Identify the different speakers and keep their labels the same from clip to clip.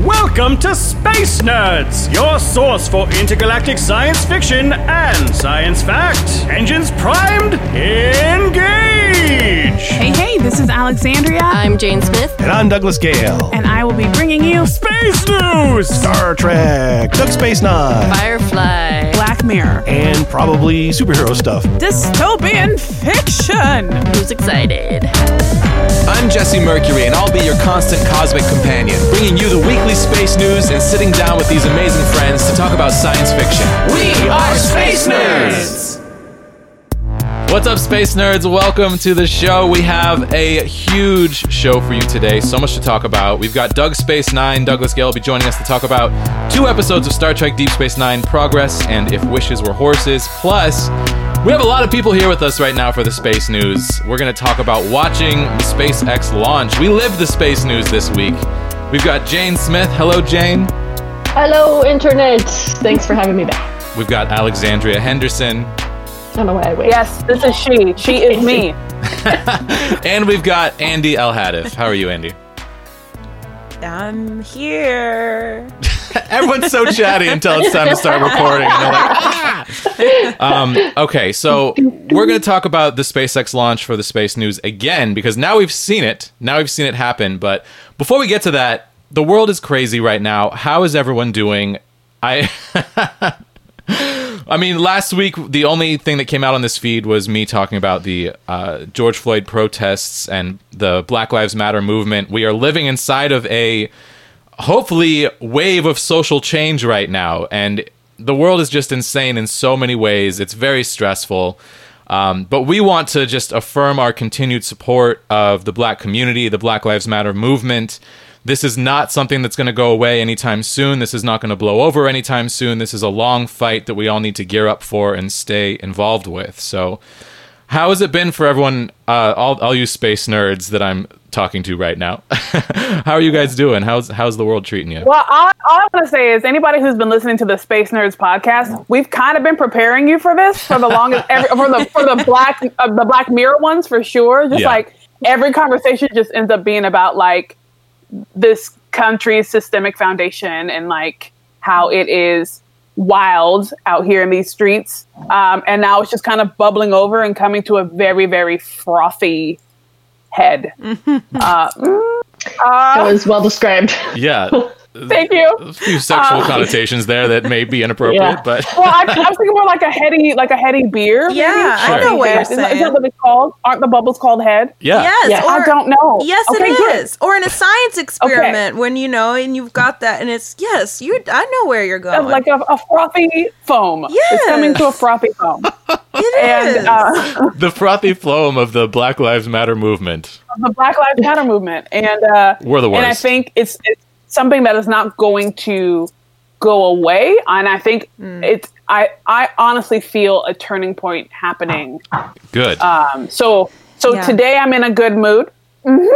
Speaker 1: Welcome to Space Nerds, your source for intergalactic science fiction and science fact. Engines primed, engage!
Speaker 2: Hey, hey, this is Alexandria,
Speaker 3: I'm Jane Smith.
Speaker 4: And I'm Douglas Gale.
Speaker 2: and I will be bringing you
Speaker 1: Space news!
Speaker 4: Star Trek, Duck Space Nine,
Speaker 3: Firefly.
Speaker 2: Black Mirror,
Speaker 4: and probably superhero stuff.
Speaker 2: dystopian fiction.
Speaker 3: Who's excited?
Speaker 5: I'm Jesse Mercury, and I'll be your constant cosmic companion, bringing you the weekly space news and sitting down with these amazing friends to talk about science fiction. We are Space Nerds! What's up, Space Nerds? Welcome to the show. We have a huge show for you today. So much to talk about. We've got Doug Space Nine, Douglas Gale, will be joining us to talk about two episodes of Star Trek Deep Space Nine Progress and If Wishes Were Horses. Plus, we have a lot of people here with us right now for the space news. We're going to talk about watching the SpaceX launch. We live the space news this week. We've got Jane Smith. Hello, Jane.
Speaker 6: Hello, internet. Thanks for having me back.
Speaker 5: We've got Alexandria Henderson.
Speaker 6: I don't know why I waited.
Speaker 7: Yes, this is she. She is me.
Speaker 5: And we've got Andy El Hadif. How are you, Andy?
Speaker 2: I'm here.
Speaker 5: Everyone's so chatty until it's time to start recording. And they're like, "Ah!" um, okay, so we're going to talk about the SpaceX launch for the space news again because now we've seen it. Now we've seen it happen. But before we get to that, the world is crazy right now. How is everyone doing? I. I mean, last week the only thing that came out on this feed was me talking about the uh, George Floyd protests and the Black Lives Matter movement. We are living inside of a hopefully wave of social change right now and the world is just insane in so many ways it's very stressful um, but we want to just affirm our continued support of the black community the black lives matter movement this is not something that's going to go away anytime soon this is not going to blow over anytime soon this is a long fight that we all need to gear up for and stay involved with so how has it been for everyone uh, all, all you space nerds that i'm talking to right now how are you guys doing how's, how's the world treating you
Speaker 7: Well, all, all I want to say is anybody who's been listening to the Space Nerds podcast, we've kind of been preparing you for this for the longest, every, for the for the black uh, the Black Mirror ones for sure. Just
Speaker 5: Yeah.
Speaker 7: like every conversation just ends up being about like this country's systemic foundation and like how it is wild out here in these streets. Um, and now it's just kind of bubbling over and coming to a very very frothy head. uh, mm, uh,
Speaker 6: That was well described.
Speaker 5: yeah
Speaker 7: Thank you.
Speaker 5: a few sexual
Speaker 7: Um,
Speaker 5: connotations there that may be inappropriate
Speaker 6: Yeah.
Speaker 5: but
Speaker 7: Well, I, I was thinking more like a heady, like a heady beer. maybe?
Speaker 3: Yeah, I
Speaker 5: Sure.
Speaker 3: know what you're
Speaker 7: Is that- is
Speaker 3: saying.
Speaker 7: that what it's called? Aren't the bubbles called head?
Speaker 5: yeah
Speaker 3: Yes,
Speaker 6: Yeah.
Speaker 3: or
Speaker 7: I don't know.
Speaker 3: Yes,
Speaker 7: Okay,
Speaker 3: it
Speaker 7: good.
Speaker 3: is. Or in a science experiment when you know and you've got that, and it's yes, you. I know where you're
Speaker 7: That's
Speaker 3: going.
Speaker 7: Like a, a frothy foam. It's coming to a frothy foam.
Speaker 3: It
Speaker 7: and
Speaker 3: is.
Speaker 7: uh,
Speaker 5: the frothy phloem of the black lives matter movement
Speaker 7: the Black Lives Matter movement. And uh,
Speaker 5: We're the
Speaker 7: And I
Speaker 5: worst.
Speaker 7: think it's, it's something that is not going to go away. And I think
Speaker 3: Hmm.
Speaker 7: it's. I I honestly feel a turning point happening.
Speaker 5: good
Speaker 7: Um, so so
Speaker 3: Yeah. Mm-hmm.
Speaker 7: today I'm in a good mood. Every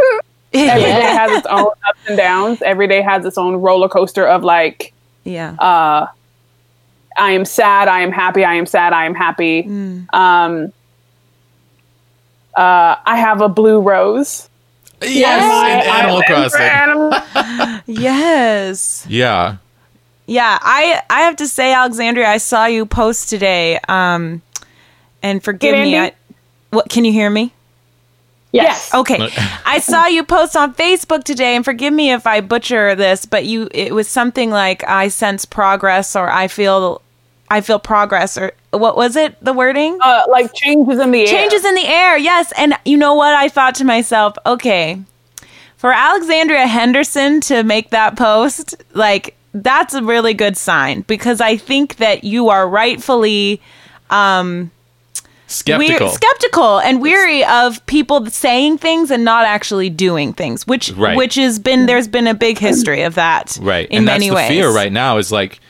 Speaker 7: day has its own ups and downs. Every day has its own roller coaster of like,
Speaker 3: yeah.
Speaker 8: uh,
Speaker 7: I am sad, I am happy, I am sad, I am happy. Um, uh, I have a blue rose.
Speaker 5: yes in
Speaker 7: I-
Speaker 5: animal
Speaker 7: I-
Speaker 5: crossing
Speaker 7: Animal-
Speaker 8: Yes.
Speaker 5: yeah
Speaker 8: Yeah, I I have to say, Alexandria, I saw you post today. Um, and forgive
Speaker 7: Get
Speaker 8: me.
Speaker 7: Andy?
Speaker 8: I, what can you hear me?
Speaker 7: Yes.
Speaker 6: Oh,
Speaker 8: Okay, I saw you post on Facebook today, and forgive me if I butcher this, but you it was something like I sense progress, or I feel, I feel progress, or what was it? The wording?
Speaker 7: Uh, like changes in the air.
Speaker 8: Changes in the air, yes. And you know what? I thought to myself, okay, for Alexandria Henderson to make that post, like, that's a really good sign because I think that you are rightfully
Speaker 5: skeptical
Speaker 8: weir- skeptical and weary of people saying things and not actually doing things, which
Speaker 5: Right.
Speaker 8: which has been there's been a big history of that,
Speaker 5: right
Speaker 8: In
Speaker 5: and that's
Speaker 8: many
Speaker 5: the
Speaker 8: ways,
Speaker 5: fear right now is like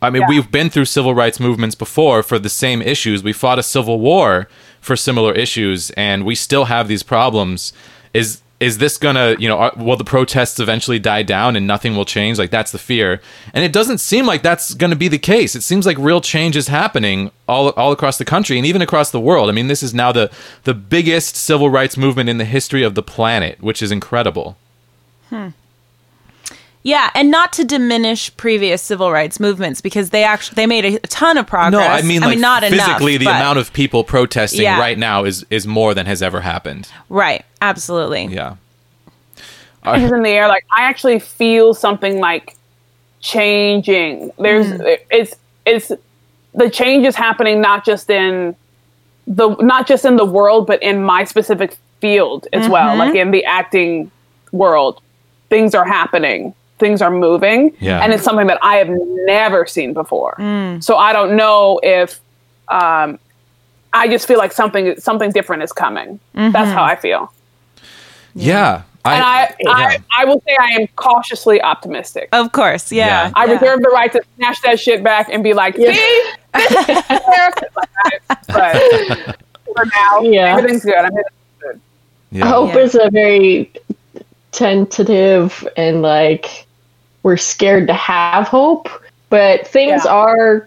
Speaker 5: i mean we've been through civil rights movements before for the same issues we fought a civil war for similar issues and we still have these problems is is this gonna you know are, will the protests eventually die down and nothing will change like that's the fear and it doesn't seem like that's gonna be the case it seems like real change is happening all all across the country and even across the world i mean this is now the the biggest civil rights movement in the history of the planet which is incredible
Speaker 8: Yeah, and not to diminish previous civil rights movements because they actually they made a ton of progress.
Speaker 5: No, I mean like
Speaker 8: not
Speaker 5: physically,
Speaker 8: enough,
Speaker 5: the
Speaker 8: but-
Speaker 5: amount of people protesting
Speaker 8: Yeah.
Speaker 5: right now is is more than has ever happened.
Speaker 8: right, absolutely.
Speaker 5: Yeah.
Speaker 7: Just in the air. Like I actually feel something like changing. There's it's it's the change is happening not just in the not just in the world, but in my specific field as well. Like in the acting world, things are happening. Things are moving,
Speaker 5: Yeah.
Speaker 7: and it's something that I have never seen before. So I don't know if um, I just feel like something something different is coming. That's how I feel
Speaker 5: Yeah.
Speaker 7: and I,
Speaker 5: Oh, yeah.
Speaker 7: I, I will say I am cautiously optimistic.
Speaker 8: Of course, yeah.
Speaker 5: Yeah.
Speaker 7: I reserve the right to snatch that shit back and be like, see, this is America." but for now,
Speaker 6: Yeah.
Speaker 7: everything's good. I mean,
Speaker 5: yeah.
Speaker 6: Hope
Speaker 8: Yeah.
Speaker 6: is a very tentative and like we're scared to have hope, but things
Speaker 7: Yeah.
Speaker 6: are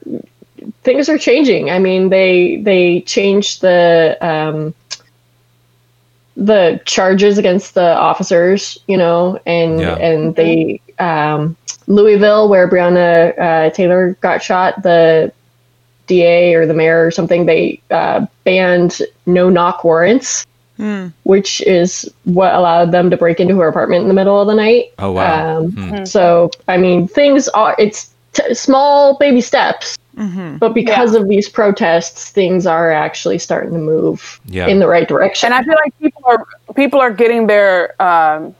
Speaker 6: things are changing. I mean, they they changed the um, the charges against the officers, you know, and
Speaker 5: Yeah.
Speaker 6: and they um, Louisville where Breonna uh, Taylor got shot, the DA or the mayor or something, they uh, banned no knock warrants which is what allowed them to break into her apartment in the middle of the night.
Speaker 5: Oh, wow.
Speaker 6: Um, So I mean, things are it's t- small baby steps,
Speaker 7: Mm-hmm.
Speaker 6: but because of these protests, things are actually starting to move
Speaker 5: Yeah.
Speaker 6: in the right direction.
Speaker 7: and I feel like people are people are getting their um,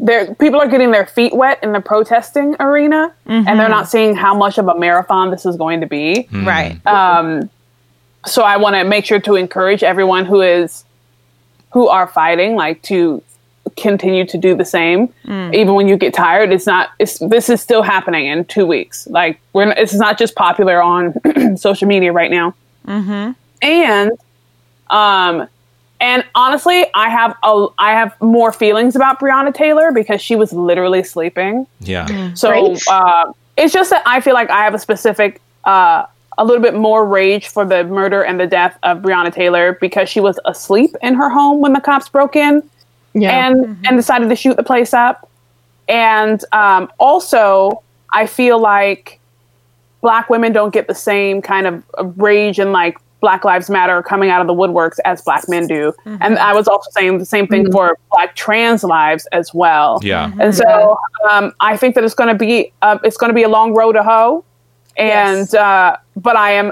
Speaker 7: their people are getting their feet wet in the protesting arena, and they're not seeing how much of a marathon this is going to be.
Speaker 5: Mm.
Speaker 8: Right.
Speaker 7: Uh, so I want to make sure to encourage everyone who is who are fighting like to continue to do the same even when you get tired it's not it's this is still happening in 2 weeks like we're it's not just popular on social media right now and um and honestly I have a I have more feelings about Breonna Taylor because she was literally sleeping
Speaker 5: Yeah.
Speaker 7: so
Speaker 6: Right.
Speaker 7: uh, it's just that I feel like I have a specific, uh, a little bit more rage for the murder and the death of Breonna Taylor because she was asleep in her home when the cops broke in
Speaker 6: yeah,
Speaker 7: and and decided to shoot the place up. And um, also, I feel like black women don't get the same kind of uh, rage and like Black Lives Matter coming out of the woodworks as black men do. And I was also saying the same thing for black trans lives as well.
Speaker 5: Yeah.
Speaker 7: And so um, I think that it's going to be uh, it's going to be a long road to hoe, and
Speaker 9: Yes.
Speaker 7: uh, but I am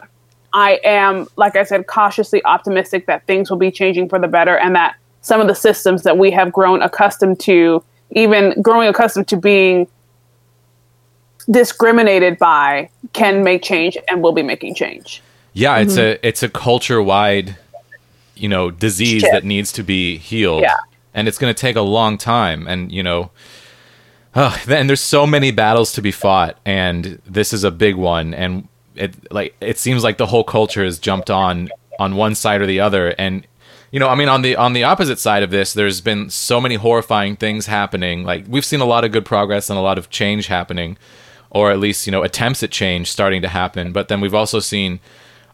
Speaker 7: I am like I said cautiously optimistic that things will be changing for the better and that some of the systems that we have grown accustomed to, even growing accustomed to being discriminated by, can make change and will be making change.
Speaker 5: Yeah, it's
Speaker 7: Mm-hmm.
Speaker 5: a it's a culture wide, you know, disease
Speaker 7: Shit.
Speaker 5: that needs to be healed.
Speaker 7: Yeah.
Speaker 5: And it's gonna take a long time and you know uh, and there's so many battles to be fought and this is a big one and it like it seems like the whole culture has jumped on on one side or the other and you know, I mean on the on the opposite side of this, there's been so many horrifying things happening. Like we've seen a lot of good progress and a lot of change happening or at least, you know, attempts at change starting to happen, but then we've also seen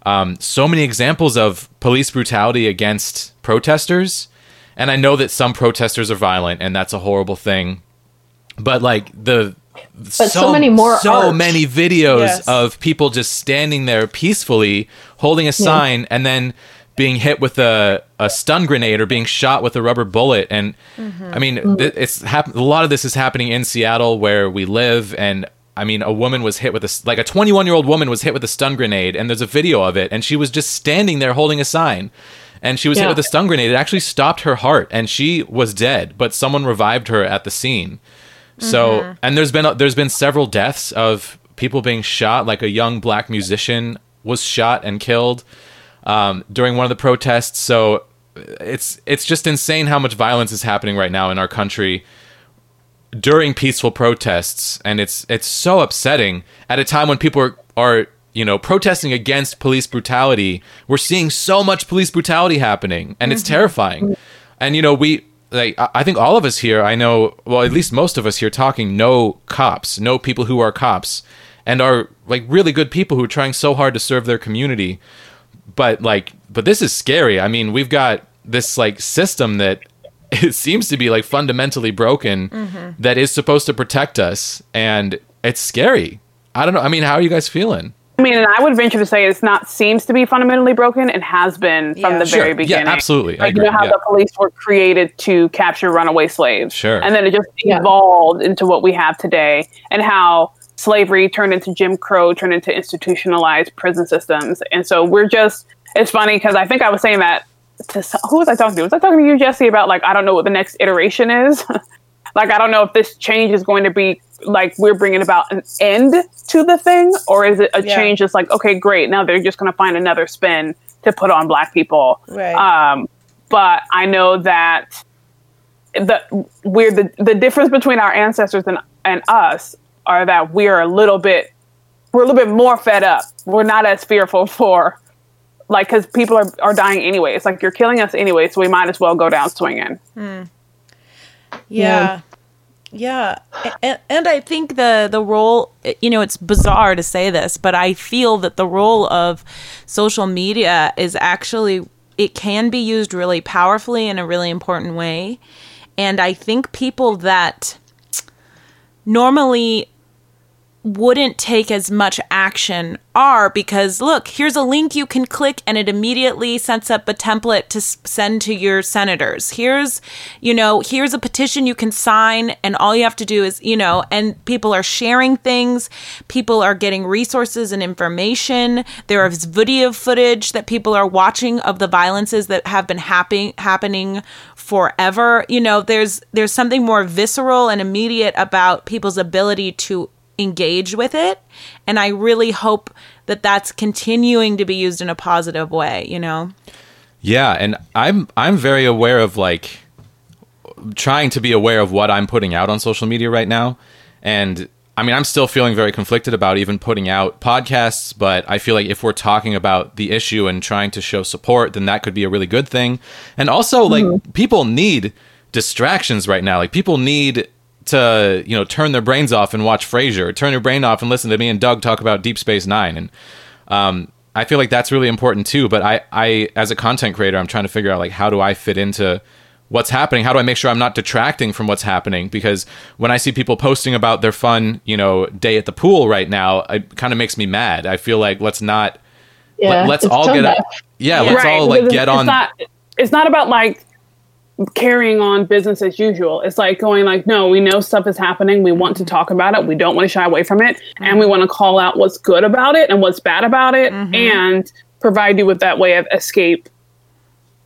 Speaker 5: um, so many examples of police brutality against protesters. And I know that some protesters are violent and that's a horrible thing. But like the
Speaker 6: But so many more
Speaker 5: so
Speaker 6: aren't.
Speaker 5: many videos
Speaker 6: Yes.
Speaker 5: of people just standing there peacefully holding a sign and then being hit with a, a stun grenade or being shot with a rubber bullet and i mean th- it's hap- a lot of this is happening in seattle where we live and i mean a woman was hit with a s- like a 21 year old woman was hit with a stun grenade and there's a video of it and she was just standing there holding a sign and she was hit
Speaker 6: Yeah.
Speaker 5: with a stun grenade it actually stopped her heart and she was dead but someone revived her at the scene so, and there's been there's been several deaths of people being shot. Like a young black musician was shot and killed um, during one of the protests. So it's it's just insane how much violence is happening right now in our country during peaceful protests, and it's it's so upsetting at a time when people are are you know protesting against police brutality. We're seeing so much police brutality happening, and it's terrifying. And you know we like I I think all of us here, I know, well at least most of us here talking know cops, know people who are cops, and are like really good people who are trying so hard to serve their community but like but this is scary i mean we've got this like system that it seems to be like fundamentally broken that is supposed to protect us and it's scary i don't know i mean how are you guys feeling
Speaker 7: I mean, and I would venture to say it's not seems to be fundamentally broken and has been from
Speaker 10: Yeah.
Speaker 7: the
Speaker 5: Sure.
Speaker 7: very
Speaker 5: Yeah,
Speaker 7: beginning.
Speaker 5: absolutely. I
Speaker 7: Like, you know
Speaker 5: agree.
Speaker 7: how
Speaker 5: Yeah.
Speaker 7: the police were created to capture runaway slaves.
Speaker 5: Sure.
Speaker 7: And then it just evolved into what we have today and how slavery turned into Jim Crow, turned into institutionalized prison systems. And so we're just, it's funny because I think I was saying that to, s- who was I talking to? Was I talking to you, Jesse, about like, I don't know what the next iteration is? like i don't know if this change is going to be like we're bringing about an end to the thing or is it a
Speaker 10: Yeah.
Speaker 7: change that's like okay great now they're just going to find another spin to put on black people
Speaker 10: Right.
Speaker 7: um, but i know that the we're the, the difference between our ancestors and, and us are that we're a little bit we're a little bit more fed up we're not as fearful for like because people are, are dying anyway it's like you're killing us anyway so we might as well go down swinging
Speaker 10: yeah.
Speaker 6: Yeah.
Speaker 10: Yeah.
Speaker 8: and, and I think the the role, you know, it's bizarre to say this, but I feel that the role of social media is actually it can be used really powerfully in a really important way, and I think people that normally wouldn't take as much action are because look, here's a link you can click and it immediately sets up a template to s- send to your senators. Here's, you know, here's a petition you can sign and all you have to do is, you know, and people are sharing things, people are getting resources and information. There is video footage that people are watching of the violences that have been happening happening forever. You know, there's there's something more visceral and immediate about people's ability to engage with it and i really hope that that's continuing to be used in a positive way you know
Speaker 5: Yeah, and I'm I'm very aware of like trying to be aware of what I'm putting out on social media right now. And I mean, I'm still feeling very conflicted about even putting out podcasts, but I feel like if we're talking about the issue and trying to show support, then that could be a really good thing. And also like people need distractions right now. Like people need to, you know, turn their brains off and watch Frasier, turn your brain off and listen to me and Doug talk about Deep Space 9 and um, I feel like that's really important too. But I, I, as a content creator, I'm trying to figure out like how do I fit into what's happening? How do I make sure I'm not detracting from what's happening? Because when I see people posting about their fun, you know, day at the pool right now, it kind of makes me mad. I feel like let's not,
Speaker 6: Yeah.
Speaker 5: let, let's
Speaker 6: it's
Speaker 5: all
Speaker 6: tone
Speaker 5: get,
Speaker 6: deaf.
Speaker 5: up. yeah, let's all like
Speaker 7: because
Speaker 5: get
Speaker 7: it's,
Speaker 5: on.
Speaker 7: It's not, it's not about like carrying on business as usual. It's like going like, no, we know stuff is happening. We want to talk about it. We don't want to shy away from it, and we want to call out what's good about it and what's bad about it, and provide you with that way of escape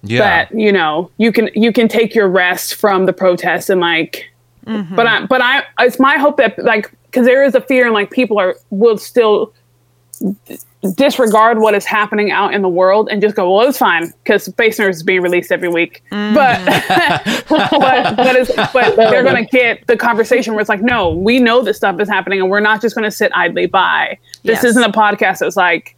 Speaker 5: yeah,
Speaker 7: that you know you can you can take your rest from the protests and like but i but i it's my hope that like because there is a fear and like people are will still d- disregard what is happening out in the world and just go well it's fine because space Nerds is being released every week but but but, it's, but they're gonna get the conversation where it's like no we know this stuff is happening and we're not just gonna sit idly by this
Speaker 8: Yes.
Speaker 7: isn't a podcast that's like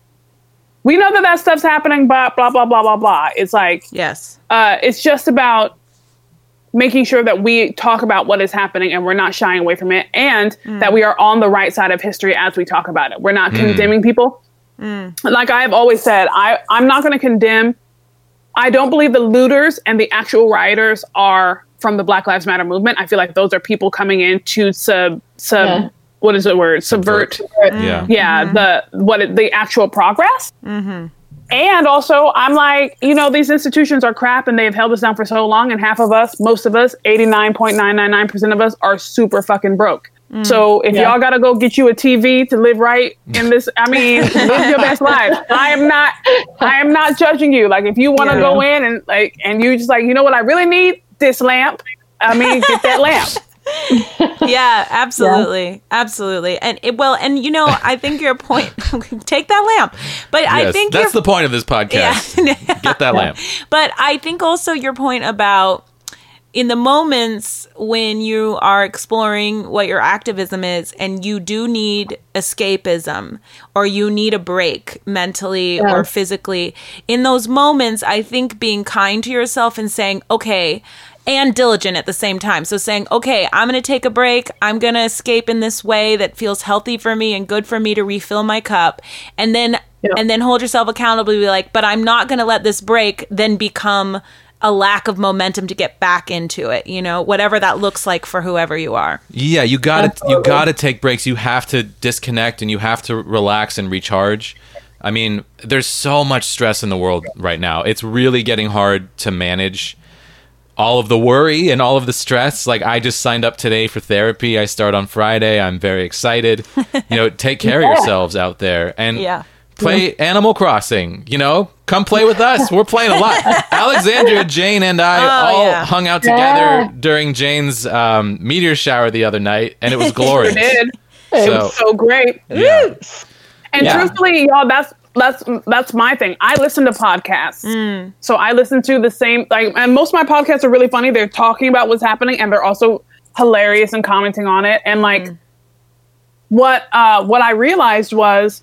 Speaker 7: we know that that stuff's happening but blah blah blah blah blah it's like
Speaker 8: yes
Speaker 7: uh, it's just about making sure that we talk about what is happening and we're not shying away from it and that we are on the right side of history as we talk about it we're not condemning people like i've always said I, i'm not going to condemn i don't believe the looters and the actual rioters are from the black lives matter movement i feel like those are people coming in to sub sub
Speaker 6: Yeah.
Speaker 7: what is the word subvert
Speaker 5: yeah,
Speaker 7: yeah the what it- the actual progress and also i'm like you know these institutions are crap and they've held us down for so long and half of us most of us 89.999% of us are super fucking broke so if
Speaker 6: Yeah.
Speaker 7: y'all gotta go get you a tv to live right in this i mean live your best life i am not i am not judging you like if you want to
Speaker 6: Yeah.
Speaker 7: go in and like and you just like you know what i really need this lamp i mean get that lamp
Speaker 8: yeah absolutely absolutely and it, well and you know i think your point take that lamp but i
Speaker 5: Yes,
Speaker 8: think
Speaker 5: that's
Speaker 8: your,
Speaker 5: the point of this podcast. get that lamp.
Speaker 8: But I think also your point about in the moments when you are exploring what your activism is and you do need escapism or you need a break mentally or physically, in those moments, I think being kind to yourself and saying, okay, and diligent at the same time. So saying, okay, I'm going to take a break. I'm going to escape in this way that feels healthy for me and good for me to refill my cup. And then and then hold yourself accountable be like, but I'm not going to let this break then become a lack of momentum to get back into it, you know, whatever that looks like for whoever you are.
Speaker 5: Yeah, you gotta you gotta take breaks. You have to disconnect and you have to relax and recharge. I mean, there's so much stress in the world right now. It's really getting hard to manage all of the worry and all of the stress. Like I just signed up today for therapy. I start on Friday. I'm very excited. You know, take care of yourselves out there and
Speaker 8: Yeah.
Speaker 5: play Animal Crossing. You know, come play with us. We're playing a lot. Alexandria, Jane, and I all
Speaker 8: yeah.
Speaker 5: hung out together
Speaker 6: Yeah.
Speaker 5: during Jane's um, meteor shower the other night, and it was glorious.
Speaker 7: did.
Speaker 5: So,
Speaker 7: so great.
Speaker 5: yeah.
Speaker 7: And
Speaker 5: Yeah.
Speaker 7: truthfully, y'all, that's that's that's my thing. I listen to podcasts, so I listen to the same. Like, and most of my podcasts are really funny. They're talking about what's happening, and they're also hilarious and commenting on it. And like, what uh, what I realized was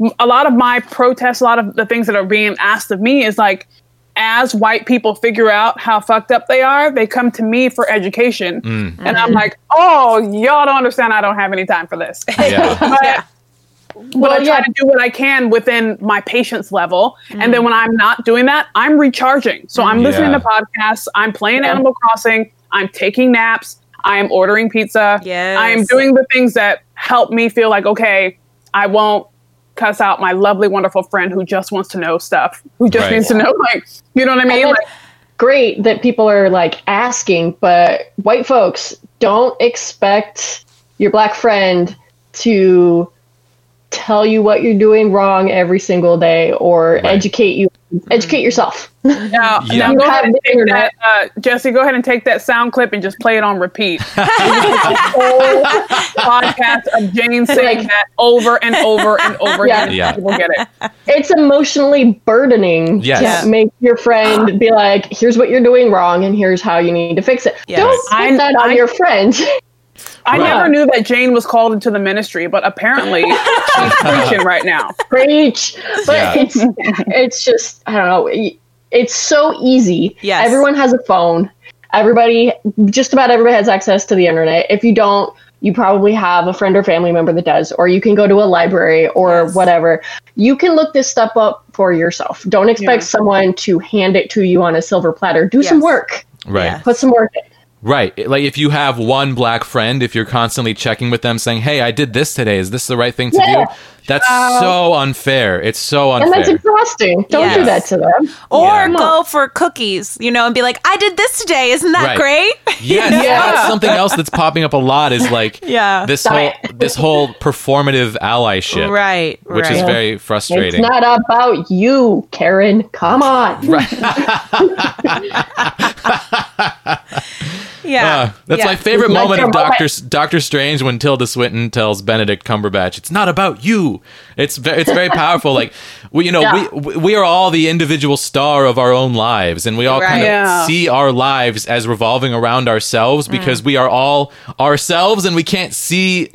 Speaker 7: m- a lot of my protests, a lot of the things that are being asked of me is like. As white people figure out how fucked up they are, they come to me for education. And I'm like, oh, y'all don't understand. I don't have any time for this.
Speaker 5: yeah.
Speaker 7: But but I try
Speaker 6: yeah.
Speaker 7: to do what I can within my patience level. And then when I'm not doing that, I'm recharging. So I'm listening
Speaker 5: Yeah.
Speaker 7: to podcasts, I'm playing Animal Crossing, I'm taking naps, I am ordering pizza.
Speaker 11: Yes.
Speaker 7: I am doing the things that help me feel like, okay, I won't cuss out my lovely, wonderful friend who just wants to know stuff, who just
Speaker 5: Right.
Speaker 7: needs to know, like, you know what I mean?
Speaker 6: And
Speaker 7: Like,
Speaker 6: it's great that people are like asking, but white folks don't expect your black friend to tell you what you're doing wrong every single day or educate you educate
Speaker 7: Mm-hmm.
Speaker 6: yourself.
Speaker 7: Now,
Speaker 5: Yeah.
Speaker 7: now uh, go
Speaker 6: You
Speaker 7: ahead
Speaker 6: have
Speaker 7: and
Speaker 6: the
Speaker 7: take that,
Speaker 6: internet.
Speaker 7: uh, Jesse. Go ahead and take that sound clip and just play it on repeat. And just put the
Speaker 6: Oh.
Speaker 7: whole podcast of Jane saying
Speaker 6: Like-
Speaker 7: that over and over and over
Speaker 6: Yeah.
Speaker 7: again.
Speaker 5: Yeah.
Speaker 7: People get it.
Speaker 6: It's emotionally burdening
Speaker 5: Yes.
Speaker 6: to make your friend be like, here's what you're doing wrong and here's how you need to fix it.
Speaker 8: Yes.
Speaker 6: Don't put
Speaker 7: I-
Speaker 6: that on
Speaker 7: I-
Speaker 6: your friend.
Speaker 7: I
Speaker 5: Right.
Speaker 7: never knew that Jane was called into the ministry, but apparently she's preaching right now.
Speaker 6: preach but
Speaker 5: Yeah.
Speaker 6: it's it's just i don't know it's so easy
Speaker 8: Yes.
Speaker 6: everyone has a phone everybody just about everybody has access to the internet if you don't you probably have a friend or family member that does or you can go to a library or whatever you can look this stuff up for yourself don't expect someone to hand it to you on a silver platter do some
Speaker 11: Yes.
Speaker 6: work
Speaker 5: Right.
Speaker 8: Yeah.
Speaker 6: put some work in
Speaker 5: Right. It- Like if you have one black friend, if you're constantly checking with them saying, "Hey, I did this today. Is this the right thing to
Speaker 6: Yeah.
Speaker 5: do?" That's so unfair. It's so
Speaker 6: and
Speaker 5: unfair.
Speaker 6: that's exhausting don't do
Speaker 8: Yes.
Speaker 6: that to them
Speaker 8: Or
Speaker 5: Yeah.
Speaker 8: go for cookies, you know, and be like, I did this today. Isn't that
Speaker 5: Right.
Speaker 8: great?
Speaker 5: Yes,
Speaker 6: Yeah.
Speaker 5: that's something else that's popping up a lot is like
Speaker 8: Yeah.
Speaker 5: this
Speaker 6: Stop
Speaker 5: whole
Speaker 6: it.
Speaker 5: this whole performative allyship,
Speaker 8: right.
Speaker 5: which
Speaker 8: right.
Speaker 5: is very
Speaker 6: it's
Speaker 5: frustrating.
Speaker 6: not about you karen come on
Speaker 8: yeah.
Speaker 5: Uh, that's
Speaker 8: yeah.
Speaker 5: my favorite
Speaker 6: It's like
Speaker 5: moment
Speaker 6: your
Speaker 5: of
Speaker 6: moment.
Speaker 5: Doctor Doctor Strange when Tilda Swinton tells Benedict Cumberbatch, "It's not about you." It's very, it's very powerful. Like we, you know,
Speaker 6: Yeah.
Speaker 5: we we are all the individual star of our own lives, and we all kind of
Speaker 8: Right.
Speaker 7: Yeah.
Speaker 5: see our lives as revolving around ourselves
Speaker 6: Mm.
Speaker 5: because we are all ourselves, and we can't see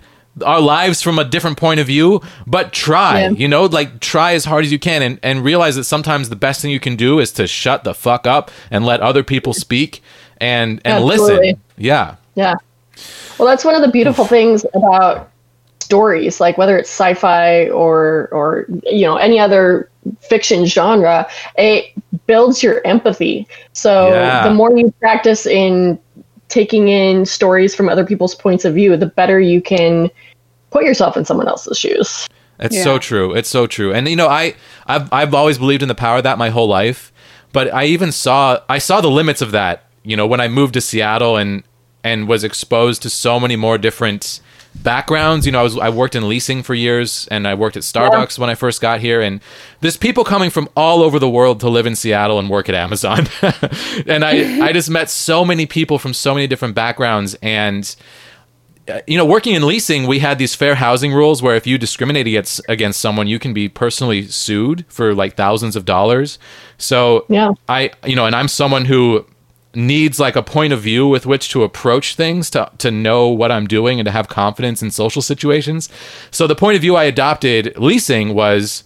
Speaker 5: our lives from a different point of view but try
Speaker 6: Yeah.
Speaker 5: you know like try as hard as you can and, and realize that sometimes the best thing you can do is to shut the fuck up and let other people speak and and
Speaker 6: Absolutely.
Speaker 5: listen yeah
Speaker 6: Yeah. Well, that's one of the beautiful things about stories, like whether it's sci-fi or or you know any other fiction genre, it builds your empathy. So
Speaker 5: Yeah.
Speaker 6: the more you practice in taking in stories from other people's points of view, the better you can put yourself in someone else's shoes.
Speaker 5: It's so
Speaker 7: Yeah.
Speaker 5: true. It's so true. And you know, I I've, I've always believed in the power of that my whole life, but I even saw I saw the limits of that, you know, when I moved to Seattle and and was exposed to so many more different backgrounds. You know, I was I worked in leasing for years and I worked at Starbucks when I first got here and there's people coming from all over the world to live in Seattle and work at Amazon. and I I just met so many people from so many different backgrounds and you know, working in leasing, we had these fair housing rules where if you discriminate against against someone, you can be personally sued for like thousands of dollars. So
Speaker 6: Yeah.
Speaker 5: I you know, and I'm someone who needs like a point of view with which to approach things to to know what I'm doing and to have confidence in social situations. So the point of view I adopted leasing was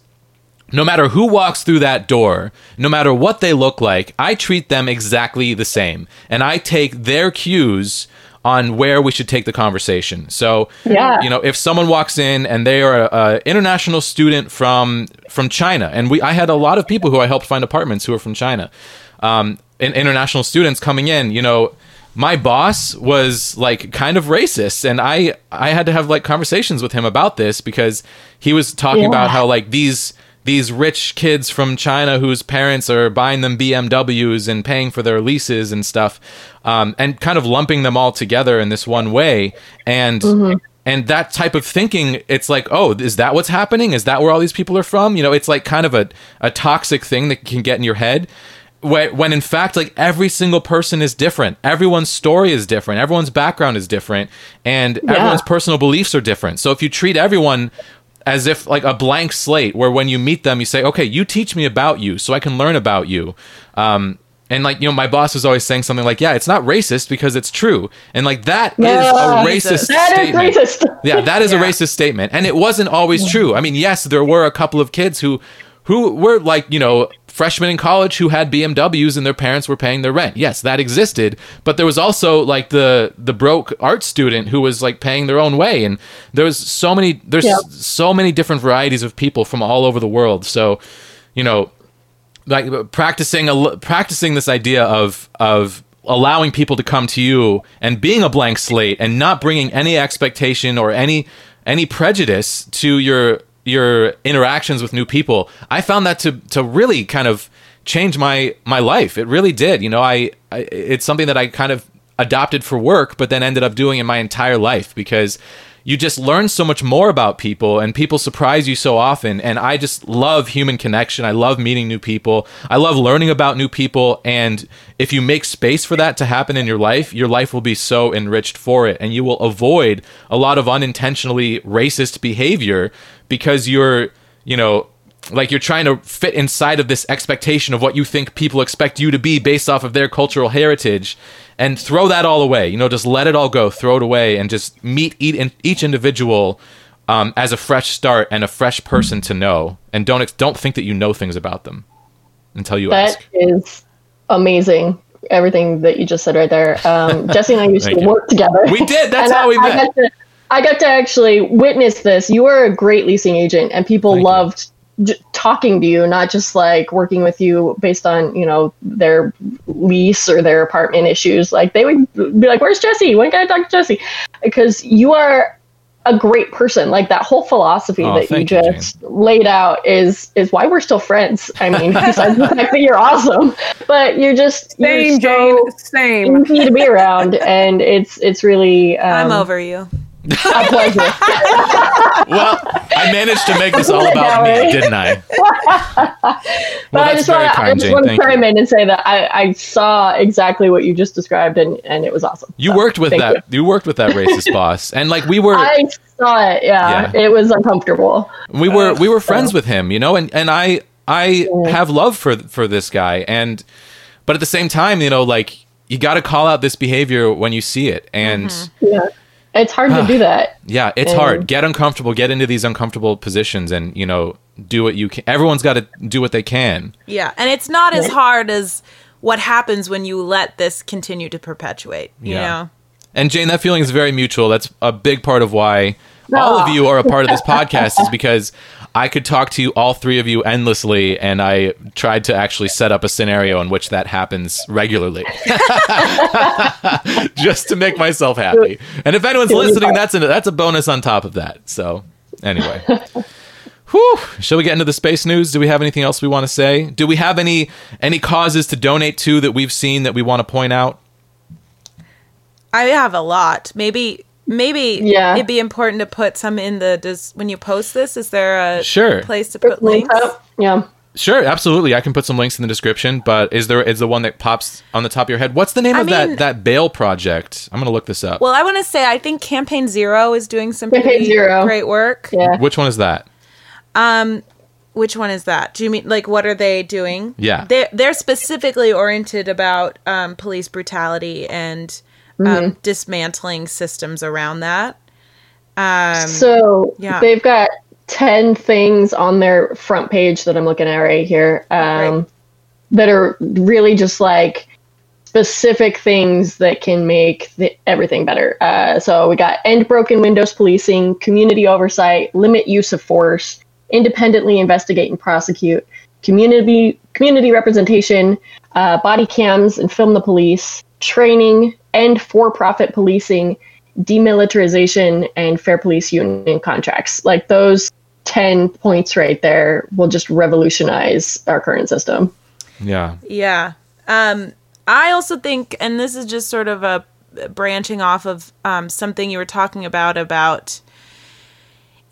Speaker 5: no matter who walks through that door, no matter what they look like, I treat them exactly the same. And I take their cues on where we should take the conversation. So,
Speaker 6: Yeah.
Speaker 5: you know, if someone walks in and they are a, a international student from from China, and we I had a lot of people who I helped find apartments who are from China. Um, in- international students coming in, you know, my boss was like kind of racist and I I had to have like conversations with him about this because he was talking about how like these these rich kids from China whose parents are buying them BMWs and paying for their leases and stuff, um, and kind of lumping them all together in this one way. And and that type of thinking, it's like, oh, is that what's happening? Is that where all these people are from? You know, it's like kind of a, a toxic thing that can get in your head. When, when in fact, like every single person is different. Everyone's story is different. Everyone's background is different. And everyone's personal beliefs are different. So if you treat everyone as if like a blank slate where when you meet them you say okay you teach me about you so i can learn about you um and like you know my boss was always saying something like yeah it's not racist because it's true and like that is
Speaker 6: Yeah.
Speaker 5: a racist
Speaker 6: That is
Speaker 5: statement
Speaker 6: racist.
Speaker 5: yeah that is a racist statement and it wasn't always true i mean yes there were a couple of kids who who were like you know freshmen in college who had bmws and their parents were paying their rent yes that existed but there was also like the the broke art student who was like paying their own way and there's so many there's
Speaker 6: Yeah.
Speaker 5: so many different varieties of people from all over the world so you know like practicing a, practicing this idea of of allowing people to come to you and being a blank slate and not bringing any expectation or any any prejudice to your your interactions with new people. I found that to to really kind of change my my life. It really did. You know, I, I it's something that I kind of adopted for work but then ended up doing in my entire life because you just learn so much more about people and people surprise you so often and i just love human connection i love meeting new people i love learning about new people and if you make space for that to happen in your life your life will be so enriched for it and you will avoid a lot of unintentionally racist behavior because you're you know like you're trying to fit inside of this expectation of what you think people expect you to be based off of their cultural heritage and throw that all away you know just let it all go throw it away and just meet each, each individual um, as a fresh start and a fresh person to know and don't ex- don't think that you know things about them until you ask
Speaker 6: That is amazing. Everything that you just said right there. Um, Jesse and I used to
Speaker 5: Thank you.
Speaker 6: work together.
Speaker 5: We did. That's
Speaker 6: And
Speaker 5: how
Speaker 6: I-
Speaker 5: we
Speaker 6: I
Speaker 5: met.
Speaker 6: got to- I got to actually witness this. You were a great leasing agent, and people
Speaker 5: Thank you.
Speaker 6: loved j- talking to you, not just like working with you based on you know their lease or their apartment issues. Like they would be like, "Where's Jesse? When can I talk to Jesse?" Because you are a great person. Like that whole philosophy
Speaker 5: Aw,
Speaker 6: that
Speaker 5: Oh,
Speaker 6: you
Speaker 5: thank you,
Speaker 6: just laid out is is why we're still friends. I mean, besides the fact that you're awesome, but you're just
Speaker 7: Same,
Speaker 6: you're
Speaker 7: Jane.
Speaker 6: so
Speaker 7: Same.
Speaker 6: easy to be around, and it's it's really um,
Speaker 8: I'm over you.
Speaker 6: a pleasure.
Speaker 5: well i managed to make this all about me didn't i well
Speaker 6: but I
Speaker 5: that's
Speaker 6: just
Speaker 5: very
Speaker 6: want I
Speaker 5: kind
Speaker 6: just
Speaker 5: jane
Speaker 6: want to
Speaker 5: thank you
Speaker 6: chime in and say that I, I saw exactly what you just described, and and it was awesome.
Speaker 5: you
Speaker 6: So,
Speaker 5: worked with
Speaker 6: thank
Speaker 5: that you. worked with that racist boss and like we were
Speaker 6: I saw it. Yeah,
Speaker 5: Yeah.
Speaker 6: it was uncomfortable.
Speaker 5: we were we were friends with him, you know, and and I I have love for for this guy, and but at the same time, you know, like you got to call out this behavior when you see it, and
Speaker 6: Yeah, it's hard to do that.
Speaker 5: yeah, it's
Speaker 6: Mm.
Speaker 5: hard. Get uncomfortable, get into these uncomfortable positions, and you know, do what you can. Everyone's got to do what they can.
Speaker 8: Yeah, and it's not as hard as what happens when you let this continue to perpetuate. You
Speaker 5: Yeah.
Speaker 8: know,
Speaker 5: And Jane, that feeling is very mutual. That's a big part of why all of you are a part of this podcast is because I could talk to you all three of you endlessly and I tried to actually set up a scenario in which that happens regularly. Just to make myself happy. And if anyone's listening, that's a that's a bonus on top of that. So, anyway. Whew. Shall we get into the space news? Do we have anything else we want to say? Do we have any any causes to donate to that we've seen that we want to point out?
Speaker 8: I have a lot. Maybe, maybe
Speaker 6: Yeah.
Speaker 8: it'd be important to put some in the does when you post this. Is there a
Speaker 5: Sure.
Speaker 8: place to put links?
Speaker 6: Yeah.
Speaker 5: Sure, absolutely. I can put some links in the description, but is there is the one that pops on the top of your head? What's the name
Speaker 8: I
Speaker 5: of
Speaker 8: mean-
Speaker 5: that that bail project? I'm gonna look this up.
Speaker 8: Well, I want to say I think Campaign Zero is doing some
Speaker 6: Campaign
Speaker 8: pretty
Speaker 6: Zero.
Speaker 8: great work.
Speaker 6: Yeah.
Speaker 5: Which one is that?
Speaker 8: Which one is that? Do you mean like what are they doing?
Speaker 5: Yeah.
Speaker 8: they're they're specifically oriented about um, police brutality and um, dismantling systems around that. Um,
Speaker 6: So
Speaker 8: yeah.
Speaker 6: they've got 10 things on their front page that I'm looking at right here um,
Speaker 8: Right.
Speaker 6: that are really just like specific things that can make the, everything better. Uh, so we got end broken windows policing, community oversight, limit use of force, independently investigate and prosecute, community community representation, uh, body cams and film the police, training and for profit policing, demilitarization, and fair police union contracts. Like those 10 points right there will just revolutionize our current system.
Speaker 5: Yeah.
Speaker 8: Yeah. Um, I also think, and this is just sort of a branching off of um, something you were talking about about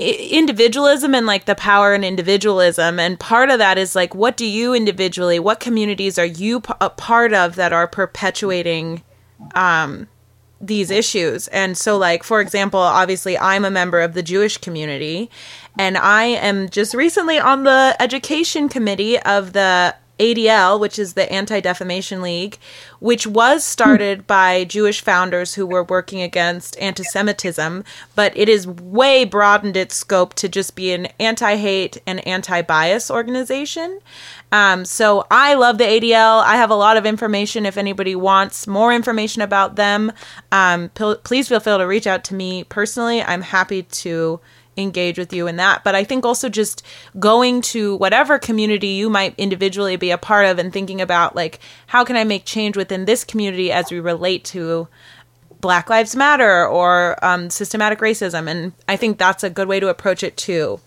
Speaker 8: i- individualism and like the power in individualism and part of that is like what do you individually what communities are you p- a part of that are perpetuating um these issues and so like for example obviously i'm a member of the jewish community and i am just recently on the education committee of the ADL, which is the Anti Defamation League, which was started by Jewish founders who were working against anti Semitism, but it has way broadened its scope to just be an anti hate and anti bias organization. Um, so I love the ADL. I have a lot of information if anybody wants more information about them. Um, pil- please feel free to reach out to me personally. I'm happy to engage with you in that. But I think also just going to whatever community you might individually be a part of and thinking about like how can I make change within this community as we relate to Black Lives Matter or um, systematic racism. And I think that's a good way to approach it too.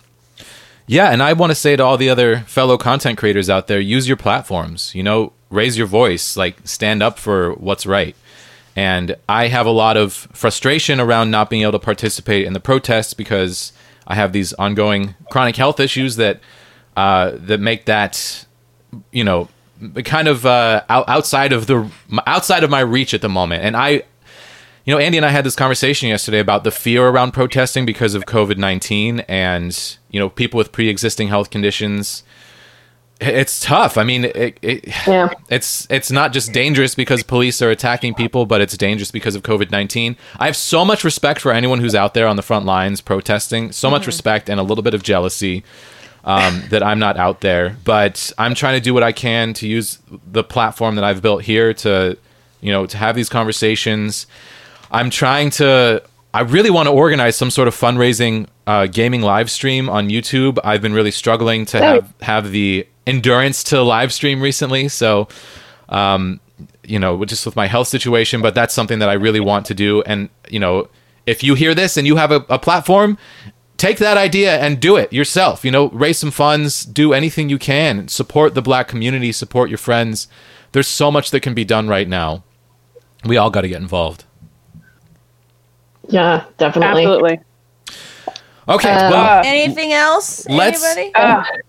Speaker 5: Yeah, and I want to say to all the other fellow content creators out there, use your platforms, you know, raise your voice, like stand up for what's right. And I have a lot of frustration around not being able to participate in the protests because I have these ongoing chronic health issues that uh, that make that you know kind of uh, out, outside of the outside of my reach at the moment. And I you know, Andy and I had this conversation yesterday about the fear around protesting because of COVID 19 and, you know, people with pre existing health conditions. I- It's tough. I mean, it, it,
Speaker 6: Yeah.
Speaker 5: it's it's not just dangerous because police are attacking people, but it's dangerous because of COVID 19. I have so much respect for anyone who's out there on the front lines protesting, so much respect and a little bit of jealousy um, that I'm not out there, but I'm trying to do what I can to use the platform that I've built here to, you know, to have these conversations. I'm trying to. I really want to organize some sort of fundraising uh, gaming live stream on YouTube. I've been really struggling to have have the endurance to live stream recently, so um, you know, with- just with my health situation. But that's something that I really want to do. And you know, if you hear this and you have a, a platform, take that idea and do it yourself. You know, raise some funds, do anything you can, support the black community, support your friends. There's so much that can be done right now. We all got to get involved.
Speaker 6: Yeah, definitely.
Speaker 7: Absolutely.
Speaker 5: Okay,
Speaker 6: Uh,
Speaker 5: well,
Speaker 8: Anything else?
Speaker 5: Let's-
Speaker 8: Anybody?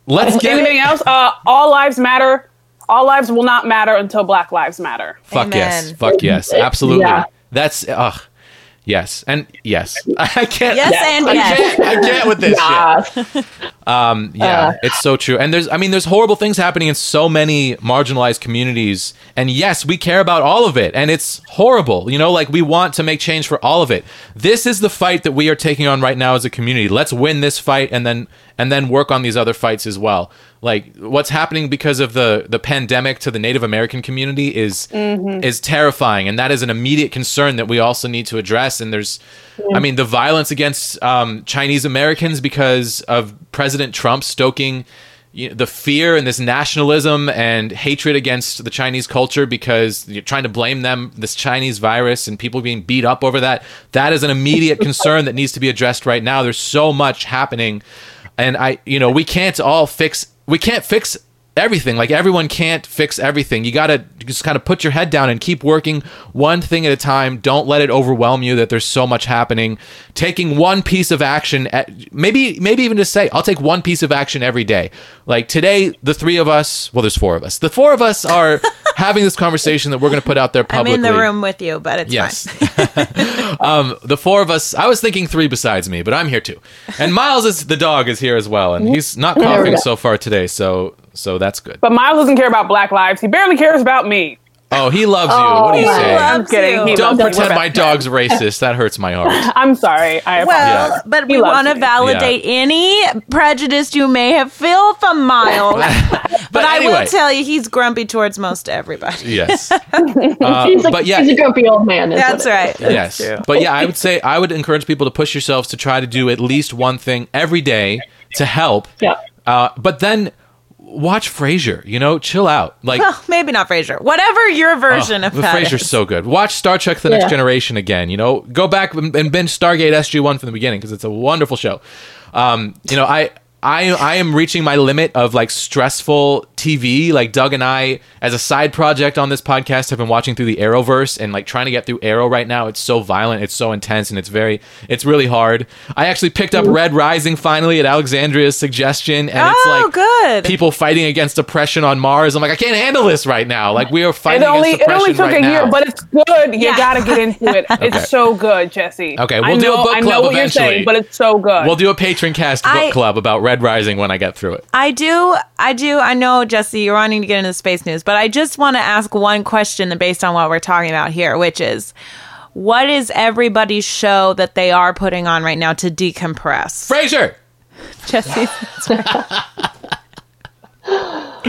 Speaker 5: let's get
Speaker 7: Anything else? Uh, all lives matter. All lives will not matter until Black Lives Matter.
Speaker 5: fuck yes,
Speaker 8: Amen.
Speaker 5: fuck yes, absolutely.
Speaker 6: Yeah.
Speaker 5: That's ugh, yes, and yes. I can't.
Speaker 8: yes, and
Speaker 5: I
Speaker 8: yes.
Speaker 5: can't, I can't with this shit.
Speaker 6: Yeah.
Speaker 5: Yeah, it's so true. And there's, I mean, there's horrible things happening in so many marginalized communities. And yes, we care about all of it. And it's horrible. You know, like we want to make change for all of it. This is the fight that we are taking on right now as a community. Let's win this fight and then, and then work on these other fights as well. Like what's happening because of the, the pandemic to the Native American community is, is terrifying. And that is an immediate concern that we also need to address. And there's, I mean, the violence against um, Chinese Americans because of President Trump stoking you know, the fear and this nationalism and hatred against the Chinese culture because you're trying to blame them, this Chinese virus, and people being beat up over that. That is an immediate concern that needs to be addressed right now. There's so much happening. And I, you know, we can't all fix, we can't fix everything. Like everyone can't fix everything. You gotta just kind of put your head down and keep working one thing at a time. Don't let it overwhelm you that there's so much happening. Taking one piece of action, at, maybe maybe even just say, "I'll take one piece of action every day." Like today, the three of us. Well, there's four of us. The four of us are having this conversation that we're gonna put out there
Speaker 8: I'm
Speaker 5: publicly.
Speaker 8: in the room with you, but it's
Speaker 5: Yes.
Speaker 8: fine.
Speaker 5: um, the four of us. I was thinking three besides me, but I'm here too. And Miles is the dog is here as well, and he's not
Speaker 6: we
Speaker 5: coughing
Speaker 6: go.
Speaker 5: so far today. So so that's good.
Speaker 7: But Miles doesn't care about Black lives. He barely cares about me.
Speaker 5: Oh, he loves you. What do you
Speaker 8: he
Speaker 5: say?
Speaker 8: loves
Speaker 7: I'm kidding.
Speaker 8: you.
Speaker 7: He
Speaker 5: Don't
Speaker 7: loves me. We're
Speaker 5: pretend
Speaker 7: back.
Speaker 5: my dog's racist. That hurts my heart.
Speaker 7: I'm sorry. I apologize.
Speaker 5: Yeah.
Speaker 12: Well, but
Speaker 7: He
Speaker 12: we
Speaker 7: loves
Speaker 12: want to
Speaker 7: me.
Speaker 12: validate any prejudice you may have felt from Miles.
Speaker 5: But,
Speaker 8: But I
Speaker 5: anyway,
Speaker 8: will tell you, he's grumpy towards most everybody.
Speaker 5: Yes. Uh,
Speaker 6: He's, like,
Speaker 5: but yeah,
Speaker 6: he's a grumpy old man. isn't
Speaker 8: That's
Speaker 6: it?
Speaker 8: right.
Speaker 5: yes. But yeah, I would say I would encourage people to push yourselves to try to do at least one thing every day to help.
Speaker 6: Yeah.
Speaker 5: Uh, but then watch Frasier. You know, chill out. Like
Speaker 13: Well, maybe not Frasier. Whatever your version
Speaker 5: Oh,
Speaker 13: of
Speaker 5: the
Speaker 13: that
Speaker 5: Frasier's
Speaker 13: is.
Speaker 5: so good. Watch Star Trek: The Next
Speaker 6: Yeah.
Speaker 5: Generation again. You know, go back and and binge Stargate SG One from the beginning because it's a wonderful show. Um, you know, I. I, I am reaching my limit of like stressful TV. Like Doug and I, as a side project on this podcast, have been watching through the Arrowverse and like trying to get through Arrow right now. It's so violent, it's so intense, and it's very, it's really hard. I actually picked up Red Rising finally at Alexandria's suggestion, and it's
Speaker 13: Oh,
Speaker 5: like
Speaker 13: good.
Speaker 5: people fighting against oppression on Mars. I'm like, I can't handle this right now. Like we are fighting
Speaker 7: It only
Speaker 5: against
Speaker 7: it
Speaker 5: oppression
Speaker 7: only took
Speaker 5: right
Speaker 7: a
Speaker 5: now.
Speaker 7: year, but it's good. You
Speaker 13: Yeah.
Speaker 7: gotta get into it. It's so good, Jesse.
Speaker 5: Okay,
Speaker 7: I
Speaker 5: we'll do a
Speaker 7: know-
Speaker 5: book
Speaker 7: I know
Speaker 5: club
Speaker 7: what you're
Speaker 5: eventually.
Speaker 7: saying, but it's so good.
Speaker 5: We'll do a patron cast book
Speaker 8: I-
Speaker 5: club about Red Rising when I get through it.
Speaker 8: I do, I do, I know, Jesse, you're wanting to get into space news, but I just want to ask one question based on what we're talking about here, which is what is everybody's show that they are putting on right now to decompress?
Speaker 5: Frasier.
Speaker 8: Jesse,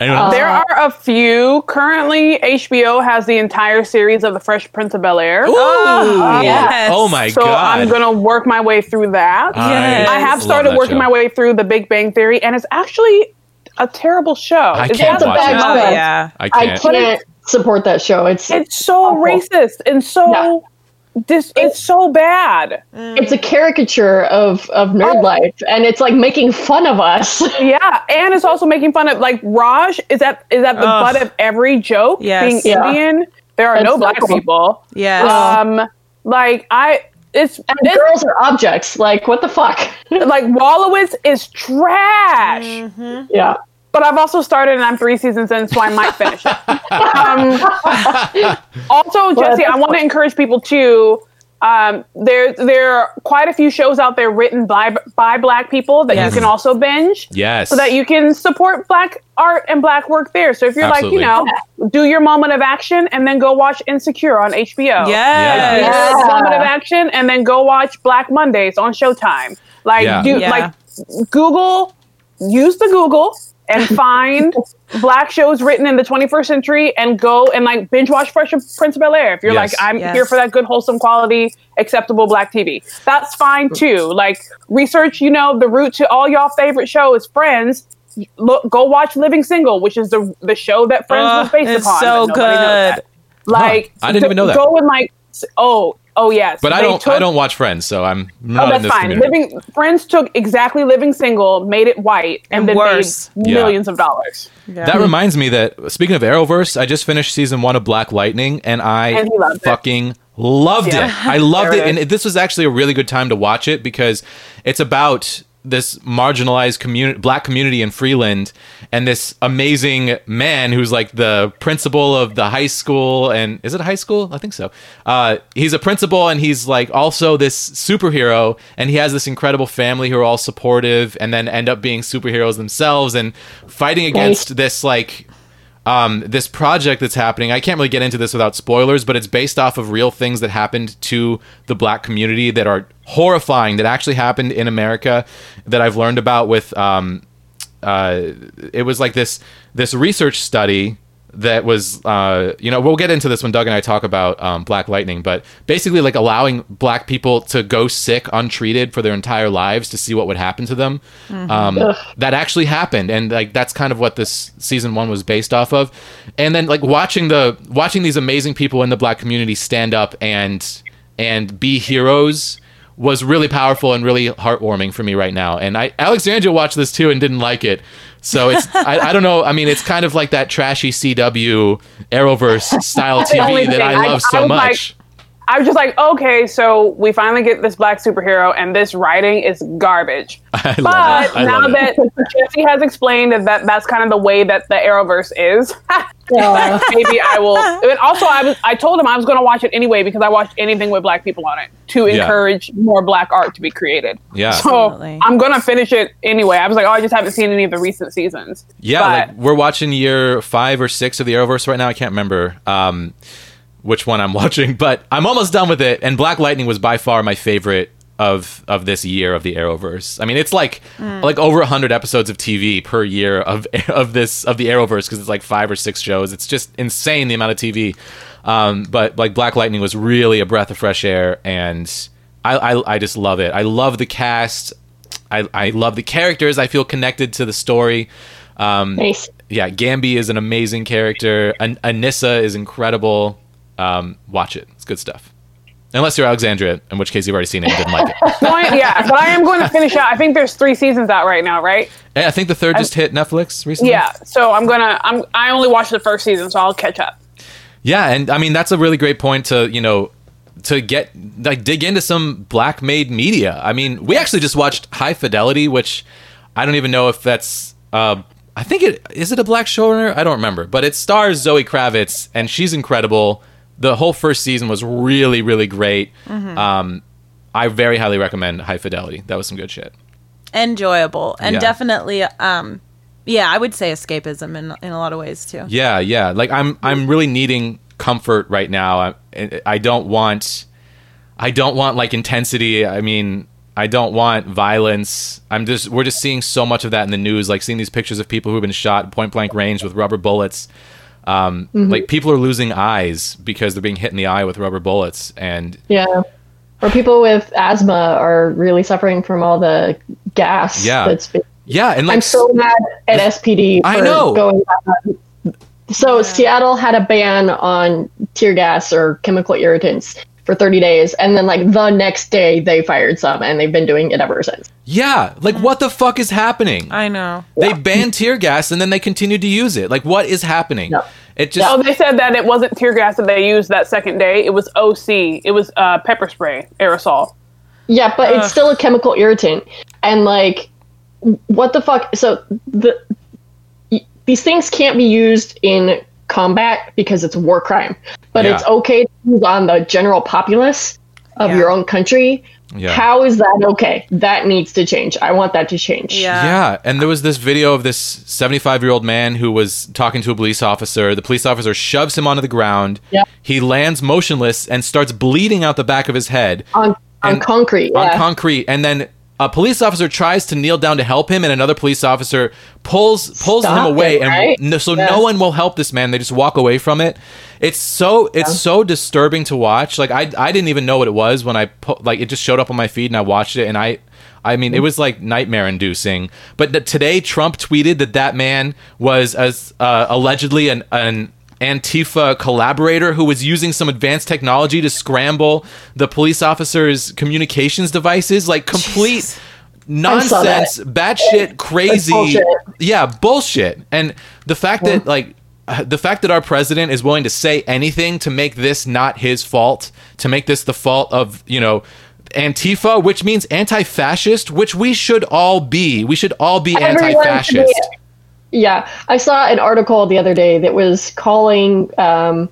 Speaker 5: Anyone?
Speaker 7: There are a few. Currently, HBO has the entire series of The Fresh Prince of Bel Air.
Speaker 8: Oh, yes.
Speaker 5: Oh my
Speaker 7: So
Speaker 5: god.
Speaker 7: I'm gonna work my way through that.
Speaker 5: Yes.
Speaker 7: I have
Speaker 5: love
Speaker 7: started
Speaker 5: that
Speaker 7: working
Speaker 5: show.
Speaker 7: my way through The Big Bang Theory, and it's actually a terrible show.
Speaker 5: I
Speaker 7: It's
Speaker 5: can't
Speaker 7: not the
Speaker 5: watch
Speaker 7: best
Speaker 5: it.
Speaker 6: Oh,
Speaker 7: show.
Speaker 8: yeah.
Speaker 5: I
Speaker 6: I
Speaker 5: can't.
Speaker 6: can't support that show. It's
Speaker 7: It's so
Speaker 6: Awful.
Speaker 7: racist and so dis- it's so bad.
Speaker 6: it's a caricature of of
Speaker 8: Oh.
Speaker 6: nerd life, and it's like making fun of us.
Speaker 7: Yeah, and it's also making fun of like Raj is at is at the butt of every joke.
Speaker 8: Yes.
Speaker 7: being
Speaker 6: Yeah.
Speaker 7: Indian, there are
Speaker 6: That's
Speaker 7: no
Speaker 6: so
Speaker 7: black
Speaker 6: cool.
Speaker 7: people.
Speaker 8: yes.
Speaker 7: Um, like I, it's, it's
Speaker 6: Girls are objects. Like what the fuck?
Speaker 7: like Wallowitz is trash.
Speaker 8: Mm.
Speaker 6: yeah.
Speaker 7: But I've also started and I'm three seasons in, so I might finish it. Um, also, Jesse, I want to encourage people to. Um, there, there are quite a few shows out there written by by Black people that
Speaker 8: Yes.
Speaker 7: you can also binge.
Speaker 5: yes.
Speaker 7: so that you can support black art and black work there. So if you're
Speaker 5: Absolutely.
Speaker 7: like, you know, do your moment of action and then go watch Insecure on
Speaker 8: Oh.
Speaker 7: HBO.
Speaker 8: Yes.
Speaker 5: Yeah.
Speaker 7: Do your
Speaker 6: Yeah.
Speaker 7: moment of action and then go watch Black Mondays on Showtime. Like
Speaker 5: Yeah.
Speaker 7: do
Speaker 8: Yeah.
Speaker 7: like Google, use the Google and find black shows written in the 21st century and go and like binge watch Fresh Prince of Bel Air. If you're
Speaker 5: Yes.
Speaker 7: like, I'm
Speaker 8: Yes.
Speaker 7: here for that good, wholesome quality, acceptable black TV. That's fine too. Like research, you know, the route to all y'all favorite show is Friends. Look, go watch Living Single, which is the the show that Friends
Speaker 8: Oh,
Speaker 7: was based
Speaker 8: it's
Speaker 7: upon.
Speaker 8: so
Speaker 7: but nobody knows
Speaker 8: good.
Speaker 7: that. Like
Speaker 5: I didn't
Speaker 7: go-
Speaker 5: even know that.
Speaker 7: Go and like, s- oh, oh yes.
Speaker 5: but I
Speaker 7: They
Speaker 5: don't. I
Speaker 7: took-
Speaker 5: don't watch Friends, so I'm
Speaker 7: Oh,
Speaker 5: not in
Speaker 7: that's
Speaker 5: this
Speaker 7: fine.
Speaker 5: community.
Speaker 7: Living Friends took exactly Living Single, made it white, and,
Speaker 8: And
Speaker 7: then
Speaker 8: worse.
Speaker 7: made
Speaker 5: Yeah.
Speaker 7: millions of dollars.
Speaker 5: That reminds me that speaking of Arrowverse, I just finished season one of Black Lightning, and I
Speaker 7: And he loved it.
Speaker 5: fucking loved
Speaker 7: Yeah.
Speaker 5: it. I loved it,
Speaker 7: There it
Speaker 5: and it- this was actually a really good time to watch it because it's about this marginalized community, black community in Freeland, and this amazing man who's like the principal of the high school, and is it a high school? I think so. Uh, he's a principal, and he's like also this superhero, and he has this incredible family who are all supportive, and then end up being superheroes themselves and fighting against this like um, this project that's happening. I can't really get into this without spoilers, but it's based off of real things that happened to the black community that are horrifying, that actually happened in America, that I've learned about with. Um, uh, it was like this this research study that was uh, you know we'll get into this when Doug and I talk about um, Black Lightning, but basically like allowing black people to go sick untreated for their entire lives to see what would happen to them. Um, that actually happened, and like that's kind of what this season one was based off of. And then like watching the watching these amazing people in the black community stand up and and be heroes was really powerful and really heartwarming for me right now. And I Alexandria watched this too and didn't like it. So it's I, I don't know. I mean, it's kind of like that trashy CW Arrowverse style TV
Speaker 7: only
Speaker 5: that
Speaker 7: thing.
Speaker 5: I
Speaker 7: I-
Speaker 5: love
Speaker 7: I
Speaker 5: so
Speaker 7: would like-
Speaker 5: much.
Speaker 7: I was just like, okay, so we finally get this black superhero, and this writing is garbage.
Speaker 5: I love
Speaker 7: But
Speaker 5: it. I
Speaker 7: now
Speaker 5: love it.
Speaker 7: that Jesse has explained that, that that's kind of the way that the Arrowverse is,
Speaker 6: Yeah.
Speaker 7: maybe I will. And also, I was I told him I was going to watch it anyway because I watched anything with black people on it to
Speaker 5: Yeah.
Speaker 7: encourage more black art to be created.
Speaker 5: Yeah.
Speaker 7: So
Speaker 8: Absolutely.
Speaker 7: I'm going to finish it anyway. I was like, oh, I just haven't seen any of the recent seasons.
Speaker 5: Yeah,
Speaker 7: But-
Speaker 5: like we're watching year five or six of the Arrowverse right now. I can't remember um, which one I'm watching, but I'm almost done with it. And Black Lightning was by far my favorite of of this year of the Arrowverse. I mean, it's like like over hundred episodes of TV per year of of this of the Arrowverse because it's like five or six shows. It's just insane the amount of TV. Um, but like Black Lightning was really a breath of fresh air, and I I, I just love it. I love the cast. I, I love the characters. I feel connected to the story. Um,
Speaker 6: Nice.
Speaker 5: yeah, Gambi is an amazing character. An- Anissa is incredible. Um, watch it; it's good stuff. Unless you're Alexandria, in which case you've already seen it and didn't like it.
Speaker 7: Point, yeah, but I am going to finish out. I think there's three seasons out right now, right?
Speaker 5: Hey, I think the third just hit Netflix recently.
Speaker 7: Yeah, so I'm gonna. I'm. I only watched the first season, so I'll catch up.
Speaker 5: yeah, and I mean that's a really great point to you know to get like dig into some black made media. I mean, we actually just watched High Fidelity, which I don't even know if that's. Uh, I think it is it a black showrunner. I don't remember, but it stars Zoe Kravitz, and she's incredible. The whole first season was really, really great. Um, I very highly recommend High Fidelity. That was some good shit.
Speaker 8: enjoyable and
Speaker 5: Yeah.
Speaker 8: definitely um yeah i would say escapism in, in a lot of ways too
Speaker 5: Yeah, yeah. Like I'm I'm really needing comfort right now. I I don't want I don't want like intensity. I mean, I don't want violence. I'm just we're just seeing so much of that in the news, like seeing these pictures of people who've been shot point blank range with rubber bullets. Um,
Speaker 6: Mm-hmm.
Speaker 5: like people are losing eyes because they're being hit in the eye with rubber bullets and
Speaker 6: Yeah. Or people with asthma are really suffering from all the gas.
Speaker 5: Yeah.
Speaker 6: That's been-
Speaker 5: yeah, and like
Speaker 6: I'm so mad at SPD. For
Speaker 5: I know.
Speaker 6: Going so Seattle had a ban on tear gas or chemical irritants for 30 days, and then like the next day they fired some, and they've been doing it ever since.
Speaker 5: yeah, like what the fuck is happening?
Speaker 14: I know.
Speaker 5: they banned tear gas and then they continue to use it. Like what is happening?
Speaker 6: No.
Speaker 5: It just
Speaker 7: Oh, they said that it wasn't tear gas that they used that second day. It was OC. It was uh, pepper spray aerosol.
Speaker 6: Yeah, but it's still a chemical irritant, and like, what the fuck? So the y- these things can't be used in combat because it's a war crime, but
Speaker 5: Yeah.
Speaker 6: it's okay to use on the general populace of your own country.
Speaker 5: Yeah.
Speaker 6: How is that okay? That needs to change. I want that to change.
Speaker 5: Yeah, and there was this video of this 75 year old man who was talking to a police officer. The police officer shoves him onto the ground.
Speaker 6: Yeah.
Speaker 5: He lands motionless and starts bleeding out the back of his head
Speaker 6: On on
Speaker 5: And-
Speaker 6: concrete.
Speaker 5: on
Speaker 6: Oh, yeah.
Speaker 5: concrete. And then a police officer tries to kneel down to help him, and another police officer pulls pulls
Speaker 6: Stop
Speaker 5: him away.
Speaker 6: it, right?
Speaker 5: And no, so
Speaker 6: Yeah.
Speaker 5: no one will help this man. They just walk away from it. It's so it's so disturbing to watch. Like I I didn't even know what it was when I pu- like it just showed up on my feed and I watched it and I. I mean, it
Speaker 6: Mm-hmm.
Speaker 5: was like nightmare inducing. But th- today, Trump tweeted that that man was as uh, allegedly an, an Antifa collaborator who was using some advanced technology to scramble the police officer's communications devices. Like complete
Speaker 6: saw that.
Speaker 5: nonsense, batshit, crazy.
Speaker 6: bullshit.
Speaker 5: Yeah, bullshit. And the fact that like uh, the fact that our president is willing to say anything to make this not his fault, to make this the fault of you know. Antifa, which means anti-fascist, which we should all be. We should all be
Speaker 6: Everyone should be
Speaker 5: anti-fascist.
Speaker 6: Yeah, I saw an article the other day that was calling um,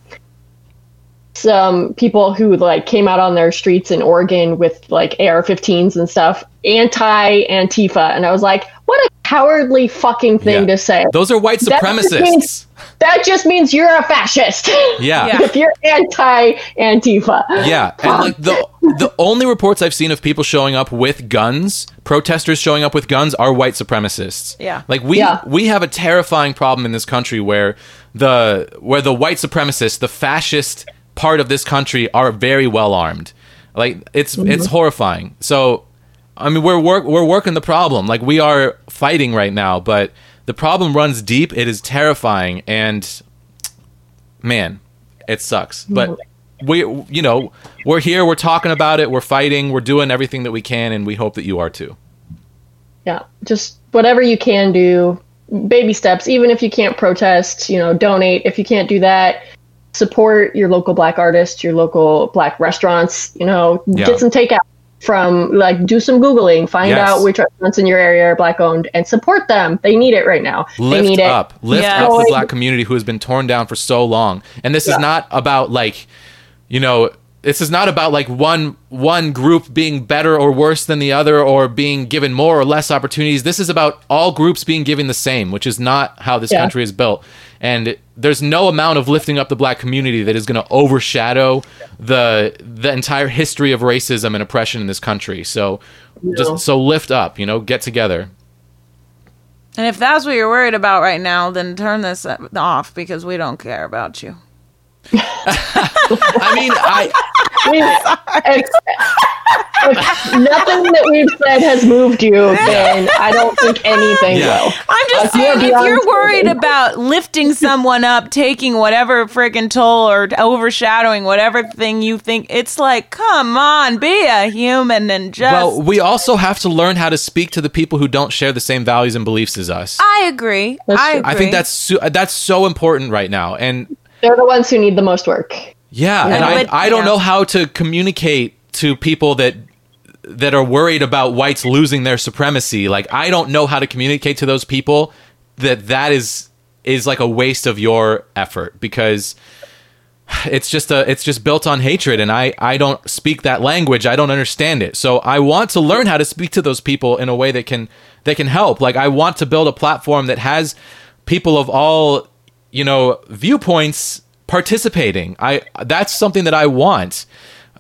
Speaker 6: some people who like came out on their streets in Oregon with like AR-15s and stuff anti Antifa, and I was like, what a cowardly fucking thing
Speaker 5: Yeah.
Speaker 6: to say.
Speaker 5: Those are white
Speaker 6: That just
Speaker 5: supremacists.
Speaker 6: means- that just means you're a fascist.
Speaker 5: Yeah. Yeah.
Speaker 6: if you're anti Antifa.
Speaker 5: Yeah, and like the the only reports I've seen of people showing up with guns, protesters showing up with guns, are white supremacists.
Speaker 8: Yeah.
Speaker 5: like we
Speaker 6: Yeah.
Speaker 5: we have a terrifying problem in this country where the where the white supremacists, the fascist part of this country, are very well armed. Like it's it's horrifying. So, I mean, we're work we're working the problem. Like we are fighting right now, but the problem runs deep. It is terrifying, and man, it sucks. But we, you know, we're here. We're talking about it. We're fighting. We're doing everything that we can, and we hope that you are too.
Speaker 6: yeah just whatever you can do baby steps even if you can't protest you know donate if you can't do that support your local black artists your local black restaurants you know
Speaker 5: Yeah.
Speaker 6: get some takeout from like do some googling find
Speaker 5: Yes.
Speaker 6: out which restaurants in your area are black owned and support them they need it right now they
Speaker 5: Lift
Speaker 6: need
Speaker 5: up,
Speaker 6: it
Speaker 5: lift
Speaker 8: Yeah.
Speaker 5: up the black community who has been torn down for so long. And this is not about like, you know, this is not about like one one group being better or worse than the other or being given more or less opportunities. This is about all groups being given the same, which is not how this
Speaker 6: Yeah.
Speaker 5: country is built. And there's no amount of lifting up the black community that is going to overshadow the the entire history of racism and oppression in this country. So
Speaker 6: No.
Speaker 5: just so lift up, you know, get together.
Speaker 8: and if that's what you're worried about right now then turn this uh, off because we don't care about you
Speaker 5: I mean, I
Speaker 6: I mean, it's- If nothing that we've said has moved you, then I don't think anything
Speaker 5: Yeah.
Speaker 6: will.
Speaker 8: I'm just
Speaker 6: Uh,
Speaker 8: saying, if
Speaker 6: beyond
Speaker 8: you're worried
Speaker 6: saving.
Speaker 8: about lifting someone up, taking whatever freaking toll or overshadowing whatever thing you think, it's like, come on, be a human and just.
Speaker 5: Well, we also have to learn how to speak to the people who don't share the same values and beliefs as us.
Speaker 8: I agree. I
Speaker 6: true.
Speaker 8: agree.
Speaker 5: I think that's su- that's so important right now, and
Speaker 6: They're the ones who need the most work.
Speaker 5: yeah, and I,
Speaker 8: But,
Speaker 5: I don't
Speaker 8: yeah.
Speaker 5: know how to communicate to people that that are worried about whites losing their supremacy. Like I don't know how to communicate to those people that that is is like a waste of your effort because it's just a it's just built on hatred and I I don't speak that language. I don't understand it. So I want to learn how to speak to those people in a way that can that can help. Like I want to build a platform that has people of all, you know, viewpoints participating. I that's something that I want.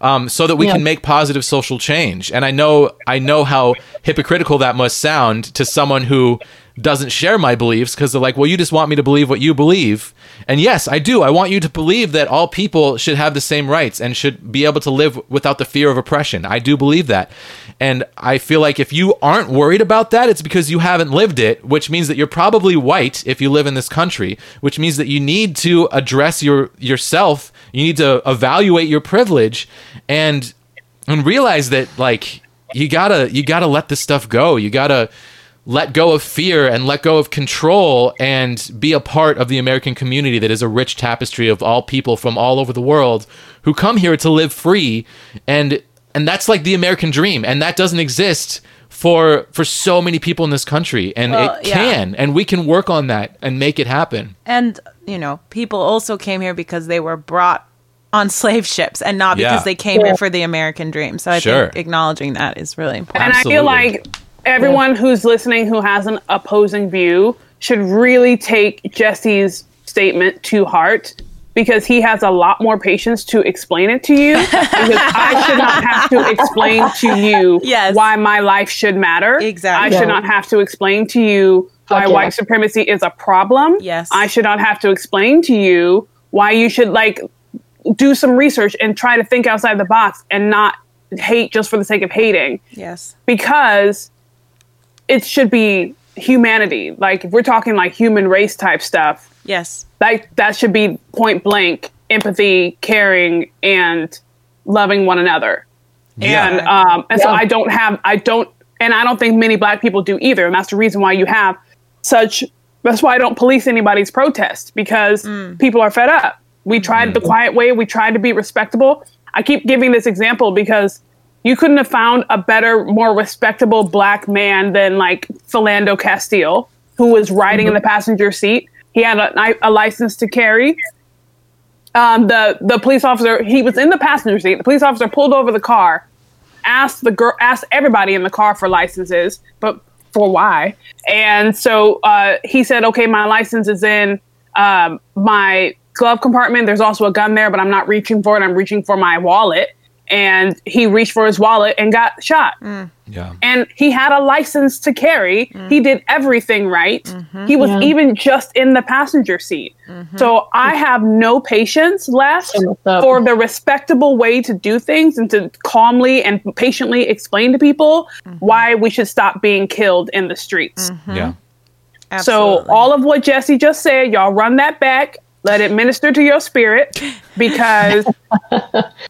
Speaker 5: Um, so that we
Speaker 6: Yeah.
Speaker 5: can make positive social change. And I know I know how hypocritical that must sound to someone who doesn't share my beliefs because they're like, well, you just want me to believe what you believe. And yes, I do. I want you to believe that all people should have the same rights and should be able to live without the fear of oppression. I do believe that. And I feel like if you aren't worried about that, it's because you haven't lived it, which means that you're probably white if you live in this country, which means that you need to address your yourself. You need to evaluate your privilege and and realize that like you gotta you gotta let this stuff go you gotta let go of fear and let go of control and be a part of the american community that is a rich tapestry of all people from all over the world who come here to live free and and that's like the american dream and that doesn't exist for for so many people in this country and
Speaker 8: Well,
Speaker 5: it
Speaker 8: yeah.
Speaker 5: can and we can work on that and make it happen
Speaker 8: and you know, people also came here because they were brought on slave ships and not
Speaker 5: Yeah.
Speaker 8: because they came here for the American dream. So I
Speaker 5: Sure.
Speaker 8: think acknowledging that is really important.
Speaker 7: and I feel
Speaker 5: Absolutely.
Speaker 7: like everyone who's listening who has an opposing view should really take Jesse's statement to heart because he has a lot more patience to explain it to you because I should not have to explain to you
Speaker 8: Yes.
Speaker 7: why my life should matter.
Speaker 8: Exactly.
Speaker 7: I should
Speaker 6: Yeah.
Speaker 7: not have to explain to you why
Speaker 6: Fuck yeah.
Speaker 7: white supremacy is a problem.
Speaker 8: Yes.
Speaker 7: I should not have to explain to you why you should like do some research and try to think outside the box and not hate just for the sake of hating
Speaker 8: Yes.
Speaker 7: because it should be humanity. Like if we're talking like human race type stuff,
Speaker 8: Yes.
Speaker 7: like that should be point blank empathy, caring, and loving one another. And um, and so
Speaker 6: Yeah.
Speaker 7: I don't have I don't and I don't think many black people do either. And that's the reason why you have such that's why I don't police anybody's protest because people are fed up. We tried the quiet way, we tried to be respectable. I keep giving this example because you couldn't have found a better, more respectable black man than like Philando Castile, who was riding in the passenger seat. He had a, a license to carry. Um, the the police officer he was in the passenger seat. The police officer pulled over the car, asked the girl, asked everybody in the car for licenses, but for why? And so uh, he said, "Okay, my license is in um, my glove compartment. There's also a gun there, but I'm not reaching for it. I'm reaching for my wallet." And he reached for his wallet and got shot
Speaker 5: yeah
Speaker 7: and he had a license to carry. He did everything right. He was even just in the passenger seat. So I have no patience left
Speaker 6: So messed up.
Speaker 7: for the respectable way to do things and to calmly and patiently explain to people why we should stop being killed in the streets.
Speaker 5: yeah
Speaker 7: So
Speaker 8: Absolutely.
Speaker 7: all of what Jesse just said, y'all run that back. Let it minister to your spirit because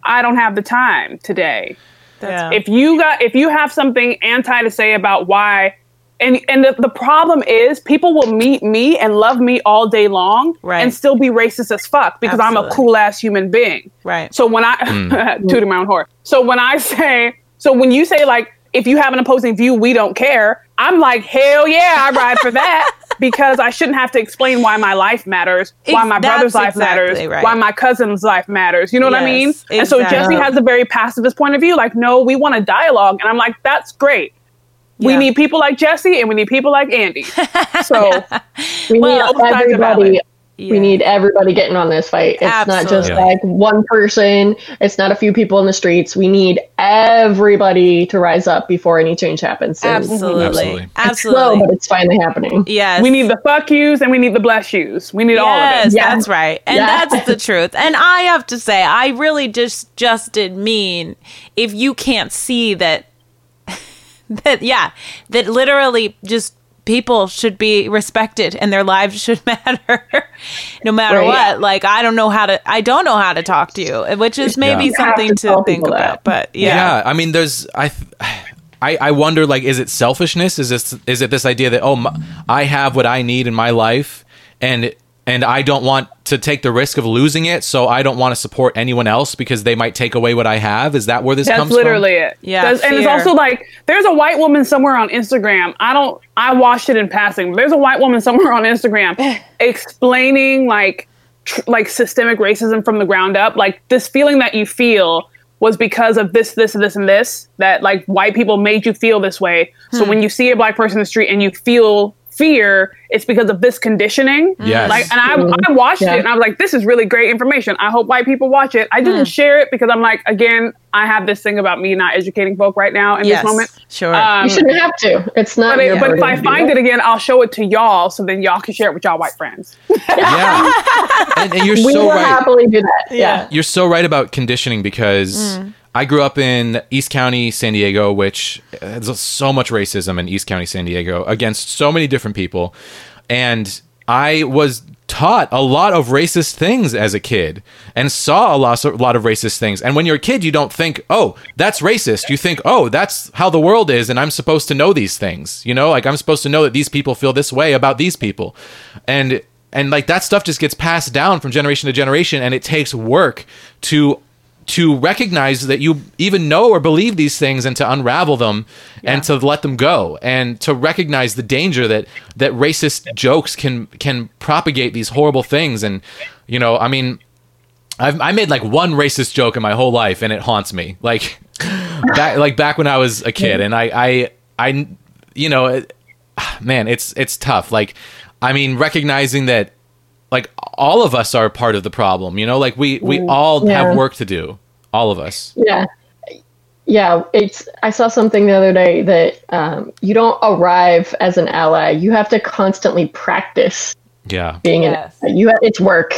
Speaker 7: I don't have the time today
Speaker 8: yeah.
Speaker 7: if you got if you have something anti to say about why and and the, the problem is people will meet me and love me all day long
Speaker 8: Right.
Speaker 7: and still be racist as fuck because I'm a
Speaker 8: Absolutely.
Speaker 7: cool ass human being.
Speaker 8: right.
Speaker 7: So when I
Speaker 8: Mm.
Speaker 7: tooting my own horn. So when I say so when you say like if you have an opposing view, we don't care. I'm like hell yeah, I ride for that because I shouldn't have to explain why my life matters, why
Speaker 8: Ex-
Speaker 7: my brother's life
Speaker 8: that's exactly
Speaker 7: matters,
Speaker 8: right.
Speaker 7: why my cousin's life matters. You know what I mean?
Speaker 8: Yes,
Speaker 7: And so Jesse
Speaker 8: exactly.
Speaker 7: has a very pacifist point of view. Like no, we want a dialogue, and I'm like that's great. We
Speaker 8: Yeah.
Speaker 7: need people like Jesse and we need people like Andy. So
Speaker 6: We
Speaker 7: Well, both
Speaker 6: need
Speaker 7: sides are valid.
Speaker 6: everybody We need everybody getting on this fight. It's not just
Speaker 5: Absolutely.
Speaker 6: like one person, it's not a few people in the streets. We need everybody to rise up before any change happens. And
Speaker 8: Absolutely.
Speaker 5: Absolutely.
Speaker 8: Absolutely.
Speaker 6: It's slow, but it's finally happening.
Speaker 8: Yes.
Speaker 7: We need the fuck yous and we need the bless yous. We need all of
Speaker 8: Yes,
Speaker 7: it.
Speaker 8: that's right. And
Speaker 6: Yeah.
Speaker 8: that's the truth. And I have to say, I really just just did mean if you can't see that that yeah, that literally just people should be respected and their lives should matter no matter
Speaker 6: Right.
Speaker 8: what. Like I don't know how to I don't know how to talk to you, which is maybe
Speaker 6: have
Speaker 8: something
Speaker 6: to
Speaker 8: to,
Speaker 6: tell
Speaker 8: think
Speaker 6: people that.
Speaker 8: about. But yeah.
Speaker 5: yeah. i mean there's i th- I, I wonder like is it selfishness is this is it this idea that oh my, i have what i need in my life and and i don't want to take the risk of losing it so i don't want to support anyone else because they might take away what i have is that where this
Speaker 7: That's
Speaker 5: comes
Speaker 7: literally
Speaker 5: from
Speaker 7: it.
Speaker 8: Yeah,
Speaker 7: That's- and it's
Speaker 8: fear.
Speaker 7: also like there's a white woman somewhere on Instagram. I don't. I watched it in passing. But there's a white woman somewhere on Instagram explaining like tr- like systemic racism from the ground up. Like this feeling that you feel was because of this, this, this, and this. That like white people made you feel this way.
Speaker 8: Hmm.
Speaker 7: So when you see a black person in the street and you feel fear, it's because of this conditioning.
Speaker 5: Yes.
Speaker 7: Like, and I, I watched
Speaker 6: Yeah.
Speaker 7: it and I was like, this is really great information. I hope white people watch it. I
Speaker 6: Hmm.
Speaker 7: didn't share it because I'm like, again, I have this thing about me not educating folk right now in
Speaker 8: Yes.
Speaker 7: this moment.
Speaker 8: Sure.
Speaker 7: Um,
Speaker 6: You shouldn't have to. It's not.
Speaker 7: but, it-
Speaker 6: your
Speaker 7: but if I
Speaker 6: burden to do
Speaker 7: find
Speaker 6: that.
Speaker 7: it again, I'll show it to y'all so then y'all can share it with y'all white friends.
Speaker 5: yeah and, and you're
Speaker 6: we
Speaker 5: so
Speaker 6: will
Speaker 5: right
Speaker 6: happily do that. Yeah.
Speaker 5: you're so right about conditioning because
Speaker 7: Mm.
Speaker 5: I grew up in East County, San Diego, which uh, there's so much racism in East County, San Diego against so many different people. And I was taught a lot of racist things as a kid and saw a lot, a lot of racist things. And when you're a kid, you don't think, oh, that's racist. You think, oh, that's how the world is. And I'm supposed to know these things. You know, like I'm supposed to know that these people feel this way about these people. And and like that stuff just gets passed down from generation to generation and it takes work to to recognize that you even know or believe these things and to unravel them and to let them go and to recognize the danger that that racist jokes can can propagate these horrible things and you know i mean I've, I made like one racist joke in my whole life, and it haunts me. Like, back, like back when I was a kid, and I, I, I, you know, it, man, it's it's tough. Like, I mean, recognizing that, like, all of us are part of the problem. You know, like we we all
Speaker 6: yeah.
Speaker 5: have work to do. All of us.
Speaker 6: Yeah. Yeah, it's. I saw something the other day that um, you don't arrive as an ally. You have to constantly practice
Speaker 5: Yeah.
Speaker 6: being
Speaker 8: Yes.
Speaker 6: an. You ha- it's work.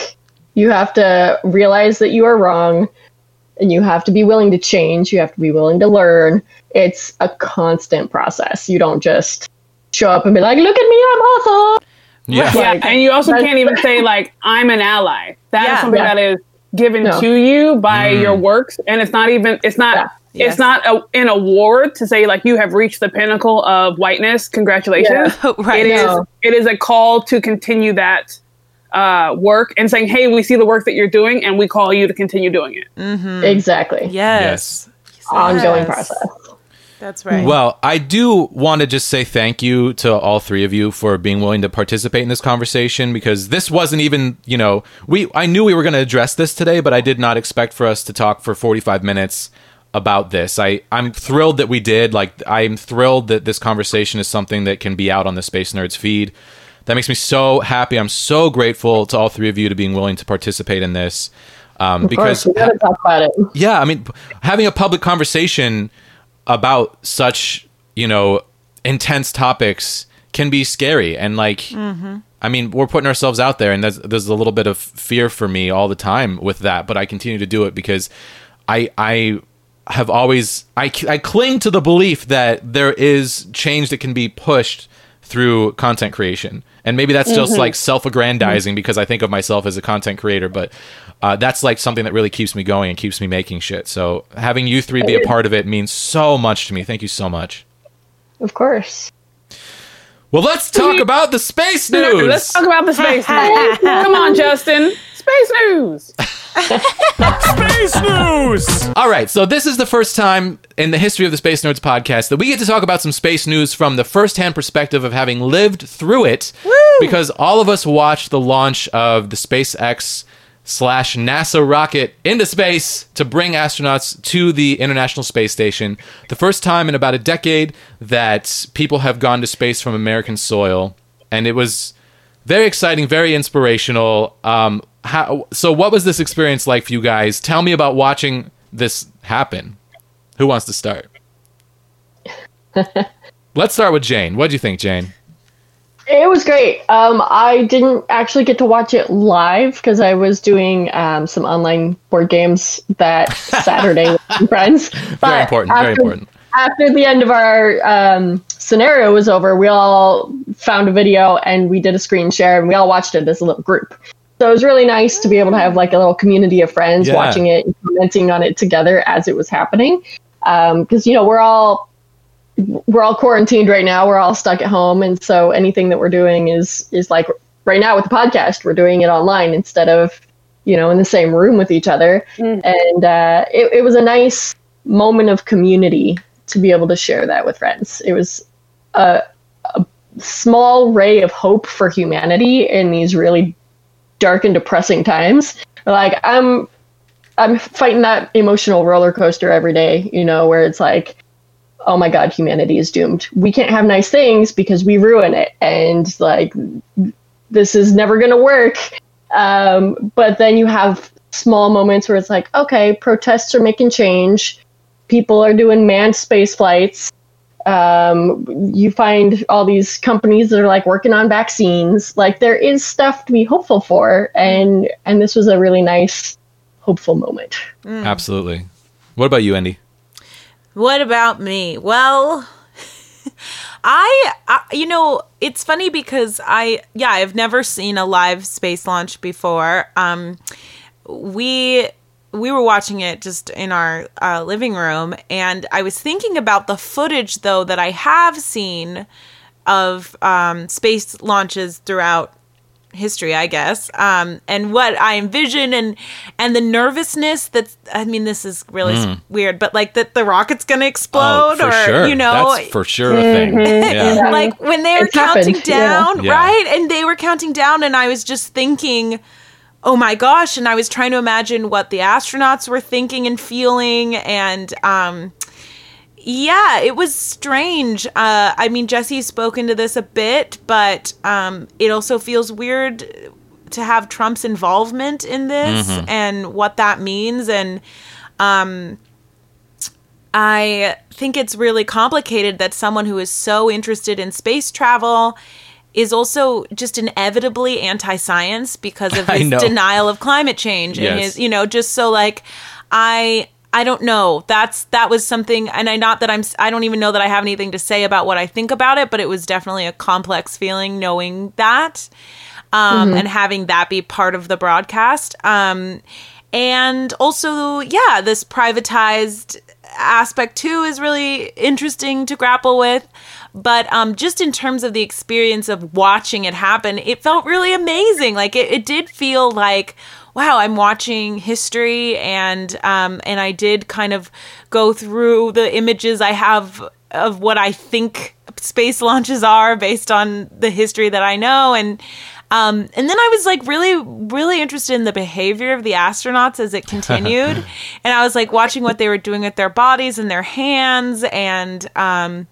Speaker 6: You have to realize that you are wrong, and you have to be willing to change. You have to be willing to learn. It's a constant process. You don't just show up and be like, "Look at me, I'm awesome."
Speaker 5: Yeah.
Speaker 7: Yeah, and you also
Speaker 6: That's-
Speaker 7: can't even say like I'm an ally. That is
Speaker 8: Yeah.
Speaker 7: something
Speaker 6: Yeah.
Speaker 7: that is given
Speaker 6: No.
Speaker 7: to you by your works, and it's not even it's not
Speaker 6: Yeah.
Speaker 7: it's not a, an award to say like you have reached the pinnacle of whiteness. Congratulations!
Speaker 8: Yeah. Right.
Speaker 7: It is
Speaker 6: No.
Speaker 7: it is a call to continue that uh, work and saying, hey, we see the work that you're doing, and we call you to continue doing it.
Speaker 5: Mm.
Speaker 6: Exactly.
Speaker 8: yes.
Speaker 6: Ongoing
Speaker 8: Yes.
Speaker 6: process.
Speaker 8: That's right.
Speaker 5: Well, I do want to just say thank you to all three of you for being willing to participate in this conversation because this wasn't even, you know, we I knew we were going to address this today, but I did not expect for us to talk for 45 minutes about this. I I'm thrilled that we did. Like I'm thrilled that this conversation is something that can be out on the Space Nerds feed. That makes me so happy. I'm so grateful to all three of you to being willing to participate in this. Um,
Speaker 6: Of course,
Speaker 5: because
Speaker 6: we got to talk about it.
Speaker 5: yeah i mean p- having a public conversation about such you know intense topics can be scary and like i mean we're putting ourselves out there and there's, there's a little bit of fear for me all the time with that but i continue to do it because i i have always i, c- I cling to the belief that there is change that can be pushed through content creation and maybe that's
Speaker 7: Mm-hmm.
Speaker 5: just like self-aggrandizing
Speaker 7: Mm.
Speaker 5: because i think of myself as a content creator but uh, that's like something that really keeps me going and keeps me making shit so having you three be a part of it means so much to me thank you so much
Speaker 6: Of course.
Speaker 5: well let's talk about the space news
Speaker 7: Let's talk about the space news. Come on, Justin. Space news.
Speaker 1: Space news!
Speaker 5: All right, so this is the first time in the history of the Space Nerds podcast that we get to talk about some space news from the first-hand perspective of having lived through it, because all of us watched the launch of the SpaceX slash NASA rocket into space to bring astronauts to the International Space Station. The first time in about a decade that people have gone to space from American soil, and it was Very exciting, very inspirational. Um, how, so, what was this experience like for you guys? Tell me about watching this happen. Who wants to start? Let's start with Jane. What do you think, Jane?
Speaker 6: It was great. Um, I didn't actually get to watch it live because I was doing um, some online board games that Saturday with some friends. But
Speaker 5: important, very
Speaker 6: after-
Speaker 5: important.
Speaker 6: After the end of our um, scenario was over, we all found a video and we did a screen share and we all watched it as a little group. So it was really nice to be able to have like a little community of friends
Speaker 5: Yeah.
Speaker 6: watching it and commenting on it together as it was happening. Because you know we're all we're all quarantined right now. We're all stuck at home, and so anything that we're doing is is like right now with the podcast, we're doing it online instead of you know in the same room with each other. And uh, it, it was a nice moment of community to be able to share that with friends. It was a, a small ray of hope for humanity in these really dark and depressing times. Like I'm I'm fighting that emotional roller coaster every day, you know, where it's like oh my god humanity is doomed we can't have nice things because we ruin it and like this is never going to work um, but then you have small moments where it's like okay protests are making change people are doing manned space flights um, you find all these companies that are like working on vaccines like there is stuff to be hopeful for and and this was a really nice hopeful moment
Speaker 5: Absolutely. What about you, Andy?
Speaker 8: What about me? Well, I, I you know, it's funny because I yeah, I've never seen a live space launch before. Um we we were watching it just in our uh, living room and I was thinking about the footage though that I have seen of um, space launches throughout history, I guess, um, and what I envision and and the nervousness that's I mean, this is really s- weird, but like that the rocket's gonna explode
Speaker 5: Hmm. Oh, for
Speaker 8: or
Speaker 5: sure.
Speaker 8: you know
Speaker 5: That's for sure a thing. Yeah.
Speaker 8: like when they were
Speaker 6: It's
Speaker 8: counting
Speaker 6: happened, yeah.
Speaker 8: down,
Speaker 5: Yeah.
Speaker 8: right? And they were counting down and I was just thinking Oh my gosh, and I was trying to imagine what the astronauts were thinking and feeling and um yeah, it was strange. Uh, I mean, Jesse's spoken to this a bit, but um, it also feels weird to have Trump's involvement in this
Speaker 5: Mm-hmm.
Speaker 8: and what that means. And um, I think it's really complicated that someone who is so interested in space travel is also just inevitably anti-science because of
Speaker 5: I
Speaker 8: his
Speaker 5: know.
Speaker 8: denial of climate change and
Speaker 5: Yes.
Speaker 8: his, you know, just so like I I don't know. That's that was something and I not that I'm s- I don't even know that I have anything to say about what I think about it, but it was definitely a complex feeling knowing that um, and having that be part of the broadcast. Um, and also, yeah, this privatized aspect too is really interesting to grapple with. But um, just in terms of the experience of watching it happen, it felt really amazing. Like it, it did feel like. Wow, I'm watching history, and um, and I did kind of go through the images I have of what I think space launches are based on the history that I know and um, and then I was like really really interested in the behavior of the astronauts as it continued and I was like watching what they were doing with their bodies and their hands and um,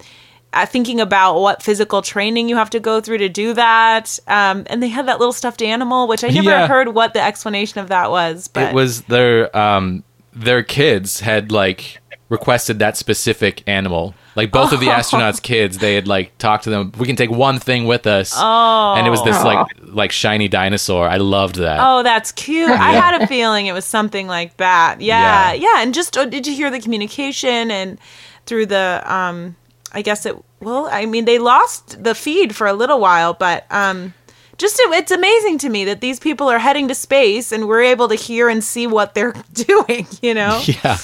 Speaker 8: uh, thinking about what physical training you have to go through to do that um, and they had that little stuffed animal which I never
Speaker 5: Yeah.
Speaker 8: heard what the explanation of that was but
Speaker 5: It was their um their kids had like requested that specific animal. Like both of the astronauts' kids, they had like talked to them. We can take one thing with us. Oh, and it was this like like shiny dinosaur. I loved that.
Speaker 8: Oh, that's cute. I had a feeling it was something like that. Yeah.
Speaker 5: Yeah.
Speaker 8: Yeah. And just, oh, did you hear the communication and through the, um, I guess it, well, I mean, they lost the feed for a little while, but, um, just it, it's amazing to me that these people are heading to space and we're able to hear and see what they're doing, you know?
Speaker 5: Yeah.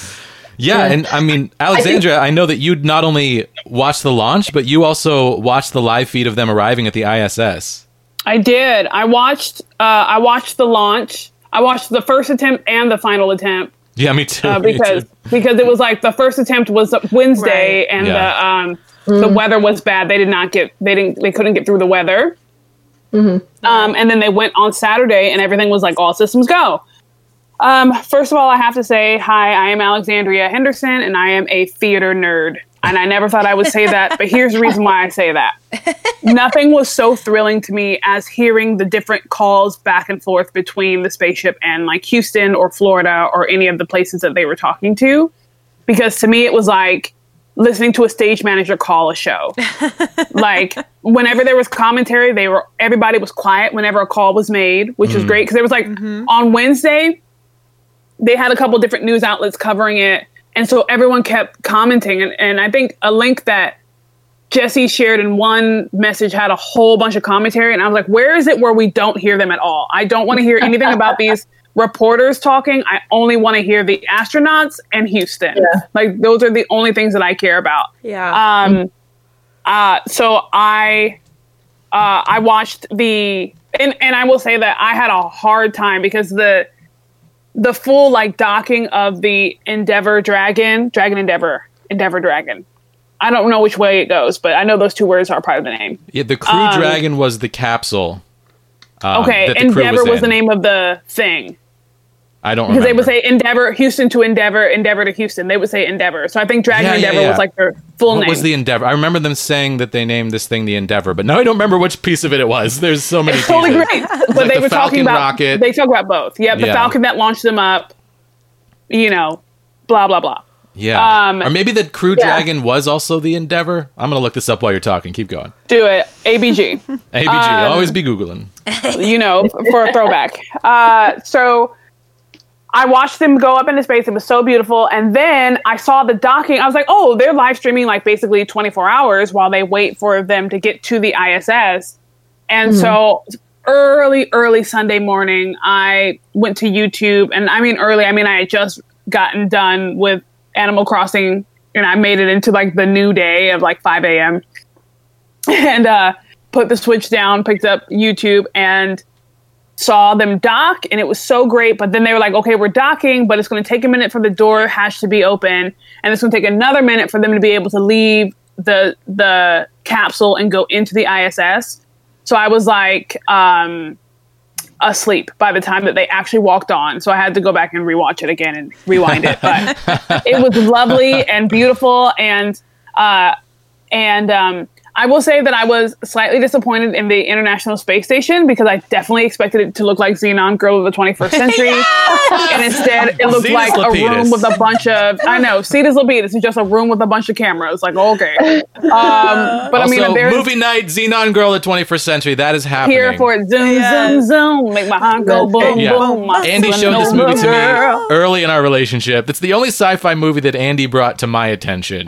Speaker 5: Yeah, and I mean, Alexandra, I know that you not only watched the launch, but you also watched the live feed of them arriving at the ISS.
Speaker 7: I did. I watched. Uh, I watched the launch. I watched the first attempt and the final attempt
Speaker 5: Yeah, me too.
Speaker 7: uh,
Speaker 5: me
Speaker 7: because
Speaker 5: too.
Speaker 7: because it was like the first attempt was Wednesday
Speaker 8: Right.
Speaker 7: and the
Speaker 5: Yeah.
Speaker 7: um, the weather was bad. They did not get. They didn't. They couldn't get through the weather. Um, and then they went on Saturday and everything was like all systems go. Um, first of all, I have to say hi. I am Alexandria Henderson and I am a theater nerd. and I never thought I would say that, but here's the reason why I say that. Nothing was so thrilling to me as hearing the different calls back and forth between the spaceship and like Houston or Florida or any of the places that they were talking to. Because to me, it was like listening to a stage manager call a show. like whenever there was commentary, they were everybody was quiet whenever a call was made, which was great because there was like on Wednesday they had a couple different news outlets covering it. And so everyone kept commenting. And, and I think a link that Jesse shared in one message had a whole bunch of commentary. And I was like, where is it where we don't hear them at all? I don't want to hear anything about these reporters talking. I only want to hear the astronauts and Houston. Like, those are the only things that I care about.
Speaker 8: Yeah.
Speaker 7: Um, uh, so I uh, I watched the and and I will say that I had a hard time because the the full like docking of the Endeavor Dragon, Dragon Endeavor, Endeavor Dragon. I don't know which way it goes, but I know those two words are part of the name.
Speaker 5: Yeah, the Crew Dragon was the capsule. um,
Speaker 7: um, Okay,
Speaker 5: that the crew
Speaker 7: Endeavor was, the
Speaker 5: in.
Speaker 7: name of the thing
Speaker 5: I don't
Speaker 7: because
Speaker 5: remember.
Speaker 7: they would say Endeavor Houston to Endeavor, Endeavor to Houston. They would say Endeavor. So I think Dragon
Speaker 5: Yeah, yeah,
Speaker 7: Endeavor
Speaker 5: yeah.
Speaker 7: was like their full
Speaker 5: what
Speaker 7: name.
Speaker 5: was the Endeavor? I remember them saying that they named this thing the Endeavor, but now I don't remember which piece of it it was. There's so many.
Speaker 7: totally
Speaker 5: pieces.
Speaker 7: great. But
Speaker 5: Like
Speaker 7: they
Speaker 5: the Falcon
Speaker 7: were talking about
Speaker 5: rocket.
Speaker 7: They talk about both. Yeah, the
Speaker 5: Yeah.
Speaker 7: Falcon that launched them up. You know, blah blah blah.
Speaker 5: Yeah.
Speaker 7: Um,
Speaker 5: or maybe the Crew
Speaker 7: yeah.
Speaker 5: Dragon was also the Endeavor. I'm gonna look this up while you're talking. Keep going.
Speaker 7: Do it. ABG.
Speaker 5: ABG.
Speaker 7: Um,
Speaker 5: always be googling.
Speaker 7: you know, for a throwback. Uh, so I watched them go up into space. It was so beautiful. And then I saw the docking. I was like, oh, they're live streaming like basically 24 hours while they wait for them to get to the ISS. And so early, early Sunday morning, I went to YouTube. And I mean, early, I mean, I had just gotten done with Animal Crossing and I made it into like the new day of like 5 a.m and uh, put the switch down, picked up YouTube, and saw them dock, and it was so great. But then they were like, okay, we're docking, but it's going to take a minute for the door hatch to be open, and it's going to take another minute for them to be able to leave the the capsule and go into the ISS. So I was like um, asleep by the time that they actually walked on. So I had to go back and rewatch it again and rewind it. But it was lovely and beautiful and uh, and um, I will say that I was slightly disappointed in the International Space Station because I definitely expected it to look like Xenon Girl of the 21st Century, and instead it looked
Speaker 5: Zetas
Speaker 7: like
Speaker 5: Lapidus.
Speaker 7: a room with a bunch of I know Cetus Lapidus is just a room with a bunch of cameras. Like okay, um, but I
Speaker 5: also,
Speaker 7: mean if there's
Speaker 5: movie night, Xenon Girl of 21st Century. That is happening.
Speaker 7: here for it, zoom zoom zoom, make my heart go boom
Speaker 5: Yeah.
Speaker 7: boom. my
Speaker 5: Andy
Speaker 7: son
Speaker 5: showed
Speaker 7: no
Speaker 5: this movie to
Speaker 7: girl.
Speaker 5: me early in our relationship. It's the only sci-fi movie that Andy brought to my attention.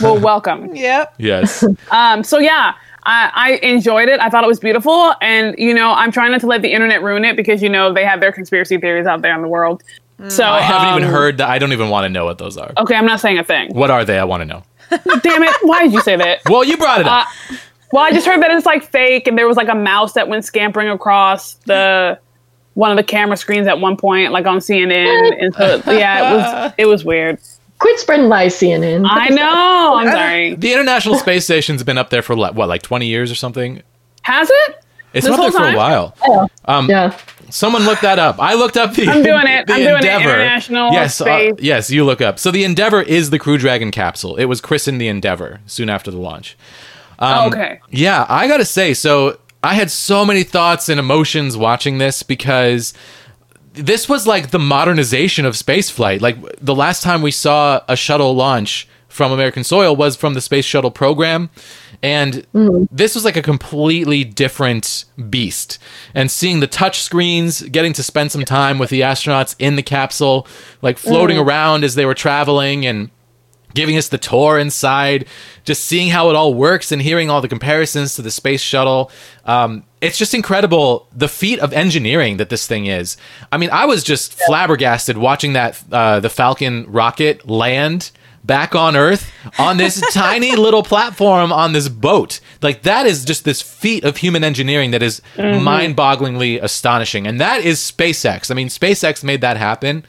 Speaker 7: Well, welcome.
Speaker 5: yes.
Speaker 7: Um, so yeah, I, I enjoyed it. I thought it was beautiful, and you know, I'm trying not to let the internet ruin it because you know they have their conspiracy theories out there in the world. So um,
Speaker 5: I haven't even heard that. I don't even want to know what those are.
Speaker 7: Okay, I'm not saying a thing.
Speaker 5: What are they? I want to know.
Speaker 7: Damn it! Why did you say that?
Speaker 5: Well, you brought it
Speaker 7: Uh,
Speaker 5: up.
Speaker 7: Well, I just heard that it's like fake, and there was like a mouse that went scampering across the one of the camera screens at one point, like on CNN, and so yeah, it was it was weird.
Speaker 6: Quit spreading lies, CNN.
Speaker 7: I know. I'm sorry.
Speaker 5: the International Space Station's been up there for like, what, like 20 years or something?
Speaker 7: Has it?
Speaker 5: It's
Speaker 7: This
Speaker 5: been up there
Speaker 7: whole
Speaker 5: for
Speaker 7: time?
Speaker 5: a while.
Speaker 6: Yeah.
Speaker 5: Someone look that up. I looked up the.
Speaker 7: I'm doing it.
Speaker 5: The
Speaker 7: I'm doing it.
Speaker 5: Endeavor.
Speaker 7: International
Speaker 5: yes, uh,
Speaker 7: Space-
Speaker 5: yes. You look up. So the Endeavor is the Crew Dragon capsule. It was christened the Endeavor soon after the launch. Um,
Speaker 7: okay.
Speaker 5: Yeah, I gotta say, so I had so many thoughts and emotions watching this because this was like the modernization of spaceflight. Like the last time we saw a shuttle launch from American soil was from the space shuttle program, and this was like a completely different beast. And seeing the touch screens, getting to spend some time with the astronauts in the capsule, like floating around as they were traveling, and giving us the tour inside, just seeing how it all works and hearing all the comparisons to the space shuttle. Um, it's just incredible the feat of engineering that this thing is. I mean, I was just flabbergasted watching that uh, the Falcon rocket land back on Earth on this tiny little platform on this boat. Like that is just this feat of human engineering that is mind-bogglingly astonishing. And that is SpaceX. I mean, SpaceX made that happen.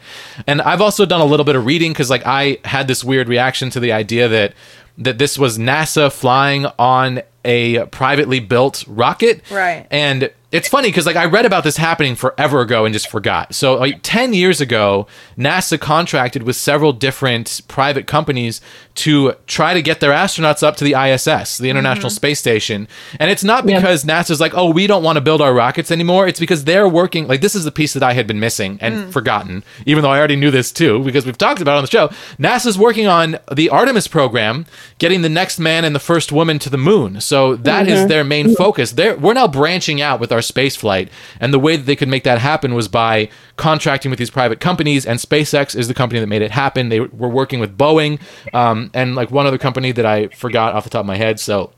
Speaker 5: And I've also done a little bit of reading cuz like I had this weird reaction to the idea that that this was NASA flying on a privately built rocket.
Speaker 8: Right.
Speaker 5: And it's funny because like I read about this happening forever ago and just forgot. So like ten years ago, NASA contracted with several different private companies to try to get their astronauts up to the ISS, the International Space Station. And it's not because NASA's like, oh, we don't want to build our rockets anymore. It's because they're working. Like this is the piece that I had been missing and forgotten, even though I already knew this too because we've talked about it on the show. NASA's working on the Artemis program, getting the next man and the first woman to the moon. So that is their main focus. They're, we're now branching out with our space flight, and the way that they could make that happen was by contracting with these private companies. And SpaceX is the company that made it happen. They were working with Boeing um, and like one other company that I forgot off the top of my head. So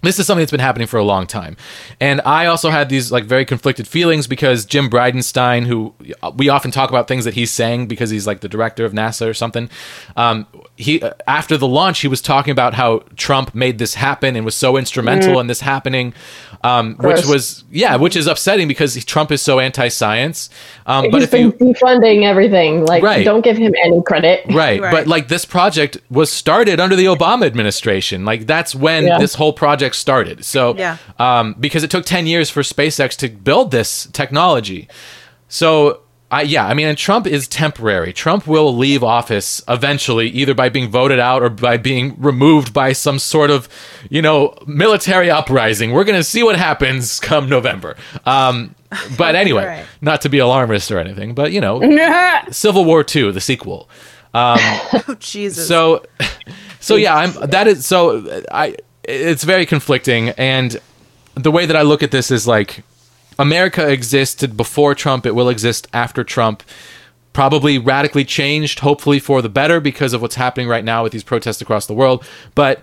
Speaker 5: this is something that's been happening for a long time and i also had these like very conflicted feelings because jim bridenstine who we often talk about things that he's saying because he's like the director of nasa or something um, he uh, after the launch he was talking about how trump made this happen and was so instrumental in this happening um, which
Speaker 6: Mm. Gross.
Speaker 5: was yeah which is upsetting because he- trump is so anti-science um, but
Speaker 6: He's
Speaker 5: if you
Speaker 6: been defunding everything. Like,
Speaker 5: Right.
Speaker 6: don't give him any credit.
Speaker 5: Right.
Speaker 8: Right.
Speaker 5: But like this project was started under the Obama administration. Like that's when
Speaker 6: Yeah.
Speaker 5: this whole project started. So
Speaker 8: Yeah.
Speaker 5: um, because it took 10 years for SpaceX to build this technology. So I, yeah, I mean, and Trump is temporary. Trump will leave office eventually, either by being voted out or by being removed by some sort of, you know, military uprising. We're going to see what happens come November. Um, but anyway,
Speaker 8: Right.
Speaker 5: not to be alarmist or anything, but you know, Civil War II, the sequel.
Speaker 8: Oh, Jesus.
Speaker 5: So, so yeah, I'm that is so I it's very conflicting, and the way that I look at this is like America existed before Trump, it will exist after Trump. Probably radically changed, hopefully for the better, because of what's happening right now with these protests across the world. But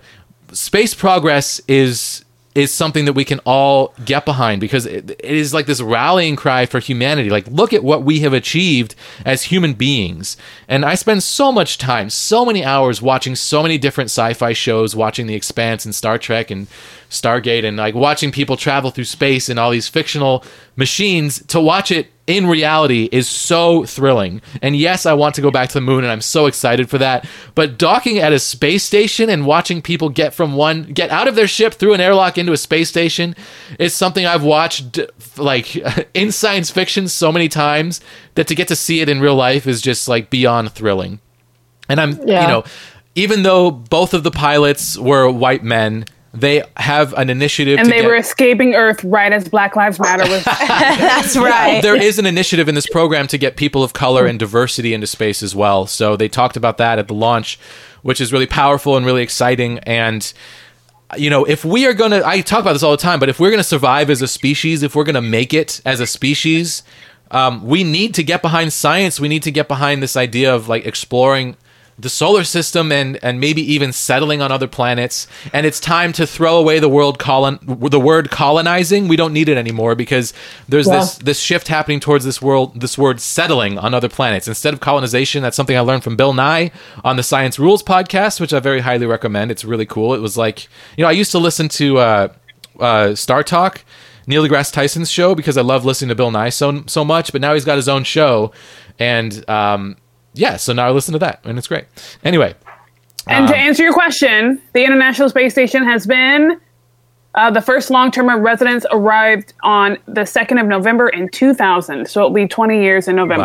Speaker 5: space progress is is something that we can all get behind because it, it is like this rallying cry for humanity like look at what we have achieved as human beings and i spend so much time so many hours watching so many different sci-fi shows watching the expanse and star trek and stargate and like watching people travel through space in all these fictional machines to watch it in reality is so thrilling. And yes, I want to go back to the moon and I'm so excited for that. But docking at a space station and watching people get from one get out of their ship through an airlock into a space station is something I've watched like in science fiction so many times that to get to see it in real life is just like beyond thrilling. And I'm,
Speaker 6: Yeah.
Speaker 5: you know, even though both of the pilots were white men, they have an initiative
Speaker 7: and
Speaker 5: to
Speaker 7: they
Speaker 5: get-
Speaker 7: were escaping Earth right as Black Lives Matter was.
Speaker 15: That's right.
Speaker 5: there is an initiative in this program to get people of color and diversity into space as well. So they talked about that at the launch, which is really powerful and really exciting. And you know, if we are going to, I talk about this all the time, but if we're going to survive as a species, if we're going to make it as a species, um, we need to get behind science. We need to get behind this idea of like exploring the solar system and and maybe even settling on other planets. And it's time to throw away the world colon the word colonizing. We don't need it anymore because there's
Speaker 6: Yeah.
Speaker 5: this this shift happening towards this world this word settling on other planets instead of colonization that's something i learned from bill nye on the science rules podcast which i very highly recommend it's really cool it was like you know i used to listen to uh, uh, star talk neil degrasse tyson's show because i love listening to bill nye so, so much but now he's got his own show and um, yeah so now i listen to that and it's great anyway
Speaker 7: and
Speaker 5: Um,
Speaker 7: to answer your question, the International Space Station has been uh, the first long-term residents arrived on the second of November in 2000, so it'll be 20 years in November.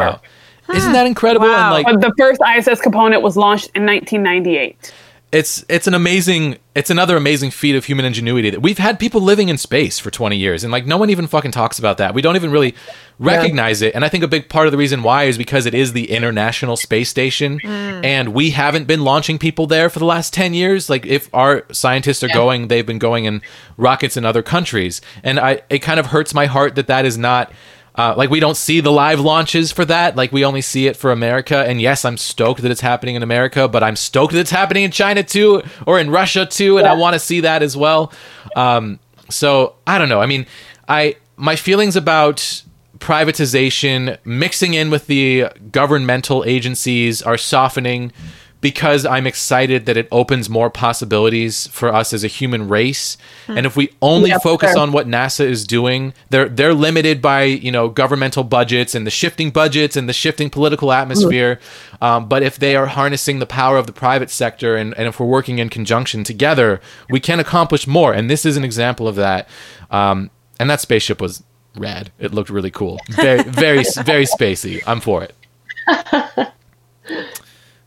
Speaker 5: wow isn't that incredible
Speaker 15: Wow.
Speaker 5: and like
Speaker 7: But the first ISS component was launched in 1998.
Speaker 5: it's it's an amazing it's another amazing feat of human ingenuity that we've had people living in space for 20 years and like no one even fucking talks about that we don't even really recognize it and i think a big part of the reason why is because it is the international space station and we haven't been launching people there for the last 10 years like if our scientists are going they've been going in rockets in other countries and i it kind of hurts my heart that that is not uh, like we don't see the live launches for that. Like we only see it for America. And yes, I'm stoked that it's happening in America, but I'm stoked that it's happening in China too, or in Russia too, and I want to see that as well. Um, so I don't know. I mean, I my feelings about privatization mixing in with the governmental agencies are softening because I'm excited that it opens more possibilities for us as a human race. And if we only
Speaker 6: Hmm. Yeah,
Speaker 5: focus
Speaker 6: sure.
Speaker 5: on what NASA is doing, they're they're limited by you know governmental budgets and the shifting budgets and the shifting political
Speaker 6: Hmm.
Speaker 5: atmosphere. Um, but if they are harnessing the power of the private sector and, and if we're working in conjunction together, we can accomplish more. And this is an example of that. Um, and that spaceship was rad. It looked really cool. Very very very spacey. I'm for it.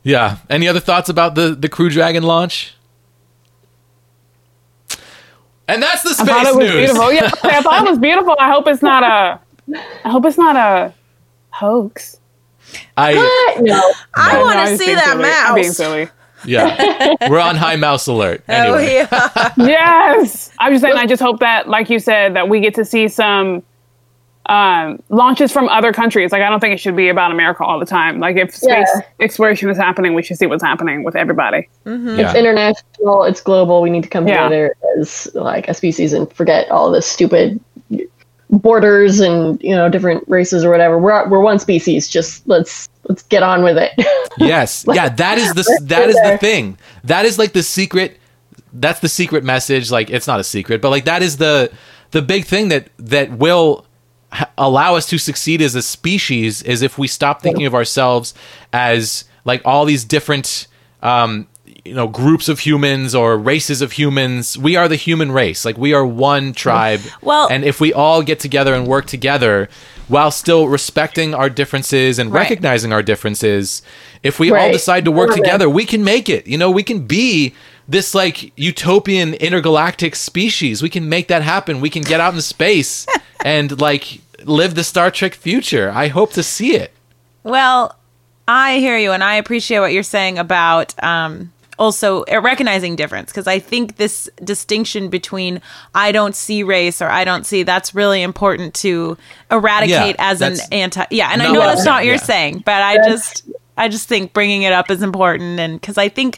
Speaker 5: Yeah. Any other thoughts about the the Crew Dragon launch? And that's the
Speaker 7: I thought
Speaker 5: space
Speaker 7: it was
Speaker 5: news.
Speaker 7: beautiful. Yeah, I thought it was beautiful. I hope it's not a. I hope it's not a hoax.
Speaker 5: I
Speaker 6: no.
Speaker 16: I
Speaker 7: No,
Speaker 16: want
Speaker 7: I'm
Speaker 16: to
Speaker 7: just
Speaker 16: see
Speaker 7: being
Speaker 16: that
Speaker 7: silly. I'm being
Speaker 16: mouse.
Speaker 7: silly.
Speaker 5: yeah. We're on high mouse alert.
Speaker 16: Oh,
Speaker 5: Anyway.
Speaker 16: yeah.
Speaker 7: Yes, I'm just saying. I just hope that, like you said, that we get to see some um, launches from other countries. Like I don't think it should be about America all the time. Like if space
Speaker 6: Yeah.
Speaker 7: exploration is happening, we should see what's happening with everybody.
Speaker 5: yeah.
Speaker 6: It's international. It's global. We need to come
Speaker 7: Yeah.
Speaker 6: together as like a species and forget all this stupid borders and you know different races or whatever. We're we're one species. Just let's let's get on with it.
Speaker 5: Yes. Yeah, that is the that
Speaker 6: get
Speaker 5: is the
Speaker 6: there.
Speaker 5: thing. That is like the secret that's the secret message. Like it's not a secret, but like that is the the big thing that that will h- allow us to succeed as a species is if we stop thinking of ourselves as like all these different um you know groups of humans or races of humans we are the human race like we are one tribe
Speaker 8: Well-
Speaker 5: and if we all get together and work together while still respecting our differences and
Speaker 8: Right.
Speaker 5: recognizing our differences if we all
Speaker 6: Right.
Speaker 5: decide to work
Speaker 6: Love it.
Speaker 5: together we can make it you know we can be this like utopian intergalactic species we can make that happen we can get out in space and like live the star trek future i hope to see it
Speaker 8: Well, I hear you, and I appreciate what you're saying about um, also uh, recognizing difference because I think this distinction between I don't see race or I don't see that's really important to eradicate
Speaker 5: Yeah,
Speaker 8: as an
Speaker 5: that's
Speaker 8: anti. Yeah, and I
Speaker 5: not
Speaker 8: know
Speaker 5: what I'm
Speaker 8: that's not
Speaker 5: saying,
Speaker 8: what you're
Speaker 5: yeah.
Speaker 8: saying, but I just I just think bringing it up is important, and because I think.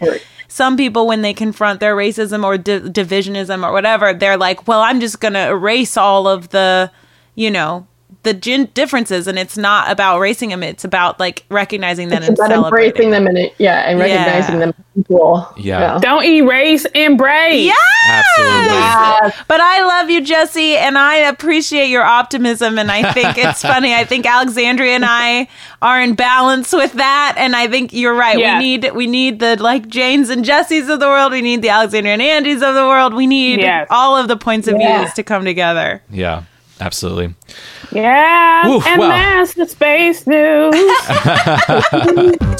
Speaker 8: Some people, when they confront their racism or di- divisionism or whatever, they're like, "Well, I'm just gonna erase all of the you know the gin- differences and it's not about racing them it's about like recognizing them and
Speaker 6: About
Speaker 8: celebrating
Speaker 6: embracing them and it, yeah, and recognizing
Speaker 8: Yeah.
Speaker 6: them as people.
Speaker 5: Yeah.
Speaker 7: Don't erase, embrace.
Speaker 8: yeah
Speaker 5: absolutely
Speaker 8: but i love you jesse and i appreciate your optimism and i think it's funny i think alexandria and i are in balance with that and i think you're right
Speaker 7: Yeah.
Speaker 8: we need we need the like janes and jessies of the world we need the alexandria and andys of the world we need
Speaker 7: Yes.
Speaker 8: all of the points of
Speaker 6: Yeah.
Speaker 8: views to come together
Speaker 5: yeah absolutely
Speaker 7: Yeah,
Speaker 5: Oof,
Speaker 7: and
Speaker 5: wow.
Speaker 7: that's the space news.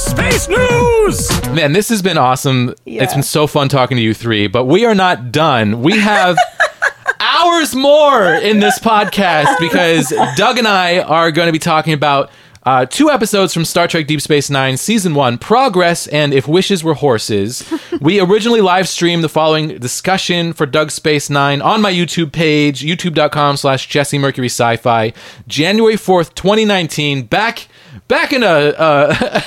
Speaker 1: Space news!
Speaker 5: Man, this has been awesome. It's been so fun talking to you three, but we are not done. We have hours more in this podcast because Doug and I are going to be talking about uh, two episodes from Star Trek Deep Space Nine, Season One Progress and If Wishes Were Horses. we originally live streamed the following discussion for Doug Space Nine on my YouTube page, youtube.com slash Jesse Mercury Sci Fi, January 4th, 2019. Back. Back in a uh,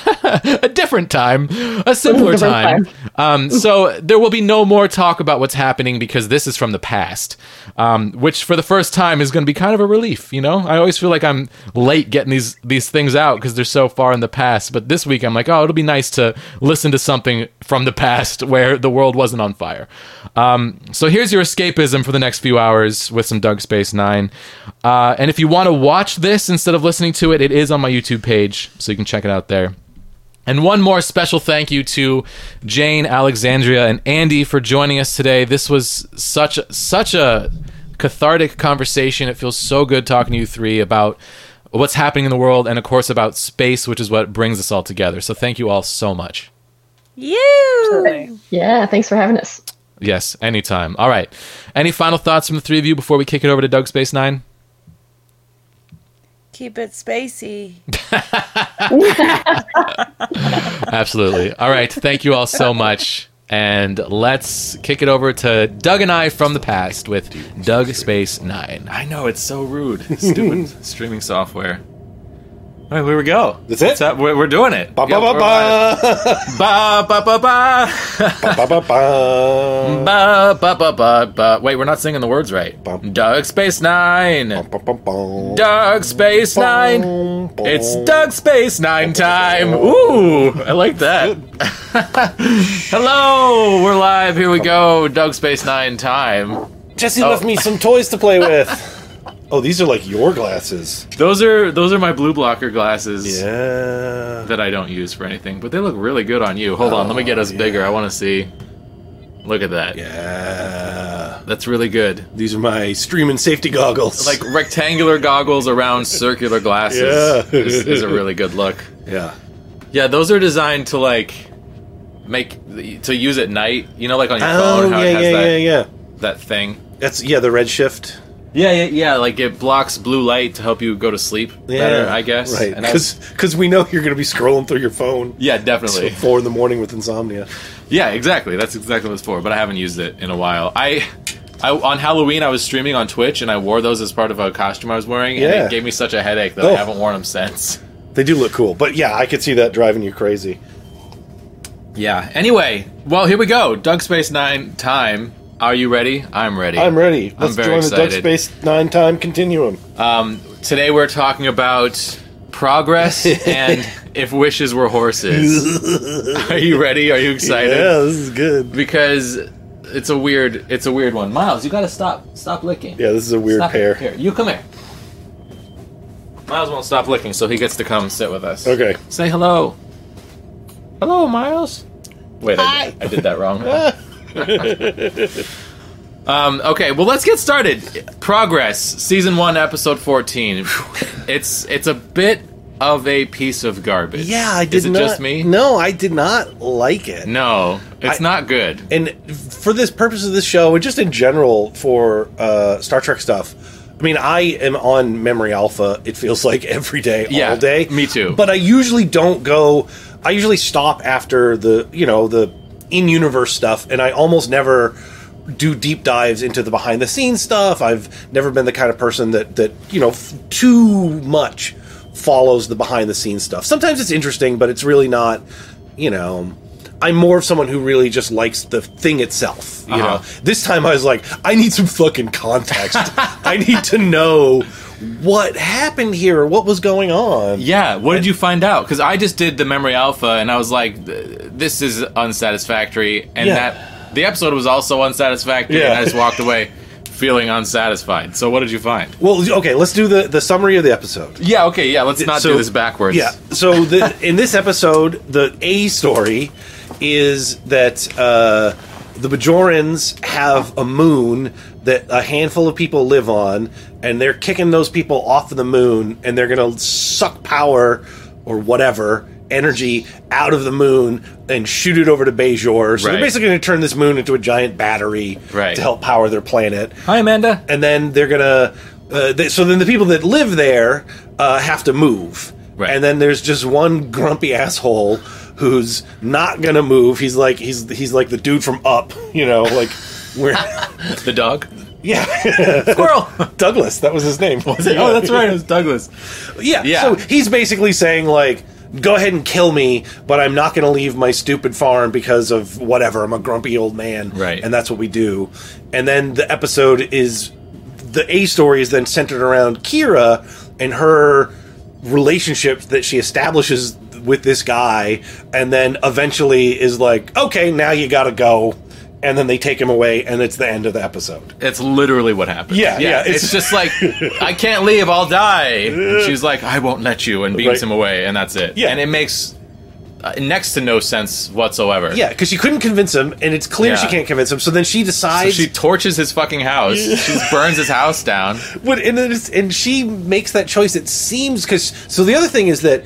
Speaker 5: a different time, a simpler
Speaker 6: Different
Speaker 5: time.
Speaker 6: time.
Speaker 5: Um, so there will be no more talk about what's happening because this is from the past, um, which for the first time is going to be kind of a relief. You know, I always feel like I'm late getting these these things out because they're so far in the past. But this week I'm like, oh, it'll be nice to listen to something from the past where the world wasn't on fire. Um, so here's your escapism for the next few hours with some Doug Space Nine. Uh, and if you want to watch this instead of listening to it, it is on my YouTube page, so you can check it out there. And one more special thank you to Jane, Alexandria, and Andy for joining us today. This was such such a cathartic conversation. It feels so good talking to you three about what's happening in the world and of course about space, which is what brings us all together. So thank you all so much.
Speaker 8: you
Speaker 6: Yeah. Thanks for having us.
Speaker 5: Yes, anytime. All right. Any final thoughts from the three of you before we kick it over to Doug Space Nine?
Speaker 17: Keep it spacey.
Speaker 5: Absolutely. All right. Thank you all so much. And let's kick it over to Doug and I from the past with Doug Space Nine.
Speaker 18: I know it's so rude. Stupid streaming software.
Speaker 5: All right, here we go.
Speaker 4: That's it?
Speaker 5: up. We're, we're doing it.
Speaker 4: Ba, ba,
Speaker 5: Yep,
Speaker 4: ba,
Speaker 5: we're live.
Speaker 4: ba.
Speaker 5: Ba ba ba ba.
Speaker 4: Ba, ba, ba.
Speaker 5: Ba ba ba ba ba. Wait, we're not singing the words right.
Speaker 4: Bum.
Speaker 5: Doug Space Nine.
Speaker 4: Bum, bum, bum, bum.
Speaker 5: Doug Space Nine.
Speaker 4: Bum, bum.
Speaker 5: It's Doug Space Nine time. Ooh, I like that. Hello, we're live. Here we go. Doug Space Nine time.
Speaker 4: Jesse left me some toys to play with. Oh, these are like your glasses.
Speaker 5: Those are those are my blue blocker glasses
Speaker 4: Yeah.
Speaker 5: that I don't use for anything, but they look really good on you. Hold on, let me get
Speaker 4: Oh,
Speaker 5: us bigger. I want to see. Look at that.
Speaker 4: Yeah.
Speaker 5: That's really good.
Speaker 4: These are my streaming safety goggles.
Speaker 5: Like rectangular goggles around circular glasses
Speaker 4: Yeah.
Speaker 5: is, is a really good look.
Speaker 4: yeah.
Speaker 5: Yeah, those are designed to like make to use at night. You know, like on your
Speaker 4: Oh,
Speaker 5: phone, how it
Speaker 4: yeah,
Speaker 5: has
Speaker 4: yeah,
Speaker 5: that
Speaker 4: yeah, yeah.
Speaker 5: that thing.
Speaker 4: That's yeah, the redshift.
Speaker 5: Yeah, yeah, yeah. Like it blocks blue light to help you go to sleep
Speaker 4: Yeah,
Speaker 5: better, I guess.
Speaker 4: Right,
Speaker 5: And I-
Speaker 4: because we know you're going to be scrolling through your phone.
Speaker 5: yeah,
Speaker 4: till
Speaker 5: definitely.
Speaker 4: four in the morning with insomnia.
Speaker 5: Yeah, exactly. That's exactly what it's for. But I haven't used it in a while. I, I on Halloween I was streaming on Twitch and I wore those as part of a costume I was wearing, and
Speaker 4: Yeah.
Speaker 5: it gave me such a headache that I
Speaker 4: Oh.
Speaker 5: haven't worn them since.
Speaker 4: They do look cool, but yeah, I could see that driving you crazy.
Speaker 5: Yeah. Anyway, well, here we go. Doug Space Nine time. Are you ready? I'm ready.
Speaker 4: I'm ready. Let's
Speaker 5: very
Speaker 4: join
Speaker 5: excited.
Speaker 4: the Duck Space Nine Time Continuum.
Speaker 5: Today we're talking about progress and if wishes were horses. Are you ready? Are you excited?
Speaker 4: Yeah, this is good.
Speaker 5: Because it's a weird it's a weird one. Miles, you gotta stop. Stop licking.
Speaker 4: Yeah, this is a weird
Speaker 5: Stop it.
Speaker 4: pair.
Speaker 5: Here, you come here. Miles won't stop licking, so he gets to come sit with us.
Speaker 4: Okay.
Speaker 5: Say hello. Hello, Miles. Wait, I, I did that wrong. um, okay, well, let's get started. Progress, season one, episode fourteen. it's it's a bit of a piece of garbage.
Speaker 4: Yeah, I did
Speaker 5: Is it
Speaker 4: not.
Speaker 5: just me?
Speaker 4: No, I did not like it.
Speaker 5: No, it's
Speaker 4: I-
Speaker 5: not good.
Speaker 4: And for this purpose of this show, and just in general for uh, Star Trek stuff, I mean, I am on Memory Alpha. It feels like every day,
Speaker 5: Yeah,
Speaker 4: all day.
Speaker 5: me too.
Speaker 4: But I usually don't go. I usually stop after the you know the in-universe stuff, and I almost never do deep dives into the behind-the-scenes stuff. I've never been the kind of person that that you know f- too much follows the behind-the-scenes stuff. Sometimes it's interesting, but it's really not. You know, I'm more of someone who really just likes the thing itself. You
Speaker 5: Uh-huh.
Speaker 4: know, this time I was like, I need some fucking context. I need to know what happened here, what was going on.
Speaker 5: Yeah, what did you find out? Because I just did the memory alpha, and I was like, "Th- "This is unsatisfactory," and
Speaker 4: Yeah.
Speaker 5: that the episode was also unsatisfactory, and I
Speaker 4: Yeah.
Speaker 5: just walked away feeling unsatisfied. So, what did you find?
Speaker 4: Well, okay, let's do the, the summary of the episode.
Speaker 5: Yeah, okay, yeah. Let's not
Speaker 4: So-
Speaker 5: do this backwards.
Speaker 4: Yeah. So the, in this episode, the A story is that uh, the Bajorans have a moon that a handful of people live on, and they're kicking those people off of the moon, and they're going to suck power or whatever energy out of the moon and shoot it over to Bajor. So
Speaker 5: Right.
Speaker 4: they're basically going to turn this moon into a giant battery
Speaker 5: Right.
Speaker 4: to help power their planet
Speaker 5: Hi, Amanda.
Speaker 4: and then they're gonna. Uh, they, so then the people that live there uh, have to move,
Speaker 5: Right.
Speaker 4: and then there's just one grumpy asshole who's not gonna move. He's like he's he's like the dude from Up, you know, like we're
Speaker 5: The dog.
Speaker 4: yeah,
Speaker 5: Squirrel.
Speaker 4: Douglas. That was his name. Was
Speaker 5: oh, that's right. It was Douglas.
Speaker 4: yeah.
Speaker 5: Yeah.
Speaker 4: So he's basically saying like, go ahead and kill me, but I'm not going to leave my stupid farm because of whatever. I'm a grumpy old man,
Speaker 5: Right.
Speaker 4: And that's what we do. And then the episode is the A story is then centered around Kira and her relationship that she establishes with this guy, and then eventually is like, okay, now you got to go. And then they take him away, and it's the end of the episode.
Speaker 5: It's literally what happened.
Speaker 4: Yeah, yeah,
Speaker 5: It's,
Speaker 4: it's-
Speaker 5: just like I can't leave. I'll die. And she's like, I won't let you, and beams
Speaker 4: Right.
Speaker 5: him away, and that's it.
Speaker 4: Yeah.
Speaker 5: and it makes uh, next to no sense whatsoever.
Speaker 4: Yeah, because she couldn't convince him, and it's clear she
Speaker 5: Yeah.
Speaker 4: can't convince him. So then she
Speaker 5: So
Speaker 4: decides
Speaker 5: she torches his fucking house. She burns his house down.
Speaker 4: But and it is, and she makes that choice. It seems because so the other thing is that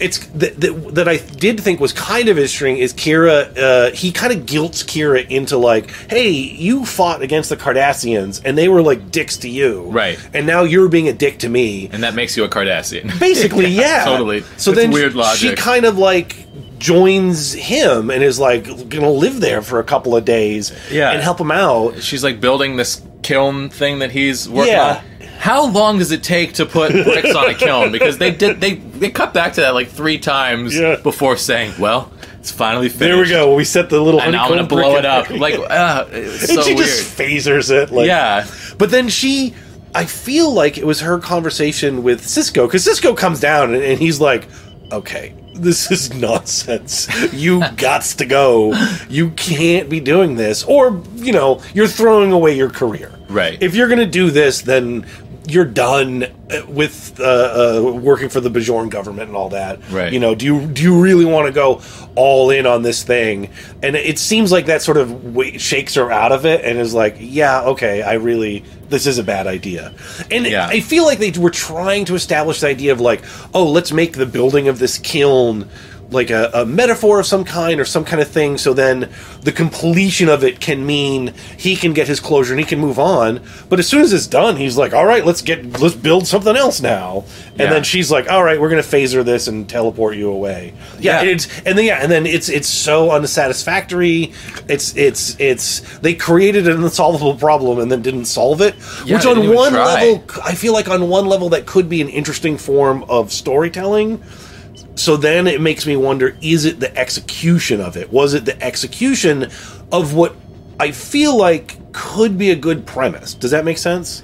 Speaker 4: it's that, that that I did think was kind of interesting is Kira. Uh, he kind of guilts Kira into like, hey, you fought against the Cardassians and they were like dicks to you,
Speaker 5: Right.
Speaker 4: And now you're being a dick to me.
Speaker 5: And that makes you a Cardassian.
Speaker 4: Basically, yeah,
Speaker 5: totally.
Speaker 4: So
Speaker 5: It's
Speaker 4: then
Speaker 5: weird
Speaker 4: she
Speaker 5: logic.
Speaker 4: kind of like joins him and is like gonna live there for a couple of days,
Speaker 5: Yeah.
Speaker 4: and help him out.
Speaker 5: She's like building this kiln thing that he's working
Speaker 4: Yeah.
Speaker 5: on. How long does it take to put bricks on a kiln? Because they did they they cut back to that like three times
Speaker 4: Yeah.
Speaker 5: before saying, "Well, it's finally finished."
Speaker 4: There we go. We set the little.
Speaker 5: And now I'm gonna
Speaker 4: honeycomb
Speaker 5: blow
Speaker 4: brick
Speaker 5: it up.
Speaker 4: in-
Speaker 5: Like, uh, it's
Speaker 4: and
Speaker 5: so
Speaker 4: she
Speaker 5: weird.
Speaker 4: just phasers it. Like,
Speaker 5: yeah,
Speaker 4: But then she, I feel like it was her conversation with Cisco because Cisco comes down and, and he's like, "Okay, this is nonsense. You gots to go. You can't be doing this, or you know, you're throwing away your career.
Speaker 5: Right.
Speaker 4: If you're gonna do this, then." You're done uh, with uh, uh, working for the Bajorn government and all that.
Speaker 5: Right.
Speaker 4: You know, do you do you really want to go all in on this thing? And it seems like that sort of wa- shakes her out of it and is like, yeah, okay, I really this is a bad idea. And
Speaker 5: Yeah.
Speaker 4: I feel like they were trying to establish the idea of like, oh, let's make the building of this kiln like a, a metaphor of some kind or some kind of thing so then the completion of it can mean he can get his closure and he can move on but as soon as it's done he's like all right let's get let's build something else now and
Speaker 5: Yeah.
Speaker 4: then she's like all right we're gonna phaser this and teleport you away yeah,
Speaker 5: Yeah.
Speaker 4: and it's and then yeah and then it's it's so unsatisfactory it's it's it's they created an unsolvable problem and then didn't solve it
Speaker 5: Yeah,
Speaker 4: which
Speaker 5: they didn't
Speaker 4: on
Speaker 5: even
Speaker 4: one
Speaker 5: try.
Speaker 4: level i feel like on one level that could be an interesting form of storytelling so then it makes me wonder is it the execution of it was it the execution of what i feel like could be a good premise does that make sense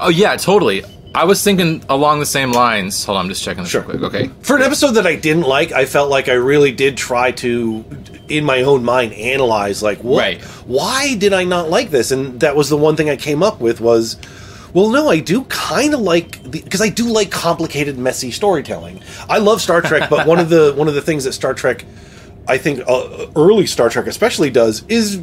Speaker 5: Oh yeah, totally. I was thinking along the same lines. Hold on, I'm just checking this
Speaker 4: Sure.
Speaker 5: real quick. Okay.
Speaker 4: for an episode that I didn't like, I felt like I really did try to, in my own mind, analyze like what,
Speaker 5: Right.
Speaker 4: why did I not like this? And that was the one thing I came up with was, well, no, I do kind of like because I do like complicated, messy storytelling. I love Star Trek, but one of the one of the things that Star Trek, I think, uh, early Star Trek especially does is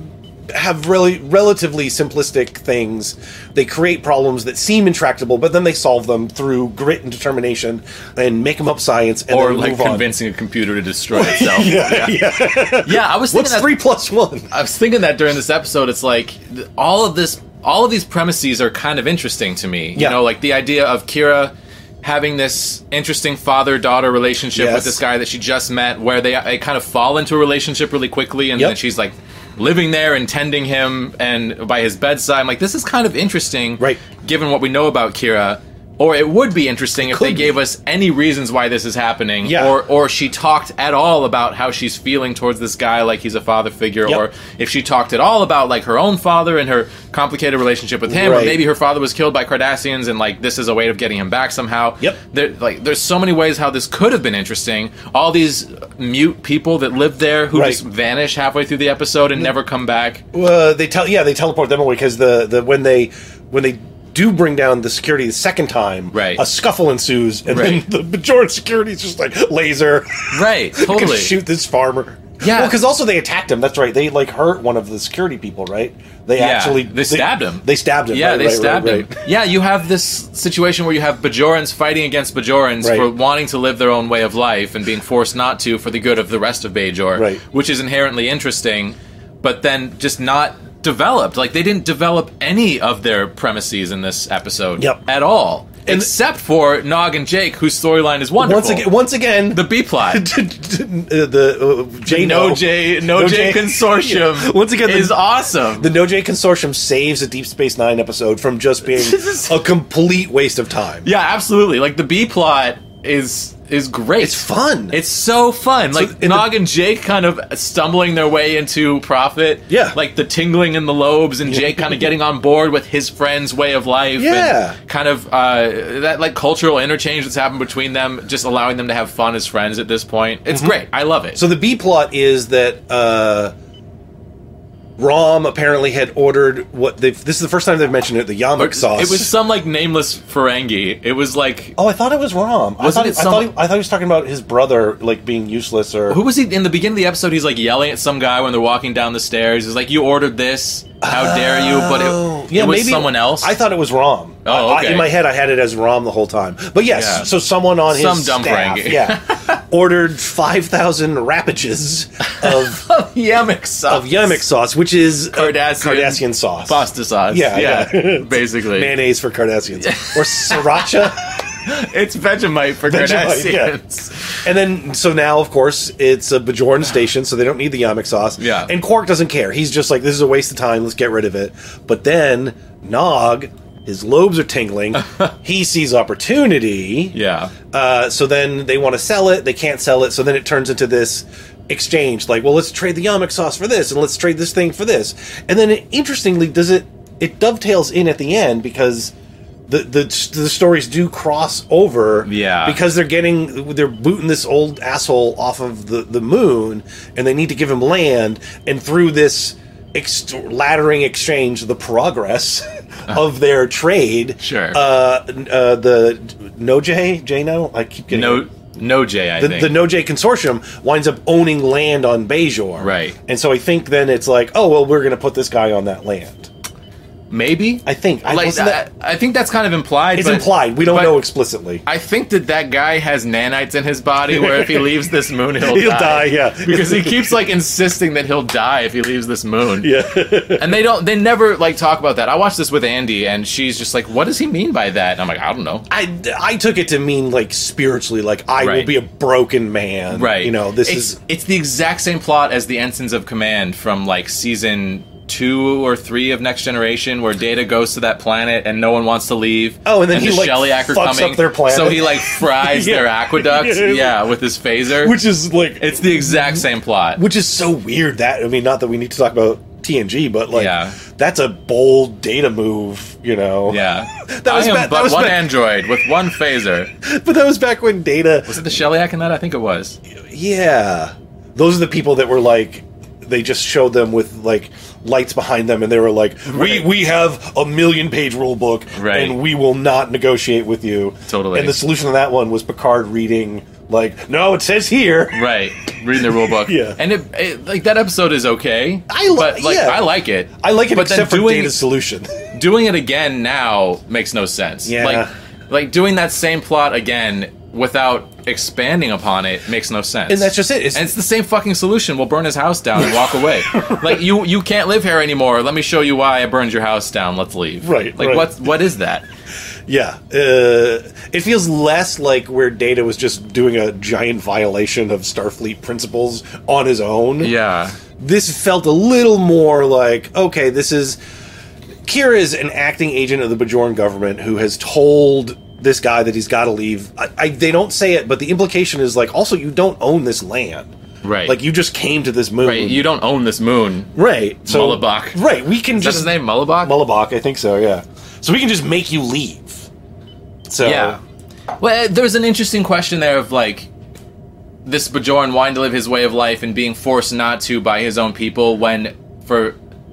Speaker 4: have really relatively simplistic things. They create problems that seem intractable, but then they solve them through grit and determination and make them up science and
Speaker 5: Or
Speaker 4: then
Speaker 5: like
Speaker 4: move on.
Speaker 5: convincing a computer to destroy itself.
Speaker 4: Yeah, yeah.
Speaker 5: yeah, I was thinking
Speaker 4: What's
Speaker 5: that.
Speaker 4: three plus one?
Speaker 5: I was thinking that during this episode, it's like th- all of this, all of these premises are kind of interesting to me.
Speaker 4: Yeah.
Speaker 5: You know, like the idea of Kira having this interesting father-daughter relationship
Speaker 4: Yes.
Speaker 5: with this guy that she just met, where they, they kind of fall into a relationship really quickly, and
Speaker 4: Yep.
Speaker 5: then she's like living there and tending him and by his bedside. I'm like, this is kind of interesting,
Speaker 4: Right.
Speaker 5: Given what we know about Kira. Or it would be interesting if they
Speaker 4: could be.
Speaker 5: gave us any reasons why this is happening,
Speaker 4: Yeah.
Speaker 5: or or she talked at all about how she's feeling towards this guy like he's a father figure
Speaker 4: Yep.
Speaker 5: or if she talked at all about like her own father and her complicated relationship with him
Speaker 4: Right.
Speaker 5: or maybe her father was killed by Cardassians and like this is a way of getting him back somehow
Speaker 4: Yep.
Speaker 5: there, like there's so many ways how this could have been interesting all these mute people that live there who
Speaker 4: Right.
Speaker 5: just vanish halfway through the episode and never come back
Speaker 4: Uh, they tell yeah they teleport them away because the, the when they when they do bring down the security the second time
Speaker 5: Right.
Speaker 4: a scuffle ensues and
Speaker 5: Right.
Speaker 4: then the Bajoran security is just like laser
Speaker 5: right
Speaker 4: We're gonna
Speaker 5: totally
Speaker 4: shoot this farmer
Speaker 5: Yeah.
Speaker 4: because also they attacked him that's right they like hurt one of the security people right they
Speaker 5: Yeah,
Speaker 4: actually
Speaker 5: they stabbed him.
Speaker 4: they stabbed him
Speaker 5: Yeah,
Speaker 4: right,
Speaker 5: they
Speaker 4: right, right,
Speaker 5: stabbed
Speaker 4: right.
Speaker 5: him. Yeah, you have this situation where you have Bajorans fighting against Bajorans
Speaker 4: Right.
Speaker 5: for wanting to live their own way of life and being forced not to for the good of the rest of Bajor,
Speaker 4: Right.
Speaker 5: which is inherently interesting, but then just not developed. Like they didn't develop any of their premises in this episode
Speaker 4: Yep.
Speaker 5: at all, except for Nog and Jake, whose storyline is wonderful.
Speaker 4: once again once again
Speaker 5: the B plot.
Speaker 4: uh, the uh, J
Speaker 5: No J, no,
Speaker 4: No
Speaker 5: J,
Speaker 4: J.
Speaker 5: consortium.
Speaker 4: Once again, the-
Speaker 5: is awesome.
Speaker 4: The No J Consortium saves a Deep Space Nine episode from just being a complete waste of time.
Speaker 5: Yeah, absolutely. Like the B plot is is great.
Speaker 4: It's fun.
Speaker 5: It's so fun. Like
Speaker 4: in the-
Speaker 5: Nog and Jake kind of stumbling their way into profit.
Speaker 4: Yeah.
Speaker 5: Like the tingling in the lobes and Jake kind of getting on board with his friend's way of life.
Speaker 4: Yeah.
Speaker 5: And kind of uh, that like cultural interchange that's happened between them, just allowing them to have fun as friends at this point. It's great. I love it.
Speaker 4: Mm-hmm. So the B plot is that uh, Rom apparently had ordered what they've. This is the first time they've mentioned it. The Yamak sauce.
Speaker 5: It was some like nameless Ferengi. It was like
Speaker 4: Oh, I thought it was Rom. I thought,
Speaker 5: Wasn't it
Speaker 4: I, thought he,
Speaker 5: some-
Speaker 4: I thought he was talking about his brother like being useless or
Speaker 5: Who was he in the beginning of the episode? He's like yelling at some guy when they're walking down the stairs. He's like, "You ordered this? How dare you?" But it, it was someone else.
Speaker 4: Oh, I thought it was Rom.
Speaker 5: Oh,
Speaker 4: I- I-
Speaker 5: okay.
Speaker 4: in my head, I had it as Rom the whole time. But yes,
Speaker 5: Yeah.
Speaker 4: so someone on his
Speaker 5: Some dumb
Speaker 4: staff,
Speaker 5: Ferengi.
Speaker 4: yeah, ordered five thousand rapages of
Speaker 5: Yamek sauce
Speaker 4: of Yamek sauce, which is uh,
Speaker 5: Cardassian-
Speaker 4: Cardassian sauce,
Speaker 5: pasta sauce.
Speaker 4: Yeah, yeah.
Speaker 5: basically,
Speaker 4: mayonnaise for Cardassians, or sriracha.
Speaker 5: it's Vegemite for
Speaker 4: Vegemite, yeah.
Speaker 5: Cardassians.
Speaker 4: And then, so now, of course, it's a Bajoran station, so they don't need the Yamek sauce.
Speaker 5: Yeah.
Speaker 4: And Quark doesn't care. He's just like, this is a waste of time. Let's get rid of it. But then Nog His lobes are tingling. he sees opportunity.
Speaker 5: Yeah.
Speaker 4: Uh, so then they want to sell it. They can't sell it. So then it turns into this exchange. Like, well, let's trade the yamak sauce for this, and let's trade this thing for this. And then, it, interestingly, does it it dovetails in at the end because the the the stories do cross over.
Speaker 5: Yeah.
Speaker 4: Because they're getting they're booting this old asshole off of the the moon, and they need to give him land. And through this. Ex- laddering exchange the progress of their trade
Speaker 5: Sure.
Speaker 4: uh, n- uh, the No J Jano. I keep getting
Speaker 5: No, no Jay, I
Speaker 4: The,
Speaker 5: think.
Speaker 4: the No J consortium winds up owning land on Bejor,
Speaker 5: Right.
Speaker 4: And so I think then it's like, oh well, we're going to put this guy on that land.
Speaker 5: Maybe.
Speaker 4: I think I,
Speaker 5: like,
Speaker 4: wasn't that-
Speaker 5: I, I think that's kind of implied.
Speaker 4: it's
Speaker 5: but-
Speaker 4: implied. We don't
Speaker 5: but
Speaker 4: know explicitly.
Speaker 5: I think that that guy has nanites in his body where if he leaves this moon, he'll,
Speaker 4: He'll die, yeah.
Speaker 5: Because he keeps like insisting that he'll die if he leaves this moon.
Speaker 4: yeah,
Speaker 5: And they don't, they never like talk about that. I watched this with Andy and she's just like, what does he mean by that? And I'm like, I don't know.
Speaker 4: I, I took it to mean like spiritually, like I will
Speaker 5: Right.
Speaker 4: be a broken man,
Speaker 5: Right.
Speaker 4: You know, this
Speaker 5: it's,
Speaker 4: is
Speaker 5: It's the exact same plot as the Ensigns of Command from like season two or three of Next Generation where Data goes to that planet and no one wants to leave.
Speaker 4: Oh, and then he,
Speaker 5: the
Speaker 4: like,
Speaker 5: Shellyak are
Speaker 4: fucks up their planet.
Speaker 5: So he like fries
Speaker 4: Yeah.
Speaker 5: their aqueduct.
Speaker 4: Yeah.
Speaker 5: Yeah, with his phaser.
Speaker 4: which is like
Speaker 5: It's the exact same plot.
Speaker 4: which is so weird that i mean not that we need to talk about tng but like
Speaker 5: Yeah.
Speaker 4: that's a bold data move you know
Speaker 5: yeah.
Speaker 4: That was
Speaker 5: I am
Speaker 4: bad- that
Speaker 5: but
Speaker 4: was
Speaker 5: one
Speaker 4: bad.
Speaker 5: android with one phaser.
Speaker 4: but that was back when data
Speaker 5: Was it the Shellyak in that? I think it was.
Speaker 4: yeah those are the people that were like they just showed them with like lights behind them and they were like we
Speaker 5: Right.
Speaker 4: we have a million page rule book
Speaker 5: Right.
Speaker 4: and we will not negotiate with you
Speaker 5: Totally.
Speaker 4: and the solution to that one was picard reading like no it says here
Speaker 5: Right. Reading the rule book.
Speaker 4: Yeah.
Speaker 5: And it, it like that episode is okay.
Speaker 4: I li-
Speaker 5: but, like
Speaker 4: yeah.
Speaker 5: I like it.
Speaker 4: i like it
Speaker 5: but then
Speaker 4: except for
Speaker 5: doing-
Speaker 4: data's solution
Speaker 5: doing it again now makes no sense.
Speaker 4: Yeah.
Speaker 5: Like like doing that same plot again without expanding upon it makes no sense.
Speaker 4: And that's just it. It's-
Speaker 5: and it's the same fucking solution. We'll burn his house down and walk away. like you you can't live here anymore. Let me show you why I burned your house down. Let's leave.
Speaker 4: Right,
Speaker 5: Like
Speaker 4: right.
Speaker 5: what's what is that?
Speaker 4: Yeah, uh, it feels less like where Data was just doing a giant violation of Starfleet principles on his own.
Speaker 5: Yeah.
Speaker 4: This felt a little more like okay, this is Kira is an acting agent of the Bajoran government who has told this guy that he's got to leave. I, I, they don't say it, but the implication is like also you don't own this land.
Speaker 5: Right.
Speaker 4: Like you just came to this moon.
Speaker 5: Right. You don't own this moon.
Speaker 4: Right. So
Speaker 5: Mullabok.
Speaker 4: Right. We can
Speaker 5: Is that
Speaker 4: just
Speaker 5: his name? Mullabok?
Speaker 4: Mullabok, I think so. Yeah. So we can just make you leave. So
Speaker 5: Yeah. Well, uh, there's an interesting question there of like this Bajoran wanting to live his way of life and being forced not to by his own people when for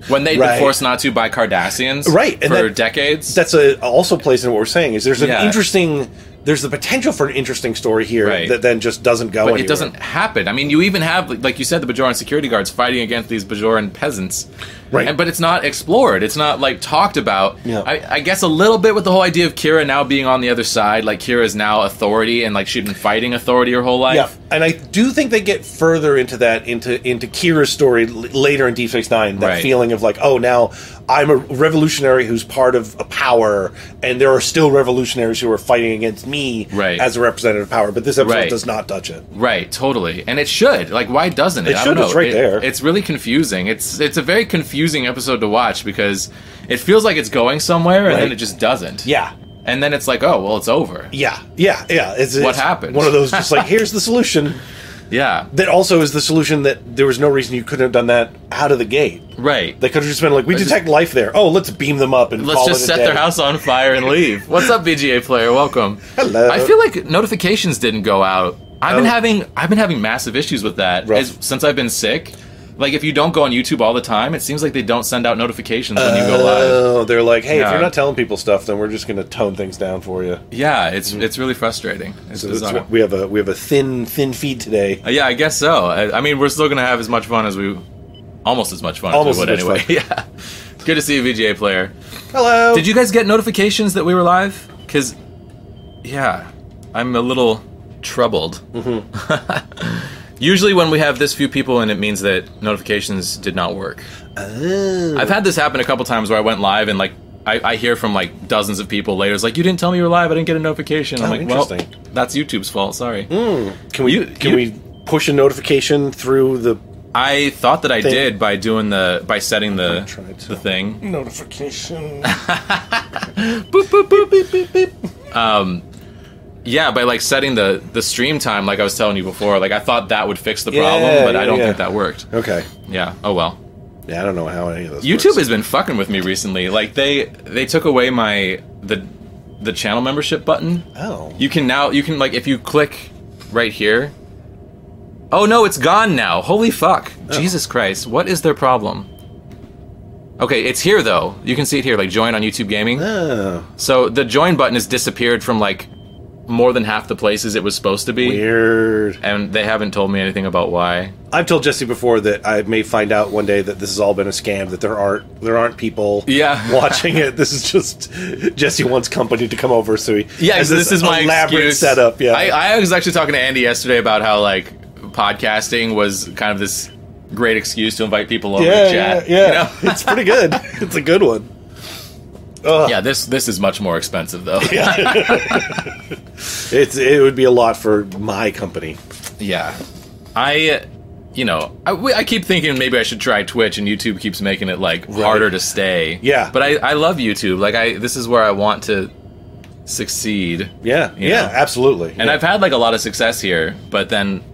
Speaker 5: when they'd
Speaker 4: Right.
Speaker 5: been forced not to by Cardassians
Speaker 4: Right, and
Speaker 5: for
Speaker 4: that-
Speaker 5: decades.
Speaker 4: that's a, also plays into what we're saying is there's an
Speaker 5: Yeah.
Speaker 4: interesting there's the potential for an interesting story here
Speaker 5: Right.
Speaker 4: that then just doesn't go
Speaker 5: but
Speaker 4: anywhere.
Speaker 5: it doesn't happen. I mean, you even have, like you said, the Bajoran security guards fighting against these Bajoran peasants,
Speaker 4: Right.
Speaker 5: And, but it's not explored. It's not like talked about.
Speaker 4: Yeah.
Speaker 5: I, I guess a little bit with the whole idea of Kira now being on the other side. Like Kira is now authority, and like she'd been fighting authority her whole life.
Speaker 4: yeah and i do think they get further into that into into kira's story l- later in deep space nine that
Speaker 5: Right.
Speaker 4: feeling of like oh now i'm a revolutionary who's part of a power and there are still revolutionaries who are fighting against me
Speaker 5: Right.
Speaker 4: as a representative of power but this episode
Speaker 5: Right.
Speaker 4: does not touch it
Speaker 5: Right, totally. And it should. Like, why doesn't it?
Speaker 4: It
Speaker 5: I
Speaker 4: should,
Speaker 5: don't know.
Speaker 4: it's right
Speaker 5: It-
Speaker 4: there.
Speaker 5: It's really confusing. It's it's a very confusing episode to watch because it feels like it's going somewhere and
Speaker 4: Right.
Speaker 5: then it just doesn't.
Speaker 4: yeah
Speaker 5: And then it's like, oh well, it's over.
Speaker 4: yeah yeah yeah it's,
Speaker 5: What
Speaker 4: it's
Speaker 5: happened?
Speaker 4: one of those just like here's the solution
Speaker 5: Yeah.
Speaker 4: that also is the solution that there was no reason you couldn't have done that out of the gate
Speaker 5: Right.
Speaker 4: They could have just been like, we detect life there. Oh, let's beam them up and
Speaker 5: Let's
Speaker 4: call
Speaker 5: just
Speaker 4: it a
Speaker 5: set
Speaker 4: day.
Speaker 5: their house on fire and leave. What's up, BGA player? Welcome.
Speaker 4: Hello.
Speaker 5: I feel like notifications didn't go out. I've been
Speaker 4: Oh.
Speaker 5: having I've been having massive issues with that
Speaker 4: Rough.
Speaker 5: as- since I've been sick. Like if you don't go on YouTube all the time, it seems like they don't send out notifications when you go live.
Speaker 4: Oh, they're like, hey, if
Speaker 5: Yeah.
Speaker 4: you're not telling people stuff, then we're just going to tone things down for you.
Speaker 5: Yeah, it's it's really frustrating. It's
Speaker 4: So that's
Speaker 5: bizarre.
Speaker 4: what- we have a we have a thin thin feed today.
Speaker 5: Uh, yeah, I guess so. I, I mean, we're still gonna have as much fun as we, almost as much fun
Speaker 4: Almost
Speaker 5: as we would
Speaker 4: as much
Speaker 5: anyway. yeah. Good to see you, VGA player.
Speaker 4: Hello.
Speaker 5: Did you guys get notifications that we were live? Cause, yeah, I'm a little troubled.
Speaker 4: Mm-hmm.
Speaker 5: Usually, when we have this few people, and it means that notifications did not work.
Speaker 4: Oh.
Speaker 5: I've had this happen a couple times where I went live and like. I, I hear from like dozens of people later. It's like you didn't tell me you were live. I didn't get a notification.
Speaker 4: Oh,
Speaker 5: I'm like, well,
Speaker 4: interesting. Hmm.
Speaker 5: that's YouTube's fault. Sorry.
Speaker 4: Can we
Speaker 5: you-
Speaker 4: can
Speaker 5: you-
Speaker 4: we push a notification through the
Speaker 5: I thought that I
Speaker 4: Thing.
Speaker 5: did by doing the by setting the
Speaker 4: tried to.
Speaker 5: the thing.
Speaker 4: Notification.
Speaker 5: Yeah, by like setting the the stream time, like I was telling you before. Like I thought that would fix the problem,
Speaker 4: Yeah,
Speaker 5: but I
Speaker 4: yeah,
Speaker 5: don't
Speaker 4: yeah.
Speaker 5: think that worked.
Speaker 4: okay.
Speaker 5: Yeah. Oh well.
Speaker 4: Yeah, I don't know how any of this.
Speaker 5: YouTube
Speaker 4: works.
Speaker 5: has been fucking with me recently. Like they they took away my the the channel membership button.
Speaker 4: Oh.
Speaker 5: You can now you can like if you click right here. Oh no, it's gone now. Holy fuck.
Speaker 4: Oh.
Speaker 5: Jesus Christ. What is their problem? Okay, it's here though. You can see it here like join on YouTube Gaming.
Speaker 4: Oh,
Speaker 5: So the join button has disappeared from like more than half the places it was supposed to be.
Speaker 4: weird.
Speaker 5: And they haven't told me anything about why.
Speaker 4: I've told Jesse before that I may find out one day that this has all been a scam. That there aren't there aren't people
Speaker 5: Yeah.
Speaker 4: watching it. This is just Jesse wants company to come over. So he
Speaker 5: Yeah,
Speaker 4: has
Speaker 5: this, this is my
Speaker 4: elaborate
Speaker 5: excuse.
Speaker 4: setup. Yeah,
Speaker 5: I, I was actually talking to Andy yesterday about how like podcasting was kind of this great excuse to invite people over
Speaker 4: yeah,
Speaker 5: to chat.
Speaker 4: yeah,
Speaker 5: you
Speaker 4: yeah.
Speaker 5: know?
Speaker 4: it's pretty good. It's a good one.
Speaker 5: yeah. This this is much more expensive though. Yeah.
Speaker 4: It's it would be a lot for my company.
Speaker 5: I, you know, I, we- I keep thinking maybe I should try Twitch, and YouTube keeps making it like harder to stay.
Speaker 4: Yeah.
Speaker 5: But I I love YouTube. Like I this is where I want to succeed.
Speaker 4: Yeah,
Speaker 5: You
Speaker 4: yeah,
Speaker 5: know?
Speaker 4: absolutely.
Speaker 5: And I've had like a lot of success here, but then.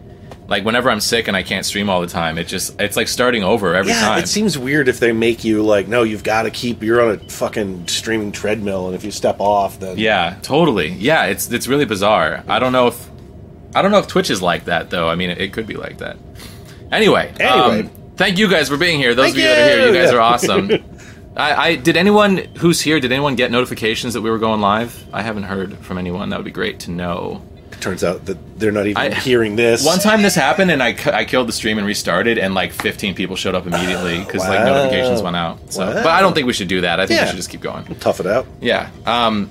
Speaker 5: Like whenever I'm sick and I can't stream all the time, it just it's like starting over every
Speaker 4: yeah,
Speaker 5: time.
Speaker 4: it seems weird if they make you like, no, you've got to keep. You're on a fucking streaming treadmill, and if you step off, then
Speaker 5: Yeah, totally. Yeah, it's it's really bizarre. I don't know if I don't know if Twitch is like that though. I mean, it, it could be like that. Anyway, um,
Speaker 4: Anyway.
Speaker 5: thank you guys for being here. Those
Speaker 4: Thank
Speaker 5: of you, that are here, you
Speaker 4: you!
Speaker 5: guys are awesome. I, I did anyone who's here? Did anyone get notifications that we were going live? I haven't heard from anyone. That would be great to know.
Speaker 4: it turns out that they're not even
Speaker 5: I-
Speaker 4: hearing this.
Speaker 5: One time this happened, and I, cu- I killed the stream and restarted, and like 15 people showed up immediately because like
Speaker 4: Wow.
Speaker 5: notifications went out. So,
Speaker 4: Wow.
Speaker 5: but I don't think we should do that. I think
Speaker 4: Yeah.
Speaker 5: we should just keep going.
Speaker 4: tough it out.
Speaker 5: Yeah. Um.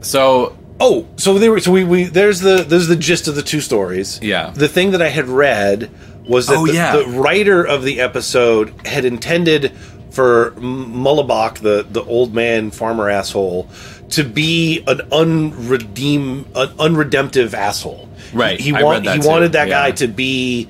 Speaker 5: So
Speaker 4: Oh, so they were. So we, we there's the there's the gist of the two stories.
Speaker 5: Yeah.
Speaker 4: The thing that I had read was that
Speaker 5: Oh,
Speaker 4: the,
Speaker 5: yeah.
Speaker 4: the writer of the episode had intended for M- Mullabok, the the old man farmer asshole, to be an unredeem an unredemptive asshole.
Speaker 5: Right,
Speaker 4: He, he,
Speaker 5: I
Speaker 4: wa-
Speaker 5: read that
Speaker 4: he
Speaker 5: too,
Speaker 4: wanted that guy
Speaker 5: yeah.
Speaker 4: to be.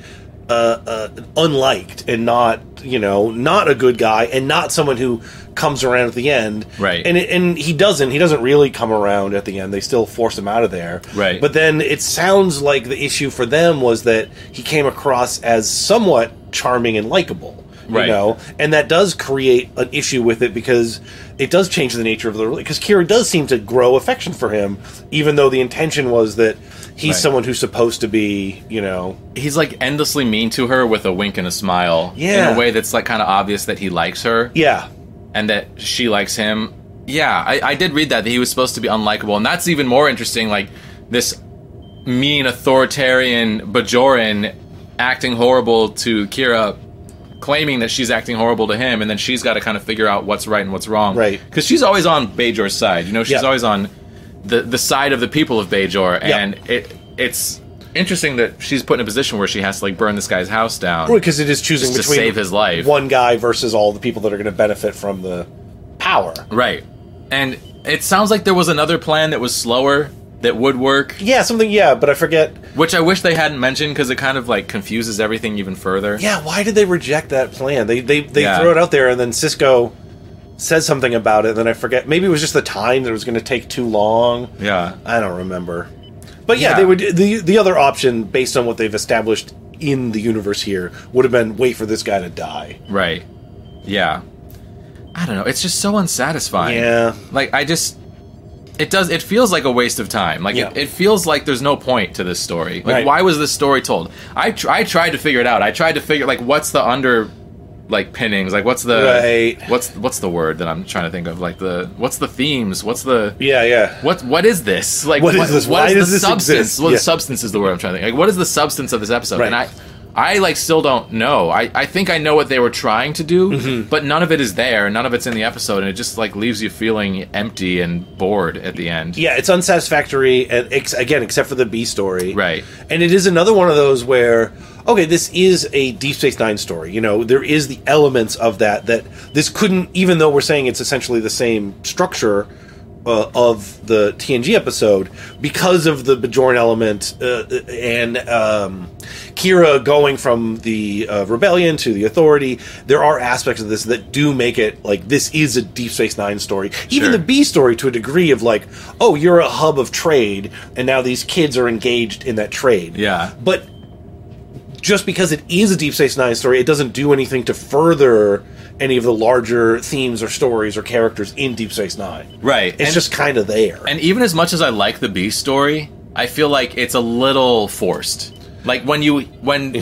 Speaker 4: Uh, uh, unliked and not you know not a good guy and not someone who comes around at the end
Speaker 5: Right.
Speaker 4: and it, and he doesn't he doesn't really come around at the end they still force him out of there
Speaker 5: Right.
Speaker 4: but then it sounds like the issue for them was that he came across as somewhat charming and likable
Speaker 5: Right.
Speaker 4: you know and that does create an issue with it because it does change the nature of the because kira does seem to grow affection for him even though the intention was that he's
Speaker 5: Right.
Speaker 4: someone who's supposed to be you know
Speaker 5: he's like endlessly mean to her with a wink and a smile
Speaker 4: Yeah.
Speaker 5: in a way that's like kind of obvious that he likes her
Speaker 4: yeah
Speaker 5: and that she likes him yeah I, I did read that that he was supposed to be unlikable and that's even more interesting like this mean authoritarian bajoran acting horrible to kira claiming that she's acting horrible to him and then she's got to kind of figure out what's right and what's wrong
Speaker 4: Right.
Speaker 5: because she's always on bajor's side you know she's
Speaker 4: Yeah.
Speaker 5: always on the the side of the people of bajor
Speaker 4: Yeah.
Speaker 5: and it it's interesting that she's put in a position where she has to like burn this guy's house down
Speaker 4: because it is choosing
Speaker 5: Just to
Speaker 4: between
Speaker 5: save his life.
Speaker 4: one guy versus all the people that are going to benefit from the power
Speaker 5: Right. And it sounds like there was another plan that was slower that would work,
Speaker 4: yeah something yeah but i forget
Speaker 5: which I wish they hadn't mentioned because it kind of like confuses everything even further.
Speaker 4: Yeah, why did they reject that plan? They they they
Speaker 5: Yeah.
Speaker 4: throw it out there, and then Cisco says something about it. And then I forget. Maybe it was just the time that it was going to take too long.
Speaker 5: Yeah.
Speaker 4: I don't remember. But yeah,
Speaker 5: Yeah.
Speaker 4: they would the the other option based on what they've established in the universe here would have been wait for this guy to die.
Speaker 5: Right. Yeah. I don't know. It's just so unsatisfying.
Speaker 4: Yeah.
Speaker 5: Like I just it does it feels like a waste of time. Like
Speaker 4: Yeah.
Speaker 5: it, it feels like there's no point to this story. Like
Speaker 4: Right.
Speaker 5: why was this story told? I tr- I tried to figure it out. I tried to figure like what's the under like pinnings? Like what's the
Speaker 4: Right.
Speaker 5: what's what's the word that I'm trying to think of? Like the what's the themes? What's the
Speaker 4: Yeah, yeah.
Speaker 5: What what is this? Like
Speaker 4: What is this? Why does
Speaker 5: the
Speaker 4: this
Speaker 5: substance?
Speaker 4: exist?
Speaker 5: Well,
Speaker 4: Yeah.
Speaker 5: the substance is the word I'm trying to think. Like, what is the substance of this episode? And I,
Speaker 4: Right.
Speaker 5: I like still don't know. I I think I know what they were trying to do,
Speaker 4: Mm-hmm.
Speaker 5: but none of it is there. None of it's in the episode, and it just like leaves you feeling empty and bored at the end.
Speaker 4: Yeah, it's unsatisfactory, and ex- again, except for the B story,
Speaker 5: Right.
Speaker 4: And it is another one of those where, okay, this is a Deep Space Nine story. You know, there is the elements of that that this couldn't, even though we're saying it's essentially the same structure, uh, of the TNG episode because of the Bajoran element uh, and um, Kira going from the uh, rebellion to the Authority. There are aspects of this that do make it like this is a Deep Space Nine story, even
Speaker 19: Sure.
Speaker 4: the B story to a degree of like, oh, you're a hub of trade, and now these kids are engaged in that trade.
Speaker 19: Yeah.
Speaker 4: but just because it is a Deep Space Nine story, it doesn't do anything to further any of the larger themes or stories or characters in Deep Space Nine.
Speaker 5: Right.
Speaker 4: It's
Speaker 5: and,
Speaker 4: just kind of there.
Speaker 5: and even as much as I like the B story, I feel like it's a little forced. Like when you when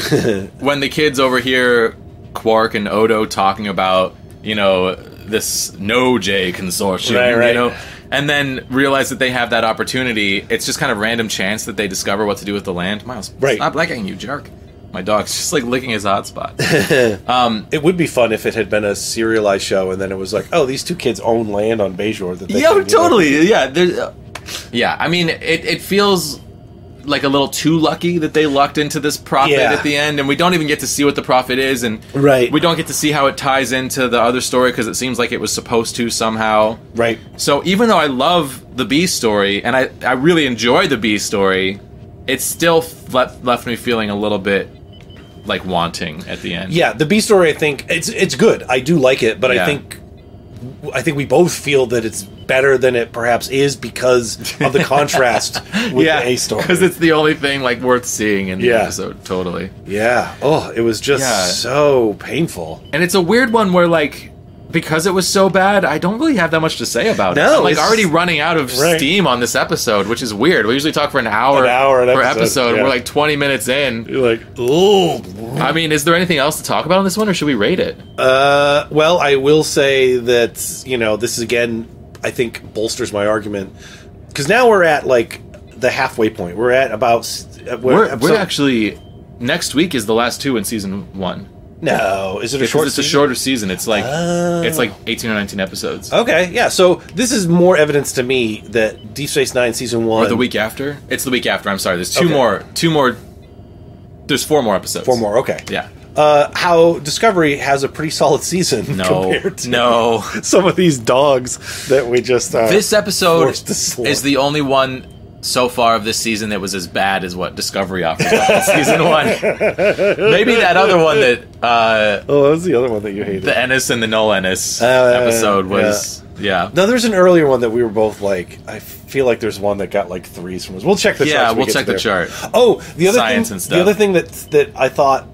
Speaker 5: when the kids over here, Quark and Odo talking about you know this No J consortium,
Speaker 4: Right, right.
Speaker 5: you know, and then realize that they have that opportunity. It's just kind of random chance that they discover what to do with the land. Miles,
Speaker 4: Right.
Speaker 5: stop licking you jerk. My dog's just like licking his hotspot.
Speaker 4: it would be fun if it had been a serialized show, and then it was like, oh, these two kids own land on Bejor. That they
Speaker 5: Yeah,
Speaker 4: can, you know-
Speaker 5: totally. Yeah, there's, uh, yeah. I mean, it, it feels like a little too lucky that they lucked into this prophet
Speaker 4: Yeah.
Speaker 5: at the end, and we don't even get to see what the prophet is, and
Speaker 4: Right.
Speaker 5: we don't get to see how it ties into the other story because it seems like it was supposed to somehow.
Speaker 4: Right.
Speaker 5: So even though I love the B story and I I really enjoy the B story, it still left left me feeling a little bit like wanting at the end.
Speaker 4: Yeah, the B story. I think it's it's good. I do like it, but I
Speaker 5: Yeah.
Speaker 4: think I think we both feel that it's better than it perhaps is because of the contrast with the A story.
Speaker 5: because it's the only thing like worth seeing in the
Speaker 4: Yeah.
Speaker 5: episode. Totally.
Speaker 4: yeah. Oh, it was just
Speaker 5: Yeah.
Speaker 4: so painful.
Speaker 5: And it's a weird one where like because it was so bad, I don't really have that much to say about it.
Speaker 4: No,
Speaker 5: I'm, like
Speaker 4: it's-
Speaker 5: already running out of
Speaker 4: Right.
Speaker 5: steam on this episode, which is weird. We usually talk for an hour,
Speaker 4: An hour an
Speaker 5: per
Speaker 4: episode,
Speaker 5: episode.
Speaker 4: yeah.
Speaker 5: We're like 20 minutes in.
Speaker 4: You're like, oh.
Speaker 5: I mean, is there anything else to talk about on this one, or should we rate it?
Speaker 4: Uh, well, I will say that you know this is again. I think bolsters my argument because now we're at like the halfway point. We're at about s- uh,
Speaker 5: We're, we're
Speaker 4: episode-
Speaker 5: actually next week is the last two in season one.
Speaker 4: no. Is it a
Speaker 5: Because
Speaker 4: short?
Speaker 5: it's a
Speaker 4: season? Oh.
Speaker 5: shorter season. It's like it's like 18 or 19 episodes,
Speaker 4: Okay, yeah. So this is more evidence to me that Deep Space Nine season one
Speaker 5: or the week after. It's the week after. I'm sorry. There's two
Speaker 4: Okay.
Speaker 5: more. Two more. There's four more episodes.
Speaker 4: four more. Okay,
Speaker 5: Yeah.
Speaker 4: Uh, how Discovery has a pretty solid season
Speaker 5: No.
Speaker 4: compared to
Speaker 5: No.
Speaker 4: some of these dogs that we just uh,
Speaker 5: this episode
Speaker 4: forced to slaughter.
Speaker 5: is the only one so far of this season that was as bad as what Discovery offered in season one. Maybe that other one that uh,
Speaker 4: Oh, that was the other one that you hated.
Speaker 5: the Ennis and the Null Ennis
Speaker 4: Uh,
Speaker 5: episode was. Yeah.
Speaker 4: no, there's an earlier one that we were both like. I feel like there's one that got like threes from us. We'll check the
Speaker 5: Yeah,
Speaker 4: charts when we
Speaker 5: we'll
Speaker 4: get
Speaker 5: check
Speaker 4: to
Speaker 5: the
Speaker 4: there.
Speaker 5: chart.
Speaker 4: Oh, the other
Speaker 5: Science
Speaker 4: thing,
Speaker 5: and stuff.
Speaker 4: The other thing that that I thought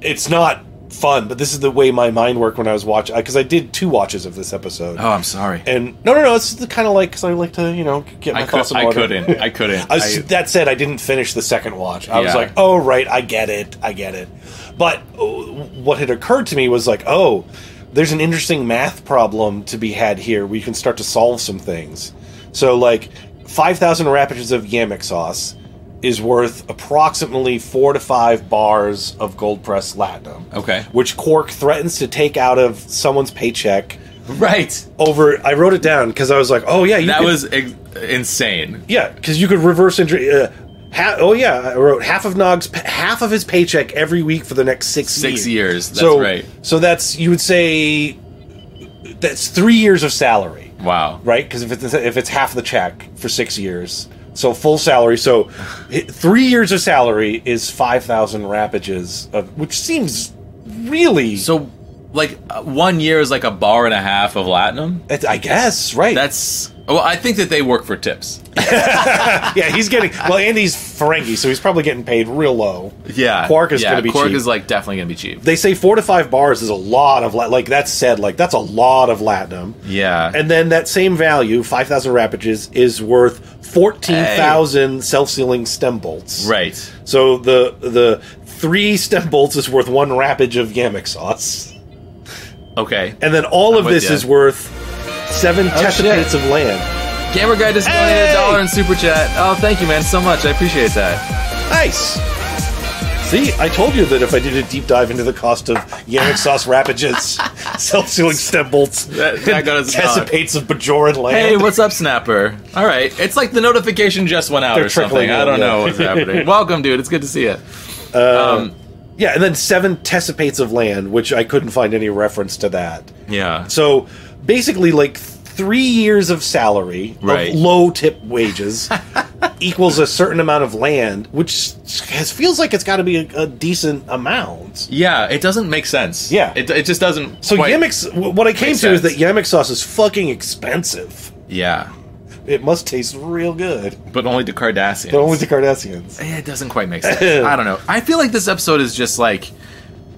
Speaker 4: it's not fun, but this is the way my mind worked when I was watching because I did two watches of this episode.
Speaker 5: Oh, I'm sorry.
Speaker 4: And no, no, no. It's the kind of like because I like to, you know, get my
Speaker 5: I,
Speaker 4: thoughts
Speaker 5: could,
Speaker 4: on
Speaker 5: I
Speaker 4: order.
Speaker 5: couldn't. I couldn't.
Speaker 4: I was-
Speaker 5: I-
Speaker 4: that said, I didn't finish the second watch. I was
Speaker 5: Yeah.
Speaker 4: like, oh right, I get it, I get it. But oh, what had occurred to me was like, oh, there's an interesting math problem to be had here. We can start to solve some things. So like, five thousand rapages of yamik sauce is worth approximately four to five bars of gold press latinum.
Speaker 5: Okay.
Speaker 4: which Quark threatens to take out of someone's paycheck.
Speaker 5: right.
Speaker 4: Over, I wrote it down because I was like, "Oh yeah, you
Speaker 5: That
Speaker 4: could-
Speaker 5: was ex- insane.
Speaker 4: yeah, because you could reverse engineer. Uh, ha- oh yeah, I wrote half of Nog's half of his paycheck every week for the next six
Speaker 5: Six years, that's
Speaker 4: so,
Speaker 5: right.
Speaker 4: So that's you would say that's three years of salary,
Speaker 5: Wow.
Speaker 4: right? Because if it's if it's half the check for six years, so full salary. So it- three years of salary is five thousand rapages of, which seems really.
Speaker 5: So, like, uh, one year is like a bar and a half of Latinum.
Speaker 4: it- I guess right.
Speaker 5: That's. Well, I think that they work for tips.
Speaker 4: yeah, he's getting well. Andy's Ferengi, so he's probably getting paid real low.
Speaker 5: Yeah.
Speaker 4: Quark is
Speaker 5: yeah,
Speaker 4: going to be
Speaker 5: Quark
Speaker 4: cheap.
Speaker 5: is like definitely going to be cheap.
Speaker 4: they say four to five bars is a lot of la- like that's said like that's a lot of latinum
Speaker 5: Yeah.
Speaker 4: and then that same value 5000 rapages is worth 14000 self-sealing stem bolts
Speaker 5: right.
Speaker 4: so the the three stem bolts is worth one rapage of yamik sauce
Speaker 5: Okay.
Speaker 4: and then all of
Speaker 5: with
Speaker 4: this
Speaker 5: ya.
Speaker 4: is worth seven tetrapads of land
Speaker 5: Gamer Guy just donated a dollar in super chat. Oh, thank you, man, so much. I appreciate that.
Speaker 4: nice See, I told you that if I did a deep dive into the cost of yamik sauce rapages, self-sealing stem bolts,
Speaker 5: That, that got us. a dollar.
Speaker 4: Tessipates of Bajoran land.
Speaker 5: Hey, what's up, Snapper? All right, it's like the notification just went out
Speaker 4: They're
Speaker 5: or something.
Speaker 4: trickling
Speaker 5: I
Speaker 4: in,
Speaker 5: don't
Speaker 4: yeah.
Speaker 5: know what's happening. Welcome, dude. It's good to see you. um,
Speaker 4: Yeah, and then seven tessipates of land, which I couldn't find any reference to that.
Speaker 5: yeah.
Speaker 4: So basically, like th- three years of salary,
Speaker 5: Right.
Speaker 4: of low tip wages, equals a certain amount of land, which has, feels like it's got to be a, a decent amount.
Speaker 5: Yeah, it doesn't make sense.
Speaker 4: Yeah.
Speaker 5: it, it just doesn't.
Speaker 4: So
Speaker 5: quite-
Speaker 4: Yamix, what I came to is
Speaker 5: makes
Speaker 4: that
Speaker 5: sense.
Speaker 4: Yamik sauce is fucking expensive.
Speaker 5: Yeah,
Speaker 4: It must taste real good,
Speaker 5: but only to Cardassians.
Speaker 4: but only to Cardassians.
Speaker 5: Eh, it doesn't quite make sense. I don't know. I feel like this episode is just like,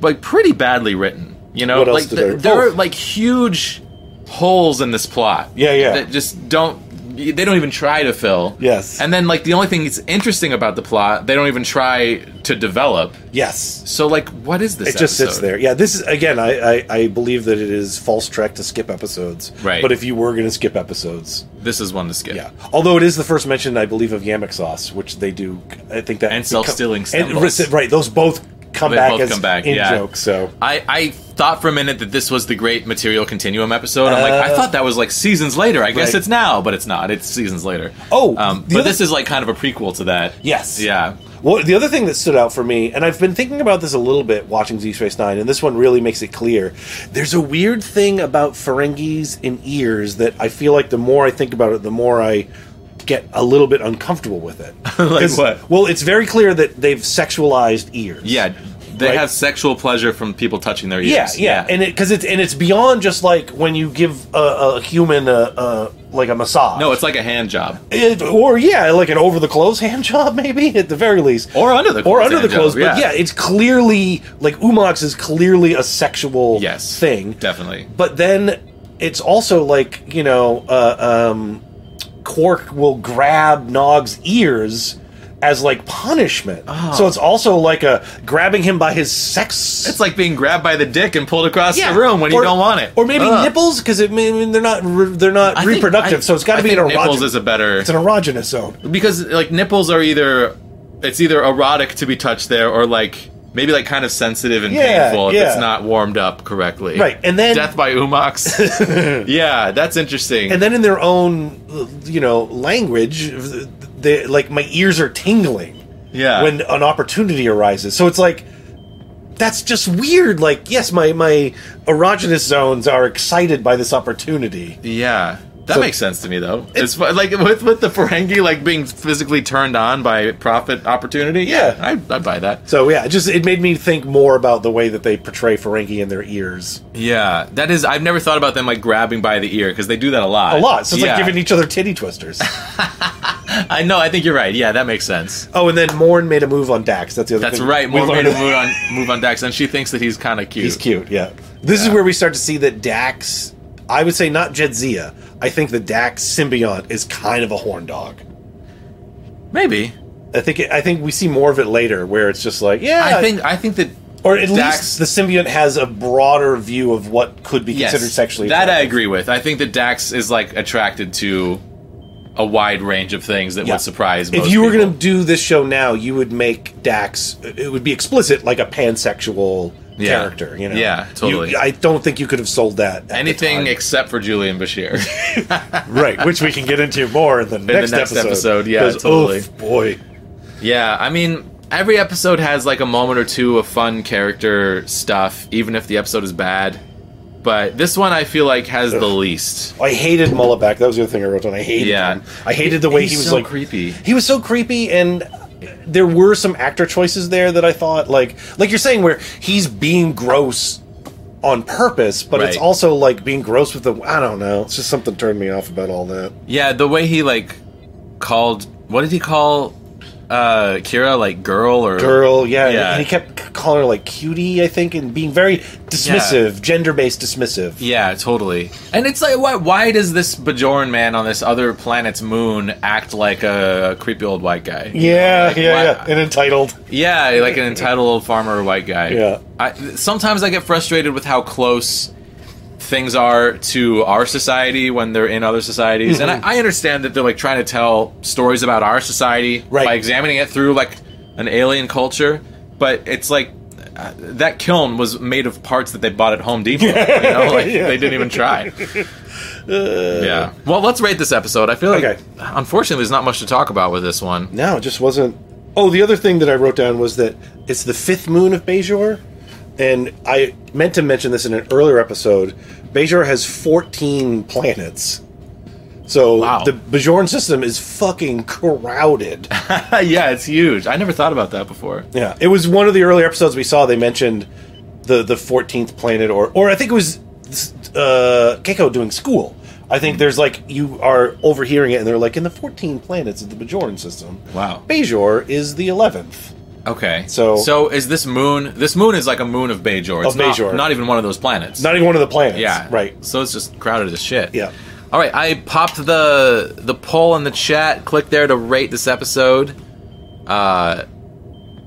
Speaker 5: like pretty badly written. You know,
Speaker 4: What else
Speaker 5: like
Speaker 4: did
Speaker 5: th-
Speaker 4: I-
Speaker 5: there
Speaker 4: oh.
Speaker 5: are like huge holes in this plot.
Speaker 4: Yeah, yeah.
Speaker 5: That just don't. They don't even try to fill.
Speaker 4: Yes.
Speaker 5: And then like the only thing that's interesting about the plot, they don't even try to develop.
Speaker 4: Yes.
Speaker 5: So like, what is this?
Speaker 4: It just sits
Speaker 5: episode?
Speaker 4: there. Yeah, this is again. I, I I believe that it is false trek to skip episodes.
Speaker 5: Right.
Speaker 4: But if you were going to skip episodes,
Speaker 5: This is one to skip.
Speaker 4: Yeah. Although it is the first mention, I believe, of Yamik sauce, which they do. I think that
Speaker 5: And self-stealing stumbles.
Speaker 4: And- right, those both come
Speaker 5: They
Speaker 4: back
Speaker 5: both
Speaker 4: as
Speaker 5: come back,
Speaker 4: in
Speaker 5: yeah.
Speaker 4: jokes. So
Speaker 5: I, I thought for a minute that this was the Great Material Continuum episode. I'm like, I thought that was like seasons later. I guess
Speaker 4: Uh, Right.
Speaker 5: it's now, but it's not. It's seasons later.
Speaker 4: Oh,
Speaker 5: um,
Speaker 4: the
Speaker 5: but
Speaker 4: other-
Speaker 5: this is like kind of a prequel to that.
Speaker 4: Yes.
Speaker 5: Yeah.
Speaker 4: Well, the other thing that stood out for me, and I've been thinking about this a little bit watching Z Space Nine, and this one really makes it clear. There's a weird thing about Ferengis and ears that I feel like the more I think about it, the more I get a little bit uncomfortable with it. 'Cause-
Speaker 5: what?
Speaker 4: Well, it's very clear that they've sexualized ears.
Speaker 5: Yeah. They
Speaker 4: Right.
Speaker 5: have sexual pleasure from people touching their
Speaker 4: Yeah,
Speaker 5: ears.
Speaker 4: yeah, and it because it's and it's beyond just like when you give a, a human a, a like a massage.
Speaker 5: no, it's like a hand job.
Speaker 4: It- or yeah, like an over the clothes hand job, maybe at the very least,
Speaker 5: Or under the
Speaker 4: or
Speaker 5: clothes
Speaker 4: under the
Speaker 5: hand job,
Speaker 4: clothes. but yeah,
Speaker 5: yeah.
Speaker 4: it's clearly like umox is clearly a sexual
Speaker 5: Yes.
Speaker 4: thing.
Speaker 5: Definitely.
Speaker 4: But then it's also like you know, uh, um, Quark will grab Nog's ears. As like punishment, so it's also like a grabbing him by his sex.
Speaker 5: Oh. It's like being grabbed by the dick and pulled across the room when you don't want it.
Speaker 4: or maybe
Speaker 5: Ugh.
Speaker 4: nipples because it may- I mean, they're not re- they're not
Speaker 5: I think-
Speaker 4: reproductive,
Speaker 5: I-
Speaker 4: so it's got to
Speaker 5: I
Speaker 4: be an
Speaker 5: think
Speaker 4: erogenous.
Speaker 5: nipples is a better
Speaker 4: it's an erogenous zone.
Speaker 5: because like nipples are either it's either erotic to be touched there or like maybe like kind of sensitive and
Speaker 4: Yeah,
Speaker 5: painful if
Speaker 4: yeah.
Speaker 5: it's not warmed up correctly.
Speaker 4: Right, and then-
Speaker 5: death by umox. yeah, that's interesting.
Speaker 4: And then in their own uh, you know language, they like my ears are tingling
Speaker 5: yeah,
Speaker 4: when an opportunity arises. So it's like that's just weird. Like yes, my my erogenous zones are excited by this opportunity.
Speaker 5: yeah. That
Speaker 4: So-
Speaker 5: makes sense to me though. It's fu- like with with the Ferengi like being physically turned on by profit opportunity.
Speaker 4: Yeah.
Speaker 5: I I buy that.
Speaker 4: So yeah, it just it made me think more about the way that they portray Ferengi and their ears
Speaker 5: Yeah, that is. I've never thought about them like grabbing by the ear because they do that a lot.
Speaker 4: a lot. So it's
Speaker 5: Yeah.
Speaker 4: like giving each other titty twisters.
Speaker 5: I know. I think you're right. Yeah, that makes sense.
Speaker 4: Oh, and then Morn made a move on Dax. That's the other
Speaker 5: That's
Speaker 4: thing.
Speaker 5: right.
Speaker 4: We
Speaker 5: More made
Speaker 4: learned-
Speaker 5: a move on move on Dax, and she thinks that he's kind of cute.
Speaker 4: He's cute, yeah. This is where we start to see that Dax, I would say not Jedzia. I think the Dax symbiont is kind of a horn dog.
Speaker 5: Maybe.
Speaker 4: I think I think we see more of it later where it's just like, yeah.
Speaker 5: I think. I think that.
Speaker 4: or at least
Speaker 5: Dax-
Speaker 4: the symbiont has a broader view of what could be
Speaker 5: Yes,
Speaker 4: considered sexually
Speaker 5: that I
Speaker 4: attractive.
Speaker 5: agree with. I think that Dax is like attracted to a wide range of things that
Speaker 4: Yeah.
Speaker 5: would surprise.
Speaker 4: If
Speaker 5: most
Speaker 4: you were going to
Speaker 5: people.
Speaker 4: do this show now, you would make Dax it would be explicit like a pansexual
Speaker 5: Yeah.
Speaker 4: character, you know.
Speaker 5: Yeah,
Speaker 4: You-
Speaker 5: totally.
Speaker 4: I don't think you could have sold that at the
Speaker 5: anything
Speaker 4: time.
Speaker 5: except for Julian Bashir,
Speaker 4: right, which we can get into more in the next,
Speaker 5: next
Speaker 4: episode.
Speaker 5: episode, yeah,
Speaker 4: 'Cause,
Speaker 5: totally.
Speaker 4: oof, boy.
Speaker 5: yeah, I mean. Every episode has like a moment or two of fun character stuff, even if the episode is bad. But this one I feel like has the least.
Speaker 4: I hated Mullaback. That was the other thing I wrote down. I hated
Speaker 5: Yeah.
Speaker 4: him. I hated the way
Speaker 5: He's
Speaker 4: he was
Speaker 5: so
Speaker 4: like
Speaker 5: creepy.
Speaker 4: He was so creepy, and there were some actor choices there that I thought like like you're saying where he's being gross on purpose, but it's
Speaker 5: Right.
Speaker 4: also like being gross with the I don't know. It's just something turned me off about all that.
Speaker 5: Yeah, the way he like called what did he call uh Kira like girl or
Speaker 4: Girl, yeah,
Speaker 5: Yeah.
Speaker 4: And he kept c- calling her like cutie, I think, and being very dismissive, gender based dismissive.
Speaker 5: Yeah, totally. And it's like why why does this Bajoran man on this other planet's moon act like a creepy old white guy?
Speaker 4: Yeah,
Speaker 5: Like,
Speaker 4: yeah,
Speaker 5: why-
Speaker 4: yeah, and entitled.
Speaker 5: Yeah, like an entitled old farmer or white guy.
Speaker 4: Yeah.
Speaker 5: I, sometimes I get frustrated with how close things are to our society when they're in other societies, and I, I understand that they're like trying to tell stories about our society
Speaker 4: Right.
Speaker 5: by examining it through like an alien culture, but it's like. uh, That kiln was made of parts that they bought at Home Depot. You know, like, they didn't even try. yeah. Well, let's rate this episode. I feel like,
Speaker 4: Okay.
Speaker 5: unfortunately, there's not much to talk about with this one.
Speaker 4: No, it just wasn't. Oh, the other thing that I wrote down was that it's the fifth moon of Bejor, and I meant to mention this in an earlier episode. Bajor has 14 planets. So
Speaker 5: Wow.
Speaker 4: the Bajoran system is fucking crowded.
Speaker 5: yeah, it's huge. I never thought about that before.
Speaker 4: Yeah, it was one of the early episodes we saw. They mentioned the the fourteenth planet, or or I think it was uh, Keiko doing school. I think there's like you are overhearing it, and they're like in the fourteen planets of the Bajoran system.
Speaker 5: Wow.
Speaker 4: Bajor is the eleventh.
Speaker 5: Okay.
Speaker 4: So-
Speaker 5: so is this moon? This moon is like a moon of Bajor. It's
Speaker 4: Of
Speaker 5: not,
Speaker 4: Bajor.
Speaker 5: not even one of those planets.
Speaker 4: Not even one of the planets.
Speaker 5: yeah.
Speaker 4: right.
Speaker 5: So it's just crowded as shit.
Speaker 4: Yeah.
Speaker 5: All right. I popped the the poll in the chat. Click there to rate this episode. Uh,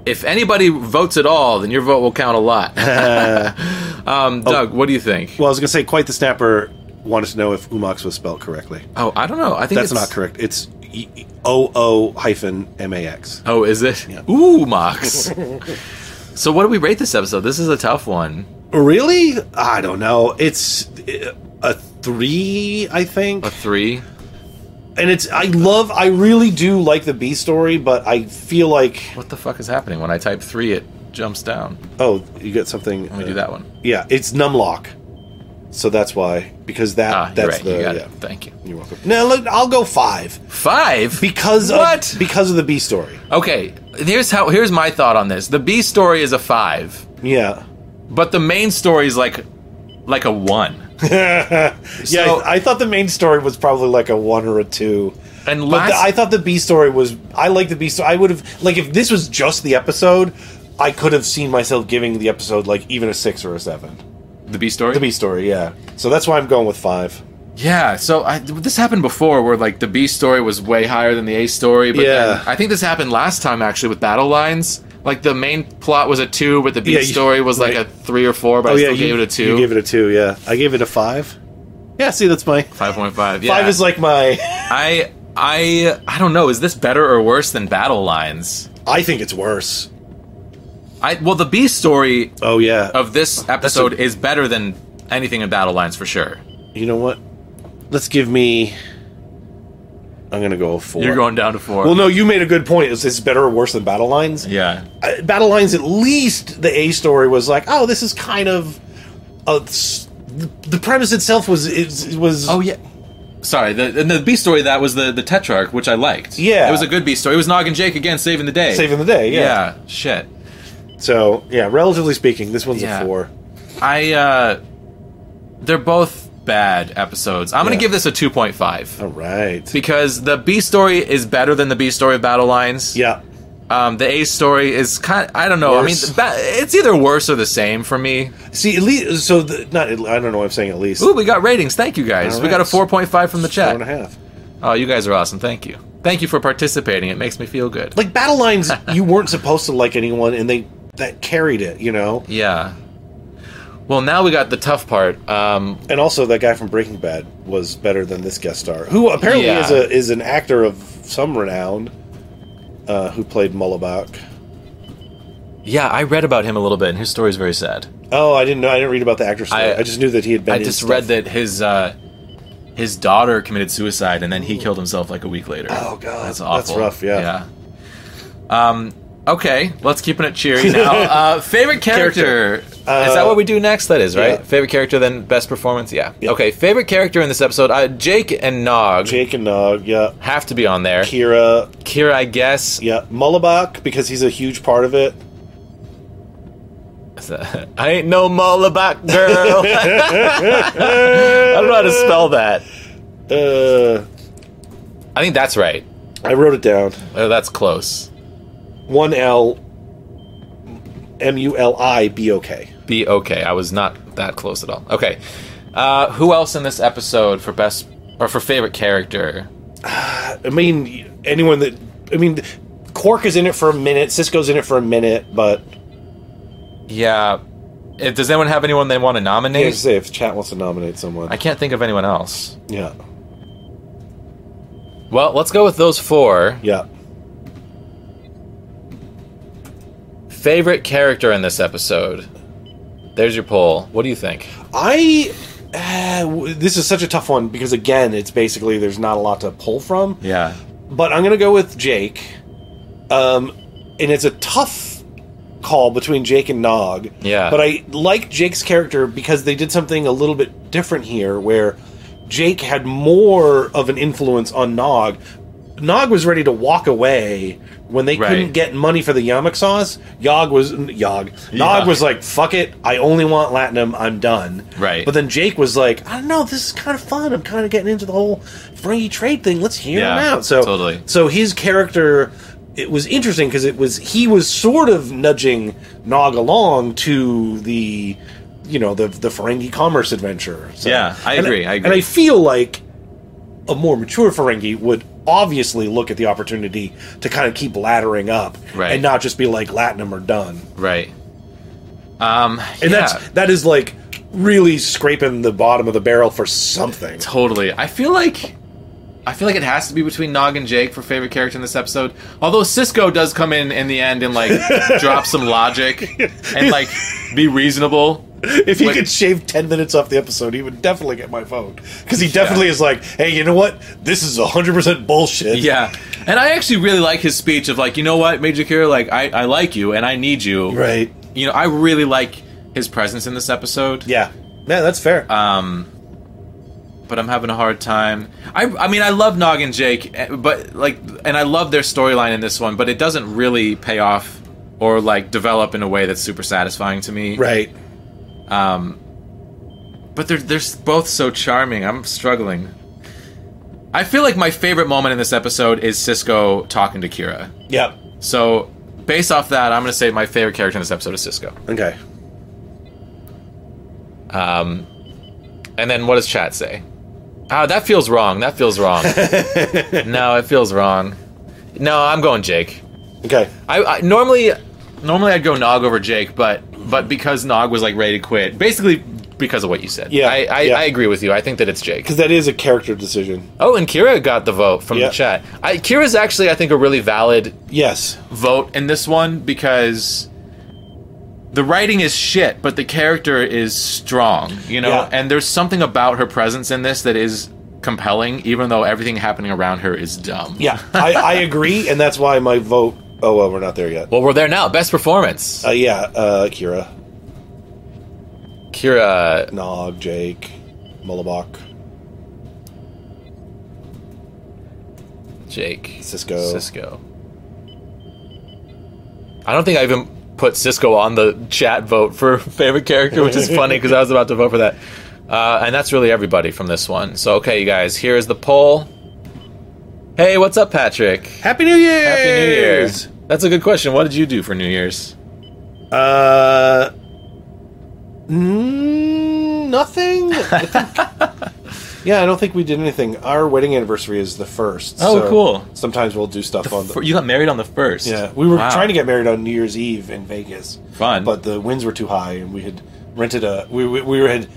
Speaker 5: if anybody votes at all, then your vote will count a lot. um,
Speaker 4: Oh.
Speaker 5: Doug, what do you think?
Speaker 4: Well, I was gonna say, quite the snapper wanted to know if Umox was spelled correctly.
Speaker 5: Oh, I don't know. I think
Speaker 4: That's
Speaker 5: it's-
Speaker 4: not correct. It's E O O hyphen M A X.
Speaker 5: Oh, is it? Ooh, Mox. so what do we rate this episode? This is a tough one.
Speaker 4: Really? I don't know. It's uh, a three, I think.
Speaker 5: A three.
Speaker 4: and it's I love I really do like the B story, but I feel like
Speaker 5: What the fuck is happening? When I type three, it jumps down.
Speaker 4: oh you got something.
Speaker 5: Let me
Speaker 4: uh,
Speaker 5: do that one.
Speaker 4: Yeah, it's Numlock, so that's why because that
Speaker 5: Ah, you're
Speaker 4: Uh, that's
Speaker 5: right.
Speaker 4: the
Speaker 5: you got
Speaker 4: yeah.
Speaker 5: it. Thank you.
Speaker 4: You're welcome. No, look, I'll go five
Speaker 5: Five.
Speaker 4: because
Speaker 5: What?
Speaker 4: of, because of the B story.
Speaker 5: okay. Here's how. Here's my thought on this. The B story is a five,
Speaker 4: Yeah,
Speaker 5: but the main story is like, like a one.
Speaker 4: yeah.
Speaker 5: So-
Speaker 4: I, I thought the main story was probably like a one or a two.
Speaker 5: And
Speaker 4: But
Speaker 5: last,
Speaker 4: the, I thought the B story was. I like the B story. I would have like if this was just the episode, I could have seen myself giving the episode like even a six or a seven.
Speaker 5: the B story.
Speaker 4: The B story, yeah. So that's why I'm going with five.
Speaker 5: Yeah, so I, this happened before, where like the B story was way higher than the A story. But
Speaker 4: Yeah.
Speaker 5: then- I think this happened last time actually with Battle Lines. Like the main plot was a two, but the B
Speaker 4: Yeah, you-
Speaker 5: story was like
Speaker 4: right. Oh,
Speaker 5: a three or four. But I still
Speaker 4: you
Speaker 5: gave it a two.
Speaker 4: You gave it a two, yeah. I gave it a five. Yeah, see, that's my
Speaker 5: five point five. Yeah.
Speaker 4: five is like my.
Speaker 5: I I I don't know. Is this better or worse than Battle Lines?
Speaker 4: I think it's worse.
Speaker 5: I well, the B story
Speaker 4: Oh yeah.
Speaker 5: of this episode is better than anything in Battle Lines for sure.
Speaker 4: you know what? Let's give me. I'm gonna go a four.
Speaker 5: You're going down to four.
Speaker 4: Well, no, you made a good point. Is this better or worse than Battle Lines?
Speaker 5: Yeah.
Speaker 4: Uh, Battle Lines, at least the A story was like, oh, this is kind of. A, s- the the premise itself was it was
Speaker 5: Oh yeah. Sorry, the and the B story that was the the Tetrarch, which I liked.
Speaker 4: Yeah.
Speaker 5: it was a good B story. It was Nog and Jake again saving the day.
Speaker 4: saving the day, yeah.
Speaker 5: yeah. shit.
Speaker 4: So yeah, relatively speaking, this one's
Speaker 5: Yeah.
Speaker 4: a four.
Speaker 5: I uh, they're both bad episodes. I'm gonna
Speaker 4: Yeah.
Speaker 5: give this a two point five
Speaker 4: All right.
Speaker 5: because the B story is better than the B story of Battle Lines.
Speaker 4: yeah.
Speaker 5: Um, the A story is kind. I don't know.
Speaker 4: Worse.
Speaker 5: I mean, ba- it's either worse or the same for me.
Speaker 4: See, at least so the, not. at- I don't know. What I'm saying at least
Speaker 5: Ooh, we got ratings. Thank you guys.
Speaker 4: All
Speaker 5: We got a
Speaker 4: right.
Speaker 5: four point five from the
Speaker 4: four and a
Speaker 5: chat.
Speaker 4: half.
Speaker 5: Oh, you guys are awesome. Thank you. Thank you for participating. It makes me feel good.
Speaker 4: Like battle lines, you weren't supposed to like anyone, and they that carried it, you know.
Speaker 5: Yeah. Well, now we got the tough part. Um,
Speaker 4: And also, that guy from Breaking Bad was better than this guest star, who apparently
Speaker 5: Yeah.
Speaker 4: is a is an actor of some renown, uh, who played Mullabach.
Speaker 5: yeah, I read about him a little bit, and his story is very sad.
Speaker 4: Oh, I didn't know. I didn't read about the actor's story.
Speaker 5: I-
Speaker 4: I, just knew that he had been.
Speaker 5: I
Speaker 4: in
Speaker 5: just
Speaker 4: stuff.
Speaker 5: read that his uh, his daughter committed suicide, and then he killed himself like a week later.
Speaker 4: Oh, God.
Speaker 5: that's
Speaker 4: That's
Speaker 5: awful.
Speaker 4: rough, yeah.
Speaker 5: Yeah. Um. Okay, let's keep it cheery now. Uh, favorite character. is that what we do next? That is right.
Speaker 4: Uh, yeah.
Speaker 5: Favorite character, then best performance. Yeah.
Speaker 4: Yeah.
Speaker 5: Okay. Favorite character in this episode. Uh, Jake and Nog
Speaker 4: Jake and Nog. Yeah,
Speaker 5: have to be on there.
Speaker 4: Kira.
Speaker 5: Kira, I guess.
Speaker 4: Yeah, Mullabach because he's a huge part of it.
Speaker 5: I ain't no Mullaback girl. I don't know how to spell that.
Speaker 4: Uh,
Speaker 5: I think that's right.
Speaker 4: I wrote it down.
Speaker 5: Oh, that's close.
Speaker 4: One L. M U L I B O K.
Speaker 5: Be okay. I was not that close at all. Okay. Uh, who else in this episode for best or for favorite character?
Speaker 4: I mean, anyone that I mean, Quark is in it for a minute. Cisco's in it for a minute, but
Speaker 5: Yeah. If, does anyone have anyone they want to
Speaker 4: I
Speaker 5: nominate?
Speaker 4: was gonna say if chat wants to nominate someone,
Speaker 5: I can't think of anyone else.
Speaker 4: yeah,
Speaker 5: Well, let's go with those four.
Speaker 4: yeah.
Speaker 5: Favorite character in this episode. There's your poll. What do you think?
Speaker 4: I uh, w- this is such a tough one because again, it's basically there's not a lot to pull from.
Speaker 5: Yeah.
Speaker 4: But I'm gonna go with Jake, um, and it's a tough call between Jake and Nog.
Speaker 5: Yeah.
Speaker 4: But I like Jake's character because they did something a little bit different here where Jake had more of an influence on Nog. Nog was ready to walk away when they
Speaker 5: Right.
Speaker 4: couldn't get money for the yamak sauce. Yog was Yog. Nog
Speaker 5: Yog.
Speaker 4: was like, "Fuck it, I only want latinum. I'm done."
Speaker 5: Right.
Speaker 4: But then Jake was like, "I don't know. This is kind of fun. I'm kind of getting into the whole free trade thing. Let's hear
Speaker 5: Yeah,
Speaker 4: him out." So
Speaker 5: totally.
Speaker 4: so his character, it was interesting because it was he was sort of nudging Nog along to the, you know, the the Ferengi commerce adventure. So,
Speaker 5: Yeah, I
Speaker 4: and
Speaker 5: agree, I agree.
Speaker 4: And I feel like a more mature Ferengi would obviously look at the opportunity to kind of keep laddering up
Speaker 5: Right.
Speaker 4: and not just be like Latinum or done.
Speaker 5: Right. Um,
Speaker 4: And
Speaker 5: yeah,
Speaker 4: that's that is like really scraping the bottom of the barrel for something.
Speaker 5: totally. I feel like I feel like it has to be between Nog and Jake for favorite character in this episode. Although Cisco does come in in the end and like drop some logic and like be reasonable.
Speaker 4: If he
Speaker 5: Like-
Speaker 4: could shave 10 minutes off the episode, he would definitely get my vote. Because he definitely is like, hey, you know what? This is 100% bullshit.
Speaker 5: Yeah, and I actually really like his speech of like, you know what, Major Kira, like I, I like you and I need you.
Speaker 4: Right.
Speaker 5: You know, I really like his presence in this episode.
Speaker 4: Yeah. Yeah, that's fair.
Speaker 5: Um, but I'm having a hard time. I, I mean, I love Nog and Jake, eh, but like, and I love their storyline in this one, but it doesn't really pay off or like develop in a way that's super satisfying to me.
Speaker 4: right.
Speaker 5: Um, but they're they're s- both so charming. I'm struggling. I feel like my favorite moment in this episode is Cisco talking to Kira.
Speaker 4: Yep.
Speaker 5: So, based off that, I'm gonna say my favorite character in this episode is Cisco.
Speaker 4: Okay.
Speaker 5: Um, and then what does chat say? Ah, that feels wrong. That feels wrong. no, it feels wrong. No, I'm going Jake.
Speaker 4: Okay.
Speaker 5: I, I normally normally I'd go Nog over Jake, but but because Nog was like ready to quit, basically because of what you said.
Speaker 4: Yeah,
Speaker 5: I I,
Speaker 4: yeah.
Speaker 5: I agree with you. I think that it's Jake.
Speaker 4: Because that is a character decision.
Speaker 5: Oh, and Kira got the vote from
Speaker 4: Yeah.
Speaker 5: the chat. I, Kira's actually I think a really valid
Speaker 4: Yes.
Speaker 5: vote in this one because the writing is shit, but the character is strong, you know?
Speaker 4: Yeah.
Speaker 5: And there's something about her presence in this that is compelling, even though everything happening around her is dumb.
Speaker 4: Yeah. I, I agree. And that's why my vote. Oh, well, we're not there yet.
Speaker 5: Well, we're there now. Best performance.
Speaker 4: Uh, yeah. Uh, Kira,
Speaker 5: Kira.
Speaker 4: Nog, Jake, Mullabok,
Speaker 5: Jake.
Speaker 4: Cisco.
Speaker 5: Cisco. I don't think I even put Cisco on the chat vote for favorite character, which is funny because I was about to vote for that. Uh, and that's really everybody from this one. So, okay, you guys, here is the poll. Hey, what's up, Patrick?
Speaker 4: Happy New Year!
Speaker 5: Happy New Year's. That's a good question. What did you do for New Year's?
Speaker 4: Uh, mm, nothing. I think- yeah, I don't think we did anything. Our wedding anniversary is the first.
Speaker 5: Oh, cool.
Speaker 4: Sometimes we'll do stuff on. The,
Speaker 5: You got married on the first.
Speaker 4: yeah, we were
Speaker 5: Wow.
Speaker 4: trying to get married on New Year's Eve in Vegas.
Speaker 5: Fun.
Speaker 4: but the winds were too high, and we had rented a. We we, we had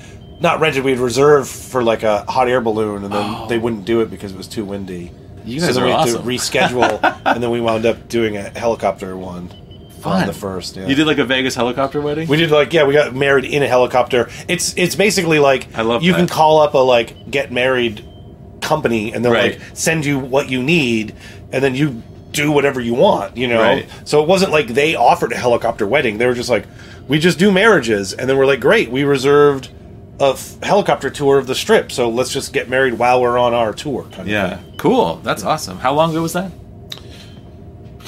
Speaker 4: not rented. We had reserved for like a hot air balloon, and then they wouldn't do it because it was too windy.
Speaker 5: Oh. You
Speaker 4: so
Speaker 5: guys
Speaker 4: then
Speaker 5: are
Speaker 4: we had
Speaker 5: awesome.
Speaker 4: to reschedule, and then we wound up doing a helicopter one
Speaker 5: Fun.
Speaker 4: on the first. Yeah.
Speaker 5: You did like a Vegas helicopter wedding?
Speaker 4: We did like yeah, we got married in a helicopter. It's it's basically like
Speaker 5: I love
Speaker 4: you
Speaker 5: that.
Speaker 4: can call up a like get married company and they'll
Speaker 5: Right.
Speaker 4: like send you what you need and then you do whatever you want, you know.
Speaker 5: Right.
Speaker 4: So it wasn't like they offered a helicopter wedding. They were just like we just do marriages and then we're like great, we reserved a f- helicopter tour of the strip. So let's just get married while we're on our tour. kind of
Speaker 5: yeah. Cool. That's awesome. How long ago was that?
Speaker 4: thing.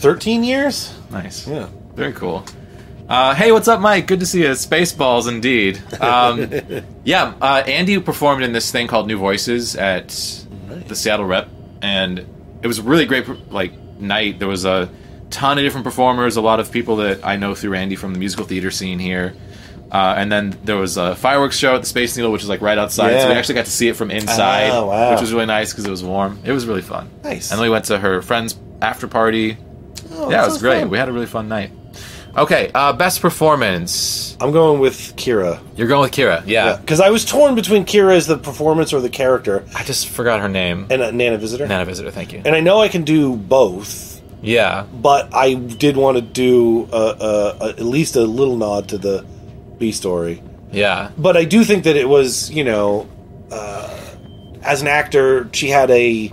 Speaker 4: 13 years?
Speaker 5: Nice.
Speaker 4: Yeah.
Speaker 5: Very cool. Uh, hey, what's up, Mike? Good to see you. Spaceballs, indeed. Um, yeah, uh, Andy performed in this thing called New Voices at the Seattle Rep, and it was a really great like night. There was a ton of different performers, a lot of people that I know through Andy from the musical theater scene here. Uh, and then there was a fireworks show at the Space Needle, which is like right outside. So we
Speaker 4: Yeah.
Speaker 5: actually got to see it from inside,
Speaker 4: Ah, wow.
Speaker 5: which was really nice because it was warm. It was really fun.
Speaker 4: Nice.
Speaker 5: And then we went to her friend's after party.
Speaker 4: Oh, that
Speaker 5: yeah, it was
Speaker 4: sounds
Speaker 5: great.
Speaker 4: fun.
Speaker 5: We had a really fun night. Okay, uh, best performance.
Speaker 4: I'm going with Kira.
Speaker 5: You're going with Kira. Yeah.
Speaker 4: Cuz I was torn between Kira as the performance or the character
Speaker 5: I just forgot her name.
Speaker 4: and a Nana Visitor.
Speaker 5: Nana Visitor, thank you.
Speaker 4: and I know I can do both,
Speaker 5: Yeah.
Speaker 4: but I did want to do uh, uh, uh, at least a little nod to the B story.
Speaker 5: Yeah.
Speaker 4: But I do think that it was, you know, uh, as an actor, she had a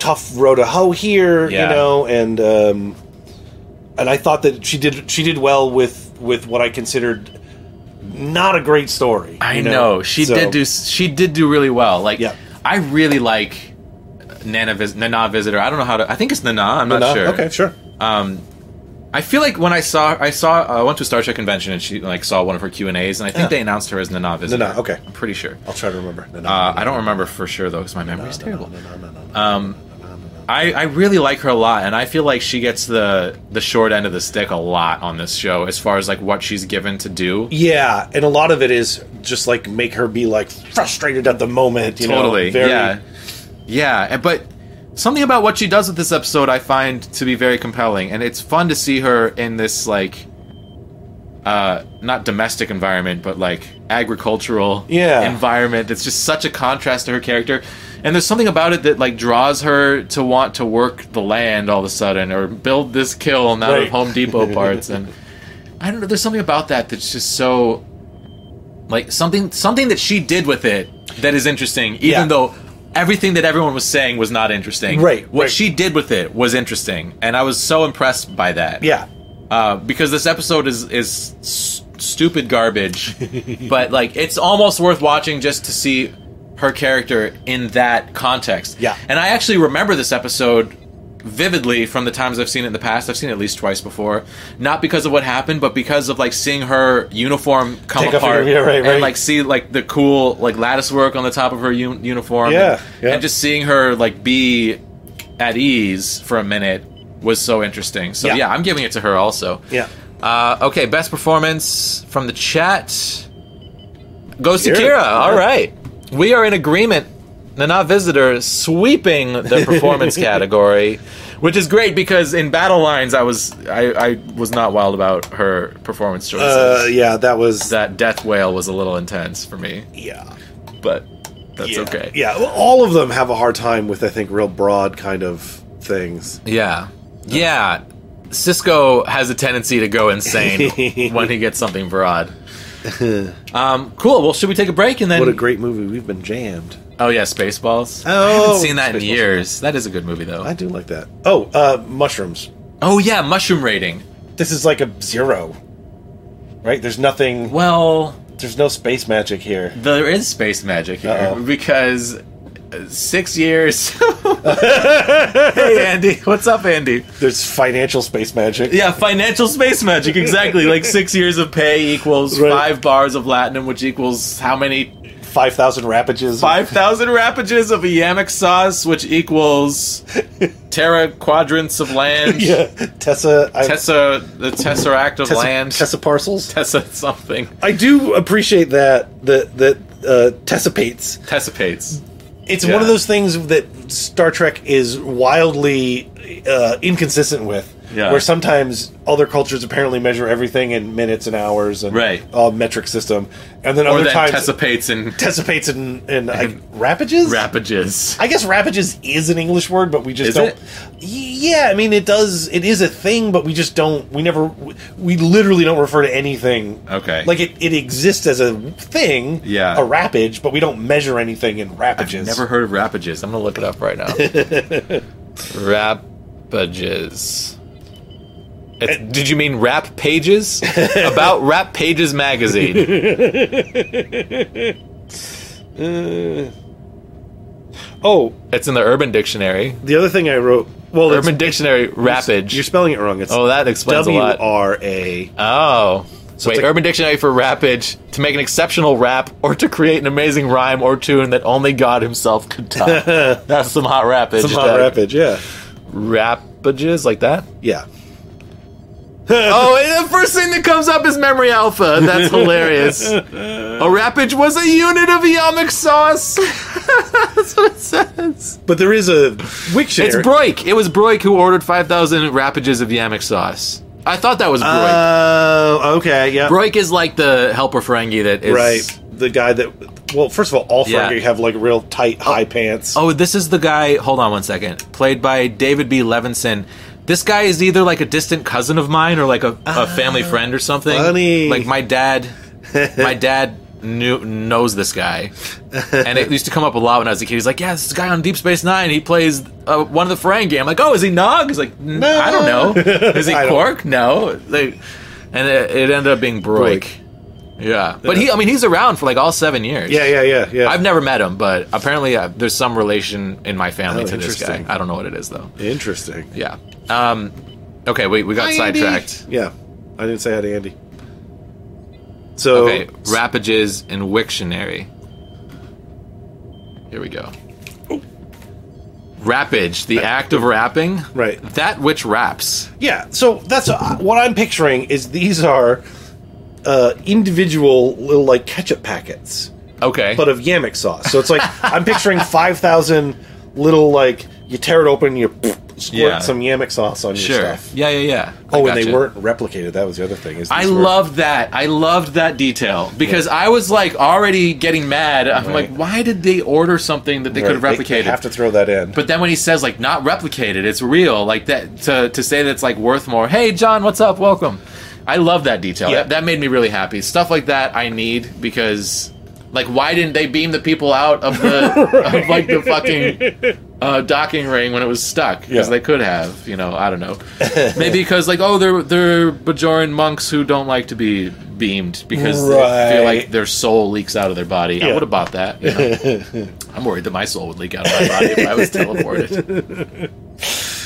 Speaker 4: tough road to hoe here,
Speaker 5: Yeah.
Speaker 4: you know, and um, and I thought that she did she did well with with what I considered not a great story.
Speaker 5: I
Speaker 4: you
Speaker 5: know, she
Speaker 4: So-
Speaker 5: did do she did do really well. Like
Speaker 4: Yeah.
Speaker 5: I really like Nana Vis- Nana Visitor. I don't know how to. I think it's Nana. I'm not
Speaker 4: No,
Speaker 5: sure.
Speaker 4: Okay, sure.
Speaker 5: I feel like when I saw I saw uh, I went to a Star Trek convention and she like saw one of her Q and A's and I think they announced her as Nana Visitor.
Speaker 4: Nana, okay.
Speaker 5: I'm pretty sure.
Speaker 4: I'll try to remember. No, no,
Speaker 5: Uh,
Speaker 4: no,
Speaker 5: I
Speaker 4: no,
Speaker 5: don't remember for sure though because my memory is
Speaker 4: no,
Speaker 5: terrible. Um,
Speaker 4: no, no, no, no, no.
Speaker 5: I, I really like her a lot, and I feel like she gets the the short end of the stick a lot on this show as far as like what she's given to do.
Speaker 4: Yeah, and a lot of it is just like make her be like frustrated at the moment. You
Speaker 5: totally,
Speaker 4: know, very,
Speaker 5: yeah, yeah. and- But something about what she does with this episode I find to be very compelling, and it's fun to see her in this like uh not domestic environment, but like agricultural
Speaker 4: Yeah.
Speaker 5: environment. It's just such a contrast to her character. And there's something about it that like draws her to want to work the land all of a sudden, or build this kiln out
Speaker 4: Right.
Speaker 5: of Home Depot parts, and I don't know. There's something about that that's just so like something something that she did with it that is interesting, even
Speaker 4: Yeah.
Speaker 5: though everything that everyone was saying was not interesting.
Speaker 4: Right,
Speaker 5: What
Speaker 4: right.
Speaker 5: she did with it was interesting, and I was so impressed by that.
Speaker 4: yeah.
Speaker 5: Uh, because this episode is is s- stupid garbage, but like it's almost worth watching just to see her character in that context.
Speaker 4: Yeah.
Speaker 5: And I actually remember this episode vividly from the times I've seen it in the past. I've seen it at least twice before, not because of what happened, but because of like seeing her uniform come
Speaker 4: Take off your-
Speaker 5: apart
Speaker 4: yeah, right, right.
Speaker 5: and like see like the cool like lattice work on the top of her un- uniform.
Speaker 4: Yeah,
Speaker 5: and,
Speaker 4: yeah.
Speaker 5: and just seeing her like be at ease for a minute was so interesting. So
Speaker 4: Yeah.
Speaker 5: yeah, I'm giving it to her also.
Speaker 4: Yeah.
Speaker 5: Uh, okay, best performance from the chat goes to
Speaker 4: Kira.
Speaker 5: Kira. All right, we are in agreement. Nana Visitor sweeping the performance category, which is great because in Battle Lines I was I, I was not wild about her performance choices.
Speaker 4: Uh, yeah, that was
Speaker 5: that death wail was a little intense for me,
Speaker 4: yeah.
Speaker 5: but that's
Speaker 4: yeah.
Speaker 5: okay.
Speaker 4: Yeah, well, all of them have a hard time with I think real broad kind of things.
Speaker 5: Yeah. Yeah. Cisco has a tendency to go insane when he gets something broad. Um, cool. Well, should we take a break and then?
Speaker 4: What a great movie. We've been jammed.
Speaker 5: oh yeah, Spaceballs. I
Speaker 4: Oh,
Speaker 5: haven't seen that in
Speaker 4: Spaceballs.
Speaker 5: years. That is a good movie though.
Speaker 4: I do like that. Oh, uh mushrooms.
Speaker 5: oh yeah, mushroom rating.
Speaker 4: This is like a zero. Right? There's nothing
Speaker 5: Well,
Speaker 4: there's no space magic here.
Speaker 5: there is space magic here
Speaker 4: Uh-oh.
Speaker 5: because uh, six years. hey Andy, what's up, Andy?
Speaker 4: There's financial space magic.
Speaker 5: Yeah, financial space magic. Exactly. like six years of pay equals
Speaker 4: Right.
Speaker 5: five bars of latinum, which equals how many
Speaker 4: 5000 rapages.
Speaker 5: Five thousand rapages of a yamik sauce, which equals terra quadrants of land.
Speaker 4: Yeah. Tessa I
Speaker 5: Tessa, the tesseract of
Speaker 4: Tessa,
Speaker 5: land. Tessa,
Speaker 4: Tessa parcels.
Speaker 5: something.
Speaker 4: I do appreciate that that that uh, tessipates.
Speaker 5: Tessipates.
Speaker 4: It's
Speaker 5: Yeah.
Speaker 4: one of those things that Star Trek is wildly uh, inconsistent with.
Speaker 5: Yeah.
Speaker 4: Where sometimes other cultures apparently measure everything in minutes and hours and
Speaker 5: Right.
Speaker 4: uh, metric system, and then
Speaker 5: Or
Speaker 4: other
Speaker 5: then
Speaker 4: times
Speaker 5: tessipates and
Speaker 4: tessipates and and I, rapages.
Speaker 5: rapages.
Speaker 4: I guess rapages is an English word, but we just
Speaker 5: Is
Speaker 4: don't.
Speaker 5: it?
Speaker 4: Y- Yeah, I mean it does. It is a thing, but we just don't. We never. We, we literally don't refer to anything.
Speaker 5: Okay.
Speaker 4: Like it, it exists as a thing.
Speaker 5: Yeah.
Speaker 4: A rapage, but we don't measure anything in rapages.
Speaker 5: Never heard of rapages. I'm gonna look it up right now. rapages. It's- did you mean rap pages? About Rap Pages magazine.
Speaker 4: Oh,
Speaker 5: It's in the Urban Dictionary.
Speaker 4: the other thing I wrote. Well, it's-
Speaker 5: Urban Dictionary rapage.
Speaker 4: You're spelling it wrong. It's
Speaker 5: oh, that explains
Speaker 4: W
Speaker 5: a lot.
Speaker 4: R A.
Speaker 5: Oh. Wait,
Speaker 4: it's like-
Speaker 5: Urban Dictionary for rapage, to make an exceptional rap or to create an amazing rhyme or tune that only God himself could top. That's some hot rapage.
Speaker 4: Some hot rapage. Yeah.
Speaker 5: Rapages like that?
Speaker 4: Yeah.
Speaker 5: Oh, and the first thing that comes up is memory alpha. That's hilarious. A rapage was a unit of yamic sauce. That's what it says.
Speaker 4: But there is a Wiktionary.
Speaker 5: It's Broik. It was Broik who ordered 5,000 rapages of yamic sauce. I thought that was Broik.
Speaker 4: Oh, okay. Yeah.
Speaker 5: Broik is like the helper Ferengi that is
Speaker 4: right. The guy that. Well, first of all, all
Speaker 5: Yeah.
Speaker 4: Ferengi have like real tight, high pants.
Speaker 5: Oh, this is the guy. Hold on one second. Played by David B. Levinson. This guy is either like a distant
Speaker 4: Ah,
Speaker 5: cousin of mine or like a, a family friend or something.
Speaker 4: funny.
Speaker 5: Like my dad. my dad knew knows this guy, and it used to come up a lot when I was a kid. He's like, "Yeah, this is the guy on Deep Space Nine. He plays uh, one of the Ferengi." I'm like, "Oh, is he Nog?" He's like, "No, I don't know. Is he
Speaker 4: I don't-
Speaker 5: Quark? No." Like, and it, it ended up being Broik.
Speaker 4: Broik.
Speaker 5: Yeah, but he—I mean—he's around for like all seven years.
Speaker 4: Yeah, yeah, yeah, yeah.
Speaker 5: I've never met him, but apparently uh, there's some relation in my family
Speaker 4: Oh,
Speaker 5: to this guy.
Speaker 4: interesting.
Speaker 5: I don't know what it is though.
Speaker 4: Interesting.
Speaker 5: Yeah. Um, okay, wait, we got sidetracked.
Speaker 4: Yeah, I didn't say hi to Andy. So
Speaker 5: Okay, Rapages and Wiktionary. Here we go.
Speaker 4: Oh.
Speaker 5: Rappage, the act of rapping.
Speaker 4: Right.
Speaker 5: That which raps.
Speaker 4: Yeah, so that's uh, what I'm picturing is these are uh, individual little like ketchup packets,
Speaker 5: Okay.
Speaker 4: but of yamic sauce. So it's like I'm picturing five thousand little like you tear it open, and you squirt
Speaker 5: Yeah.
Speaker 4: some yamic sauce on
Speaker 5: sure.
Speaker 4: your stuff.
Speaker 5: Yeah, yeah, yeah.
Speaker 4: Oh,
Speaker 5: I
Speaker 4: and they
Speaker 5: gotcha.
Speaker 4: weren't replicated. That was the other thing. Is
Speaker 5: I
Speaker 4: these were-
Speaker 5: loved that. I loved that detail because I was like already getting mad. I'm
Speaker 4: Right.
Speaker 5: like, why did they order something that they
Speaker 4: Right,
Speaker 5: could replicate?
Speaker 4: They
Speaker 5: it?
Speaker 4: have to throw that in.
Speaker 5: But then when he says like not replicated, it's real. Like that to to say that's like worth more. Hey John, what's up? Welcome. I love that detail.
Speaker 4: Yeah.
Speaker 5: That, that made me really happy. Stuff like that I need because like why didn't they beam the people out of the of like the fucking uh, docking ring when it was stuck? Because
Speaker 4: Yeah.
Speaker 5: they could have. You know, I don't know. Maybe because like oh they're they're Bajoran monks who don't like to be beamed because they feel like
Speaker 4: Right.
Speaker 5: their soul leaks out of their body. I
Speaker 4: Yeah.
Speaker 5: would have bought that. You know? I'm worried that my soul would leak out of my body if I was teleported.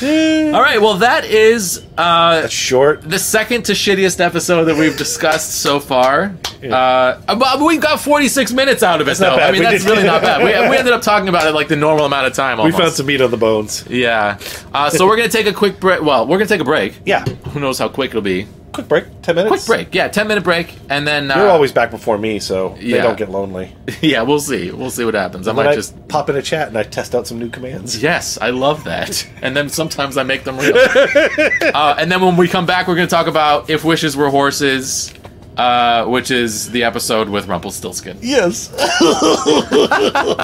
Speaker 5: All right, well, that is uh,
Speaker 4: Short.
Speaker 5: the second to shittiest episode that we've discussed so far. Uh, but we've got 46 minutes out of it,
Speaker 4: not
Speaker 5: though.
Speaker 4: bad.
Speaker 5: I mean,
Speaker 4: We
Speaker 5: that's
Speaker 4: did-
Speaker 5: really not bad. We, we ended up talking about it like the normal amount of time.
Speaker 4: We
Speaker 5: Almost.
Speaker 4: found some meat on the bones.
Speaker 5: Yeah. Uh, so we're gonna take a quick break. Well, we're gonna take a break.
Speaker 4: Yeah.
Speaker 5: Who knows how quick it'll be?
Speaker 4: Quick break. Ten minutes.
Speaker 5: Quick break. Yeah, 10 minute break, and then uh,
Speaker 4: You're always back before me, so they
Speaker 5: Yeah.
Speaker 4: don't get lonely.
Speaker 5: yeah. We'll see. We'll see what happens. I
Speaker 4: When
Speaker 5: might
Speaker 4: I
Speaker 5: just
Speaker 4: pop in a chat and I test out some new commands.
Speaker 5: Yes, I love that. And then sometimes I make them real. uh, and then when we come back, we're going to talk about If Wishes Were Horses, uh, which is the episode with Rumpelstiltskin.
Speaker 4: Yes.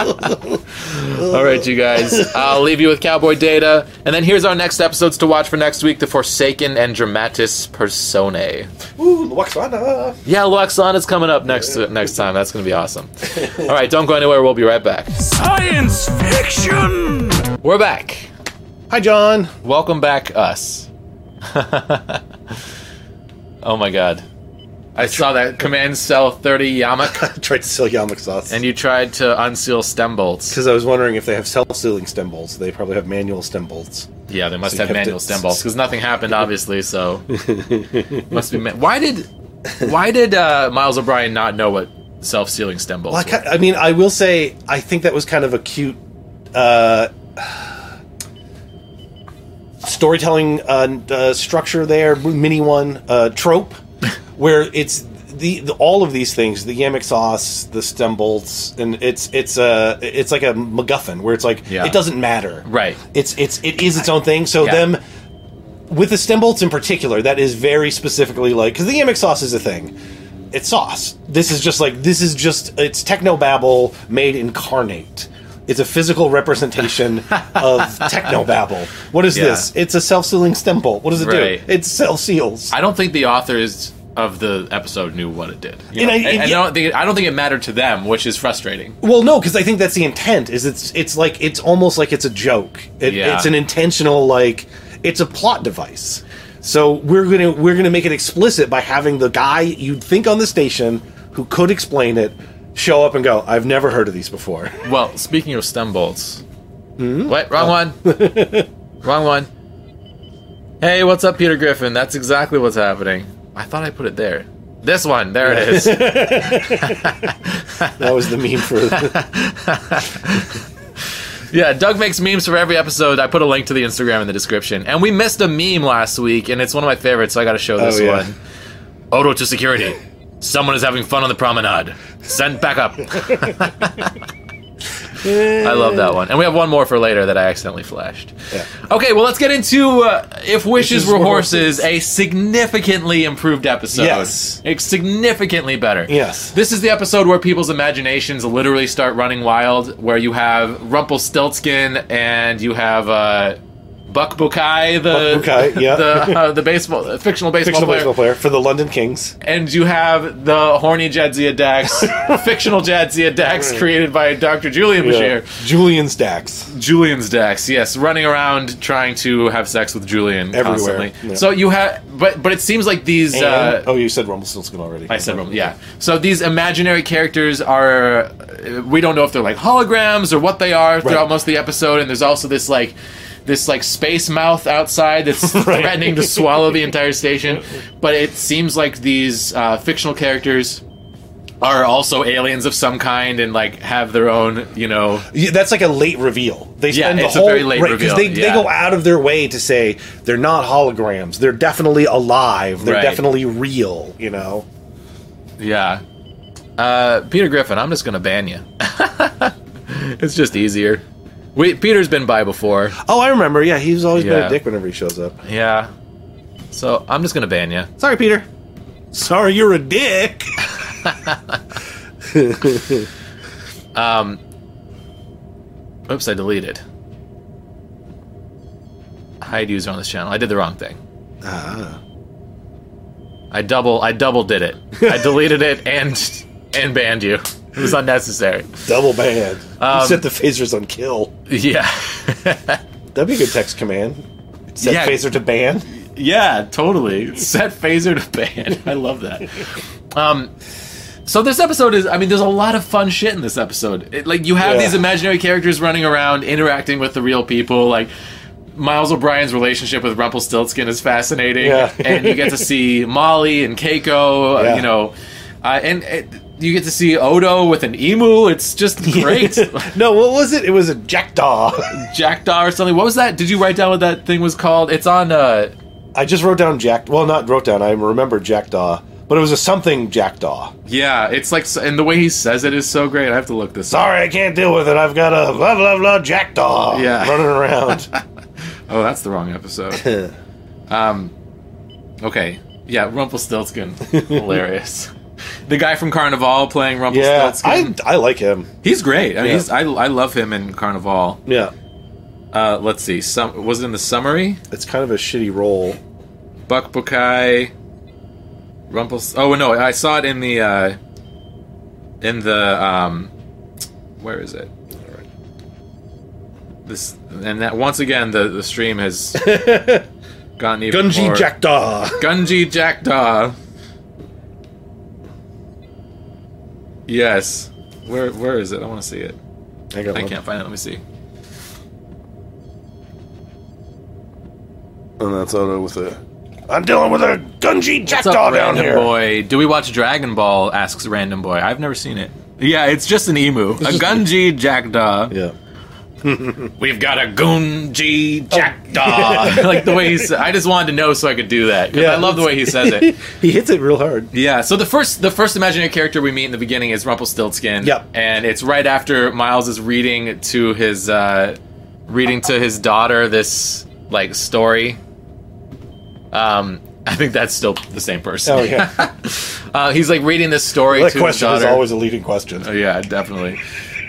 Speaker 5: All right, you guys. I'll leave you with Cowboy Data. And then here's our next episodes to watch for next week The Forsaken and Dramatis Personae.
Speaker 4: Ooh, Luxana.
Speaker 5: Yeah, Loxana's coming up next, next time. That's going to be awesome. All right, don't go anywhere. We'll be right back.
Speaker 1: Science fiction!
Speaker 5: We're back.
Speaker 4: Hi, John.
Speaker 5: Welcome back, us. oh my god. I saw that command cell 30 Yamak,
Speaker 4: tried to sell Yamak sauce.
Speaker 5: and you tried to unseal stem bolts.
Speaker 4: because I was wondering if they have self-sealing stem bolts. They probably have manual stem bolts.
Speaker 5: Yeah, they must
Speaker 4: So you
Speaker 5: have
Speaker 4: kept
Speaker 5: manual
Speaker 4: it-
Speaker 5: stem bolts because nothing happened, obviously. So must be. Ma- why did why did uh, Miles O'Brien not know what self sealing stem bolts?
Speaker 4: Well, I,
Speaker 5: were?
Speaker 4: ki- I mean, I will say, I think that was kind of a cute uh, storytelling uh, uh, structure there, mini one uh, trope, where it's the, the all of these things: the yamic sauce, the stem bolts, and it's it's a it's like a MacGuffin where it's like
Speaker 5: Yeah.
Speaker 4: it doesn't matter,
Speaker 5: Right.
Speaker 4: It's it's it is its own thing. So
Speaker 5: Yeah.
Speaker 4: them with the stem bolts in particular, that is very specifically like because the yamic sauce is a thing. It's sauce. This is just like this is just it's techno babble made incarnate. It's a physical representation of techno babble. What is
Speaker 5: Yeah.
Speaker 4: this? It's a self-sealing stem bolt. What does it
Speaker 5: Right.
Speaker 4: do? It self seals.
Speaker 5: I don't think the authors of the episode knew what it did.
Speaker 4: And
Speaker 5: You know?
Speaker 4: I-
Speaker 5: And-
Speaker 4: and
Speaker 5: and I
Speaker 4: yet-
Speaker 5: don't think I don't think it mattered to them, which is frustrating.
Speaker 4: Well, no, because I think that's the intent. Is it's it's like it's almost like it's a joke. It,
Speaker 5: Yeah.
Speaker 4: It's an intentional like it's a plot device. So we're gonna we're gonna make it explicit by having the guy you'd think on the station who could explain it show up and go, I've never heard of these before.
Speaker 5: Well, speaking of stem bolts. What? Wrong one. Wrong one. Hey, what's up, Peter Griffin? That's exactly what's happening. I thought I put it there. This one. There it is.
Speaker 4: That was the meme for.
Speaker 5: yeah, Doug makes memes for every episode. I put a link to the Instagram in the description. And we missed a meme last week, and it's one of my favorites, so I got to show this
Speaker 4: Oh, yeah.
Speaker 5: one. Odo to security. Someone is having fun on the promenade. Send backup. I love that one. And we have one more for later that I accidentally flashed.
Speaker 4: Yeah.
Speaker 5: Okay, well, let's get into uh, If Wishes
Speaker 4: Wishes
Speaker 5: Were
Speaker 4: Were
Speaker 5: Horses, a significantly improved episode.
Speaker 4: Yes.
Speaker 5: It's significantly better.
Speaker 4: Yes.
Speaker 5: This is the episode where people's imaginations literally start running wild, where you have Rumpelstiltskin and you have uh, Buck Bukai, the
Speaker 4: Buck Bukai, yeah.
Speaker 5: the, uh, the baseball fictional baseball
Speaker 4: Fictional
Speaker 5: player,
Speaker 4: baseball player for the London Kings.
Speaker 5: and you have the horny Jadzia Dax, fictional Jadzia Dax created by Dr. Julian
Speaker 4: Yeah.
Speaker 5: Bashir,
Speaker 4: Julian Stacks.
Speaker 5: Julian's Dax, yes, running around trying to have sex with Julian
Speaker 4: Everywhere,
Speaker 5: constantly.
Speaker 4: yeah.
Speaker 5: So you have, but but it seems like these.
Speaker 4: And,
Speaker 5: uh,
Speaker 4: oh, you said Rumpelstiltskin already.
Speaker 5: I said Roman, yeah. So these imaginary characters are, uh, we don't know if they're like holograms or what they are throughout most of the episode. And there's also this like, this like space mouth outside that's threatening to swallow the entire station. But it seems like these uh, fictional characters are also aliens of some kind and like have their own, you know,
Speaker 4: Yeah, that's like a late reveal. They
Speaker 5: Yeah,
Speaker 4: spend the
Speaker 5: it's a
Speaker 4: whole
Speaker 5: very late reveal,
Speaker 4: they,
Speaker 5: yeah.
Speaker 4: they go out of their way to say they're not holograms. They're definitely alive. They're
Speaker 5: Right.
Speaker 4: definitely real. You know.
Speaker 5: yeah. Uh, Peter Griffin, I'm just gonna ban you. it's just easier. We, Peter's been by before.
Speaker 4: Oh, I remember. Yeah, he's always been
Speaker 5: Yeah.
Speaker 4: a dick whenever he shows up.
Speaker 5: Yeah. So I'm just gonna ban you.
Speaker 4: Sorry, Peter. Sorry, you're a dick.
Speaker 5: Oops, I deleted. Hide user on this channel. I did the wrong thing. I double I double did it. I deleted it and and banned you. It was unnecessary.
Speaker 4: Double banned.
Speaker 5: Um,
Speaker 4: You set the phasers on kill.
Speaker 5: Yeah.
Speaker 4: That'd be a good text command. Set
Speaker 5: Yeah.
Speaker 4: phaser to ban.
Speaker 5: Yeah, totally. Set phaser to ban. I love that. Um so this episode is I mean there's a lot of fun shit in this episode. It, like you have
Speaker 4: Yeah.
Speaker 5: these imaginary characters running around interacting with the real people like Miles O'Brien's relationship with Rumpelstiltskin is fascinating,
Speaker 4: Yeah.
Speaker 5: and you get to see Molly and Keiko. uh,
Speaker 4: Yeah.
Speaker 5: You know, uh, and it, you get to see Odo with an emu. It's just great,
Speaker 4: no, what was it? It was a jackdaw.
Speaker 5: Jackdaw or something. What was that? Did you write down what that thing was called? It's on. Uh,
Speaker 4: I just wrote down jack. Well, not wrote down. I remember jackdaw, but it was a something jackdaw.
Speaker 5: yeah, it's like, and the way he says it is so great. I have to look this up.
Speaker 4: Sorry, I can't deal with it. I've got a blah blah blah jackdaw
Speaker 5: Yeah.
Speaker 4: running around.
Speaker 5: Oh, that's the wrong episode. Okay. Yeah, Rumpelstiltskin. Hilarious. The guy from Carnival playing
Speaker 4: yeah,
Speaker 5: Rumpelstiltskin.
Speaker 4: I I like him.
Speaker 5: he's great. I mean,
Speaker 4: Yeah.
Speaker 5: he's, I, I love him in Carnival.
Speaker 4: Yeah,
Speaker 5: Uh, let's see. Some was it in the summary?
Speaker 4: it's kind of a shitty role.
Speaker 5: Buck Bukai, Rumpels. Oh no, I saw it in the uh, in the um, where is it? This and that. Once again, the the stream has gotten even
Speaker 4: Gunji
Speaker 5: more-
Speaker 4: jackdaw.
Speaker 5: Gunji Jackdaw. Yes. Where where is it? I want to see it.
Speaker 4: I got
Speaker 5: I
Speaker 4: one.
Speaker 5: can't find it. Let me see.
Speaker 4: And that's Odo with a. I'm dealing with a Gunji
Speaker 5: What's up,
Speaker 4: jackdaw down
Speaker 5: Random
Speaker 4: here.
Speaker 5: Boy? Do we watch Dragon Ball? Asks Random Boy. I've never seen it. Yeah, it's just an emu, a Gunji Jackdaw.
Speaker 4: Yeah.
Speaker 5: We've got a Gunji Jackdaw. like the way he said. I just wanted to know so I could do that 'cause
Speaker 4: Yeah.
Speaker 5: I love the way he says it.
Speaker 4: He hits it real hard.
Speaker 5: Yeah, so the first the first imaginary character we meet in the beginning is Rumpelstiltskin.
Speaker 4: Yep.
Speaker 5: And it's right after Miles is reading to his uh reading to his daughter this like story. Um I think that's still the same person.
Speaker 4: Oh yeah.
Speaker 5: Uh, he's like reading this story
Speaker 4: that
Speaker 5: to his
Speaker 4: question is
Speaker 5: daughter.
Speaker 4: always a leading question.
Speaker 5: Oh, yeah, definitely.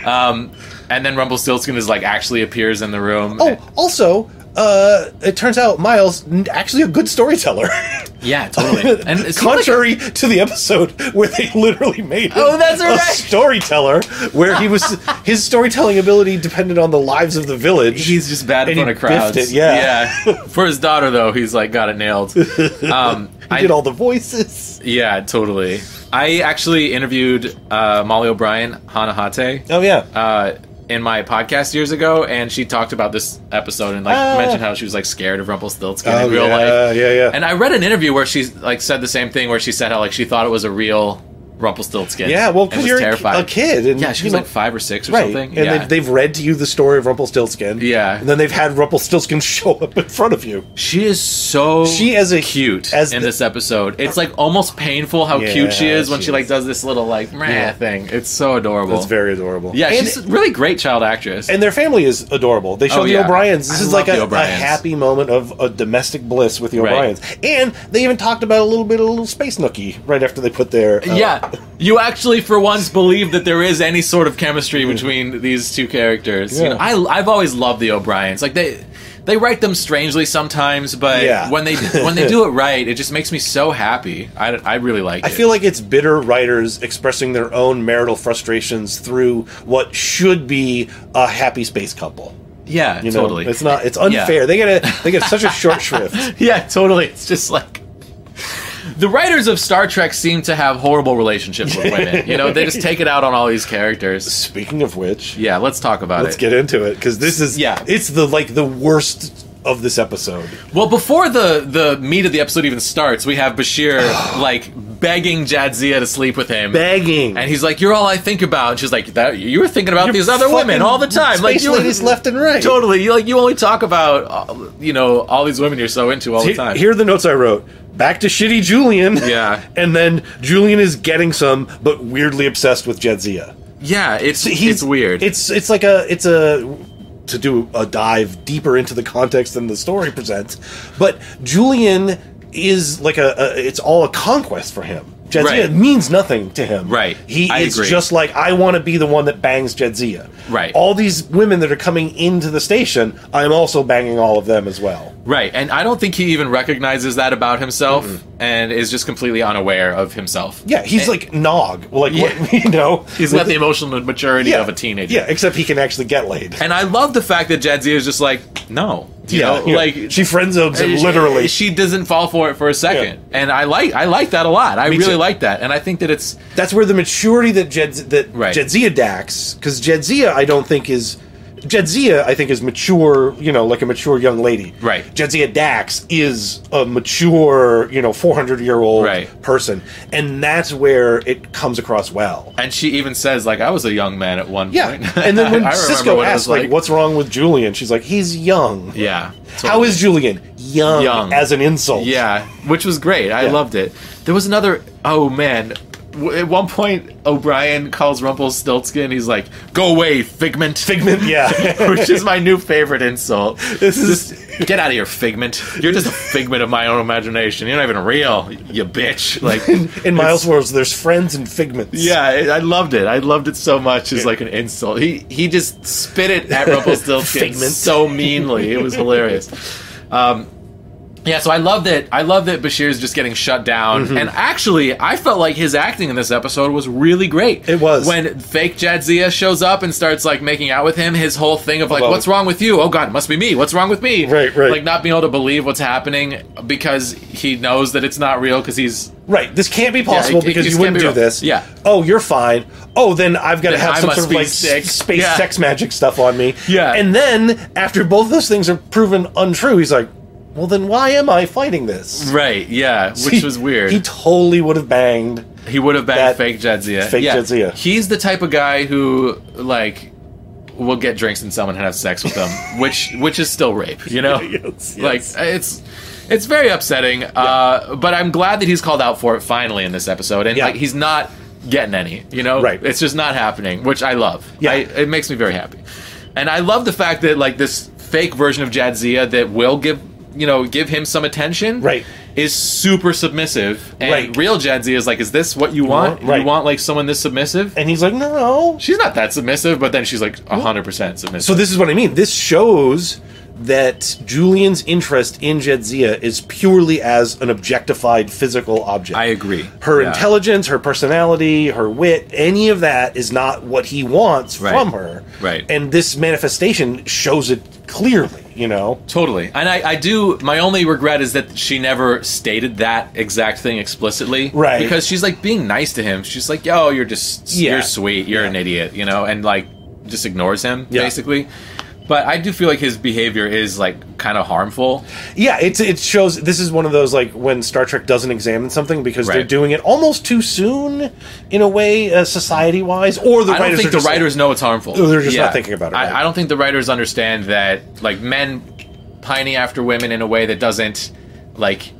Speaker 5: Um and then Rumpelstiltskin is like actually appears in the room.
Speaker 4: Oh, also, uh, it turns out Miles n- actually a good storyteller.
Speaker 5: Yeah, totally. And it's
Speaker 4: Contrary to the episode where they literally made him
Speaker 5: Oh, that's
Speaker 4: a
Speaker 5: right.
Speaker 4: storyteller, where he was his storytelling ability depended on the lives of the village.
Speaker 5: He's just bad in
Speaker 4: And
Speaker 5: front
Speaker 4: he
Speaker 5: of crowds.
Speaker 4: biffed it, yeah.
Speaker 5: Yeah. For his daughter though, he's like got it nailed. Um
Speaker 4: he
Speaker 5: I-
Speaker 4: did all the voices.
Speaker 5: Yeah, totally. I actually interviewed uh, Molly O'Brien, Hana Hate,
Speaker 4: Oh yeah,
Speaker 5: uh, in my podcast years ago, and she talked about this episode and like
Speaker 4: Ah.
Speaker 5: mentioned how she was like scared of Rumpelstiltskin
Speaker 4: Oh,
Speaker 5: in real
Speaker 4: yeah,
Speaker 5: life.
Speaker 4: yeah, yeah.
Speaker 5: And I read an interview where she like said the same thing, where she said how like she thought it was a real Rumpelstiltskin.
Speaker 4: yeah. Well,
Speaker 5: and
Speaker 4: because
Speaker 5: was
Speaker 4: you're a-
Speaker 5: terrified.
Speaker 4: a kid, and
Speaker 5: Yeah, she
Speaker 4: you
Speaker 5: was
Speaker 4: know,
Speaker 5: like five or six or
Speaker 4: right,
Speaker 5: something.
Speaker 4: and
Speaker 5: yeah.
Speaker 4: they've, they've read to you the story of Rumpelstiltskin.
Speaker 5: Yeah.
Speaker 4: and then they've had Rumpelstiltskin show up in front of you.
Speaker 5: She is so
Speaker 4: She is a-
Speaker 5: cute
Speaker 4: as
Speaker 5: in
Speaker 4: the-
Speaker 5: this episode. It's like almost painful how
Speaker 4: Yeah,
Speaker 5: cute she is when
Speaker 4: she
Speaker 5: she, like
Speaker 4: is.
Speaker 5: does this little like meh thing. It's so adorable.
Speaker 4: That's very adorable.
Speaker 5: Yeah,
Speaker 4: And-
Speaker 5: she's a really great child actress.
Speaker 4: And their family is adorable. They show
Speaker 5: Oh,
Speaker 4: the
Speaker 5: yeah.
Speaker 4: O'Briens. This
Speaker 5: I
Speaker 4: is like
Speaker 5: love
Speaker 4: a,
Speaker 5: the
Speaker 4: a
Speaker 5: O'Briens.
Speaker 4: happy moment of a domestic bliss with the
Speaker 5: Right.
Speaker 4: O'Briens. And they even talked about a little bit of a little space nookie right after they put their uh,
Speaker 5: yeah, you actually, for once, believe that there is any sort of chemistry between these two characters. You
Speaker 4: Yeah.
Speaker 5: know, I, I've always loved the O'Briens. Like they, they write them strangely sometimes, but
Speaker 4: Yeah.
Speaker 5: when they when they do it right, it just makes me so happy. I, I really like.
Speaker 4: I
Speaker 5: it.
Speaker 4: feel like it's bitter writers expressing their own marital frustrations through what should be a happy space couple.
Speaker 5: yeah,
Speaker 4: You know,
Speaker 5: totally.
Speaker 4: it's not. It's unfair. They get a they get such a short shrift.
Speaker 5: yeah, totally. It's just like the writers of Star Trek seem to have horrible relationships with women. You know, they just take it out on all these characters.
Speaker 4: Speaking of which,
Speaker 5: Yeah, let's talk about
Speaker 4: let's
Speaker 5: it.
Speaker 4: get into it because this is
Speaker 5: Yeah.
Speaker 4: it's the like the worst of this episode.
Speaker 5: well, before the the meat of the episode even starts, we have Bashir like begging Jadzia to sleep with him.
Speaker 4: Begging
Speaker 5: and he's like, "You're all I think about." And she's like, "That you were thinking about these other women
Speaker 4: Fucking
Speaker 5: all the time, like
Speaker 4: space
Speaker 5: you
Speaker 4: ladies left and right.
Speaker 5: Totally, you like you only talk about uh, you know all these women you're so into all the
Speaker 4: Here-
Speaker 5: time.
Speaker 4: Here are the notes I wrote. Back to shitty Julian.
Speaker 5: Yeah.
Speaker 4: and then Julian is getting some, but weirdly obsessed with Jedzia.
Speaker 5: yeah, it's
Speaker 4: He's-
Speaker 5: it's weird.
Speaker 4: It's it's like a it's a to do a dive deeper into the context than the story presents, but Julian is like a, a it's all a conquest for him. Jedzia
Speaker 5: Right.
Speaker 4: means nothing to him.
Speaker 5: Right.
Speaker 4: He
Speaker 5: I
Speaker 4: is
Speaker 5: agree.
Speaker 4: just like I want to be the one that bangs Jedzia.
Speaker 5: Right.
Speaker 4: All these women that are coming into the station, I'm also banging all of them as well.
Speaker 5: Right, and I don't think he even recognizes that about himself, and is just completely unaware of himself.
Speaker 4: Yeah, he's
Speaker 5: And
Speaker 4: like Nog. Like what, you know,
Speaker 5: Eh. he's got the emotional maturity of a teenager.
Speaker 4: Yeah, except he can actually get laid.
Speaker 5: and I love the fact that Jadzia is just like, no, you
Speaker 4: yeah,
Speaker 5: know,
Speaker 4: you know,
Speaker 5: like eh,
Speaker 4: she friend zones him
Speaker 5: she-
Speaker 4: literally.
Speaker 5: she doesn't fall for it for a second, and I like I like that a lot. I
Speaker 4: Me
Speaker 5: really
Speaker 4: too.
Speaker 5: like that, and I think that it's
Speaker 4: That's where the maturity that Jed that
Speaker 5: Right.
Speaker 4: Jedzia Dax because Jedzia I don't think is Jedzia I think is mature you know like a mature young lady
Speaker 5: Right.
Speaker 4: Jedzia Dax is a mature you know four hundred year old
Speaker 5: Right.
Speaker 4: person and that's where it comes across well
Speaker 5: and she even says like I was a young man at one
Speaker 4: yeah
Speaker 5: point.
Speaker 4: and then when
Speaker 5: I remember
Speaker 4: Cisco
Speaker 5: what it was
Speaker 4: asks like, what's wrong with Julian she's like he's young
Speaker 5: yeah,
Speaker 4: how is Julian young,
Speaker 5: Young.
Speaker 4: as an insult
Speaker 5: Yeah, which was great. I
Speaker 4: Yeah.
Speaker 5: loved it. There was another. Oh man. W- At one point, O'Brien calls Rumpelstiltskin. He's like, "Go away, Figment." Figment,
Speaker 4: yeah
Speaker 5: which is my new favorite insult.
Speaker 4: This is-
Speaker 5: Just get out of here, Figment. You're just a figment of my own imagination. You're not even real, you bitch. Like,
Speaker 4: in Miles' words there's friends and figments
Speaker 5: yeah, I I loved it. I loved it so much. It's like an insult. He he just spit it at Rumpelstiltskin
Speaker 4: Figment.
Speaker 5: so meanly. It was hilarious. Um, yeah, so I love that. I love that Bashir's just getting shut down.
Speaker 4: Mm-hmm.
Speaker 5: And actually, I felt like his acting in this episode was really great.
Speaker 4: It was.
Speaker 5: when fake Jadzia shows up and starts like making out with him. His whole thing of like,
Speaker 4: About-
Speaker 5: "What's wrong with you? Oh God, it must be me. What's wrong with me?
Speaker 4: Right, right.
Speaker 5: Like not being able to believe what's happening because he knows that it's not real because he's
Speaker 4: Right. This can't be possible
Speaker 5: it- it
Speaker 4: because
Speaker 5: just
Speaker 4: you wouldn't
Speaker 5: can't be
Speaker 4: do
Speaker 5: real.
Speaker 4: this.
Speaker 5: Yeah.
Speaker 4: Oh, you're fine. Oh, then I've got to
Speaker 5: Then
Speaker 4: have
Speaker 5: I
Speaker 4: some
Speaker 5: must
Speaker 4: sort of
Speaker 5: be
Speaker 4: like
Speaker 5: sick.
Speaker 4: s- space
Speaker 5: Yeah.
Speaker 4: sex magic stuff on me.
Speaker 5: Yeah.
Speaker 4: And then after both those things are proven untrue, he's like, "Well, then why am I fighting this?"
Speaker 5: right. Yeah, Mm-hmm. which
Speaker 4: He-
Speaker 5: was weird.
Speaker 4: He totally would have banged.
Speaker 5: He would have been
Speaker 4: That-
Speaker 5: fake Jadzia.
Speaker 4: fake Jadzia.
Speaker 5: He's the type of guy who like will get drinks and someone and have sex with them, which which is still rape. You know,
Speaker 4: Yes,
Speaker 5: like it's it's very upsetting. Uh, but I'm glad that he's called out for it finally in this episode, and
Speaker 4: Yeah.
Speaker 5: like he's not getting any. You know,
Speaker 4: Right.
Speaker 5: It's just not happening, which I love.
Speaker 4: Yeah.
Speaker 5: I, it makes me very happy, and I love the fact that like this fake version of Jadzia that will give you know give him some attention
Speaker 4: Right.
Speaker 5: is super submissive and
Speaker 4: Right.
Speaker 5: real Jadzia is like is this what you want
Speaker 4: Right.
Speaker 5: you want like someone this submissive
Speaker 4: And he's like, "No."
Speaker 5: she's not that submissive but then she's like 100% submissive
Speaker 4: So this is what I mean. This shows that Julian's interest in Jedzia is purely as an objectified physical object.
Speaker 5: I agree.
Speaker 4: Her
Speaker 5: Yeah.
Speaker 4: intelligence, her personality, her wit, any of that is not what he wants
Speaker 5: Right.
Speaker 4: from her.
Speaker 5: Right.
Speaker 4: And this manifestation shows it clearly, you know?
Speaker 5: Totally. And I, I do. My only regret is that she never stated that exact thing explicitly.
Speaker 4: Right.
Speaker 5: Because she's like being nice to him. She's like, yo, you're just,
Speaker 4: Yeah.
Speaker 5: you're sweet. You're an idiot, you know, and like just ignores him,
Speaker 4: Yeah.
Speaker 5: basically. But I do feel like his behavior is like kind of harmful.
Speaker 4: Yeah, it's it shows this is one of those like when Star Trek doesn't examine something because they're
Speaker 5: Right.
Speaker 4: doing it almost too soon in a way uh, society wise or the
Speaker 5: I don't
Speaker 4: writers
Speaker 5: think
Speaker 4: are
Speaker 5: the
Speaker 4: just like-
Speaker 5: writers know it's harmful.
Speaker 4: They're just not thinking about it, right.
Speaker 5: I, I don't think the writers understand that like men pining after women in a way that doesn't like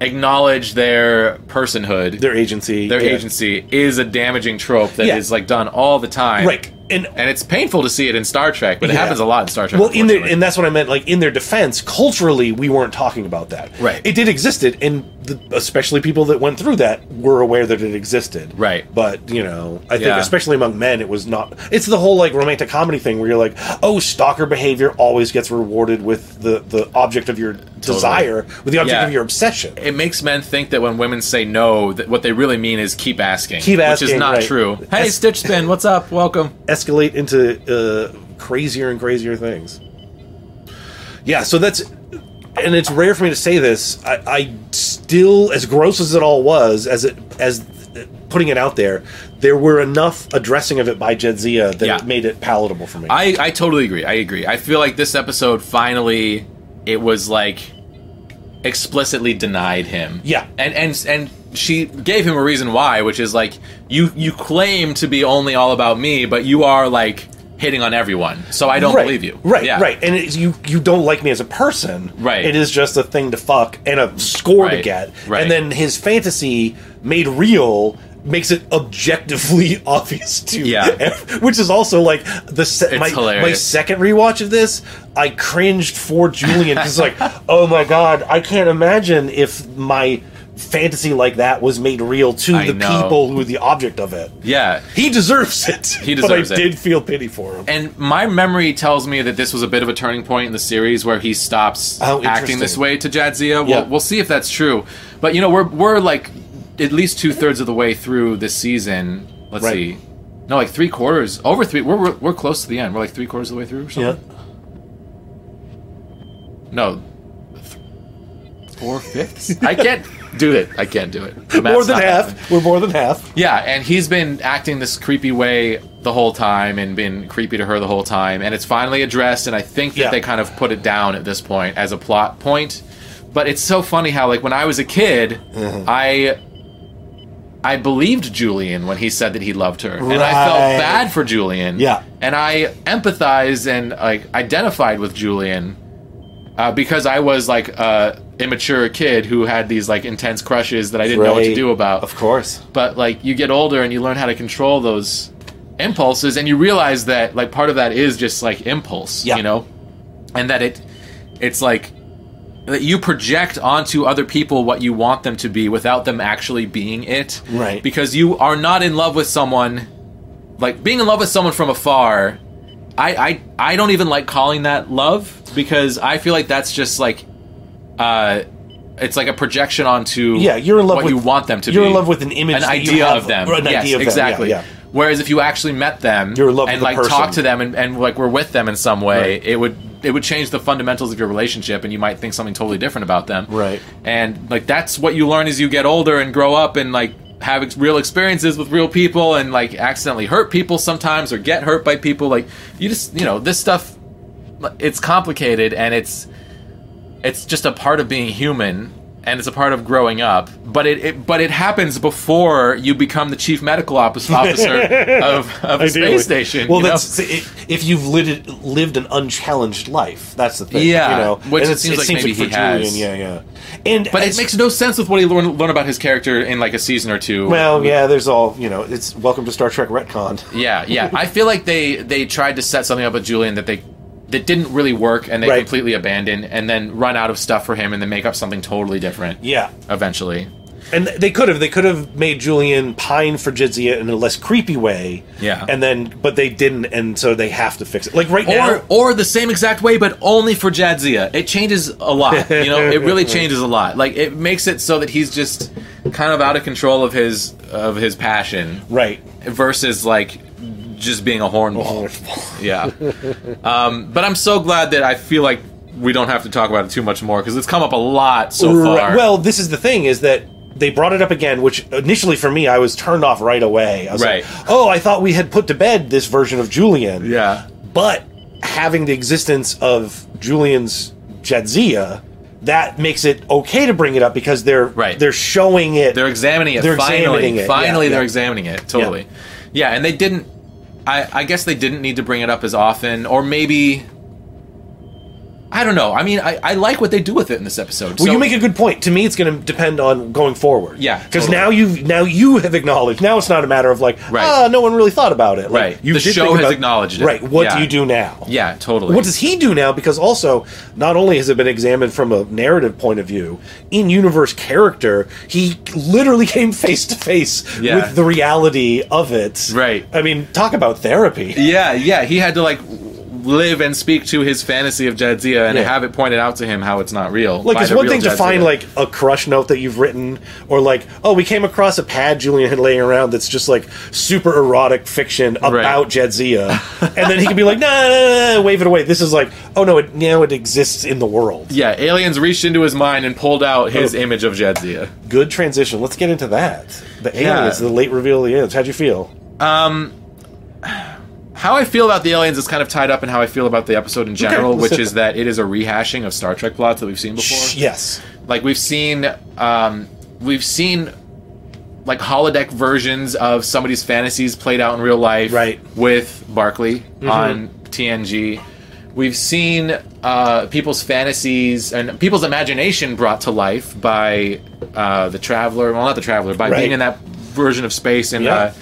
Speaker 5: acknowledge their personhood.
Speaker 4: their agency
Speaker 5: their
Speaker 4: yeah.
Speaker 5: agency is a damaging trope that is
Speaker 4: Yeah.
Speaker 5: like done all the time.
Speaker 4: Right. and
Speaker 5: and it's painful to see it in Star Trek, but it
Speaker 4: Yeah.
Speaker 5: happens a lot in Star Trek.
Speaker 4: well, in their
Speaker 5: unfortunately.
Speaker 4: and that's what I meant. Like in their defense, culturally, we weren't talking about that.
Speaker 5: Right.
Speaker 4: It did existed, and the, especially people that went through that were aware that it existed.
Speaker 5: Right.
Speaker 4: But you know, I think
Speaker 5: Yeah.
Speaker 4: especially among men, it was not. It's the whole like romantic comedy thing where you're like, oh, stalker behavior always gets rewarded with the the object of your desire, with the object
Speaker 5: Yeah.
Speaker 4: of your obsession.
Speaker 5: it makes men think that when women say no, that what they really mean is keep asking,
Speaker 4: Keep
Speaker 5: which
Speaker 4: asking,
Speaker 5: is not
Speaker 4: right.
Speaker 5: true. Hey,
Speaker 4: That's-
Speaker 5: Stitch Spin, what's up? Welcome.
Speaker 4: escalate into uh, crazier and crazier things. Yeah, so that's, and it's rare for me to say this. I, I still, as gross as it all was, as it as putting it out there, there were enough addressing of it by Jedzia that
Speaker 5: Yeah.
Speaker 4: it made it palatable for me.
Speaker 5: I, I totally agree. I agree. I feel like this episode finally it was like explicitly denied him.
Speaker 4: Yeah.
Speaker 5: And and and she gave him a reason why, which is like you you claim to be only all about me, but you are like hitting on everyone. So I don't
Speaker 4: right,
Speaker 5: believe you.
Speaker 4: Right,
Speaker 5: Yeah.
Speaker 4: right, and it's, you you don't like me as a person.
Speaker 5: Right.
Speaker 4: it is just a thing to fuck and a score to
Speaker 5: Right,
Speaker 4: get,
Speaker 5: right.
Speaker 4: and then his fantasy made real makes it objectively obvious to
Speaker 5: Yeah.
Speaker 4: ev- which is also like the se-
Speaker 5: It's
Speaker 4: my, my
Speaker 5: hilarious.
Speaker 4: second rewatch of this i cringed for julian because like oh my god i can't imagine if my fantasy like that was made real to
Speaker 5: I
Speaker 4: the
Speaker 5: know.
Speaker 4: people who were the object of it
Speaker 5: Yeah.
Speaker 4: he deserves it
Speaker 5: He deserves it.
Speaker 4: but i did feel pity for him
Speaker 5: And my memory tells me that this was a bit of a turning point in the series where he stops
Speaker 4: Oh,
Speaker 5: acting this
Speaker 4: interesting.
Speaker 5: way to Jadzia. We'll,
Speaker 4: Yeah.
Speaker 5: we'll see if that's true. But you know, we're we're like at least two thirds of the way through this season. Let's
Speaker 4: Right.
Speaker 5: see, no, like three quarters over three. We're, we're we're close to the end. We're like three quarters of the way through. Or
Speaker 4: yeah
Speaker 5: something. No, th- four fifths. I can't do it. I can't do it. The
Speaker 4: more
Speaker 5: math's
Speaker 4: than
Speaker 5: not
Speaker 4: half
Speaker 5: happening.
Speaker 4: we're more than half
Speaker 5: Yeah, and he's been acting this creepy way the whole time and been creepy to her the whole time, and it's finally addressed, and I think that
Speaker 4: Yeah.
Speaker 5: they kind of put it down at this point as a plot point. But it's so funny how like when I was a kid,
Speaker 4: Mm-hmm.
Speaker 5: I I believed Julian when he said that he loved her. And I felt
Speaker 4: Right.
Speaker 5: bad for Julian.
Speaker 4: Yeah.
Speaker 5: And I empathized and like identified with Julian uh, because I was like a immature kid who had these like intense crushes that I didn't know what to
Speaker 4: Right.
Speaker 5: do about
Speaker 4: of course
Speaker 5: but like you get older and you learn how to control those impulses and you realize that like part of that is just like impulse
Speaker 4: Yeah.
Speaker 5: you know and that it it's like that you project onto other people what you want them to be without them actually being it
Speaker 4: Right.
Speaker 5: because you are not in love with someone like being in love with someone from afar i i, I don't even like calling that love because i feel like that's just like uh it's like a projection onto
Speaker 4: Yeah, you're in love
Speaker 5: what
Speaker 4: with-
Speaker 5: you want them to
Speaker 4: you're
Speaker 5: be
Speaker 4: in love with an image
Speaker 5: an
Speaker 4: that you
Speaker 5: idea
Speaker 4: have
Speaker 5: of them
Speaker 4: or an
Speaker 5: yes
Speaker 4: idea of them, yeah,
Speaker 5: exactly
Speaker 4: yeah.
Speaker 5: whereas if you actually met them
Speaker 4: You're in love
Speaker 5: and
Speaker 4: with the
Speaker 5: like
Speaker 4: person.
Speaker 5: talked to them and, and like were with them in some way
Speaker 4: Right.
Speaker 5: it would it would change the fundamentals of your relationship and you might think something totally different about them
Speaker 4: Right.
Speaker 5: and like that's what you learn as you get older and grow up and like have ex- real experiences with real people and like accidentally hurt people sometimes or get hurt by people like you just you know this stuff it's complicated and it's it's just a part of being human and it's a part of growing up but it, it but it happens before you become the chief medical officer, officer of, of a
Speaker 4: Ideally.
Speaker 5: space station
Speaker 4: Well,
Speaker 5: you know?
Speaker 4: that's see, i- if you've lit, lived an unchallenged life. That's the thing.
Speaker 5: Yeah,
Speaker 4: you know,
Speaker 5: which it
Speaker 4: it's-
Speaker 5: seems like maybe he has.
Speaker 4: Julian, yeah, yeah. And
Speaker 5: but it
Speaker 4: as-
Speaker 5: makes no sense with what he learn, learn about his character in like a season or two
Speaker 4: well, yeah. There's all you know. It's welcome to Star Trek retcon.
Speaker 5: yeah yeah i feel like they they tried to set something up with julian that they that didn't really work and they
Speaker 4: Right.
Speaker 5: completely abandoned and then run out of stuff for him and then make up something totally different
Speaker 4: Yeah,
Speaker 5: eventually
Speaker 4: and th- they could have they could have made Julian pine for Jizia in a less creepy way.
Speaker 5: Yeah.
Speaker 4: and then but they didn't, and so they have to fix it. Like right
Speaker 5: or
Speaker 4: now,
Speaker 5: or the same exact way, but only for Jadzia. It changes a lot. You know, it really changes a lot. Like it makes it so that he's just kind of out of control of his of his passion
Speaker 4: right?
Speaker 5: versus like just being a hornball. Yeah. Um, but I'm so glad that I feel like we don't have to talk about it too much more because it's come up a lot so
Speaker 4: Right.
Speaker 5: far.
Speaker 4: Well, this is the thing is that they brought it up again, which initially for me I was turned off right away. I was
Speaker 5: Right.
Speaker 4: like, "Oh, I thought we had put to bed this version of Julian."
Speaker 5: yeah.
Speaker 4: But having the existence of Julian's Jadzia, that makes it okay to bring it up because they're
Speaker 5: Right.
Speaker 4: they're showing it.
Speaker 5: They're examining it.
Speaker 4: They're
Speaker 5: finally,
Speaker 4: examining it, yeah,
Speaker 5: finally,
Speaker 4: yeah.
Speaker 5: they're examining it. Totally. Yeah. and they didn't. I, I guess they didn't need to bring it up as often, or maybe. I I don't know. I mean, I, I like what they do with it in this episode.
Speaker 4: Well,
Speaker 5: So-
Speaker 4: you make a good point. To me, it's going to depend on going forward.
Speaker 5: Yeah,
Speaker 4: because
Speaker 5: totally.
Speaker 4: now you now you have acknowledged. Now it's not a matter of like,
Speaker 5: Right.
Speaker 4: ah, no one really thought about it. Like,
Speaker 5: Right.
Speaker 4: You
Speaker 5: The
Speaker 4: did
Speaker 5: show
Speaker 4: think
Speaker 5: has
Speaker 4: about-
Speaker 5: acknowledged it.
Speaker 4: Right. What
Speaker 5: Yeah.
Speaker 4: do you do now?
Speaker 5: yeah, totally.
Speaker 4: What does he do now? Because also, not only has it been examined from a narrative point of view, in universe character, he literally came face to face
Speaker 5: Yeah.
Speaker 4: with the reality of it.
Speaker 5: Right.
Speaker 4: I mean, talk about therapy.
Speaker 5: Yeah, yeah. He had to like live and speak to his fantasy of Jadzia and
Speaker 4: Yeah.
Speaker 5: have it pointed out to him how it's not real.
Speaker 4: Like
Speaker 5: by
Speaker 4: it's
Speaker 5: the
Speaker 4: one
Speaker 5: real
Speaker 4: thing to
Speaker 5: Jadzia.
Speaker 4: find like a crush note that you've written, or like, oh, we came across a pad Julian had laying around that's just like super erotic fiction about Jadzia, and then he can be like, nah, nah, nah, nah, wave it away. This is like, oh no, it now it exists in the world.
Speaker 5: Yeah, aliens reached into his mind and pulled out his image of Jadzia.
Speaker 4: Good transition. Let's get into that. The
Speaker 5: Yeah.
Speaker 4: aliens, the late reveal of the aliens. How'd you feel?
Speaker 5: How I feel about the aliens is kind of tied up in how I feel about the episode in general,
Speaker 4: let's
Speaker 5: which
Speaker 4: hit
Speaker 5: is that it is a rehashing of Star Trek plots that we've seen before.
Speaker 4: Yes.
Speaker 5: like we've seen um we've seen like holodeck versions of somebody's fantasies played out in real life
Speaker 4: Right. Mm-hmm.
Speaker 5: with Barkley on TNG we've seen uh people's fantasies and people's imagination brought to life by uh the traveler well not the traveler by
Speaker 4: Right.
Speaker 5: being in that version of space and
Speaker 4: Yeah.
Speaker 5: uh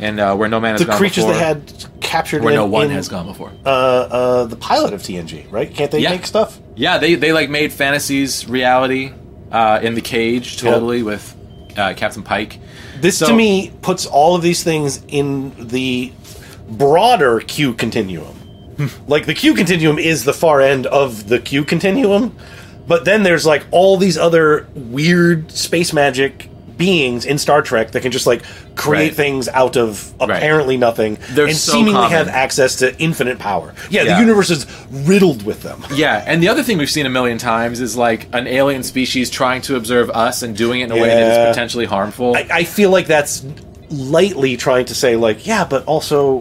Speaker 5: and uh where no man has
Speaker 4: The
Speaker 5: gone
Speaker 4: creatures
Speaker 5: before
Speaker 4: they had captured
Speaker 5: where
Speaker 4: in,
Speaker 5: no one
Speaker 4: in,
Speaker 5: has gone before
Speaker 4: Uh, uh, the pilot of TNG, right? Can't they
Speaker 5: Yeah.
Speaker 4: make stuff?
Speaker 5: Yeah, they they like made fantasies reality uh, in the cage totally with uh, Captain Pike.
Speaker 4: This
Speaker 5: So-
Speaker 4: to me puts all of these things in the broader Q continuum.
Speaker 5: Hmm.
Speaker 4: like the Q continuum is the far end of the Q continuum, but then there's like all these other weird space magic beings in Star Trek that can just like create
Speaker 5: Right.
Speaker 4: things out of
Speaker 5: Right.
Speaker 4: apparently nothing
Speaker 5: They're
Speaker 4: and
Speaker 5: so
Speaker 4: seemingly
Speaker 5: common.
Speaker 4: have access to infinite power. Yeah,
Speaker 5: Yeah.
Speaker 4: the universe is riddled with them.
Speaker 5: Yeah, and the other thing we've seen a million times is like an alien species trying to observe us and doing it in a way that
Speaker 4: Yeah.
Speaker 5: is potentially harmful.
Speaker 4: I, I feel like that's lightly trying to say like, yeah, but also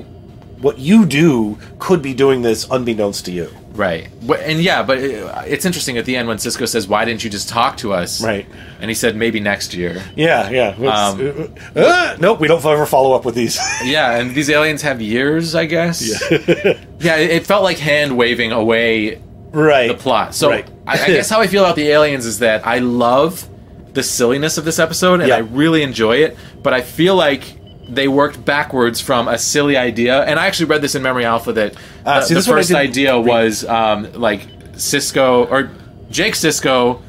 Speaker 4: what you do could be doing this unbeknownst to you.
Speaker 5: right. But- And yeah, but it, it's interesting at the end when Cisco says, "Why didn't you just talk to us?"
Speaker 4: Right.
Speaker 5: And he said, "Maybe next year."
Speaker 4: Yeah, yeah.
Speaker 5: Um,
Speaker 4: Uh, uh, nope, we don't ever follow up with these.
Speaker 5: Yeah, and these aliens have years, I guess. Yeah. yeah, it it felt like hand waving away
Speaker 4: right.
Speaker 5: the plot. So
Speaker 4: Right.
Speaker 5: I, I guess how I feel about the aliens is that I love the silliness of this episode and
Speaker 4: Yeah.
Speaker 5: I really enjoy it, but I feel like they worked backwards from a silly idea. And I actually read this in Memory Alpha that
Speaker 4: Ah,
Speaker 5: the,
Speaker 4: see,
Speaker 5: the
Speaker 4: this one I
Speaker 5: first
Speaker 4: didn't
Speaker 5: idea was um, like Cisco or Jake Cisco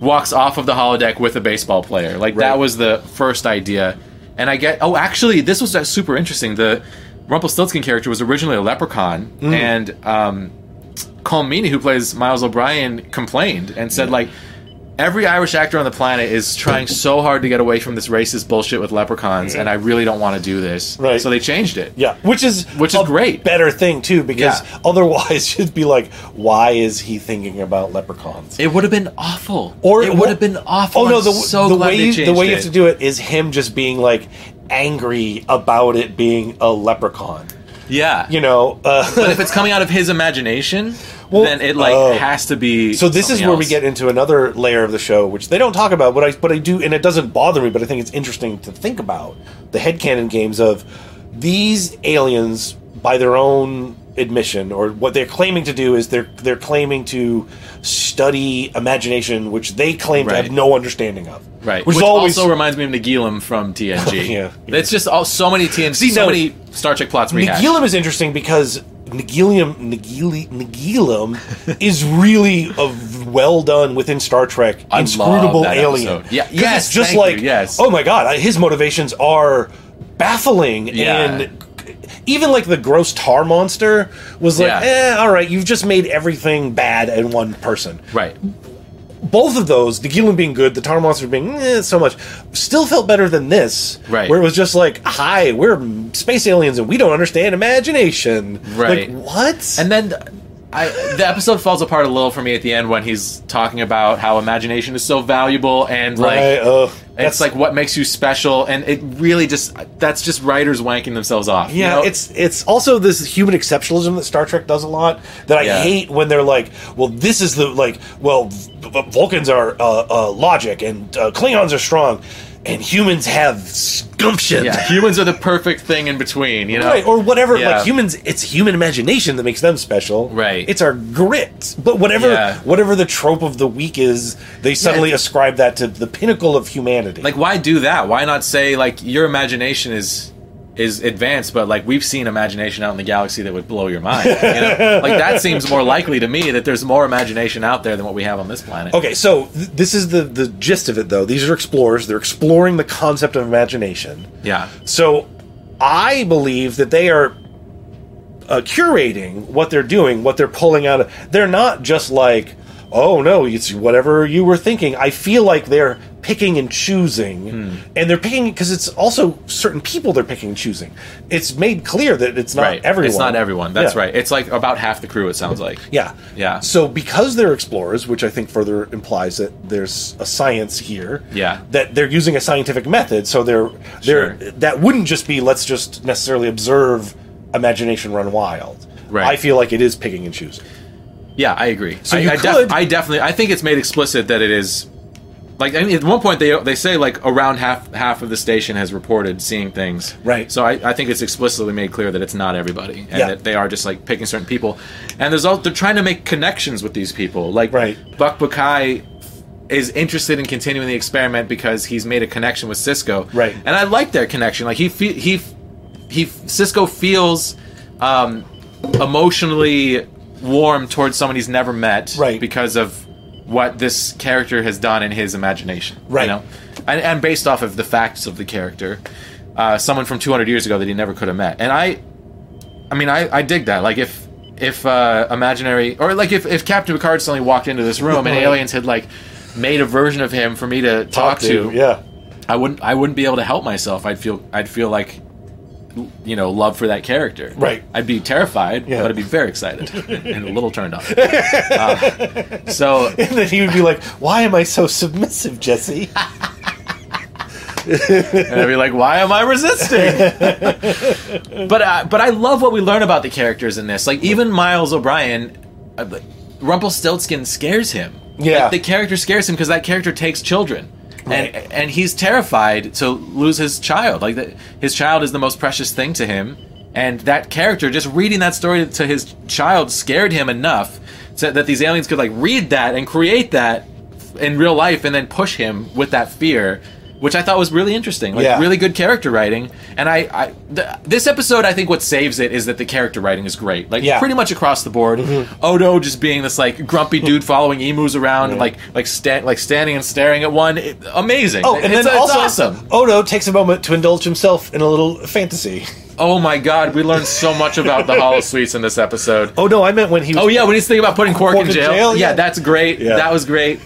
Speaker 5: walks off of the holodeck with a baseball player. Like
Speaker 4: Right.
Speaker 5: that was the first idea. And I get oh actually this was uh, super interesting. The Rumpelstiltskin character was originally a leprechaun
Speaker 4: Mm.
Speaker 5: and um Colmini, who plays Miles O'Brien, complained and said, like, every Irish actor on the planet is trying so hard to get away from this racist bullshit with leprechauns, and I really don't want to do this.
Speaker 4: Right.
Speaker 5: So they changed it.
Speaker 4: Yeah, which is
Speaker 5: Which is
Speaker 4: a
Speaker 5: great.
Speaker 4: better thing too because
Speaker 5: Yeah.
Speaker 4: otherwise you'd be like, why is he thinking about leprechauns?
Speaker 5: It would have been awful.
Speaker 4: Or-
Speaker 5: it would have been awful.
Speaker 4: Oh no,
Speaker 5: I'm
Speaker 4: the,
Speaker 5: so
Speaker 4: the
Speaker 5: glad
Speaker 4: way
Speaker 5: they
Speaker 4: you, the
Speaker 5: changed
Speaker 4: way you
Speaker 5: it.
Speaker 4: have to do it is him just being like angry about it being a leprechaun.
Speaker 5: Yeah.
Speaker 4: You know, uh,
Speaker 5: but if it's coming out of his imagination,
Speaker 4: Well,
Speaker 5: then it like
Speaker 4: oh.
Speaker 5: has to be.
Speaker 4: So this is
Speaker 5: something
Speaker 4: where we
Speaker 5: else.
Speaker 4: get into another layer of the show, which they don't talk about, but I but I do, and it doesn't bother me, but I think it's interesting to think about the headcanon games of these aliens by their own admission, or what they're claiming to do is they're they're claiming to study imagination, which they claim to have
Speaker 5: Right.
Speaker 4: no understanding of.
Speaker 5: Right,
Speaker 4: Which,
Speaker 5: which,
Speaker 4: is always
Speaker 5: also reminds me of Nagilum from TNG.
Speaker 4: Yeah, yeah.
Speaker 5: it's just all, so many TNG,
Speaker 4: See,
Speaker 5: so
Speaker 4: no.
Speaker 5: many Star Trek plots. rehashed.
Speaker 4: Nigilum is interesting because Nigilium Nigili, Nigilum is really a well done within Star Trek
Speaker 5: I
Speaker 4: inscrutable
Speaker 5: love that
Speaker 4: alien.
Speaker 5: episode. Yeah,
Speaker 4: 'Cause
Speaker 5: yes,
Speaker 4: it's just
Speaker 5: thank
Speaker 4: like
Speaker 5: you, yes.
Speaker 4: oh my god, I- his motivations are baffling
Speaker 5: Yeah.
Speaker 4: and even like the gross tar monster was like,
Speaker 5: Yeah.
Speaker 4: eh, all right, you've just made everything bad in one person
Speaker 5: Right.
Speaker 4: both of those, the Gilum being good, the Tar Monster being eh, so much, still felt better than this.
Speaker 5: Right.
Speaker 4: Where it was just like, hi, we're space aliens and we don't understand imagination.
Speaker 5: Right.
Speaker 4: Like, what?
Speaker 5: And then I, the episode falls apart a little for me at the end when he's talking about how imagination is so valuable and like
Speaker 4: Right, oh,
Speaker 5: it's
Speaker 4: that's-
Speaker 5: like what makes you special and it really just that's just writers wanking themselves off. you
Speaker 4: Yeah,
Speaker 5: know?
Speaker 4: it's it's also this human exceptionalism that Star Trek does a lot that I
Speaker 5: Yeah.
Speaker 4: hate when they're like, well, this is the like, well, v- v- Vulcans are uh, uh, logic and uh, Klingons are strong. and humans have scumption.
Speaker 5: Yeah, humans are the perfect thing in between, you know?
Speaker 4: Right, or whatever.
Speaker 5: Yeah.
Speaker 4: Like humans, it's human imagination that makes them special.
Speaker 5: Right.
Speaker 4: It's our grit. But whatever
Speaker 5: Yeah.
Speaker 4: whatever the trope of the week is, they suddenly ascribe that to the pinnacle of humanity.
Speaker 5: like why do that? Why not say like your imagination is is advanced, but like we've seen imagination out in the galaxy that would blow your mind. You know? like that seems more likely to me that there's more imagination out there than what we have on this planet.
Speaker 4: Okay, so th- this is the the gist of it though. These are explorers. They're exploring the concept of imagination.
Speaker 5: Yeah.
Speaker 4: So I believe that they are uh, curating what they're doing, what they're pulling out of. They're not just like, oh no, it's whatever you were thinking. I feel like they're picking and choosing,
Speaker 5: Hmm.
Speaker 4: and they're picking because it's also certain people they're picking and choosing. It's made clear that it's not
Speaker 5: right.
Speaker 4: everyone.
Speaker 5: It's not everyone. That's
Speaker 4: Yeah.
Speaker 5: right. It's like about half the crew. It sounds like.
Speaker 4: Yeah.
Speaker 5: Yeah.
Speaker 4: So because they're explorers, which I think further implies that there's a science here.
Speaker 5: Yeah.
Speaker 4: That they're using a scientific method, so they're they're
Speaker 5: Sure.
Speaker 4: that wouldn't just be let's just necessarily observe imagination run wild.
Speaker 5: Right.
Speaker 4: I feel like it is picking and choosing.
Speaker 5: Yeah, I agree.
Speaker 4: So
Speaker 5: I,
Speaker 4: you
Speaker 5: I,
Speaker 4: could-
Speaker 5: I definitely. I think it's made explicit that it is. Like I mean, at one point they they say like around half half of the station has reported seeing things.
Speaker 4: Right.
Speaker 5: So I, I think it's explicitly made clear that it's not everybody and
Speaker 4: Yeah.
Speaker 5: that they are just like picking certain people, and there's all they're trying to make connections with these people. Like
Speaker 4: Right.
Speaker 5: Buck Bukai is interested in continuing the experiment because he's made a connection with Cisco.
Speaker 4: Right.
Speaker 5: And I like their connection. Like he fe- he he Cisco feels um, emotionally warm towards someone he's never met,
Speaker 4: Right.
Speaker 5: Because of what this character has done in his imagination,
Speaker 4: Right.
Speaker 5: You know? and, and based off of the facts of the character, uh, someone from 200 years ago that he never could have met. And I, I mean, I, I dig that. Like if if uh, imaginary or like if if Captain Picard suddenly walked into this room and aliens had like made a version of him for me to talk, to,
Speaker 4: Yeah.
Speaker 5: I wouldn't I wouldn't be able to help myself. I'd feel I'd feel like you know love for that character.
Speaker 4: Right.
Speaker 5: I'd be terrified,
Speaker 4: Yeah.
Speaker 5: but I'd be very excited and a little turned on. uh, so
Speaker 4: And then he would be like, Why am I so submissive, Jesse?
Speaker 5: and I'd be like, why am I resisting? but uh, but I love what we learn about the characters in this. Like even Miles O'Brien, uh, like, Rumpelstiltskin scares him.
Speaker 4: Yeah.
Speaker 5: Like, the character scares him because that character takes children. And, and he's terrified to lose his child. Like the, his child is the most precious thing to him, and that character just reading that story to his child scared him enough so that these aliens could like read that and create that in real life and then push him with that fear, which I thought was really interesting. Like
Speaker 4: Yeah.
Speaker 5: really good character writing. And I, I th- this episode, I think what saves it is that the character writing is great. Like
Speaker 4: Yeah. Mm-hmm.
Speaker 5: pretty much across the board. Odo just being this like grumpy dude following emus around, like like sta- like standing and staring at one. It- amazing.
Speaker 4: Oh, and
Speaker 5: It's-
Speaker 4: then
Speaker 5: it's
Speaker 4: also
Speaker 5: awesome.
Speaker 4: Odo takes a moment to indulge himself in a little fantasy.
Speaker 5: Oh my god, we learned so much about the Hollow Suites in this episode.
Speaker 4: Oh no, I meant when he was
Speaker 5: Oh yeah, when he's thinking about putting Quark, in jail. yeah.
Speaker 4: yeah.
Speaker 5: that's great.
Speaker 4: Yeah.
Speaker 5: That was great.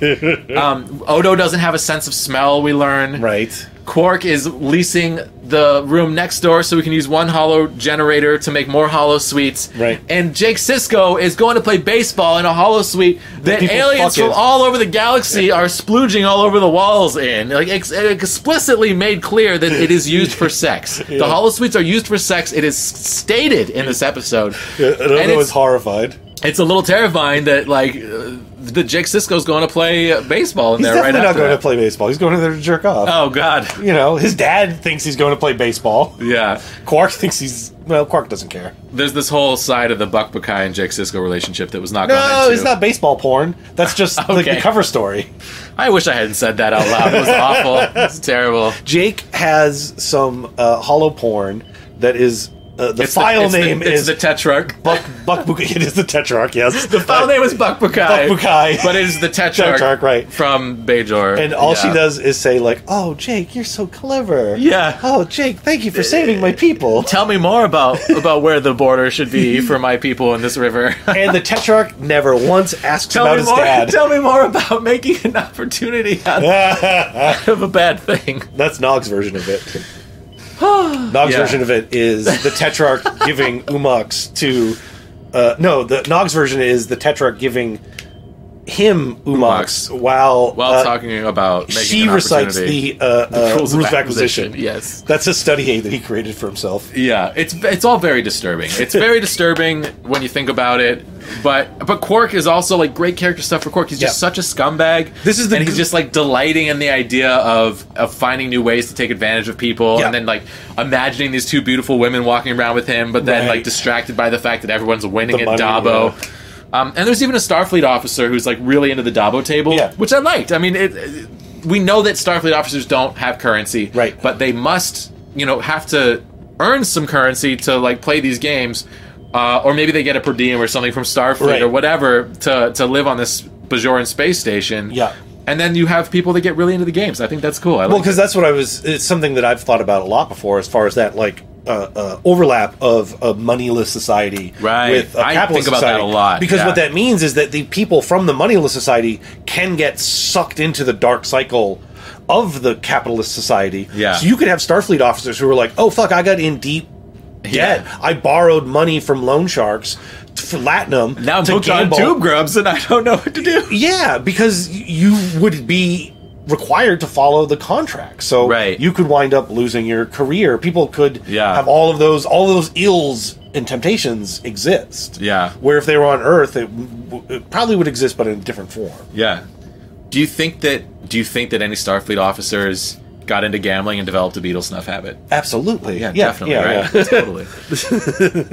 Speaker 5: um, Odo doesn't have a sense of smell. We learn.
Speaker 4: Right.
Speaker 5: Quark is leasing the room next door so we can use one hollow generator to make more hollow suites.
Speaker 4: Right.
Speaker 5: And Jake Sisko is going to play baseball in a hollow suite that
Speaker 4: people
Speaker 5: aliens
Speaker 4: fuck
Speaker 5: from
Speaker 4: is.
Speaker 5: all over the galaxy are splooging all over the walls in. Like ex- explicitly made clear that it is used for sex. The hollow suites are used for sex. It is stated in this episode.
Speaker 4: And Odo is horrified.
Speaker 5: It's a little terrifying that like uh, the Jake Cisco's going to play uh, baseball in
Speaker 4: He's
Speaker 5: there right
Speaker 4: definitely not
Speaker 5: after
Speaker 4: going
Speaker 5: that.
Speaker 4: to play baseball. He's going there to jerk off.
Speaker 5: Oh God!
Speaker 4: You know, his dad thinks he's going to play baseball.
Speaker 5: Yeah,
Speaker 4: Quark thinks he's well. Quark doesn't care.
Speaker 5: there's this whole side of the Buck Buckeye and Jake Sisko relationship that was not. gone
Speaker 4: No,
Speaker 5: into.
Speaker 4: it's not baseball porn. That's just like
Speaker 5: Okay.
Speaker 4: the cover story.
Speaker 5: I wish I hadn't said that out loud. It was awful. It's terrible.
Speaker 4: Jake has some uh, hollow porn that is uh, the
Speaker 5: It's
Speaker 4: file
Speaker 5: it's
Speaker 4: name
Speaker 5: the, it's
Speaker 4: is
Speaker 5: the Tetrarch.
Speaker 4: Buck Buck Bukai. It is the Tetrarch. Yes,
Speaker 5: The file name is Buck Buckeye.
Speaker 4: Buck Buckeye.
Speaker 5: but it is the Tetrarch,
Speaker 4: Tetrarch, right.
Speaker 5: from Bajor.
Speaker 4: And all she
Speaker 5: Yeah.
Speaker 4: does is say like, "Oh, Jake, you're so clever."
Speaker 5: Yeah.
Speaker 4: Oh, Jake, thank you for saving my people.
Speaker 5: Tell me more about about where the border should be for my people in this river.
Speaker 4: and the Tetrarch never once asks
Speaker 5: tell
Speaker 4: about
Speaker 5: me
Speaker 4: his
Speaker 5: more.
Speaker 4: dad.
Speaker 5: Tell me more about making an opportunity out out of a bad thing.
Speaker 4: That's Nog's version of it. Nog's
Speaker 5: Yeah.
Speaker 4: version of it is the Tetrarch giving Umox to. Uh, no, the Nog's version is the Tetrarch giving him Umox while
Speaker 5: while
Speaker 4: uh,
Speaker 5: talking about making
Speaker 4: she
Speaker 5: an
Speaker 4: recites
Speaker 5: opportunity.
Speaker 4: the, uh, uh,
Speaker 5: The
Speaker 4: rules, of acquisition.
Speaker 5: Yes.
Speaker 4: that's a study aid that he created for himself.
Speaker 5: Yeah, it's it's all very disturbing. It's very disturbing when you think about it. But but Quark is also like great character stuff for Quark. He's just
Speaker 4: Yeah.
Speaker 5: such a scumbag.
Speaker 4: This is the
Speaker 5: and he's
Speaker 4: gr-
Speaker 5: just like delighting in the idea of of finding new ways to take advantage of people,
Speaker 4: Yeah.
Speaker 5: and then like imagining these two beautiful women walking around with him, but then
Speaker 4: Right.
Speaker 5: like distracted by the fact that everyone's winning
Speaker 4: The
Speaker 5: at
Speaker 4: money,
Speaker 5: Dabo. Um, and there's even a Starfleet officer who's like really into the Dabo table,
Speaker 4: Yeah.
Speaker 5: which I liked. I mean, it, it- we know that Starfleet officers don't have currency,
Speaker 4: Right.
Speaker 5: But they must, you know, have to earn some currency to like play these games, uh, or maybe they get a per diem or something from Starfleet
Speaker 4: Right.
Speaker 5: or whatever to to live on this Bajoran space station.
Speaker 4: Yeah.
Speaker 5: And then you have people that get really into the games. I think that's cool. I
Speaker 4: Well,
Speaker 5: like
Speaker 4: because that's what I was. It's something that I've thought about a lot before, as far as that like uh, uh, overlap of a moneyless society
Speaker 5: Right.
Speaker 4: with a
Speaker 5: I
Speaker 4: capitalist
Speaker 5: think about that
Speaker 4: society.
Speaker 5: a lot,
Speaker 4: Because
Speaker 5: yeah.
Speaker 4: what that means is that the people from the moneyless society can get sucked into the dark cycle of the capitalist society.
Speaker 5: Yeah.
Speaker 4: So you could have Starfleet officers who were like, "Oh fuck, I got in deep." Debt.
Speaker 5: Yeah.
Speaker 4: I borrowed money from loan sharks for Latinum.
Speaker 5: it. Now I'm
Speaker 4: to
Speaker 5: hooked on
Speaker 4: gamble."
Speaker 5: Tube Grubs, and I don't know what to do.
Speaker 4: Yeah, because y- you would be required to follow the contract. So
Speaker 5: Right.
Speaker 4: you could wind up losing your career. People could
Speaker 5: Yeah.
Speaker 4: have all of those all of those ills and temptations exist.
Speaker 5: Yeah.
Speaker 4: Where if they were on Earth, it, w- it probably would exist, but in a different form.
Speaker 5: Yeah. Do you think that do you think that any Starfleet officers got into gambling and developed a beetle snuff habit?
Speaker 4: Absolutely.
Speaker 5: Yeah, definitely, right? Totally.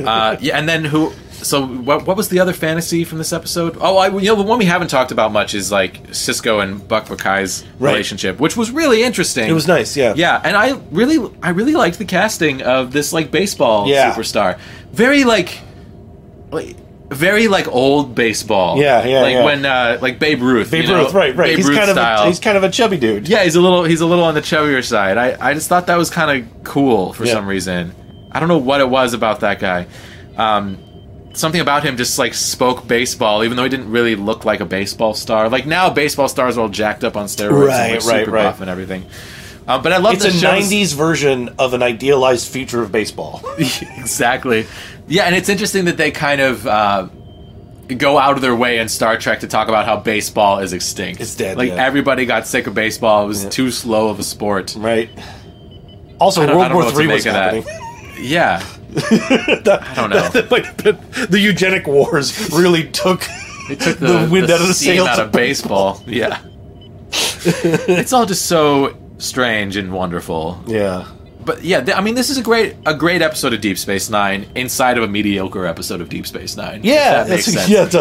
Speaker 5: uh, yeah, and then who? So what? What was the other fantasy from this episode? Oh, I, you know the one we haven't talked about much is like Cisco and Buck Bakai's
Speaker 4: Right.
Speaker 5: relationship, which was really interesting.
Speaker 4: It was nice. Yeah.
Speaker 5: Yeah, and I really, I really liked the casting of this like baseball
Speaker 4: Yeah.
Speaker 5: superstar. Very like, like, very like old baseball.
Speaker 4: Yeah, yeah,
Speaker 5: Like
Speaker 4: yeah.
Speaker 5: when uh, like Babe Ruth.
Speaker 4: Babe
Speaker 5: you know?
Speaker 4: Ruth, right, right.
Speaker 5: Babe
Speaker 4: he's
Speaker 5: Ruth
Speaker 4: kind
Speaker 5: style.
Speaker 4: of a, he's kind of a chubby dude.
Speaker 5: Yeah, he's a little he's a little on the chubbier side. I, I just thought that was kind of cool for
Speaker 4: Yeah.
Speaker 5: some reason. I don't know what it was about that guy. Um, something about him just like spoke baseball, even though he didn't really look like a baseball star. Like now, baseball stars are all jacked up on steroids, and,
Speaker 4: Right,
Speaker 5: like,
Speaker 4: right,
Speaker 5: super
Speaker 4: right.
Speaker 5: buff and everything. Um, but I love
Speaker 4: It's
Speaker 5: the
Speaker 4: a
Speaker 5: show's-
Speaker 4: '90s version of an idealized future of baseball.
Speaker 5: exactly. Yeah, and it's interesting that they kind of uh, go out of their way in Star Trek to talk about how baseball is extinct.
Speaker 4: It's dead,
Speaker 5: Like
Speaker 4: yeah.
Speaker 5: everybody got sick of baseball. It was too slow of a sport.
Speaker 4: right. Also,
Speaker 5: don't- I
Speaker 4: World
Speaker 5: don't know
Speaker 4: War
Speaker 5: what to
Speaker 4: Three
Speaker 5: make
Speaker 4: was
Speaker 5: of that.
Speaker 4: happening.
Speaker 5: Yeah. I don't know.
Speaker 4: that might have been the eugenic wars really took
Speaker 5: It took
Speaker 4: the wind out of the
Speaker 5: steam
Speaker 4: sails
Speaker 5: out of
Speaker 4: of
Speaker 5: baseball. Yeah. it's all just so strange and wonderful.
Speaker 4: yeah
Speaker 5: But yeah, th- I mean, this is a great a great episode of Deep Space Nine inside of a mediocre episode of Deep Space Nine. if
Speaker 4: yeah
Speaker 5: that makes
Speaker 4: that's-
Speaker 5: sense.
Speaker 4: yeah it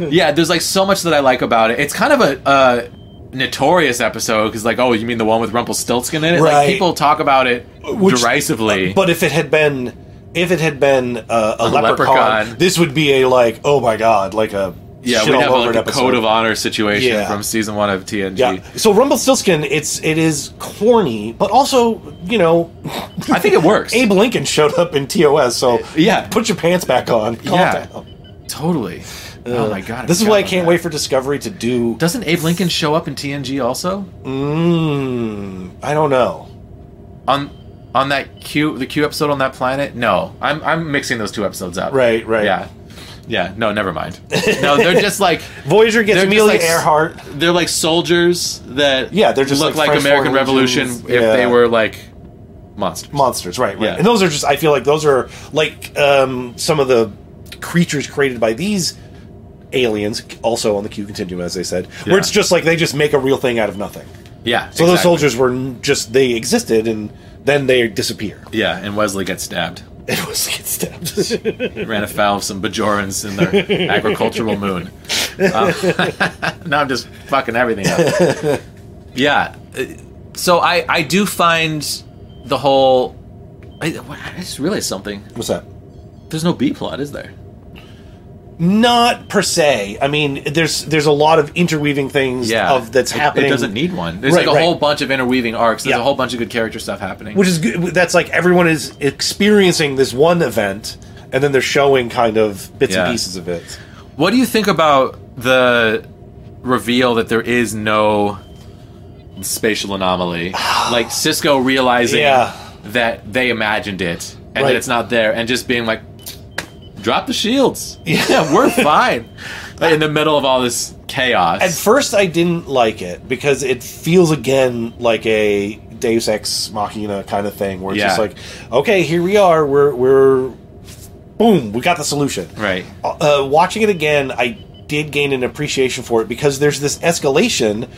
Speaker 4: does
Speaker 5: yeah there's like so much that i like about it it's kind of a, uh notorious episode because like oh you mean the one with rumpelstiltskin in it like
Speaker 4: Right.
Speaker 5: people talk about it
Speaker 4: Which- uh,
Speaker 5: derisively
Speaker 4: but if it had been if it had been uh, a, leprechaun,
Speaker 5: leprechaun.
Speaker 4: this would be a like oh my god like a
Speaker 5: yeah
Speaker 4: shit
Speaker 5: we
Speaker 4: all
Speaker 5: have
Speaker 4: over
Speaker 5: like
Speaker 4: an
Speaker 5: a
Speaker 4: episode.
Speaker 5: code of honor situation
Speaker 4: Yeah.
Speaker 5: from season one of tng
Speaker 4: yeah so rumpelstiltskin it's it is corny but also you know
Speaker 5: i think it works
Speaker 4: abe lincoln showed up in tos so
Speaker 5: Yeah.
Speaker 4: put your pants back on Calm
Speaker 5: Yeah.
Speaker 4: down.
Speaker 5: totally oh my god I
Speaker 4: this is
Speaker 5: forgot
Speaker 4: why i
Speaker 5: about
Speaker 4: can't
Speaker 5: that.
Speaker 4: wait for discovery to do
Speaker 5: doesn't abe lincoln show up in tng also
Speaker 4: mm, i don't know
Speaker 5: on on that q the q episode on that planet no i'm i'm mixing those two episodes up
Speaker 4: Right, right.
Speaker 5: yeah yeah no never mind no they're just like
Speaker 4: voyager gets
Speaker 5: They're just
Speaker 4: amelia
Speaker 5: like s-
Speaker 4: earhart
Speaker 5: they're like soldiers that
Speaker 4: Yeah, they're just
Speaker 5: look like,
Speaker 4: like French
Speaker 5: American
Speaker 4: Foreign
Speaker 5: Revolution
Speaker 4: Legions.
Speaker 5: if
Speaker 4: Yeah.
Speaker 5: they were like monsters.
Speaker 4: monsters, right? Right.
Speaker 5: Yeah.
Speaker 4: And those are just I feel like those are like um, some of the creatures created by these aliens, also on the Q continuum, as they said,
Speaker 5: Yeah.
Speaker 4: where it's just like they just make a real thing out of nothing.
Speaker 5: yeah.
Speaker 4: So
Speaker 5: exactly.
Speaker 4: those soldiers were n- just they existed and then they disappear.
Speaker 5: Yeah, and Wesley gets stabbed.
Speaker 4: It was get stabbed.
Speaker 5: Ran afoul of some Bajorans in their agricultural moon. Um, now I'm just fucking everything up. Yeah. uh, So I I do find the whole. I, I just realized something.
Speaker 4: What's that?
Speaker 5: There's no B plot, is there?
Speaker 4: Not per se. I mean, there's there's a lot of interweaving things
Speaker 5: Yeah,
Speaker 4: of that's
Speaker 5: It-
Speaker 4: happening.
Speaker 5: It doesn't need one. There's
Speaker 4: Right,
Speaker 5: like a
Speaker 4: right.
Speaker 5: whole bunch of interweaving arcs. There's
Speaker 4: Yeah.
Speaker 5: a whole bunch of good character stuff happening.
Speaker 4: which is good. That's like everyone is experiencing this one event, and then they're showing kind of bits
Speaker 5: Yeah.
Speaker 4: and pieces of it.
Speaker 5: What do you think about the reveal that there is no spatial anomaly? like Cisco realizing
Speaker 4: Yeah.
Speaker 5: that they imagined it and that
Speaker 4: Right.
Speaker 5: it's not there and just being like drop the shields. Yeah, we're fine. like, in the middle of all this chaos.
Speaker 4: At first, I didn't like it because it feels again like a Deus Ex Machina kind of thing, where it's
Speaker 5: Yeah.
Speaker 4: just like, okay, here we are, we're we're boom, we got the solution.
Speaker 5: right.
Speaker 4: Uh, watching it again, I did gain an appreciation for it because there's this escalation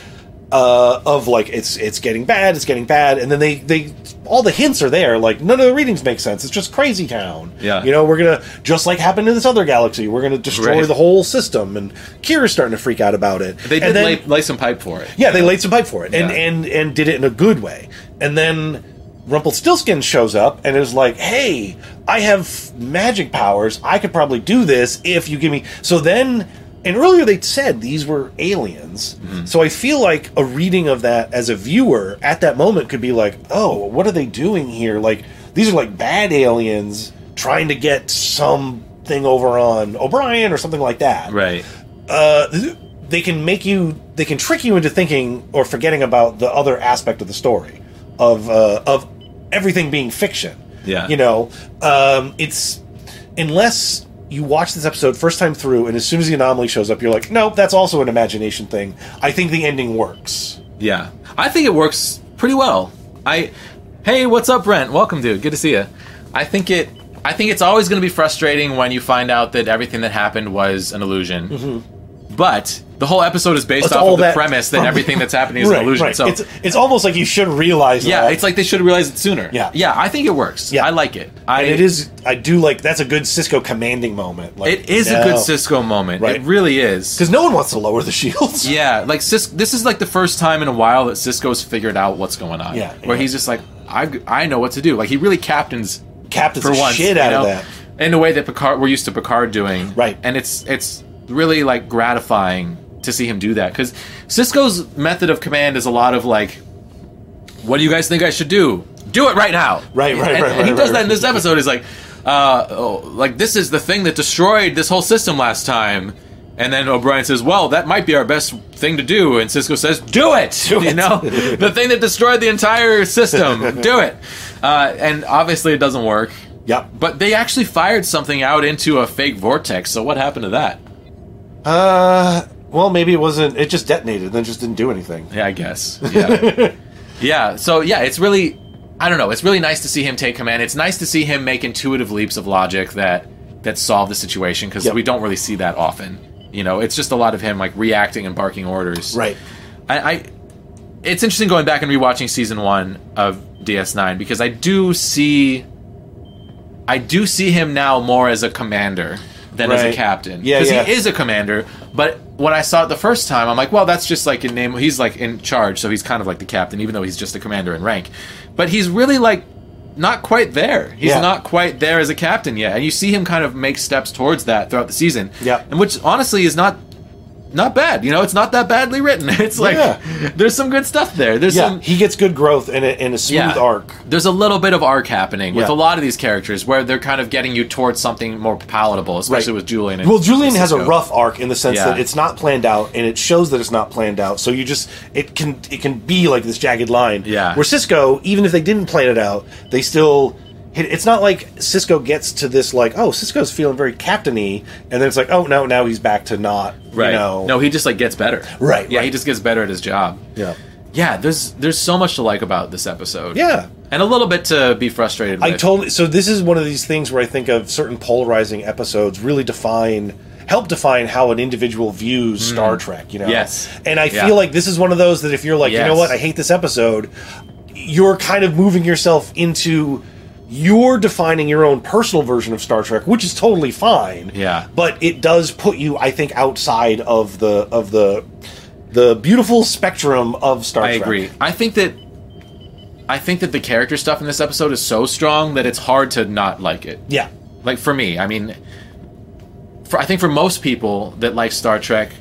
Speaker 4: uh, of like it's it's getting bad, it's getting bad, and then they they all the hints are there. Like none of the readings make sense. It's just crazy town.
Speaker 5: Yeah.
Speaker 4: you know we're gonna just like happened in this other galaxy. We're gonna destroy
Speaker 5: Right.
Speaker 4: the whole system, and Kira's starting to freak out about it.
Speaker 5: They
Speaker 4: And
Speaker 5: did
Speaker 4: then-
Speaker 5: lay, lay some pipe for it.
Speaker 4: yeah, they laid some pipe for it and,
Speaker 5: Yeah.
Speaker 4: and and did it in a good way. And then Rumpelstiltskin shows up and is like, "Hey, I have magic powers. I could probably do this if you give me." So then, and earlier they said these were aliens. So I feel like a reading of that as a viewer at that moment could be like, "Oh, what are they doing here? Like these are like bad aliens trying to get something over on O'Brien or something like that
Speaker 5: Right.
Speaker 4: uh, they can make you they can trick you into thinking or forgetting about the other aspect of the story of uh, of everything being fiction
Speaker 5: Yeah.
Speaker 4: you know um, it's unless you watch this episode first time through and as soon as the anomaly shows up you're like nope that's also an imagination thing i think the ending works
Speaker 5: Yeah. I think it works pretty well. I Hey, what's up, Brent? Welcome, dude. Good to see you. I think it I think it's always going to be frustrating when you find out that everything that happened was an illusion. But the whole episode is based
Speaker 4: Mm-hmm. It's
Speaker 5: off
Speaker 4: all
Speaker 5: of the
Speaker 4: that-
Speaker 5: premise that everything that's happening is an illusion. So
Speaker 4: it's, it's almost like you should realize
Speaker 5: yeah,
Speaker 4: that.
Speaker 5: it's like they should realize it sooner.
Speaker 4: Yeah.
Speaker 5: yeah, I think it works.
Speaker 4: Yeah.
Speaker 5: I like it. I,
Speaker 4: and it is i do like that's a good cisco commanding moment like
Speaker 5: It is a good
Speaker 4: no.
Speaker 5: Cisco moment.
Speaker 4: Right.
Speaker 5: It really is.
Speaker 4: because no one wants to lower the shields
Speaker 5: Yeah, like Cis- this is like the first time in a while that Cisco's figured out what's going on.
Speaker 4: Yeah,
Speaker 5: where
Speaker 4: yeah.
Speaker 5: he's just like, I I know what to do. Like he really captains
Speaker 4: captains
Speaker 5: for
Speaker 4: the
Speaker 5: once
Speaker 4: shit
Speaker 5: you
Speaker 4: out of
Speaker 5: know,
Speaker 4: that
Speaker 5: in the way that Picard we're used to Picard doing.
Speaker 4: Right.
Speaker 5: and it's it's really like gratifying to see him do that because Cisco's method of command is a lot of like, what do you guys think I should do? Do it right now.
Speaker 4: Right, right,
Speaker 5: And-
Speaker 4: right,
Speaker 5: and he
Speaker 4: right,
Speaker 5: does
Speaker 4: right,
Speaker 5: that in this episode. He's like, uh, oh, like this is the thing that destroyed this whole system last time. And then O'Brien says, "Well, that might be our best thing to do." And Cisco says, "Do it! you know, the thing that destroyed the entire system. do it." Uh, and obviously, it doesn't work.
Speaker 4: Yep.
Speaker 5: But they actually fired something out into a fake vortex. So what happened to that?
Speaker 4: Uh, well, maybe it wasn't. It just detonated, and then just didn't do anything.
Speaker 5: Yeah, I guess. Yeah. yeah. So yeah, it's really I don't know, it's really nice to see him take command. It's nice to see him make intuitive leaps of logic that that solve the situation because
Speaker 4: Yep.
Speaker 5: we don't really see that often. You know, it's just a lot of him like reacting and barking orders.
Speaker 4: Right.
Speaker 5: I, I it's interesting going back and rewatching season one of DS9 because I do see I do see him now more as a commander than as a
Speaker 4: Right.
Speaker 5: captain.
Speaker 4: Yeah, yeah.
Speaker 5: he is a commander, but when I saw it the first time, I'm like, well, that's just like in name he's like in charge, so he's kind of like the captain, even though he's just a commander in rank. But he's really like not quite there. He's
Speaker 4: Yeah.
Speaker 5: not quite there as a captain yet. And you see him kind of make steps towards that throughout the season.
Speaker 4: Yeah.
Speaker 5: And which honestly is not not bad. You know, it's not that badly written. It's like
Speaker 4: Yeah.
Speaker 5: there's some good stuff there. There's
Speaker 4: Yeah,
Speaker 5: some
Speaker 4: he gets good growth and a, and a smooth
Speaker 5: Yeah.
Speaker 4: arc.
Speaker 5: there's a little bit of arc happening with
Speaker 4: Yeah.
Speaker 5: a lot of these characters where they're kind of getting you towards something more palatable, especially with Julian. And
Speaker 4: Well, Julian has a
Speaker 5: Cisco.
Speaker 4: rough arc in the sense
Speaker 5: Yeah.
Speaker 4: that it's not planned out, and it shows that it's not planned out. So you just it can it can be like this jagged line.
Speaker 5: Yeah.
Speaker 4: Where Cisco, even if they didn't plan it out, they still. hit It's not like Cisco gets to this like, oh, Cisco's feeling very captainy, and then it's like, oh no, now he's back to not,
Speaker 5: right?
Speaker 4: you know,
Speaker 5: No, he just like gets better.
Speaker 4: Right,
Speaker 5: Yeah, he
Speaker 4: right.
Speaker 5: just gets better at his job.
Speaker 4: yeah,
Speaker 5: Yeah. There's there's so much to like about this episode.
Speaker 4: yeah.
Speaker 5: And a little bit to be frustrated.
Speaker 4: I
Speaker 5: with.
Speaker 4: totally. So this is one of these things where I think of certain polarizing episodes really define, help define how an individual views Star Trek. You know.
Speaker 5: Hmm. Yes.
Speaker 4: And I
Speaker 5: Yeah.
Speaker 4: feel like this is one of those that if you're like, you know
Speaker 5: Yes.
Speaker 4: what, I hate this episode, you're kind of moving yourself into. You're defining your own personal version of Star Trek, which is totally fine.
Speaker 5: Yeah.
Speaker 4: But it does put you, I think, outside of the of the the beautiful spectrum of Star
Speaker 5: I
Speaker 4: Trek.
Speaker 5: agree. I think that I think that the character stuff in this episode is so strong that it's hard to not like it.
Speaker 4: Yeah.
Speaker 5: like for me i mean for, i think for most people that like star trek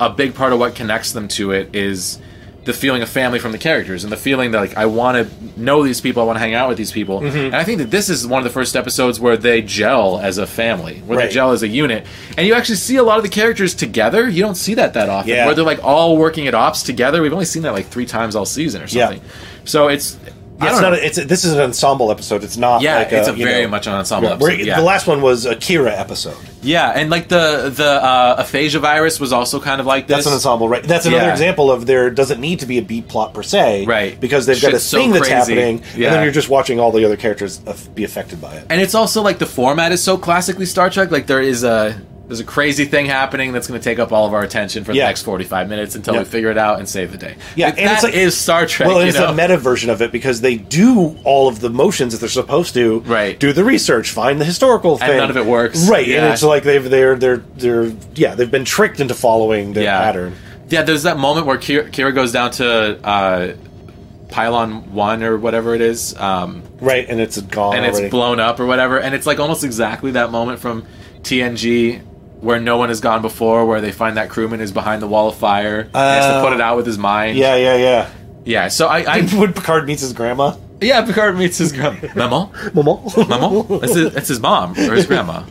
Speaker 5: a big part of what connects them to it is the feeling of family from the characters and the feeling that like i want to know these people i want to hang out with these people
Speaker 4: Mm-hmm.
Speaker 5: and i think that this is one of the first episodes where they gel as a family where
Speaker 4: Right.
Speaker 5: they gel as a unit and you actually see a lot of the characters together you don't see that that often
Speaker 4: Yeah.
Speaker 5: where they're like all working at ops together we've only seen that like three times all season or
Speaker 4: Yeah.
Speaker 5: something so it's
Speaker 4: Yeah, it's not. A, it's a, this is an ensemble episode. It's not.
Speaker 5: Yeah,
Speaker 4: like uh,
Speaker 5: it's a
Speaker 4: you
Speaker 5: very
Speaker 4: know,
Speaker 5: much an ensemble
Speaker 4: yeah,
Speaker 5: episode.
Speaker 4: we're-
Speaker 5: Yeah.
Speaker 4: The last one was a Kira episode.
Speaker 5: yeah, and like the the uh, aphasia virus was also kind of like this.
Speaker 4: That's an ensemble, right? That's another
Speaker 5: Yeah.
Speaker 4: example of there doesn't need to be a beat plot per se,
Speaker 5: Right.
Speaker 4: Because they've got a
Speaker 5: Shit's so
Speaker 4: thing that's
Speaker 5: crazy.
Speaker 4: happening, and
Speaker 5: Yeah.
Speaker 4: then you're just watching all the other characters af- be affected by it.
Speaker 5: and it's also like the format is so classically Star Trek. Like there is a there's a crazy thing happening that's going to take up all of our attention for the
Speaker 4: Yeah.
Speaker 5: next 45 minutes until
Speaker 4: Yeah.
Speaker 5: we figure it out and save the day.
Speaker 4: Yeah,
Speaker 5: Like,
Speaker 4: and
Speaker 5: that
Speaker 4: it's like-
Speaker 5: is Star Trek.
Speaker 4: Well,
Speaker 5: you
Speaker 4: it's
Speaker 5: know?
Speaker 4: a meta version of it because they do all of the motions that they're supposed to.
Speaker 5: Right.
Speaker 4: Do the research, find the historical thing.
Speaker 5: And none of it works.
Speaker 4: Right.
Speaker 5: Yeah.
Speaker 4: And it's like they've they're they're they're yeah they've been tricked into following their
Speaker 5: yeah.
Speaker 4: pattern.
Speaker 5: Yeah, there's that moment where Kira, Kira goes down to uh, pylon one or whatever it is, um,
Speaker 4: Right. And it's gone.
Speaker 5: and
Speaker 4: already.
Speaker 5: it's blown up or whatever, and it's like almost exactly that moment from TNG where no one has gone before, where they find that crewman is behind the wall of fire, and has to
Speaker 4: Oh.
Speaker 5: put it out with his mind.
Speaker 4: Yeah. Yeah. Yeah.
Speaker 5: yeah. So I, I
Speaker 4: And when Picard meets his grandma,
Speaker 5: yeah, Picard meets his grandma, maman,
Speaker 4: Maman?
Speaker 5: maman. That's his, that's his mom or his grandma.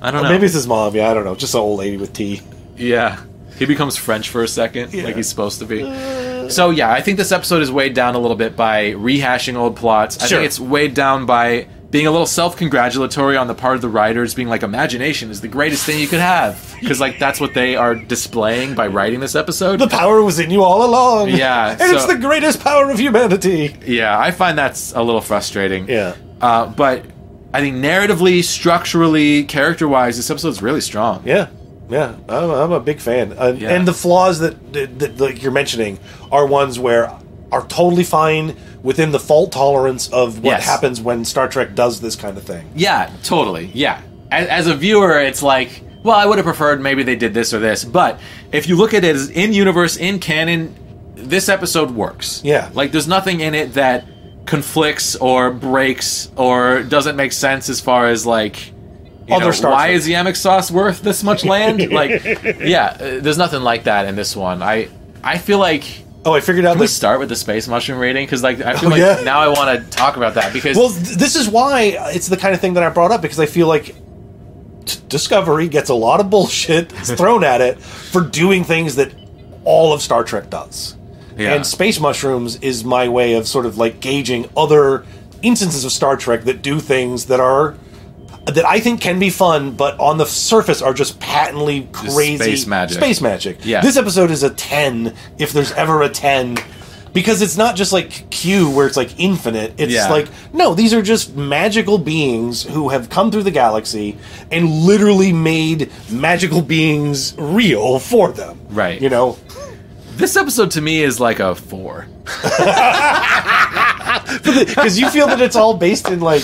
Speaker 5: I don't know.
Speaker 4: maybe it's his mom. Yeah, I don't know. Just an old lady with tea.
Speaker 5: Yeah. He becomes French for a second, like he's supposed to be.
Speaker 4: Uh.
Speaker 5: So yeah, I think this episode is weighed down a little bit by rehashing old plots. I
Speaker 4: Sure.
Speaker 5: think it's weighed down by being a little self-congratulatory on the part of the writers, being like, "Imagination is the greatest thing you could have," because like that's what they are displaying by writing this episode.
Speaker 4: The power was in you all along.
Speaker 5: Yeah,
Speaker 4: and it's
Speaker 5: so-
Speaker 4: the greatest power of humanity.
Speaker 5: yeah, I find that's a little frustrating.
Speaker 4: Yeah.
Speaker 5: uh, but I think narratively, structurally, character-wise, this episode's really strong.
Speaker 4: Yeah, yeah, I'm, I'm a big fan, and,
Speaker 5: Yeah.
Speaker 4: and the flaws that, that, that like you're mentioning are ones where are totally fine within the fault tolerance of what
Speaker 5: Yes.
Speaker 4: happens when Star Trek does this kind of thing.
Speaker 5: Yeah, totally. Yeah. As, as a viewer, it's like, well, I would have preferred maybe they did this or this, but if you look at it as in universe, in canon, this episode works.
Speaker 4: Yeah.
Speaker 5: Like, there's nothing in it that conflicts or breaks or doesn't make sense as far as like. You
Speaker 4: Other
Speaker 5: know,
Speaker 4: Star
Speaker 5: why
Speaker 4: Trek.
Speaker 5: is Yamek sauce worth this much land? like, yeah, uh, there's nothing like that in this one. I I feel like
Speaker 4: Oh, I figured out
Speaker 5: can we
Speaker 4: this.
Speaker 5: start with the space mushroom rating because like I feel
Speaker 4: Oh,
Speaker 5: like
Speaker 4: yeah.
Speaker 5: now I want to talk about that because
Speaker 4: Well, th- this is why it's the kind of thing that I brought up because I feel like t- Discovery gets a lot of bullshit thrown at it for doing things that all of Star Trek does.
Speaker 5: Yeah.
Speaker 4: And Space Mushrooms is my way of sort of like gauging other instances of Star Trek that do things that are that I think can be fun, but on the surface are just patently crazy
Speaker 5: space magic.
Speaker 4: Space magic.
Speaker 5: Yeah.
Speaker 4: This episode is a ten, if there's ever a ten, because it's not just like Q where it's like infinite. It's
Speaker 5: Yeah.
Speaker 4: like no, these are just magical beings who have come through the galaxy and literally made magical beings real for them.
Speaker 5: Right.
Speaker 4: You know,
Speaker 5: this episode to me is like a four.
Speaker 4: because you feel that it's all based in like,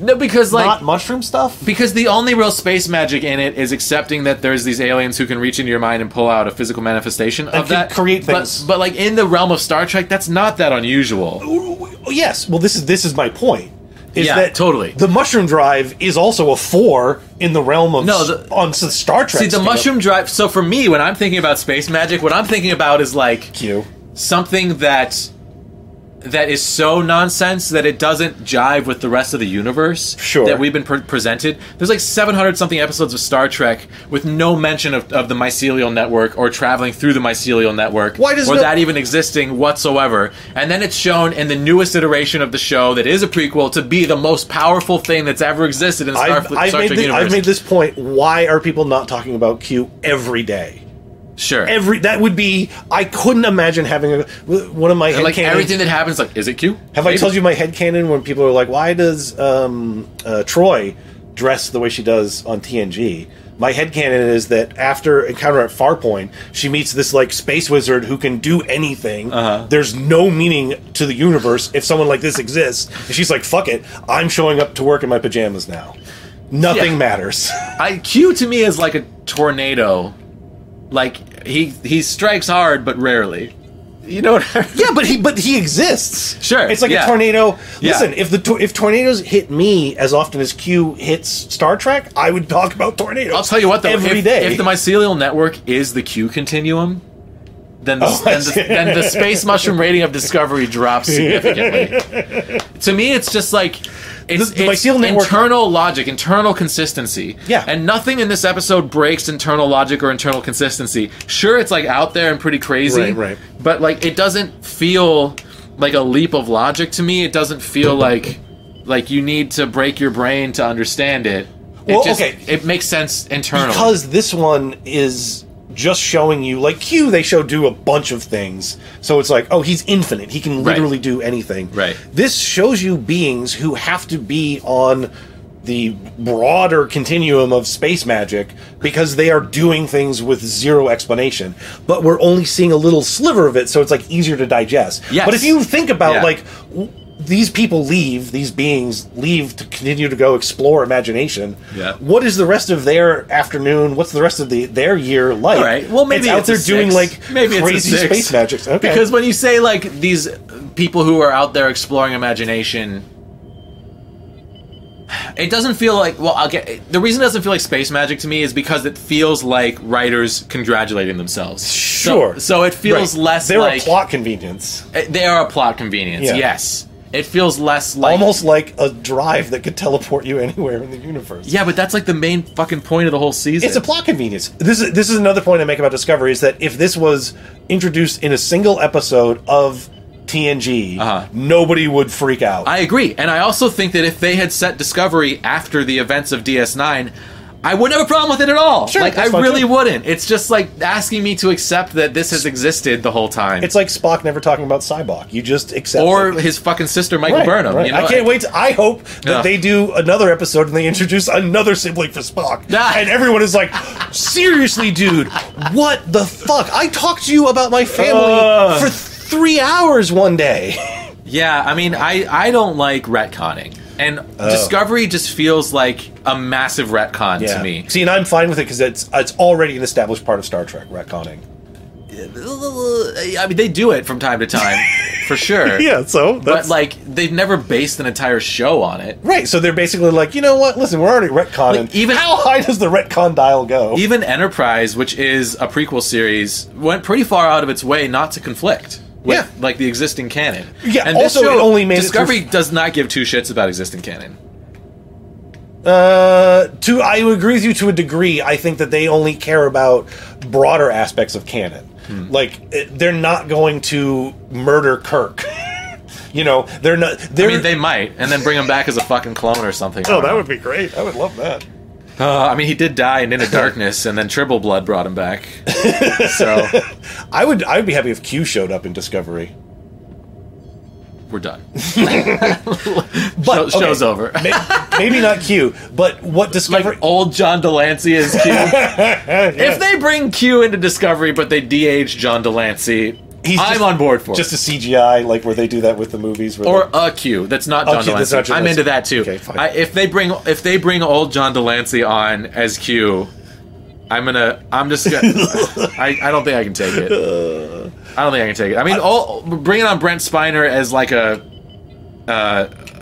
Speaker 5: No, because like
Speaker 4: not mushroom stuff.
Speaker 5: because the only real space magic in it is accepting that there's these aliens who can reach into your mind and pull out a physical manifestation
Speaker 4: can
Speaker 5: of that
Speaker 4: create
Speaker 5: But-
Speaker 4: things.
Speaker 5: But, like in the realm of Star Trek, that's not that unusual.
Speaker 4: Oh, yes well this is this is my point is
Speaker 5: Yeah,
Speaker 4: that
Speaker 5: totally.
Speaker 4: the mushroom drive is also a four in the realm of
Speaker 5: No,
Speaker 4: no
Speaker 5: the-
Speaker 4: on s- star trek
Speaker 5: See, the
Speaker 4: scale.
Speaker 5: mushroom drive. So for me, when I'm thinking about space magic, what I'm thinking about is like
Speaker 4: Q.
Speaker 5: something that that is so nonsense that it doesn't jive with the rest of the universe
Speaker 4: Sure.
Speaker 5: that we've been pre- presented. There's like 700 something episodes of Star Trek with no mention of, of the mycelial network or traveling through the mycelial network
Speaker 4: Why does
Speaker 5: or
Speaker 4: no-
Speaker 5: that even existing whatsoever. And then it's shown in the newest iteration of the show that is a prequel to be the most powerful thing that's ever existed in the Star,
Speaker 4: I've,
Speaker 5: Star
Speaker 4: I've
Speaker 5: Trek
Speaker 4: made this,
Speaker 5: universe.
Speaker 4: I've made this point why are people not talking about q every day
Speaker 5: sure.
Speaker 4: every that would be i couldn't imagine having a one of my
Speaker 5: and
Speaker 4: head
Speaker 5: like everything that happens, like is it Q?
Speaker 4: have i told you my head canon when people are like why does um uh, troy dress the way she does on tng my headcanon is that after encounter at Farpoint, she meets this like space wizard who can do anything. Uh-huh. There's no meaning to the universe if someone like this exists. And she's like, "Fuck it, I'm showing up to work in my pajamas now. Nothing
Speaker 5: Yeah.
Speaker 4: matters."
Speaker 5: I Q to me is like a tornado. Like he he strikes hard but rarely. You know what I mean?
Speaker 4: Yeah, but he but he exists.
Speaker 5: Sure,
Speaker 4: it's like
Speaker 5: yeah.
Speaker 4: a tornado.
Speaker 5: Yeah.
Speaker 4: Listen, if the tor- if tornadoes hit me as often as Q hits Star Trek, I would talk about tornadoes.
Speaker 5: I'll tell you what though,
Speaker 4: every
Speaker 5: if,
Speaker 4: day.
Speaker 5: if the mycelial network is the Q continuum, then the,
Speaker 4: Oh, I
Speaker 5: then, the,
Speaker 4: see.
Speaker 5: then the space mushroom rating of discovery drops significantly. to me, it's just like it's,
Speaker 4: The- the
Speaker 5: it's
Speaker 4: mycelial network-
Speaker 5: internal logic, internal consistency.
Speaker 4: Yeah.
Speaker 5: and nothing in this episode breaks internal logic or internal consistency. Sure, it's like out there and pretty crazy,
Speaker 4: Right, right.
Speaker 5: But like, it doesn't feel like a leap of logic to me. It doesn't feel like like you need to break your brain to understand it. It
Speaker 4: Well,
Speaker 5: just
Speaker 4: okay.
Speaker 5: it makes sense internally.
Speaker 4: because this one is just showing you like Q they show do a bunch of things so it's like oh he's infinite he can
Speaker 5: Right.
Speaker 4: literally do anything
Speaker 5: Right.
Speaker 4: this shows you beings who have to be on the broader continuum of space magic because they are doing things with zero explanation but we're only seeing a little sliver of it so it's like easier to digest
Speaker 5: Yes.
Speaker 4: but if you think about
Speaker 5: Yeah.
Speaker 4: like w- these people leave these beings leave to continue to go explore imagination
Speaker 5: Yeah.
Speaker 4: what is the rest of their afternoon? What's the rest of the their year like?
Speaker 5: All right. Well,
Speaker 4: it's
Speaker 5: maybe
Speaker 4: out there
Speaker 5: a
Speaker 4: doing
Speaker 5: six.
Speaker 4: like
Speaker 5: maybe
Speaker 4: crazy
Speaker 5: it's a six.
Speaker 4: space magic. Okay.
Speaker 5: Because when you say like these people who are out there exploring imagination, it doesn't feel like. Well, I'll get the reason it doesn't feel like space magic to me is because it feels like writers congratulating themselves. So-
Speaker 4: sure.
Speaker 5: So, it feels
Speaker 4: Right.
Speaker 5: less
Speaker 4: They're
Speaker 5: like
Speaker 4: a plot convenience,
Speaker 5: eh, they are a plot convenience.
Speaker 4: Yeah.
Speaker 5: Yes. It feels less like
Speaker 4: almost like a drive that could teleport you anywhere in the universe.
Speaker 5: Yeah, but that's like the main fucking point of the whole season.
Speaker 4: It's a plot convenience. This is this is another point I make about Discovery is that if this was introduced in a single episode of TNG,
Speaker 5: Uh-huh.
Speaker 4: nobody would freak out.
Speaker 5: I agree, and I also think that if they had set Discovery after the events of DS9, I wouldn't have a problem with it at all.
Speaker 4: Sure,
Speaker 5: like I
Speaker 4: that's fine,
Speaker 5: really
Speaker 4: too.
Speaker 5: wouldn't. It's just like asking me to accept that this has existed the whole time,
Speaker 4: it's like Spock never talking about Cybok. You just accept
Speaker 5: or
Speaker 4: it.
Speaker 5: his fucking sister Michael
Speaker 4: Right,
Speaker 5: Burnham.
Speaker 4: right.
Speaker 5: You know?
Speaker 4: I can't wait. To, I hope that
Speaker 5: Yeah.
Speaker 4: they do another episode and they introduce another sibling for Spock.
Speaker 5: Ah.
Speaker 4: And everyone is like, seriously, dude, what the fuck? I talked to you about my family for three hours one day.
Speaker 5: Yeah, I mean, I I don't like retconning, and Discovery just feels like a massive retcon to me.
Speaker 4: See, and I'm fine with it because it's it's already an established part of Star Trek retconning.
Speaker 5: I mean, they do it from time to time, for sure.
Speaker 4: so
Speaker 5: But like they've never based an entire show on it.
Speaker 4: Right, so they're basically like, you know what? Listen, we're already retconning.
Speaker 5: Like, even-
Speaker 4: how high does the retcon dial go?
Speaker 5: Even Enterprise, which is a prequel series, went pretty far out of its way not to conflict with
Speaker 4: Yeah.
Speaker 5: like the existing canon.
Speaker 4: Yeah, also, it only made it
Speaker 5: Discovery does not give two shits about existing canon.
Speaker 4: Uh, to I would agree with you to a degree. I think that they only care about broader aspects of canon.
Speaker 5: Hmm.
Speaker 4: Like eh, they're not going to murder Kirk. you know, they're not. They're,
Speaker 5: I mean, they might, and then bring him back as a fucking clone or something.
Speaker 4: Oh, that would be great. I would love that.
Speaker 5: Uh, I mean, he did die in Into Darkness, and then Triple Blood brought him back. so
Speaker 4: I would. I would be happy if Q showed up in Discovery.
Speaker 5: we're done.
Speaker 4: But
Speaker 5: Show- show's
Speaker 4: okay,
Speaker 5: over.
Speaker 4: may- maybe not Q, but what Discovery?
Speaker 5: Like old John Delancey is Q. If they bring Q into Discovery, but they de-age John Delancey,
Speaker 4: He's
Speaker 5: I'm
Speaker 4: just-
Speaker 5: on board for it.
Speaker 4: just a CGI, like where they do that with the movies. Where
Speaker 5: or
Speaker 4: they-
Speaker 5: a Q. That's not
Speaker 4: A
Speaker 5: John
Speaker 4: Q, that's
Speaker 5: Delancey.
Speaker 4: not John
Speaker 5: I'm
Speaker 4: Delancey.
Speaker 5: into that too.
Speaker 4: Okay, fine.
Speaker 5: I, if they bring if they bring old John Delancey on as Q, I'm gonna. I'm just gonna. I, I don't think I can take it.
Speaker 4: Uh,
Speaker 5: I don't think I can take it. I mean, all bringing on Brent Spiner as like a, uh,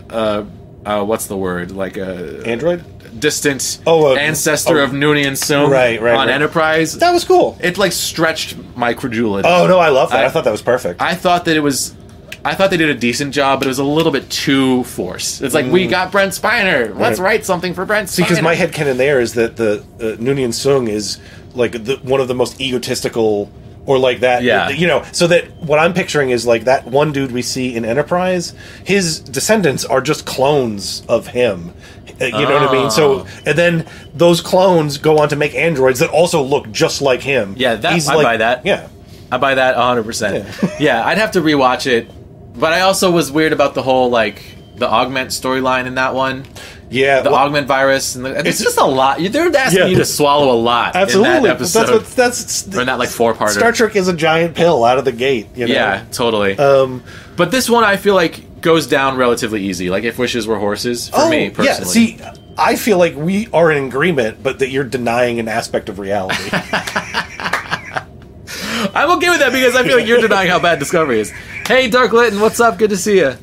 Speaker 5: uh, uh, what's the word? Like a
Speaker 4: Android.
Speaker 5: distant
Speaker 4: Oh, uh,
Speaker 5: ancestor
Speaker 4: oh.
Speaker 5: of Noonie and Soon
Speaker 4: Right, right,
Speaker 5: on
Speaker 4: right.
Speaker 5: Enterprise.
Speaker 4: That was cool.
Speaker 5: It like stretched my credulity.
Speaker 4: Oh no, I love that. I,
Speaker 5: I-
Speaker 4: thought that was perfect.
Speaker 5: I thought that it was. I thought they did a decent job, but it was a little bit too forced. It's like we got Brent Spiner. Let's
Speaker 4: Mm. Right.
Speaker 5: write something for Brent. Spiner.
Speaker 4: See, because my headcanon there is that the uh, Noonien Sung is like the, one of the most egotistical, or like that.
Speaker 5: Yeah.
Speaker 4: You know, so that what I'm picturing is like that one dude we see in Enterprise, his descendants are just clones of him. Uh, You know what I mean? So,
Speaker 5: Ah.
Speaker 4: and then those clones go on to make androids that also look just like him.
Speaker 5: Yeah, that-
Speaker 4: He's
Speaker 5: I buy that.
Speaker 4: Yeah.
Speaker 5: I buy that 100. percent Yeah, I'd have to rewatch it, but I also was weird about the whole like the augment storyline in that one,
Speaker 4: Yeah.
Speaker 5: the
Speaker 4: well,
Speaker 5: augment virus, and the, it's,
Speaker 4: It's-
Speaker 5: just a lot. They're asking
Speaker 4: Yeah.
Speaker 5: you to swallow a lot
Speaker 4: absolutely.
Speaker 5: in that episode.
Speaker 4: That's what, that's
Speaker 5: or in that like four parter.
Speaker 4: Star Trek is a giant pill out of the gate. You know?
Speaker 5: Yeah, totally.
Speaker 4: Um,
Speaker 5: but this one I feel like goes down relatively easy. Like if wishes were horses for me personally.
Speaker 4: Oh, Yeah, see, I feel like we are in agreement, but that you're denying an aspect of reality.
Speaker 5: I'm okay with that because I feel like you're denying how bad Discovery is. Hey, Dark Litton, what's up? Good to see you.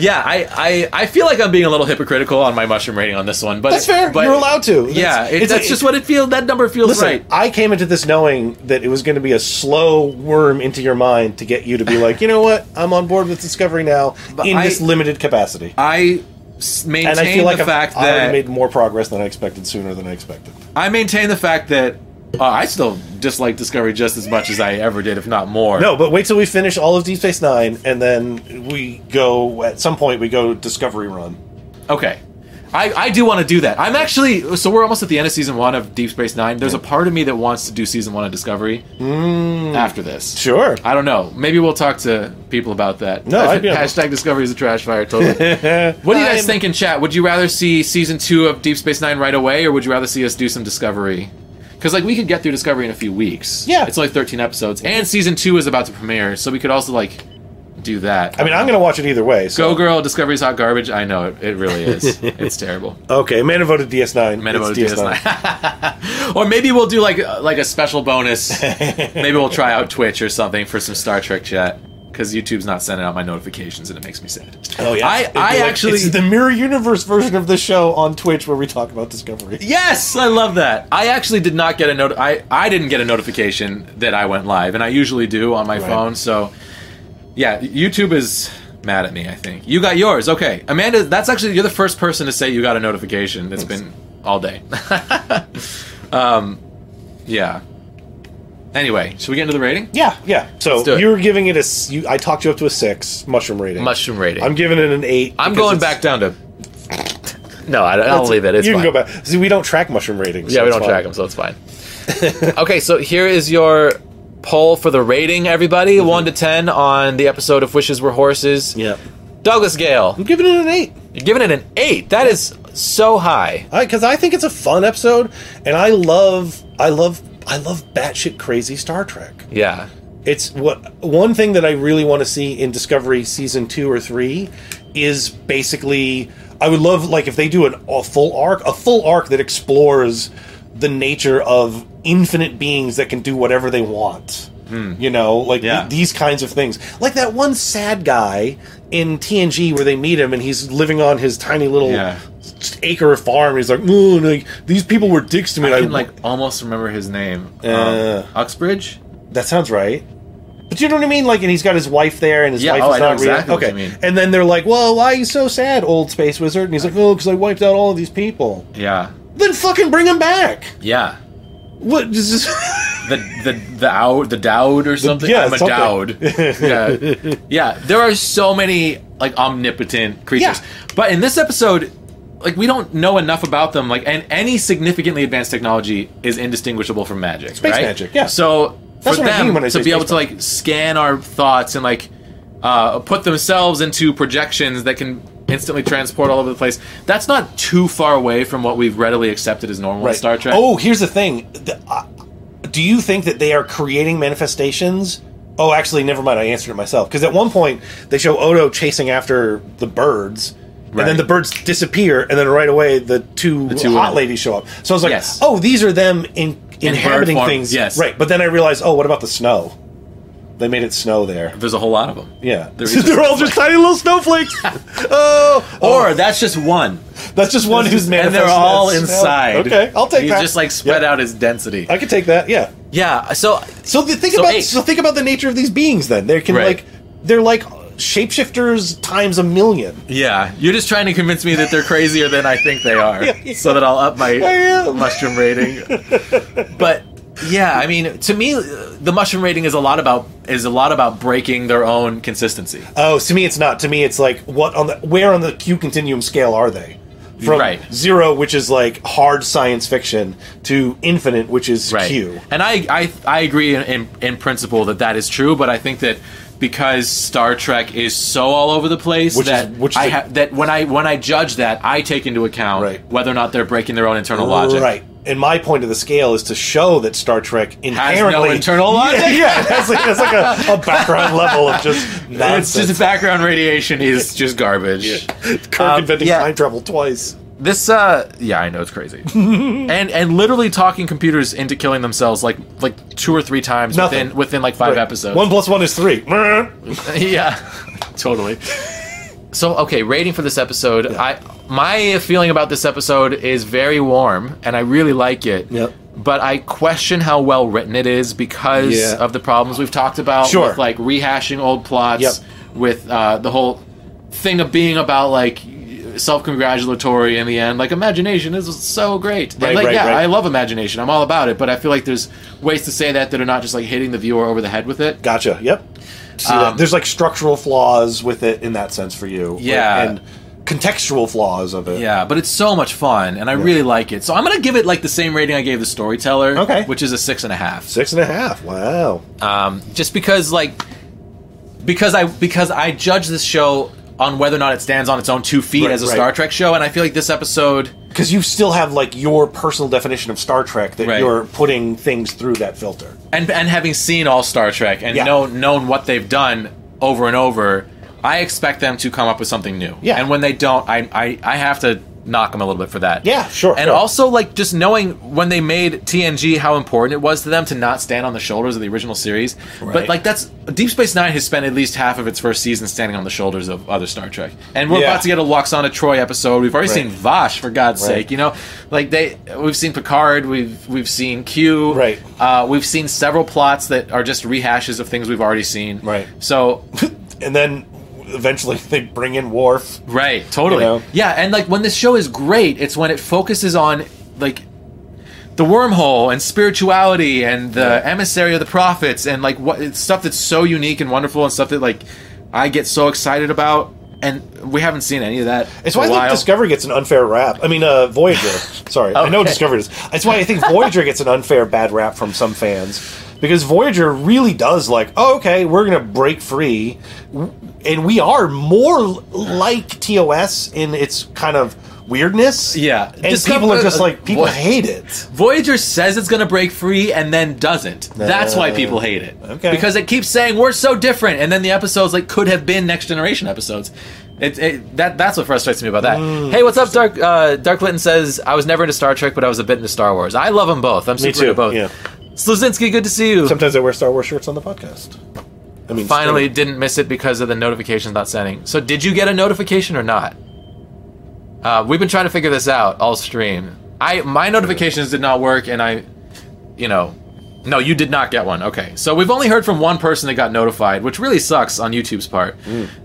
Speaker 5: yeah, I, I, I feel like I'm being a little hypocritical on my mushroom rating on this one, but
Speaker 4: That's fair.
Speaker 5: But
Speaker 4: You're allowed to. That's-
Speaker 5: yeah, it,
Speaker 4: it's-
Speaker 5: that's
Speaker 4: it-
Speaker 5: just what it feels. That number feels
Speaker 4: Listen,
Speaker 5: right.
Speaker 4: I came into this knowing that it was going to be a slow worm into your mind to get you to be like, you know what, I'm on board with Discovery now in
Speaker 5: I-
Speaker 4: this limited capacity.
Speaker 5: I s- maintain
Speaker 4: and I feel like
Speaker 5: the
Speaker 4: I've
Speaker 5: fact
Speaker 4: I already
Speaker 5: that
Speaker 4: made more progress than I expected sooner than I expected.
Speaker 5: I maintain the fact that uh, I still dislike Discovery just as much as I ever did, if not more.
Speaker 4: No, but wait till we finish all of Deep Space Nine, and then we go. At some point, we go Discovery Run.
Speaker 5: Okay. I, I do want to do that. I'm actually so we're almost at the end of season one of Deep Space Nine. There's a part of me that wants to do season one of Discovery
Speaker 4: Mm.
Speaker 5: after this.
Speaker 4: Sure.
Speaker 5: I don't know. Maybe we'll talk to people about that.
Speaker 4: No, I'd be-
Speaker 5: hashtag Discovery is a trash fire. Totally. what do you guys think in chat? Would you rather see season two of Deep Space Nine right away, or would you rather see us do some Discovery? Because like we could get through Discovery in a few weeks.
Speaker 4: Yeah.
Speaker 5: it's only 13 episodes, and season two is about to premiere, so we could also like do that.
Speaker 4: I mean, I'm going to watch it either way. So.
Speaker 5: Go Girl, Discovery's hot garbage. I know it. It really is. it's terrible.
Speaker 4: Okay, Man voted DS9.
Speaker 5: Men about
Speaker 4: It's
Speaker 5: DS9. or maybe we'll do like uh, like a special bonus. maybe we'll try out Twitch or something for some Star Trek chat because YouTube's not sending out my notifications and it makes me sad.
Speaker 4: Oh yeah,
Speaker 5: I-
Speaker 4: It'd be
Speaker 5: I
Speaker 4: like-
Speaker 5: actually-
Speaker 4: it's the mirror universe version of the show on Twitch where we talk about Discovery.
Speaker 5: Yes, I love that. I actually did not get a note. I I didn't get a notification that I went live, and I usually do on my
Speaker 4: Right.
Speaker 5: phone. So, yeah, YouTube is mad at me. I think you got yours. Okay, Amanda, that's actually you're the first person to say you got a notification. It's been all day. um, yeah. Anyway, should we get into the rating?
Speaker 4: Yeah, yeah.
Speaker 5: Let's do
Speaker 4: So
Speaker 5: it.
Speaker 4: you're giving it a. s- You, I talked you up to a six mushroom rating.
Speaker 5: Mushroom rating.
Speaker 4: I'm
Speaker 5: I'm,
Speaker 4: giving it an eight. because
Speaker 5: going
Speaker 4: it's-
Speaker 5: back down to. No, I, I'll leave it. It's
Speaker 4: you
Speaker 5: fine.
Speaker 4: can go back. See, we don't track mushroom ratings.
Speaker 5: Yeah,
Speaker 4: so
Speaker 5: we
Speaker 4: it's
Speaker 5: don't
Speaker 4: fine.
Speaker 5: track them, so it's fine. okay, so here is your poll for the rating, everybody. One to ten on the episode of Wishes Were Horses.
Speaker 4: Mm-hmm. Yeah,
Speaker 5: Douglas Gale,
Speaker 4: I'm giving it an eight.
Speaker 5: you're giving it an eight. That is so high.
Speaker 4: because I think it's a fun episode, and I love, I love, I love batshit crazy Star Trek.
Speaker 5: Yeah.
Speaker 4: It's what one thing that I really want to see in Discovery season two or three is basically. I would love like if they do an, a full arc, a full arc that explores the nature of infinite beings that can do whatever they want. You know, like
Speaker 5: Hmm. Yeah.
Speaker 4: th- these kinds of things. Like that one sad guy in TNG where they meet him and he's living on his tiny little
Speaker 5: Yeah.
Speaker 4: acre of farm. He's like, "Ooh, like, these people were dicks to me. and
Speaker 5: I can like almost remember his name.
Speaker 4: Uh.
Speaker 5: um, Uxbridge?
Speaker 4: that sounds right. But you know what I mean? Like, and he's got his wife there, and his
Speaker 5: Yeah,
Speaker 4: wife
Speaker 5: oh,
Speaker 4: is
Speaker 5: I know
Speaker 4: not
Speaker 5: exactly
Speaker 4: real.
Speaker 5: what
Speaker 4: Okay,
Speaker 5: you mean.
Speaker 4: and then they're like, "Well, why are you so sad, old space wizard?" And he's like, "Oh, because I wiped out all of these people."
Speaker 5: Yeah.
Speaker 4: Then fucking bring him back.
Speaker 5: Yeah.
Speaker 4: What? This is
Speaker 5: The the the ow, the Dowd or something.
Speaker 4: yeah,
Speaker 5: I'm a
Speaker 4: something.
Speaker 5: Dowd. yeah, yeah. There are so many like omnipotent creatures,
Speaker 4: Yeah.
Speaker 5: but in this episode, like we don't know enough about them. Like, and any significantly advanced technology is indistinguishable from magic.
Speaker 4: Space
Speaker 5: right?
Speaker 4: magic, yeah.
Speaker 5: So
Speaker 4: That's
Speaker 5: for
Speaker 4: what I mean
Speaker 5: them
Speaker 4: when I
Speaker 5: to
Speaker 4: say
Speaker 5: be able
Speaker 4: space
Speaker 5: to like scan our thoughts and like uh, put themselves into projections that can instantly transport all over the place. That's not too far away from what we've readily accepted as normal in Star Trek.
Speaker 4: Oh, here's the thing. The- uh, do you think that they are creating manifestations? Oh, actually, never mind. I answered it myself. Because at one point, they show Odo chasing after the birds, and
Speaker 5: Right.
Speaker 4: then the birds disappear, and then right away, the two,
Speaker 5: two
Speaker 4: hot
Speaker 5: women.
Speaker 4: ladies show up. So I was like,
Speaker 5: Yes.
Speaker 4: oh, these are them in, inhabiting
Speaker 5: form,
Speaker 4: things.
Speaker 5: yes.
Speaker 4: Right. But then I realized, oh, what about the snow? They made it snow there.
Speaker 5: There's a whole lot of them.
Speaker 4: Yeah.
Speaker 5: They're
Speaker 4: They're,
Speaker 5: just-
Speaker 4: all just tiny little snowflakes. oh, oh,
Speaker 5: Or that's just one.
Speaker 4: that's just one who's
Speaker 5: and
Speaker 4: manifesting.
Speaker 5: they're all
Speaker 4: that snow.
Speaker 5: inside.
Speaker 4: Okay, I'll take
Speaker 5: He's
Speaker 4: that.
Speaker 5: just like spread
Speaker 4: Yep.
Speaker 5: out his density.
Speaker 4: I could take that. Yeah.
Speaker 5: yeah. So
Speaker 4: So the, think
Speaker 5: So
Speaker 4: about
Speaker 5: eight.
Speaker 4: so think about the nature of these beings. Then they can
Speaker 5: Right.
Speaker 4: like they're like shapeshifters times a million.
Speaker 5: yeah, you're just trying to convince me that they're crazier than I think they are,
Speaker 4: Yeah, yeah.
Speaker 5: so that I'll up my
Speaker 4: am.
Speaker 5: mushroom rating. but yeah, I mean, to me, uh, the mushroom rating is a lot about is a lot about breaking their own consistency.
Speaker 4: Oh, to me it's not. To me it's like what on the where on the Q continuum scale are they? From
Speaker 5: Right.
Speaker 4: zero, which is like hard science fiction, to infinite, which is Q.
Speaker 5: And I, I, I agree in, in, in principle that that is true, but I think that because Star Trek is so all over the place
Speaker 4: Which is-
Speaker 5: that
Speaker 4: which is
Speaker 5: I
Speaker 4: a-
Speaker 5: ha- that when I when I judge that I take into account
Speaker 4: Right.
Speaker 5: whether or not they're breaking their own internal logic.
Speaker 4: Right. And my point of the scale is to show that Star Trek
Speaker 5: Has
Speaker 4: inherently
Speaker 5: no internal logic.
Speaker 4: Yeah, yeah that's like, that's like a, a background level of just
Speaker 5: It's
Speaker 4: nonsense.
Speaker 5: just background radiation is just garbage.
Speaker 4: Kirk
Speaker 5: um,
Speaker 4: inventing
Speaker 5: yeah.
Speaker 4: time travel twice.
Speaker 5: This uh yeah, I know it's crazy. and and literally talking computers into killing themselves like like two or three times
Speaker 4: Nothing.
Speaker 5: within within like five
Speaker 4: Right.
Speaker 5: episodes.
Speaker 4: One plus one is three.
Speaker 5: yeah, totally. So okay, rating for this episode. I my feeling about this episode is very warm, and I really like it.
Speaker 4: Yep.
Speaker 5: But I question how well written it is because
Speaker 4: Yeah.
Speaker 5: of the problems we've talked about.
Speaker 4: Sure.
Speaker 5: With, like rehashing old plots.
Speaker 4: Yep.
Speaker 5: With uh, the whole thing of being about like self congratulatory in the end. Like imagination is so great. And,
Speaker 4: Right,
Speaker 5: like
Speaker 4: right,
Speaker 5: yeah,
Speaker 4: right.
Speaker 5: I love imagination. I'm all about it. But I feel like there's ways to say that that are not just like hitting the viewer over the head with it.
Speaker 4: Gotcha. Yep. See
Speaker 5: Um,
Speaker 4: that. There's like structural flaws with it in that sense for you.
Speaker 5: Yeah.
Speaker 4: And contextual flaws of it.
Speaker 5: Yeah, but it's so much fun, and I really like it. So I'm gonna give it like the same rating I gave the storyteller,
Speaker 4: Okay.
Speaker 5: which is a six and a half.
Speaker 4: Six and a half. Wow.
Speaker 5: um, just because like because I because I judge this show on whether or not it stands on its own two feet
Speaker 4: Right,
Speaker 5: as a
Speaker 4: right.
Speaker 5: Star Trek show, and I feel like this episode,
Speaker 4: Because you still have like your personal definition of Star Trek that
Speaker 5: Right.
Speaker 4: you're putting things through that filter.
Speaker 5: and and having seen all Star Trek and
Speaker 4: Yeah.
Speaker 5: know, known what they've done over and over, I expect them to come up with something new.
Speaker 4: Yeah.
Speaker 5: and when they don't, I I, I have to knock them a little bit for that.
Speaker 4: Yeah, sure,
Speaker 5: And
Speaker 4: sure.
Speaker 5: also like just knowing when they made TNG how important it was to them to not stand on the shoulders of the original series. But
Speaker 4: Right.
Speaker 5: like that's Deep Space Nine has spent at least half of its first season standing on the shoulders of other Star Trek. And we're
Speaker 4: Yeah.
Speaker 5: about to get a Loxana Troy episode. We've already
Speaker 4: Right.
Speaker 5: seen Vash for God's
Speaker 4: Right.
Speaker 5: sake, you know? Like they we've seen Picard, we've we've seen Q.
Speaker 4: Right.
Speaker 5: Uh, we've seen several plots that are just rehashes of things we've already seen.
Speaker 4: Right.
Speaker 5: So,
Speaker 4: And then eventually they bring in Worf.
Speaker 5: right, totally.
Speaker 4: You know?
Speaker 5: Yeah, and like when this show is great, it's when it focuses on like the wormhole and spirituality and the emissary of the prophets and like what it's stuff that's so unique and wonderful and stuff that like I get so excited about. And we haven't seen any of that.
Speaker 4: It's
Speaker 5: for
Speaker 4: why
Speaker 5: a
Speaker 4: I
Speaker 5: while.
Speaker 4: think Discovery gets an unfair rap. I mean, uh, Voyager. Sorry, I know
Speaker 5: Okay.
Speaker 4: Discovery is. It's why I think Voyager gets an unfair bad rap from some fans because Voyager really does like, oh, okay, we're gonna break free, w- and we are more l- like TOS in its kind of weirdness.
Speaker 5: Yeah.
Speaker 4: and
Speaker 5: Discover-
Speaker 4: people are just like, people
Speaker 5: Voy-
Speaker 4: hate it.
Speaker 5: Voyager says it's going to break free and then doesn't. That's why
Speaker 4: Uh,
Speaker 5: people hate it.
Speaker 4: okay.
Speaker 5: Because it keeps saying we're so different, and then the episodes like could have been Next Generation episodes. It, it, that that's what frustrates me about that.
Speaker 4: Mm.
Speaker 5: hey, what's up, Dark? Uh, Dark Linton says I was never into Star Trek, but I was a bit into Star Wars. I love them both. I'm super into both.
Speaker 4: Yeah.
Speaker 5: Sluzinski, good to see you.
Speaker 4: Sometimes I wear Star Wars shirts on the podcast. I mean,
Speaker 5: Finally, didn't miss it because of the notifications not sending. So, did you get a notification or not? Uh, we've been trying to figure this out all stream. I my notifications did not work, and I, you know, no, you did not get one. Okay, so we've only heard from one person that got notified, which really sucks on YouTube's part.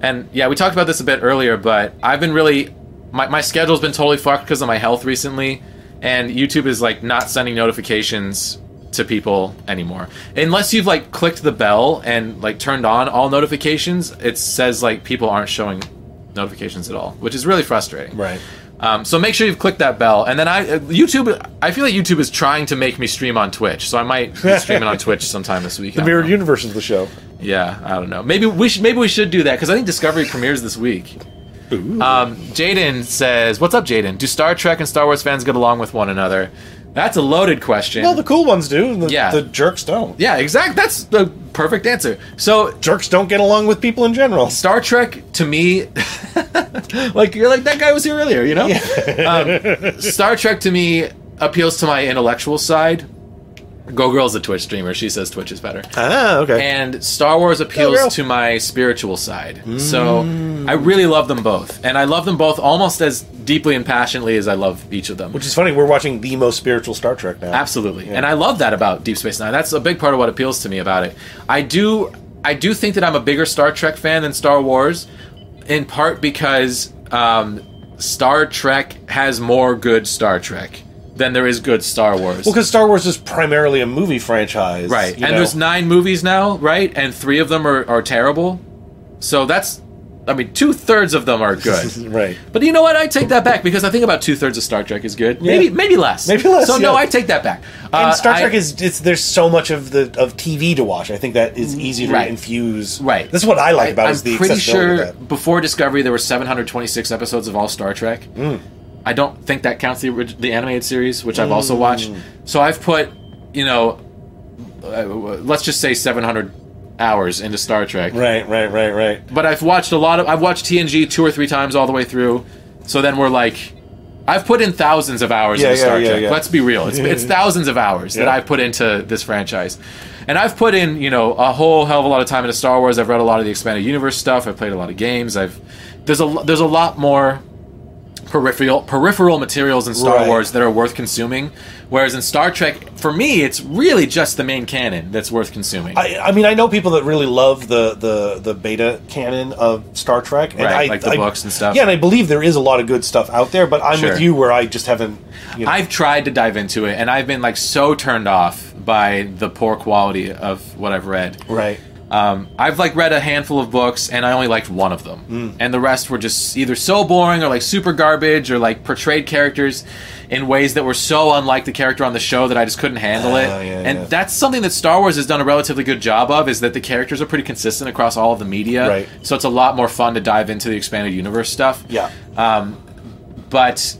Speaker 5: And yeah, we talked about this a bit earlier, but I've been really my my schedule's been totally fucked because of my health recently, and YouTube is like not sending notifications to people anymore unless you've like clicked the bell and like turned on all notifications. It says like people aren't showing notifications at all, which is really frustrating.
Speaker 4: Right.
Speaker 5: Um, so make sure you've clicked that bell, and then I uh, YouTube. I feel like YouTube is trying to make me stream on Twitch, so I might be streaming on Twitch sometime this week. I
Speaker 4: the
Speaker 5: don't
Speaker 4: mirrored
Speaker 5: know.
Speaker 4: universe is the show.
Speaker 5: Yeah, I don't know. Maybe we should. Maybe we should do that because I think Discovery premieres this week. Um, Jaden says, "What's up, Jaden? Do Star Trek and Star Wars fans get along with one another?" That's a loaded question.
Speaker 4: Well, the cool ones do. and The,
Speaker 5: Yeah.
Speaker 4: the jerks don't.
Speaker 5: yeah, exact. That's the perfect answer. So
Speaker 4: Jerks don't get along with people in general.
Speaker 5: Star Trek to me, like you're like that guy was here earlier, you know. um, Star Trek to me appeals to my intellectual side. Go Girl's a Twitch streamer. She says Twitch is better.
Speaker 4: Ah, okay.
Speaker 5: And Star Wars
Speaker 4: Go Girl. Mm.
Speaker 5: appeals to my spiritual side. So I really love them both, and I love them both almost as deeply and passionately as I love each of them.
Speaker 4: Which is funny. We're watching the most spiritual Star Trek now.
Speaker 5: Absolutely. And I love that about Deep Space Nine. That's a big part of what appeals to me about it. I do I do think that I'm a bigger Star Trek fan than Star Wars, in part because um, Star Trek has more good Star Trek than there is good Star Wars.
Speaker 4: Well, because Star Wars is primarily a movie franchise,
Speaker 5: right. And
Speaker 4: you know.
Speaker 5: there's nine movies now, right? And three of them are, are terrible. So that's I mean, two thirds of them are good.
Speaker 4: right.
Speaker 5: But you know what? I take that back because I think about two thirds of Star Trek is good. Maybe maybe less.
Speaker 4: Maybe less,
Speaker 5: So no,
Speaker 4: yeah.
Speaker 5: I take that back.
Speaker 4: And
Speaker 5: Uh,
Speaker 4: Star
Speaker 5: I-
Speaker 4: Trek is it's there's so much of the of TV to watch. I think that is easy to
Speaker 5: Right.
Speaker 4: infuse.
Speaker 5: Right.
Speaker 4: That's what I like about it, is the
Speaker 5: I'm pretty
Speaker 4: accessibility
Speaker 5: sure
Speaker 4: of that.
Speaker 5: before Discovery there were 726 episodes of all Star Trek.
Speaker 4: Mm.
Speaker 5: I don't think that counts the orig- the animated series, which I've also watched.
Speaker 4: Mm.
Speaker 5: So I've put, you know, uh, let's just say 700 hours into Star Trek.
Speaker 4: Right, right, right, right.
Speaker 5: But I've watched a lot of I've watched TNG two or three times all the way through. So then we're like I've put in thousands of hours
Speaker 4: Yeah,
Speaker 5: into
Speaker 4: yeah,
Speaker 5: Star
Speaker 4: yeah,
Speaker 5: Trek.
Speaker 4: yeah.
Speaker 5: Let's be real. It's, it's thousands of hours that
Speaker 4: Yeah.
Speaker 5: I've put into this franchise. And I've put in, you know, a whole hell of a lot of time into Star Wars. I've read a lot of the expanded universe stuff. I've played a lot of games. I've there's a lo- there's a lot more peripheral peripheral materials in Star
Speaker 4: Right.
Speaker 5: Wars that are worth consuming, Whereas in Star Trek, for me, it's really just the main canon that's worth consuming.
Speaker 4: I, I mean, I know people that really love the the, the beta canon of Star Trek, and
Speaker 5: Right,
Speaker 4: I,
Speaker 5: like the
Speaker 4: I-
Speaker 5: books and stuff.
Speaker 4: Yeah, and I believe there is a lot of good stuff out there, but I'm
Speaker 5: Sure.
Speaker 4: with you where I just haven't. You know,
Speaker 5: I've tried to dive into it, and I've been like so turned off by the poor quality of what I've read.
Speaker 4: right.
Speaker 5: Um, I've like read a handful of books, and I only liked one of them,
Speaker 4: Mm.
Speaker 5: and the rest were just either so boring or like super garbage or like portrayed characters in ways that were so unlike the character on the show that I just couldn't handle it.
Speaker 4: Ah, yeah,
Speaker 5: and
Speaker 4: yeah.
Speaker 5: that's something that Star Wars has done a relatively good job of is that the characters are pretty consistent across all of the media,
Speaker 4: Right.
Speaker 5: so it's a lot more fun to dive into the expanded universe stuff.
Speaker 4: Yeah.
Speaker 5: But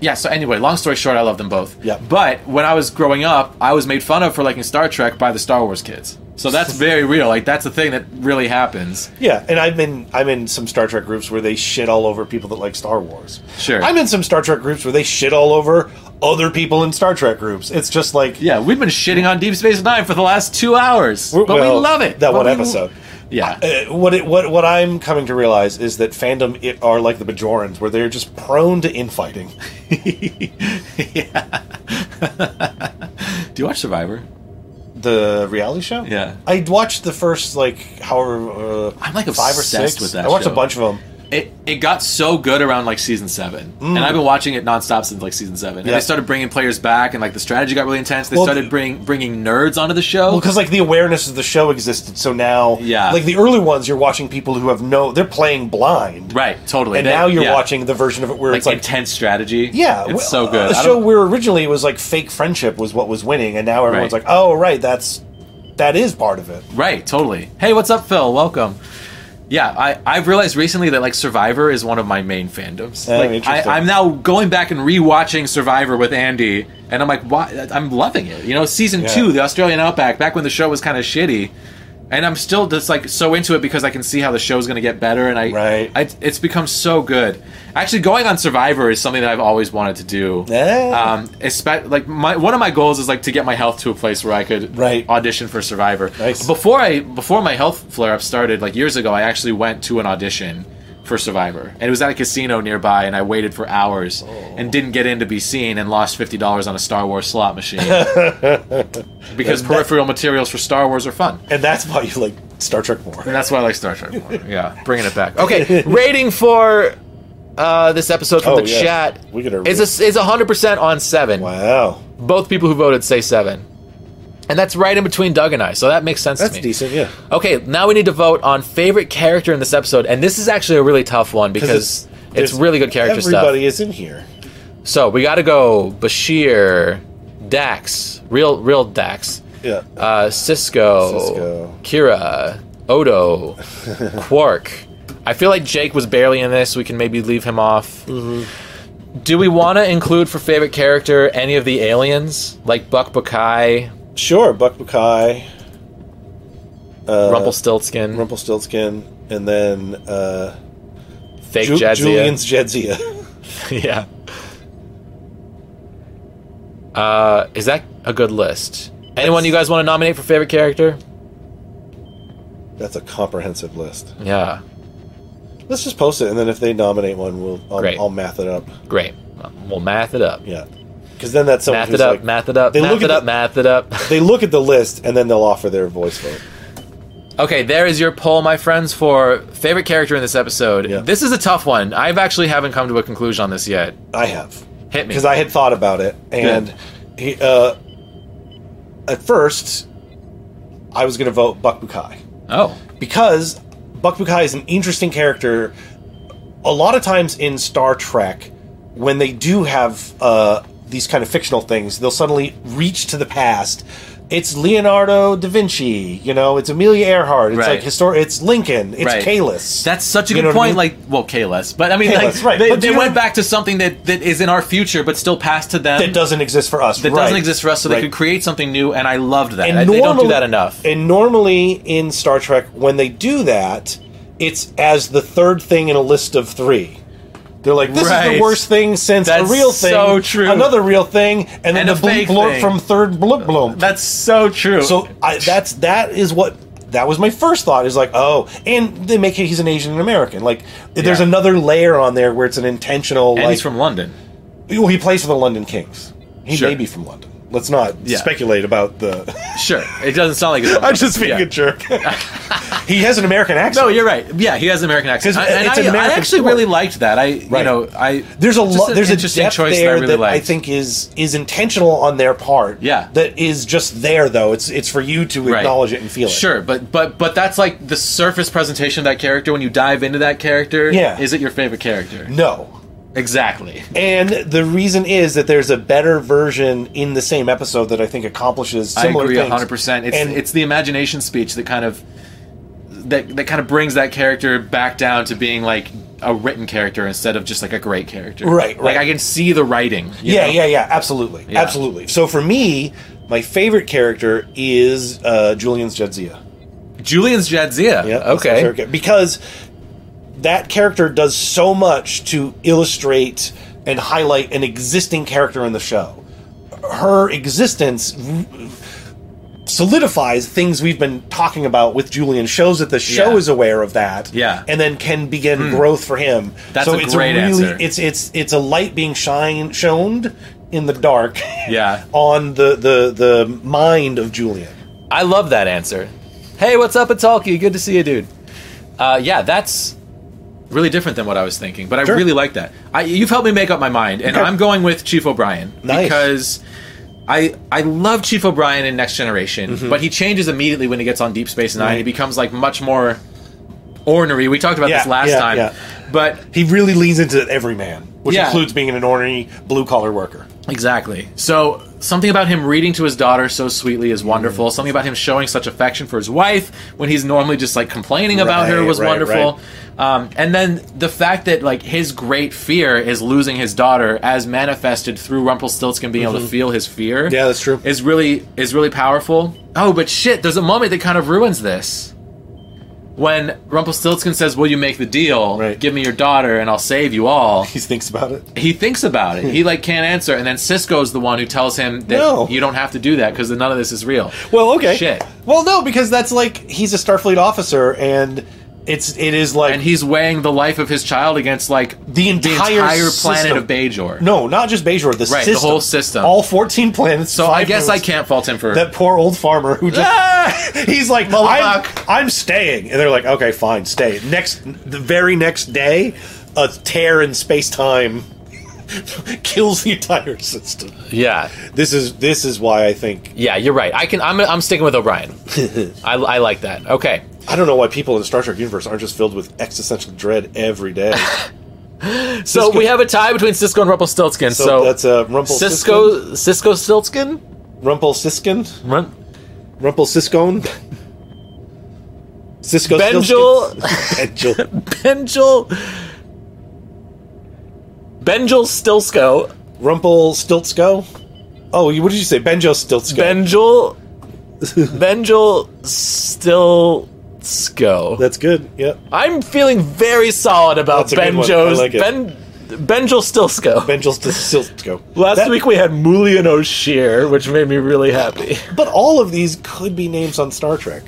Speaker 5: yeah, so anyway, long story short, I love them both.
Speaker 4: Yeah.
Speaker 5: But when I was growing up, I was made fun of for liking Star Trek by the Star Wars kids. So that's very real. Like that's a thing that really happens.
Speaker 4: Yeah, and I've been I'm in some Star Trek groups where they shit all over people that like Star Wars.
Speaker 5: Sure.
Speaker 4: I'm in some Star Trek groups where they shit all over other people in Star Trek groups. It's just like
Speaker 5: Yeah, we've been shitting on Deep Space Nine for the last two hours,
Speaker 4: we're-
Speaker 5: but
Speaker 4: well,
Speaker 5: we love it.
Speaker 4: That
Speaker 5: But
Speaker 4: one
Speaker 5: we-
Speaker 4: episode.
Speaker 5: Yeah.
Speaker 4: Uh, what it, what what I'm coming to realize is that fandom it, are like the Bajorans, where they're just prone to infighting.
Speaker 5: Do you watch Survivor?
Speaker 4: The reality show.
Speaker 5: Yeah.
Speaker 4: I watched the first like however uh,
Speaker 5: I'm, like,
Speaker 4: five or
Speaker 5: obsessed
Speaker 4: six.
Speaker 5: with that
Speaker 4: I watched
Speaker 5: show.
Speaker 4: a bunch of them.
Speaker 5: It it got so good around like season seven, and I've been watching it nonstop since like season seven. And
Speaker 4: Mm. Yeah.
Speaker 5: they started bringing players back, and like the strategy got really intense. They
Speaker 4: Well,
Speaker 5: started bring, bringing nerds onto the show.
Speaker 4: Well, because like the awareness of the show existed, so now
Speaker 5: Yeah.
Speaker 4: like the early ones, you're watching people who have no, they're playing blind,
Speaker 5: right, totally.
Speaker 4: And
Speaker 5: They-
Speaker 4: now you're
Speaker 5: yeah.
Speaker 4: watching the version of it where
Speaker 5: like,
Speaker 4: it's like,
Speaker 5: intense strategy.
Speaker 4: yeah,
Speaker 5: it's
Speaker 4: well, uh,
Speaker 5: so good.
Speaker 4: The
Speaker 5: I
Speaker 4: show
Speaker 5: don't-
Speaker 4: where originally it was like fake friendship was what was winning, and now everyone's
Speaker 5: Right.
Speaker 4: like, oh right, that's that is part of it.
Speaker 5: Right, totally. Hey, what's up, Phil? Welcome. Yeah, I, I've realized recently that like Survivor is one of my main fandoms.
Speaker 4: Oh,
Speaker 5: like,
Speaker 4: interesting.
Speaker 5: I, I'm now going back and rewatching Survivor with Andy, and I'm like, why? I'm loving it. You know, season
Speaker 4: Yeah.
Speaker 5: two, the Australian Outback, back when the show was kind of shitty, and I'm still just like so into it because I can see how the show's going to get better, and I,
Speaker 4: Right.
Speaker 5: I, it's become so good. Actually, going on Survivor is something that I've always wanted to do.
Speaker 4: Eh.
Speaker 5: Um, espe- like my one of my goals is like to get my health to a place where I could
Speaker 4: Right.
Speaker 5: audition for Survivor.
Speaker 4: Nice.
Speaker 5: Before I before my health flare up started like years ago, I actually went to an audition for Survivor, and it was at a casino nearby, and I waited for hours
Speaker 4: Oh.
Speaker 5: and didn't get in to be seen, and lost fifty dollars on a Star Wars slot machine because peripheral materials for Star Wars are fun.
Speaker 4: And that's why you like Star Trek more.
Speaker 5: And that's why I like Star Trek. more. Yeah, bringing it back. Okay, rating for uh, this episode from
Speaker 4: Oh,
Speaker 5: the
Speaker 4: yeah.
Speaker 5: chat
Speaker 4: We get a
Speaker 5: is a, is hundred percent on seven.
Speaker 4: Wow,
Speaker 5: Both people who voted say seven, and that's right in between Doug and I. So that makes sense.
Speaker 4: that's
Speaker 5: to me.
Speaker 4: decent. Yeah,
Speaker 5: Okay, now we need to vote on favorite character in this episode, and this is actually a really tough one because it's,
Speaker 4: there's-
Speaker 5: really good character
Speaker 4: Everybody is in here.
Speaker 5: stuff. So we got to go Bashir, Dax, real real Dax,
Speaker 4: Yeah,
Speaker 5: uh, Cisco,
Speaker 4: Sisko.
Speaker 5: Kira, Odo, Quark. I feel like Jake was barely in this. We can maybe leave him off.
Speaker 4: Mm-hmm.
Speaker 5: Do we want to include for favorite character any of the aliens like Buck Buckeye,
Speaker 4: sure. Buck Bukai, Uh,
Speaker 5: Rumpelstiltskin,
Speaker 4: Rumpelstiltskin, and then uh,
Speaker 5: Fake
Speaker 4: Ju-
Speaker 5: Jadzia?
Speaker 4: Julian's Jedzia.
Speaker 5: yeah. Uh, is that a good list? Anyone you guys want to nominate for favorite character?
Speaker 4: That's a comprehensive list.
Speaker 5: Yeah,
Speaker 4: Let's just post it, and then if they nominate one, we'll I'll,
Speaker 5: Great.
Speaker 4: I'll math it up.
Speaker 5: great. We'll math it up.
Speaker 4: Yeah, because then that's someone
Speaker 5: Math
Speaker 4: who's
Speaker 5: it up,
Speaker 4: like
Speaker 5: math it up,
Speaker 4: They
Speaker 5: math
Speaker 4: look
Speaker 5: it
Speaker 4: at
Speaker 5: up,
Speaker 4: the-
Speaker 5: math it up.
Speaker 4: they look at the list and then they'll offer their voice vote.
Speaker 5: Okay, there is your poll, my friends, for favorite character in this episode.
Speaker 4: Yeah.
Speaker 5: This is a tough one. I've actually haven't come to a conclusion on this yet.
Speaker 4: I have
Speaker 5: Hit me.
Speaker 4: because I had thought about it, and he, uh, at first I was going to vote Buck Bukai
Speaker 5: oh,
Speaker 4: because Buck Bukai is an interesting character. A lot of times in Star Trek, when they do have uh, these kind of fictional things, they'll suddenly reach to the past. It's Leonardo da Vinci, you know. It's Amelia Earhart. It's
Speaker 5: Right.
Speaker 4: like histor. It's Lincoln. It's
Speaker 5: Right.
Speaker 4: Kalis.
Speaker 5: that's such a
Speaker 4: You
Speaker 5: good
Speaker 4: know what I
Speaker 5: point.
Speaker 4: mean?
Speaker 5: Like, well, Kalis, but I mean,
Speaker 4: Kalis,
Speaker 5: like,
Speaker 4: right,
Speaker 5: they,
Speaker 4: but
Speaker 5: they
Speaker 4: you
Speaker 5: went
Speaker 4: know-
Speaker 5: back to something that, that is in our future, but still passed to them.
Speaker 4: that doesn't exist for us.
Speaker 5: that
Speaker 4: right.
Speaker 5: doesn't exist for us, so they
Speaker 4: Right.
Speaker 5: could create something new, and I loved that. I- they don't do
Speaker 4: normally-
Speaker 5: that enough.
Speaker 4: And normally in Star Trek, when they do that, it's as the third thing in a list of three. They're like, this is
Speaker 5: Right.
Speaker 4: the worst thing since
Speaker 5: That's
Speaker 4: a real thing,
Speaker 5: so true.
Speaker 4: another real thing, and then
Speaker 5: And a
Speaker 4: the bleep
Speaker 5: fake
Speaker 4: blorp
Speaker 5: thing.
Speaker 4: from third bloop bloom.
Speaker 5: That's so true.
Speaker 4: So I, that's that is what that was my first thought is like oh and they make it he's an Asian American like there's
Speaker 5: Yeah.
Speaker 4: another layer on there where it's an intentional
Speaker 5: and
Speaker 4: like
Speaker 5: he's from London.
Speaker 4: well, he plays for the London Kings He
Speaker 5: Sure.
Speaker 4: may be from London. Let's not
Speaker 5: Yeah.
Speaker 4: speculate about the.
Speaker 5: Sure, it doesn't sound like it's.
Speaker 4: I'm just being
Speaker 5: Yeah.
Speaker 4: a jerk. he has an American accent.
Speaker 5: No, you're right. Yeah, he has an American accent.
Speaker 4: 'Cause
Speaker 5: I, and
Speaker 4: it's
Speaker 5: I,
Speaker 4: an
Speaker 5: I
Speaker 4: American
Speaker 5: actually
Speaker 4: sport.
Speaker 5: really liked that. I, you
Speaker 4: Right.
Speaker 5: know, I
Speaker 4: There's a
Speaker 5: just
Speaker 4: lo-
Speaker 5: an
Speaker 4: there's a
Speaker 5: interesting
Speaker 4: depth
Speaker 5: choice
Speaker 4: there
Speaker 5: that I really liked.
Speaker 4: think is is intentional on their part.
Speaker 5: Yeah.
Speaker 4: that is just there though. It's it's for you to
Speaker 5: Right.
Speaker 4: acknowledge it and feel it.
Speaker 5: Sure, but but but that's like the surface presentation of that character. When you dive into that character,
Speaker 4: Yeah.
Speaker 5: is it your favorite character?
Speaker 4: No,
Speaker 5: Exactly.
Speaker 4: and the reason is that there's a better version in the same episode that I think accomplishes
Speaker 5: I
Speaker 4: similar
Speaker 5: agree
Speaker 4: things.
Speaker 5: hundred percent. It's
Speaker 4: And-
Speaker 5: it's the imagination speech that kind of that that kind of brings that character back down to being like a written character instead of just like a great character.
Speaker 4: Right, right.
Speaker 5: Like I can see the writing. you
Speaker 4: yeah,
Speaker 5: know?
Speaker 4: yeah, yeah, absolutely,
Speaker 5: Yeah.
Speaker 4: absolutely. So for me, my favorite character is uh, Julian's Jedzia.
Speaker 5: Julian's Jadzia.
Speaker 4: Yeah. that's my
Speaker 5: Okay.
Speaker 4: favorite character. Because that character does so much to illustrate and highlight an existing character in the show. Her existence r- solidifies things we've been talking about with Julian. Shows that the show
Speaker 5: Yeah.
Speaker 4: is aware of that.
Speaker 5: Yeah. Hmm.
Speaker 4: And then can begin growth for him.
Speaker 5: That's
Speaker 4: so
Speaker 5: a
Speaker 4: it's
Speaker 5: great
Speaker 4: a really
Speaker 5: answer.
Speaker 4: it's it's it's a light being shine shone in the dark
Speaker 5: Yeah.
Speaker 4: on the the the mind of Julian.
Speaker 5: I love that answer. Hey, what's up, Atalki? Good to see you, dude. Uh, yeah, that's really different than what I was thinking, but I really like that. I, you've helped me make up my mind, and I'm going with Chief O'Brien
Speaker 4: Nice.
Speaker 5: because I I love Chief O'Brien in Next Generation,
Speaker 4: Mm-hmm.
Speaker 5: but he changes immediately when he gets on Deep Space Nine. He becomes like much more ornery. We talked about
Speaker 4: Yeah,
Speaker 5: this last
Speaker 4: yeah,
Speaker 5: time,
Speaker 4: yeah.
Speaker 5: but
Speaker 4: He really leans into every man, which
Speaker 5: Yeah.
Speaker 4: includes being an ornery blue collar worker.
Speaker 5: Exactly. So something about him reading to his daughter so sweetly is wonderful. Something about him showing such affection for his wife when he's normally just like complaining about her
Speaker 4: Right,
Speaker 5: was
Speaker 4: right,
Speaker 5: wonderful. Um, and then the fact that like his great fear is losing his daughter, as manifested through Rumpelstiltskin being able to feel his fear.
Speaker 4: Mm-hmm. Yeah, that's true.
Speaker 5: Is really is really powerful. Oh, but shit! There's a moment that kind of ruins this. When Rumpelstiltskin says, "Will you make the deal?
Speaker 4: Right.
Speaker 5: Give me your daughter, and I'll save you all."
Speaker 4: He thinks about it.
Speaker 5: he thinks about it. He like can't answer, and then Cisco's the one who tells him that
Speaker 4: No.
Speaker 5: you don't have to do that because none of this is real.
Speaker 4: Well, okay.
Speaker 5: Shit.
Speaker 4: Well, no, because that's like he's a Starfleet officer, and it's it is like
Speaker 5: And he's weighing the life of his child against like
Speaker 4: The entire
Speaker 5: planet
Speaker 4: system.
Speaker 5: of Bajor.
Speaker 4: no, not just Bejor, the
Speaker 5: Right, the
Speaker 4: system,
Speaker 5: whole system.
Speaker 4: all fourteen planets.
Speaker 5: so I
Speaker 4: five
Speaker 5: guess I
Speaker 4: moons.
Speaker 5: can't fault him for
Speaker 4: That poor old farmer who just he's like, I'm,
Speaker 5: Moloch.
Speaker 4: I'm staying, and they're like, okay, fine, stay. Next, the very next day, a tear in space time kills the entire system.
Speaker 5: Yeah,
Speaker 4: This is this is why I think
Speaker 5: yeah, you're right. I can. I'm I'm sticking with O'Brien. I, I like that. Okay.
Speaker 4: I don't know why people in the Star Trek universe aren't just filled with existential dread every day.
Speaker 5: So we have a tie between Cisco and Rumpelstiltskin. So,
Speaker 4: So, that's a uh, Rumpel
Speaker 5: Cisco Cisco Stiltskin.
Speaker 4: Rumpel Siskin,
Speaker 5: Run-
Speaker 4: Rumpel Siskone, Cisco
Speaker 5: Benjel-
Speaker 4: Benjel,
Speaker 5: Benjel Benjel Stilsko.
Speaker 4: Rumpel Stiltsko. Oh, you- what did you say? Benjo Stiltsko.
Speaker 5: Benjel Benjel Stilsko.
Speaker 4: that's good. Yep.
Speaker 5: I'm feeling very solid about
Speaker 4: That's a good one. I
Speaker 5: Benjo's
Speaker 4: like it.
Speaker 5: Ben Benjel Stilsko.
Speaker 4: Benjel Stiltsko.
Speaker 5: Last
Speaker 4: That-
Speaker 5: week we had Mulian O'Shear, which made me really happy.
Speaker 4: but all of these could be names on Star Trek.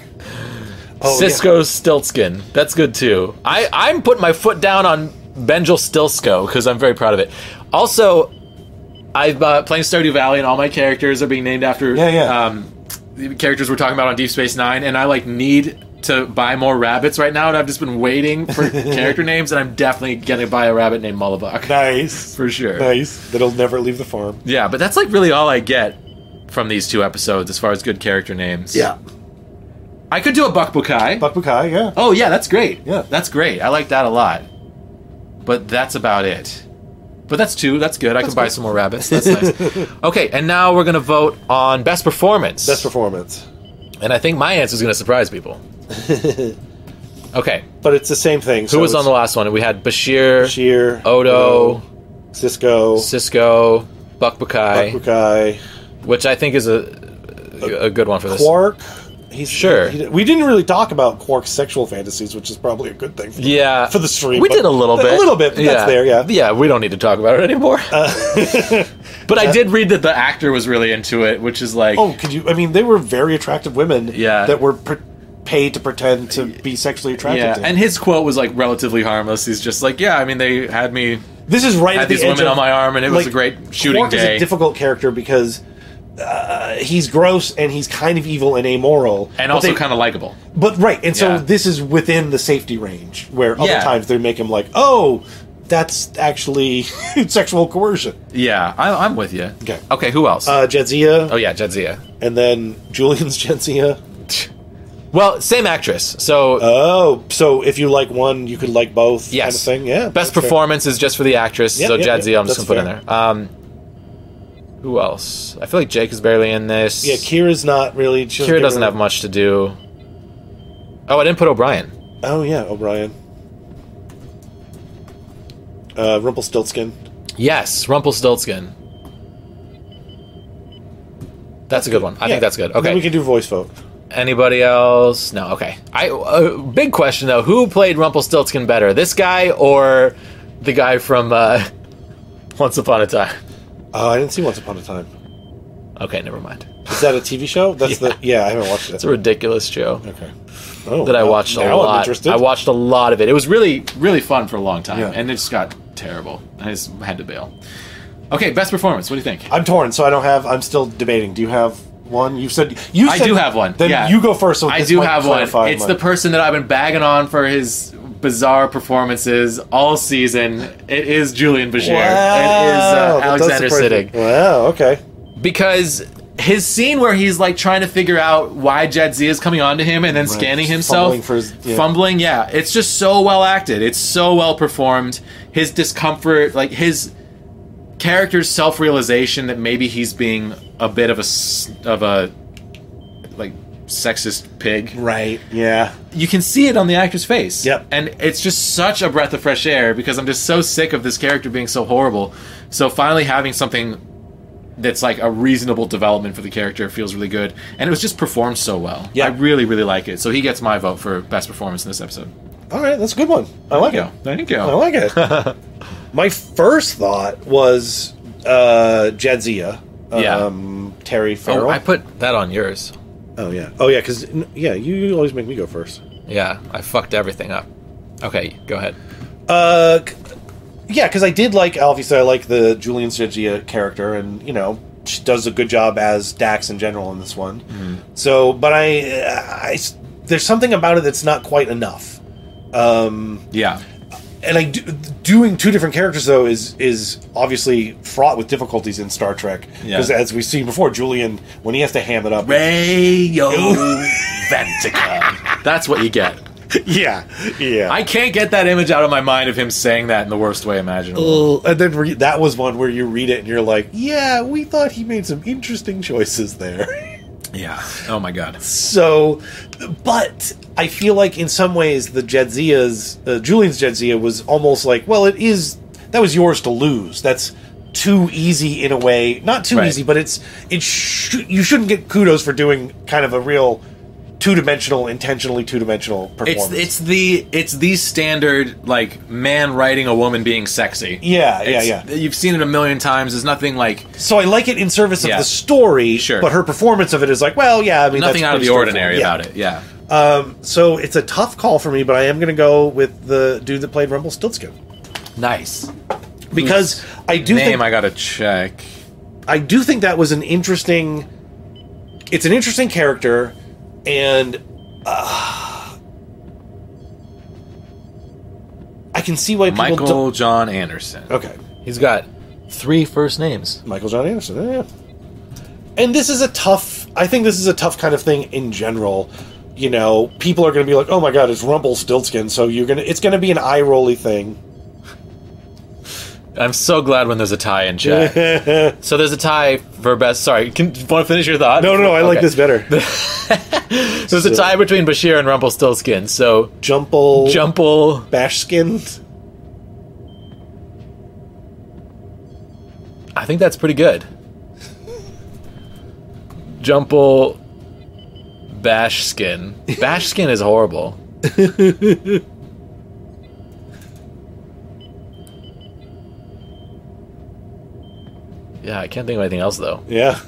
Speaker 4: Oh, yeah.
Speaker 5: Cisco Stiltskin. That's good too. I, I'm putting my foot down on Benjel Stilsko because I'm very proud of it. Also, I've uh, playing Stardew Valley and all my characters are being named after
Speaker 4: Yeah, yeah.
Speaker 5: Um, the characters we're talking about on Deep Space Nine, and I like need to buy more rabbits right now, and I've just been waiting for character names, and I'm definitely gonna buy a rabbit named Mullivok
Speaker 4: Nice.
Speaker 5: for sure.
Speaker 4: Nice. That'll never leave the farm.
Speaker 5: Yeah, but that's like really all I get from these two episodes as far as good character names. I could do a Buck Bukai.
Speaker 4: Bakbukai, yeah.
Speaker 5: Oh yeah, that's great.
Speaker 4: Yeah.
Speaker 5: that's great. I like that a lot. But that's about it. But that's two. That's good. I could buy some more rabbits. That's nice. Okay, and now we're gonna vote on best performance.
Speaker 4: Best performance.
Speaker 5: And I think my answer is gonna surprise people. okay,
Speaker 4: But it's the same thing.
Speaker 5: who was on the last one? We had Bashir,
Speaker 4: Sheer,
Speaker 5: Odo,
Speaker 4: Cisco,
Speaker 5: Cisco, Buck Bukai,
Speaker 4: Bakbukai,
Speaker 5: which I think is a a good one for this.
Speaker 4: Quark. He's
Speaker 5: Sure.
Speaker 4: he- we didn't really talk about Quark's sexual fantasies, which is probably a good thing. For,
Speaker 5: yeah,
Speaker 4: for the stream,
Speaker 5: we
Speaker 4: but-
Speaker 5: did a little bit,
Speaker 4: a little bit, but that's there, yeah. Uh,
Speaker 5: yeah. We don't need to talk about it anymore. but I did read that the actor was really into it, which is like,
Speaker 4: Oh, could you? I mean, they were very attractive women.
Speaker 5: Yeah.
Speaker 4: That were pre- paid to pretend to be sexually attracted
Speaker 5: yeah.
Speaker 4: to. him.
Speaker 5: And his quote was like relatively harmless. He's just like, yeah, I mean, they had me
Speaker 4: This is right
Speaker 5: Had
Speaker 4: at the
Speaker 5: these
Speaker 4: edge
Speaker 5: women
Speaker 4: of-
Speaker 5: on my arm, and it was a great shooting
Speaker 4: Quark Is
Speaker 5: day.
Speaker 4: a difficult character because uh, he's gross and he's kind of evil and amoral, but
Speaker 5: and also
Speaker 4: they-
Speaker 5: kind of likable.
Speaker 4: But right, and so
Speaker 5: Yeah.
Speaker 4: this is within the safety range where other
Speaker 5: Yeah.
Speaker 4: times they make him like, oh, that's actually sexual coercion.
Speaker 5: Yeah, I, I'm with you.
Speaker 4: Okay.
Speaker 5: Okay. Who else?
Speaker 4: Uh, Jadzia,
Speaker 5: oh yeah, Jadzia.
Speaker 4: and then Julian's Jadzia.
Speaker 5: Well, same actress. So
Speaker 4: Oh, so if you like one, you could like both.
Speaker 5: yes,
Speaker 4: kind of thing. Yeah,
Speaker 5: Best
Speaker 4: that's fair.
Speaker 5: performance is just for the actress.
Speaker 4: Yeah,
Speaker 5: so
Speaker 4: yeah,
Speaker 5: Jadzia,
Speaker 4: yeah,
Speaker 5: I'm just
Speaker 4: that's
Speaker 5: gonna put in there. Um, who else? I feel like Jake is barely in this.
Speaker 4: Yeah, Kira's not really. she
Speaker 5: Kira doesn't
Speaker 4: get
Speaker 5: have
Speaker 4: rid
Speaker 5: much to do. Oh, I didn't put O'Brien.
Speaker 4: of- Oh yeah, O'Brien. Uh, Rumpelstiltskin.
Speaker 5: Yes, Rumpelstiltskin. That's a good one. I
Speaker 4: Yeah.
Speaker 5: think that's good.
Speaker 4: And then
Speaker 5: Okay.
Speaker 4: we can do voice vote.
Speaker 5: Anybody else? No. Okay. I uh, big question though. Who played Rumpelstiltskin better, this guy or the guy from uh, Once Upon a Time?
Speaker 4: Oh, I didn't see Once Upon a Time.
Speaker 5: Okay, never mind.
Speaker 4: Is that a TV show? That's the yeah. I haven't watched it.
Speaker 5: It's a ridiculous show
Speaker 4: okay. Oh,
Speaker 5: that I
Speaker 4: well,
Speaker 5: watched a
Speaker 4: now I'm
Speaker 5: lot.
Speaker 4: interested.
Speaker 5: I watched a lot of it. It was really really fun for a long time,
Speaker 4: Yeah.
Speaker 5: and it just got terrible. I just had to bail. Okay, best performance. What do you think?
Speaker 4: I'm torn, so I don't have. I'm still debating. Do you have one? You said you.
Speaker 5: I
Speaker 4: said-
Speaker 5: do have one.
Speaker 4: Then
Speaker 5: yeah.
Speaker 4: you go first. So
Speaker 5: I
Speaker 4: this
Speaker 5: do
Speaker 4: might
Speaker 5: have one. It's
Speaker 4: clarify
Speaker 5: the
Speaker 4: mine.
Speaker 5: person that I've been bagging on for his bizarre performances all season. It is Julian Bashir. it is
Speaker 4: Wow,
Speaker 5: uh,
Speaker 4: that does
Speaker 5: Alexander
Speaker 4: surprise me.
Speaker 5: Siddig
Speaker 4: Wow. Okay.
Speaker 5: because his scene where he's like trying to figure out why Jadzia is coming onto him and then scanning
Speaker 4: just
Speaker 5: himself,
Speaker 4: fumbling for his- yeah.
Speaker 5: fumbling, yeah, it's just so well acted. It's so well performed. His discomfort, like his character's self realization that maybe he's being a bit of a s- of a like sexist pig
Speaker 4: Right. Yeah.
Speaker 5: you can see it on the actor's face.
Speaker 4: Yep.
Speaker 5: And it's just such a breath of fresh air because I'm just so sick of this character being so horrible. So finally having something that's like a reasonable development for the character feels really good. And it was just performed so well.
Speaker 4: Yeah.
Speaker 5: I really, really like it. So he gets my vote for best performance in this episode.
Speaker 4: All right. That's a good one. I like it.
Speaker 5: Thank you.
Speaker 4: I like it. My first thought was uh, Jadzia.
Speaker 5: Yeah.
Speaker 4: Um, Terry Farrell.
Speaker 5: Oh, I put that on yours.
Speaker 4: oh yeah. Oh yeah. Because yeah, you, you always make me go first.
Speaker 5: Yeah. I fucked everything up. Okay, go ahead.
Speaker 4: Uh, c- yeah, because I did like obviously I like the Julian Sigia character, and you know she does a good job as Dax in general in this one.
Speaker 5: Mm-hmm.
Speaker 4: So, but I, I s- there's something about it that's not quite enough.
Speaker 5: Yeah.
Speaker 4: And I do, doing two different characters though is is obviously fraught with difficulties in Star Trek
Speaker 5: Yeah.
Speaker 4: because as we've seen before, Julian when he has to ham it up,
Speaker 5: Rayo Ventica. That's what you get.
Speaker 4: yeah, yeah.
Speaker 5: I can't get that image out of my mind of him saying that in the worst way imaginable.
Speaker 4: Ugh. and then re- that was one where you read it and you're like, yeah, we thought he made some interesting choices there.
Speaker 5: Yeah. Oh my god.
Speaker 4: So, but I feel like in some ways the Jadzia's, uh, Julian's Jadzia was almost like, well, it is, that was yours to lose. That's too easy in a way. Not too
Speaker 5: Right.
Speaker 4: easy, but it's, it sh- you shouldn't get kudos for doing kind of a real two dimensional, intentionally two dimensional performance.
Speaker 5: It's it's the it's the standard like man writing a woman being sexy.
Speaker 4: yeah, yeah,
Speaker 5: It's-
Speaker 4: yeah.
Speaker 5: You've seen it a million times. There's nothing like
Speaker 4: So I like it in service of
Speaker 5: Yeah.
Speaker 4: the story,
Speaker 5: Sure.
Speaker 4: but her performance of it is like, well, yeah, I mean,
Speaker 5: nothing
Speaker 4: that's
Speaker 5: out of the
Speaker 4: pretty
Speaker 5: ordinary
Speaker 4: straightforward. Yeah.
Speaker 5: about it. Yeah.
Speaker 4: So it's a tough call for me, but I am going to go with the dude that played Rumpelstiltskin.
Speaker 5: Nice.
Speaker 4: because I do
Speaker 5: Name
Speaker 4: think
Speaker 5: I
Speaker 4: I,
Speaker 5: gotta check.
Speaker 4: do think that was an interesting. It's an interesting character, and uh, I can see why people
Speaker 5: Michael John Anderson.
Speaker 4: Don't, okay,
Speaker 5: He's got three first names.
Speaker 4: Michael John Anderson. Yeah. And this is a tough. I think this is a tough kind of thing in general. You know, people are going to be like, "Oh my God, it's Rumpelstiltskin," so you're gonna. It's going to be an eye rolly thing.
Speaker 5: I'm so glad when there's a tie in chat. so there's a tie for best. Sorry, can want to finish your thought?
Speaker 4: No, no, no. I like
Speaker 5: Okay.
Speaker 4: this uh, better.
Speaker 5: So there's a tie between Bashir and Rumpelstiltskin. So
Speaker 4: Jumple,
Speaker 5: Jumple.
Speaker 4: bash skin.
Speaker 5: I think that's pretty good. Jumple Bash Skin. Bash Skin is horrible. yeah, I can't think of anything else though.
Speaker 4: Yeah,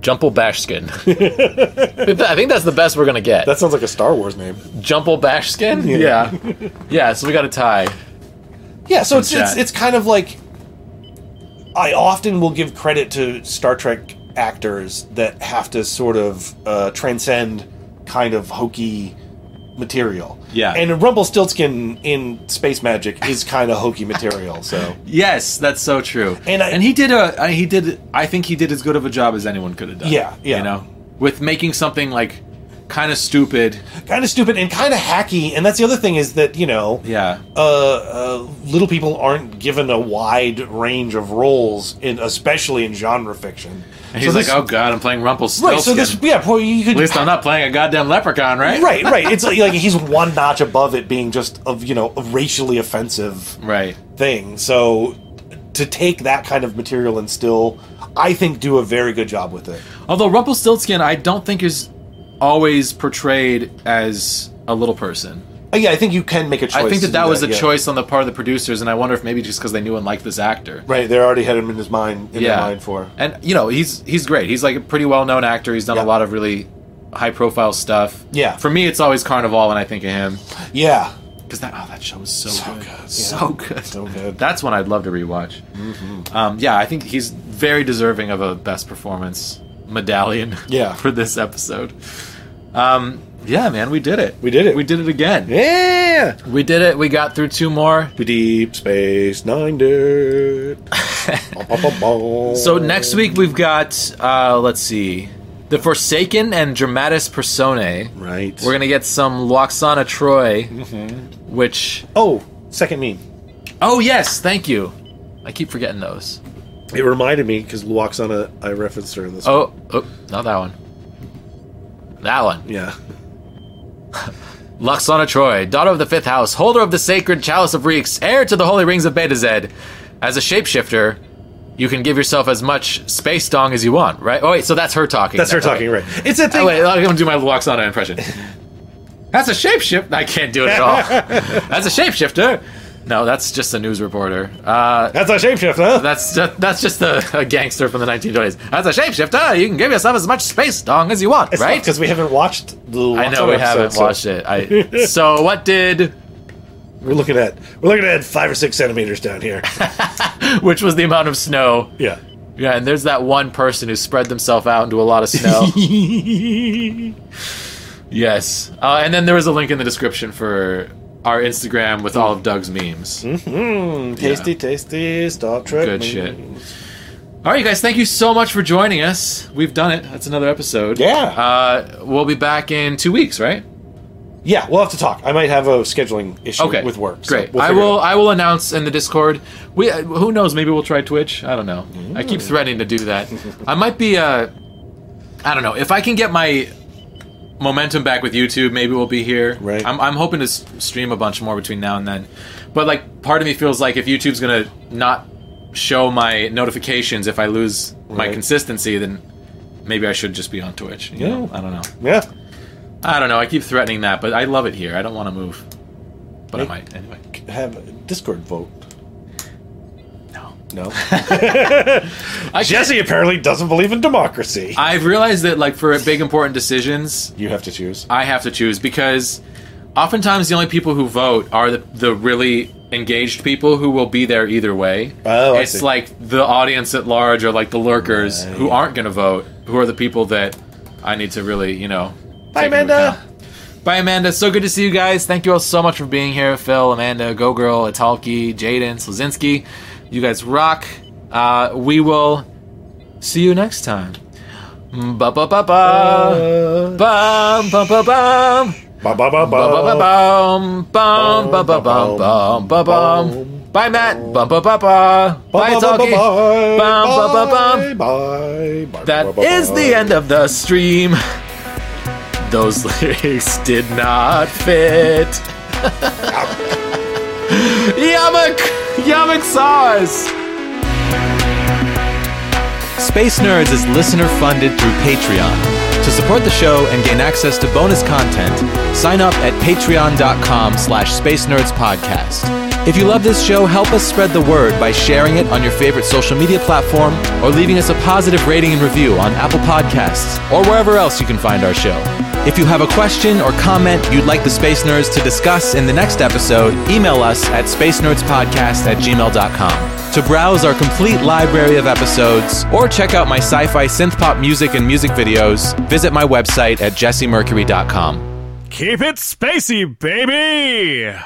Speaker 5: Jumple Bash Skin. I think that's the best we're gonna get.
Speaker 4: that sounds like a Star Wars name.
Speaker 5: Jumple Bash Skin? Yeah. yeah, so we got a tie.
Speaker 4: Yeah, so it's,
Speaker 5: chat.
Speaker 4: it's it's kind of like I often will give credit to Star Trek actors that have to sort of uh, transcend kind of hokey material.
Speaker 5: Yeah.
Speaker 4: and Rumpelstiltskin in Space Magic is kind of hokey material. So
Speaker 5: Yes, that's so true.
Speaker 4: And
Speaker 5: And,
Speaker 4: I-
Speaker 5: he did a I- he did I think he did as good of a job as anyone could have done.
Speaker 4: Yeah, yeah.
Speaker 5: You know, with making something like kind of stupid.
Speaker 4: kind of stupid and kind of hacky. And that's the other thing is that you know
Speaker 5: Yeah.
Speaker 4: uh, uh, little people aren't given a wide range of roles, in especially in genre fiction.
Speaker 5: And he's
Speaker 4: So
Speaker 5: like,
Speaker 4: this-
Speaker 5: "Oh God, I'm playing Rumpelstiltskin."
Speaker 4: right. So this, yeah, boy, you could
Speaker 5: At least I'm not playing a goddamn leprechaun, right?
Speaker 4: right, right. It's like, like he's one notch above it being just of you know a racially offensive
Speaker 5: Right.
Speaker 4: thing. So to take that kind of material and still, I think, do a very good job with it.
Speaker 5: Although Rumpelstiltskin, I don't think is always portrayed as a little person.
Speaker 4: Uh, yeah, I think you can make a choice.
Speaker 5: I think
Speaker 4: to
Speaker 5: that
Speaker 4: do
Speaker 5: that was a
Speaker 4: yeah.
Speaker 5: choice on the part of the producers, and I wonder if maybe just because they knew and liked this actor.
Speaker 4: Right, they already had him in his mind in their mind for.
Speaker 5: And you know, he's he's great. He's like a pretty well known actor. He's done
Speaker 4: Yeah.
Speaker 5: a lot of really high profile stuff.
Speaker 4: Yeah.
Speaker 5: For me, it's always Carnival when I think of him
Speaker 4: Yeah,
Speaker 5: because that oh that show was so, good.
Speaker 4: yeah.
Speaker 5: so good,
Speaker 4: So good. Mm-hmm.
Speaker 5: That's one I'd love to rewatch. Um, yeah, I think he's very deserving of a best performance medallion.
Speaker 4: Yeah.
Speaker 5: For this episode. Um. Yeah, man, we did it.
Speaker 4: We did it.
Speaker 5: We did it again.
Speaker 4: yeah.
Speaker 5: We did it. We got through two more.
Speaker 4: Deep Space Nine, dude.
Speaker 5: So next week we've got uh, let's see, the Forsaken and Dramatis Personae.
Speaker 4: right.
Speaker 5: We're gonna get some Loxana Troy, which
Speaker 4: Oh, second meme.
Speaker 5: oh yes, thank you. I keep forgetting those.
Speaker 4: It reminded me because Luoxana, I referenced her in this.
Speaker 5: Oh, oh, not that one. That one.
Speaker 4: yeah.
Speaker 5: Loxana Troy, daughter of the fifth house, holder of the sacred chalice of reeks, heir to the holy rings of Beta Zed. As a shapeshifter, you can give yourself as much space dong as you want, right? Oh wait, so that's her talking.
Speaker 4: That's her
Speaker 5: Okay.
Speaker 4: talking, right? It's a thing.
Speaker 5: Oh, wait, I'm gonna do my Loxana impression. That's a shapeshift. I can't do it at all. that's a shapeshifter. No, that's just a news reporter. Uh,
Speaker 4: That's a shapeshift, huh?
Speaker 5: that's just, that's just a, a gangster from the 1920s. That's a shapeshifter. You can give yourself as much space dong as you want, right?
Speaker 4: Because we haven't watched the.
Speaker 5: I know we haven't watched it. I, so what did?
Speaker 4: We're looking at we're looking at five or six centimeters down here.
Speaker 5: Which was the amount of snow?
Speaker 4: Yeah.
Speaker 5: Yeah, and there's that one person who spread themselves out into a lot of snow. yes. Uh, and then there was a link in the description for our Instagram with all of Doug's memes.
Speaker 4: Mm, tasty, tasty Star Trek.
Speaker 5: Good
Speaker 4: meme.
Speaker 5: shit. All right, you guys, thank you so much for joining us. We've done it. That's another episode.
Speaker 4: Yeah.
Speaker 5: Uh, we'll be back in two weeks, right?
Speaker 4: Yeah, we'll have to talk. I might have a scheduling issue
Speaker 5: Okay.
Speaker 4: with work. so
Speaker 5: Great.
Speaker 4: we'll
Speaker 5: I
Speaker 4: figure it
Speaker 5: will.
Speaker 4: out.
Speaker 5: I will announce in the Discord. We. uh, Who knows? Maybe we'll try Twitch. I don't know. I keep
Speaker 4: Mm.
Speaker 5: threatening to do that. I might be. Uh, I don't know. If I can get my momentum back with YouTube, maybe we'll be here.
Speaker 4: Right.
Speaker 5: I'm, I'm hoping to s- stream a bunch more between now and then. But like, part of me feels like if YouTube's gonna not show my notifications if I lose my
Speaker 4: Right.
Speaker 5: consistency, then maybe I should just be on Twitch. You
Speaker 4: Yeah.
Speaker 5: know? I don't know.
Speaker 4: Yeah.
Speaker 5: I don't know. I keep threatening that, but I love it here. I don't want to move. But I
Speaker 4: Make-
Speaker 5: might anyway.
Speaker 4: Have a Discord vote.
Speaker 5: No.
Speaker 4: No.
Speaker 5: I
Speaker 4: Jesse apparently doesn't believe in democracy.
Speaker 5: I've realized that like for big important decisions,
Speaker 4: you have to choose.
Speaker 5: I have to choose because oftentimes the only people who vote are the, the really engaged people who will be there either way.
Speaker 4: Oh, I
Speaker 5: it's
Speaker 4: see.
Speaker 5: like the audience at large or like the lurkers who aren't going to vote, who are the people that I need to really, you know.
Speaker 4: Bye,
Speaker 5: take into
Speaker 4: Amanda.
Speaker 5: account. Bye, Amanda. So good to see you guys. Thank you all so much for being here. Phil, Amanda, Go Girl, Atalki, Jaden, Slazinski. You guys rock. Uh, we will see you next time. Ba ba ba ba. Bum bum bum bum.
Speaker 4: Ba ba ba
Speaker 5: Bum
Speaker 4: ba
Speaker 5: bum bum bum. Bum bum bum bum bum bum. Bye Matt. Bum bum bum bum. Bye Talkie. Bum bum bum bum.
Speaker 4: Bye. Bye.
Speaker 5: That is the end of the stream. Those lyrics did not fit. Yamuk! Yamuk sauce! Space Nerds is listener funded through Patreon. To support the show and gain access to bonus content, sign up at patreon.com slash space nerds podcast. If you love this show, help us spread the word by sharing it on your favorite social media platform or leaving us a positive rating and review on Apple Podcasts or wherever else you can find our show.
Speaker 8: If you have a question or comment you'd like the Space Nerds to discuss in the next episode, email us at spacenerdspodcast at gmail.com. To browse our complete library of episodes or check out my sci fi synth pop music and music videos, visit my website at jessemercury.com.
Speaker 1: Keep it spacey, baby!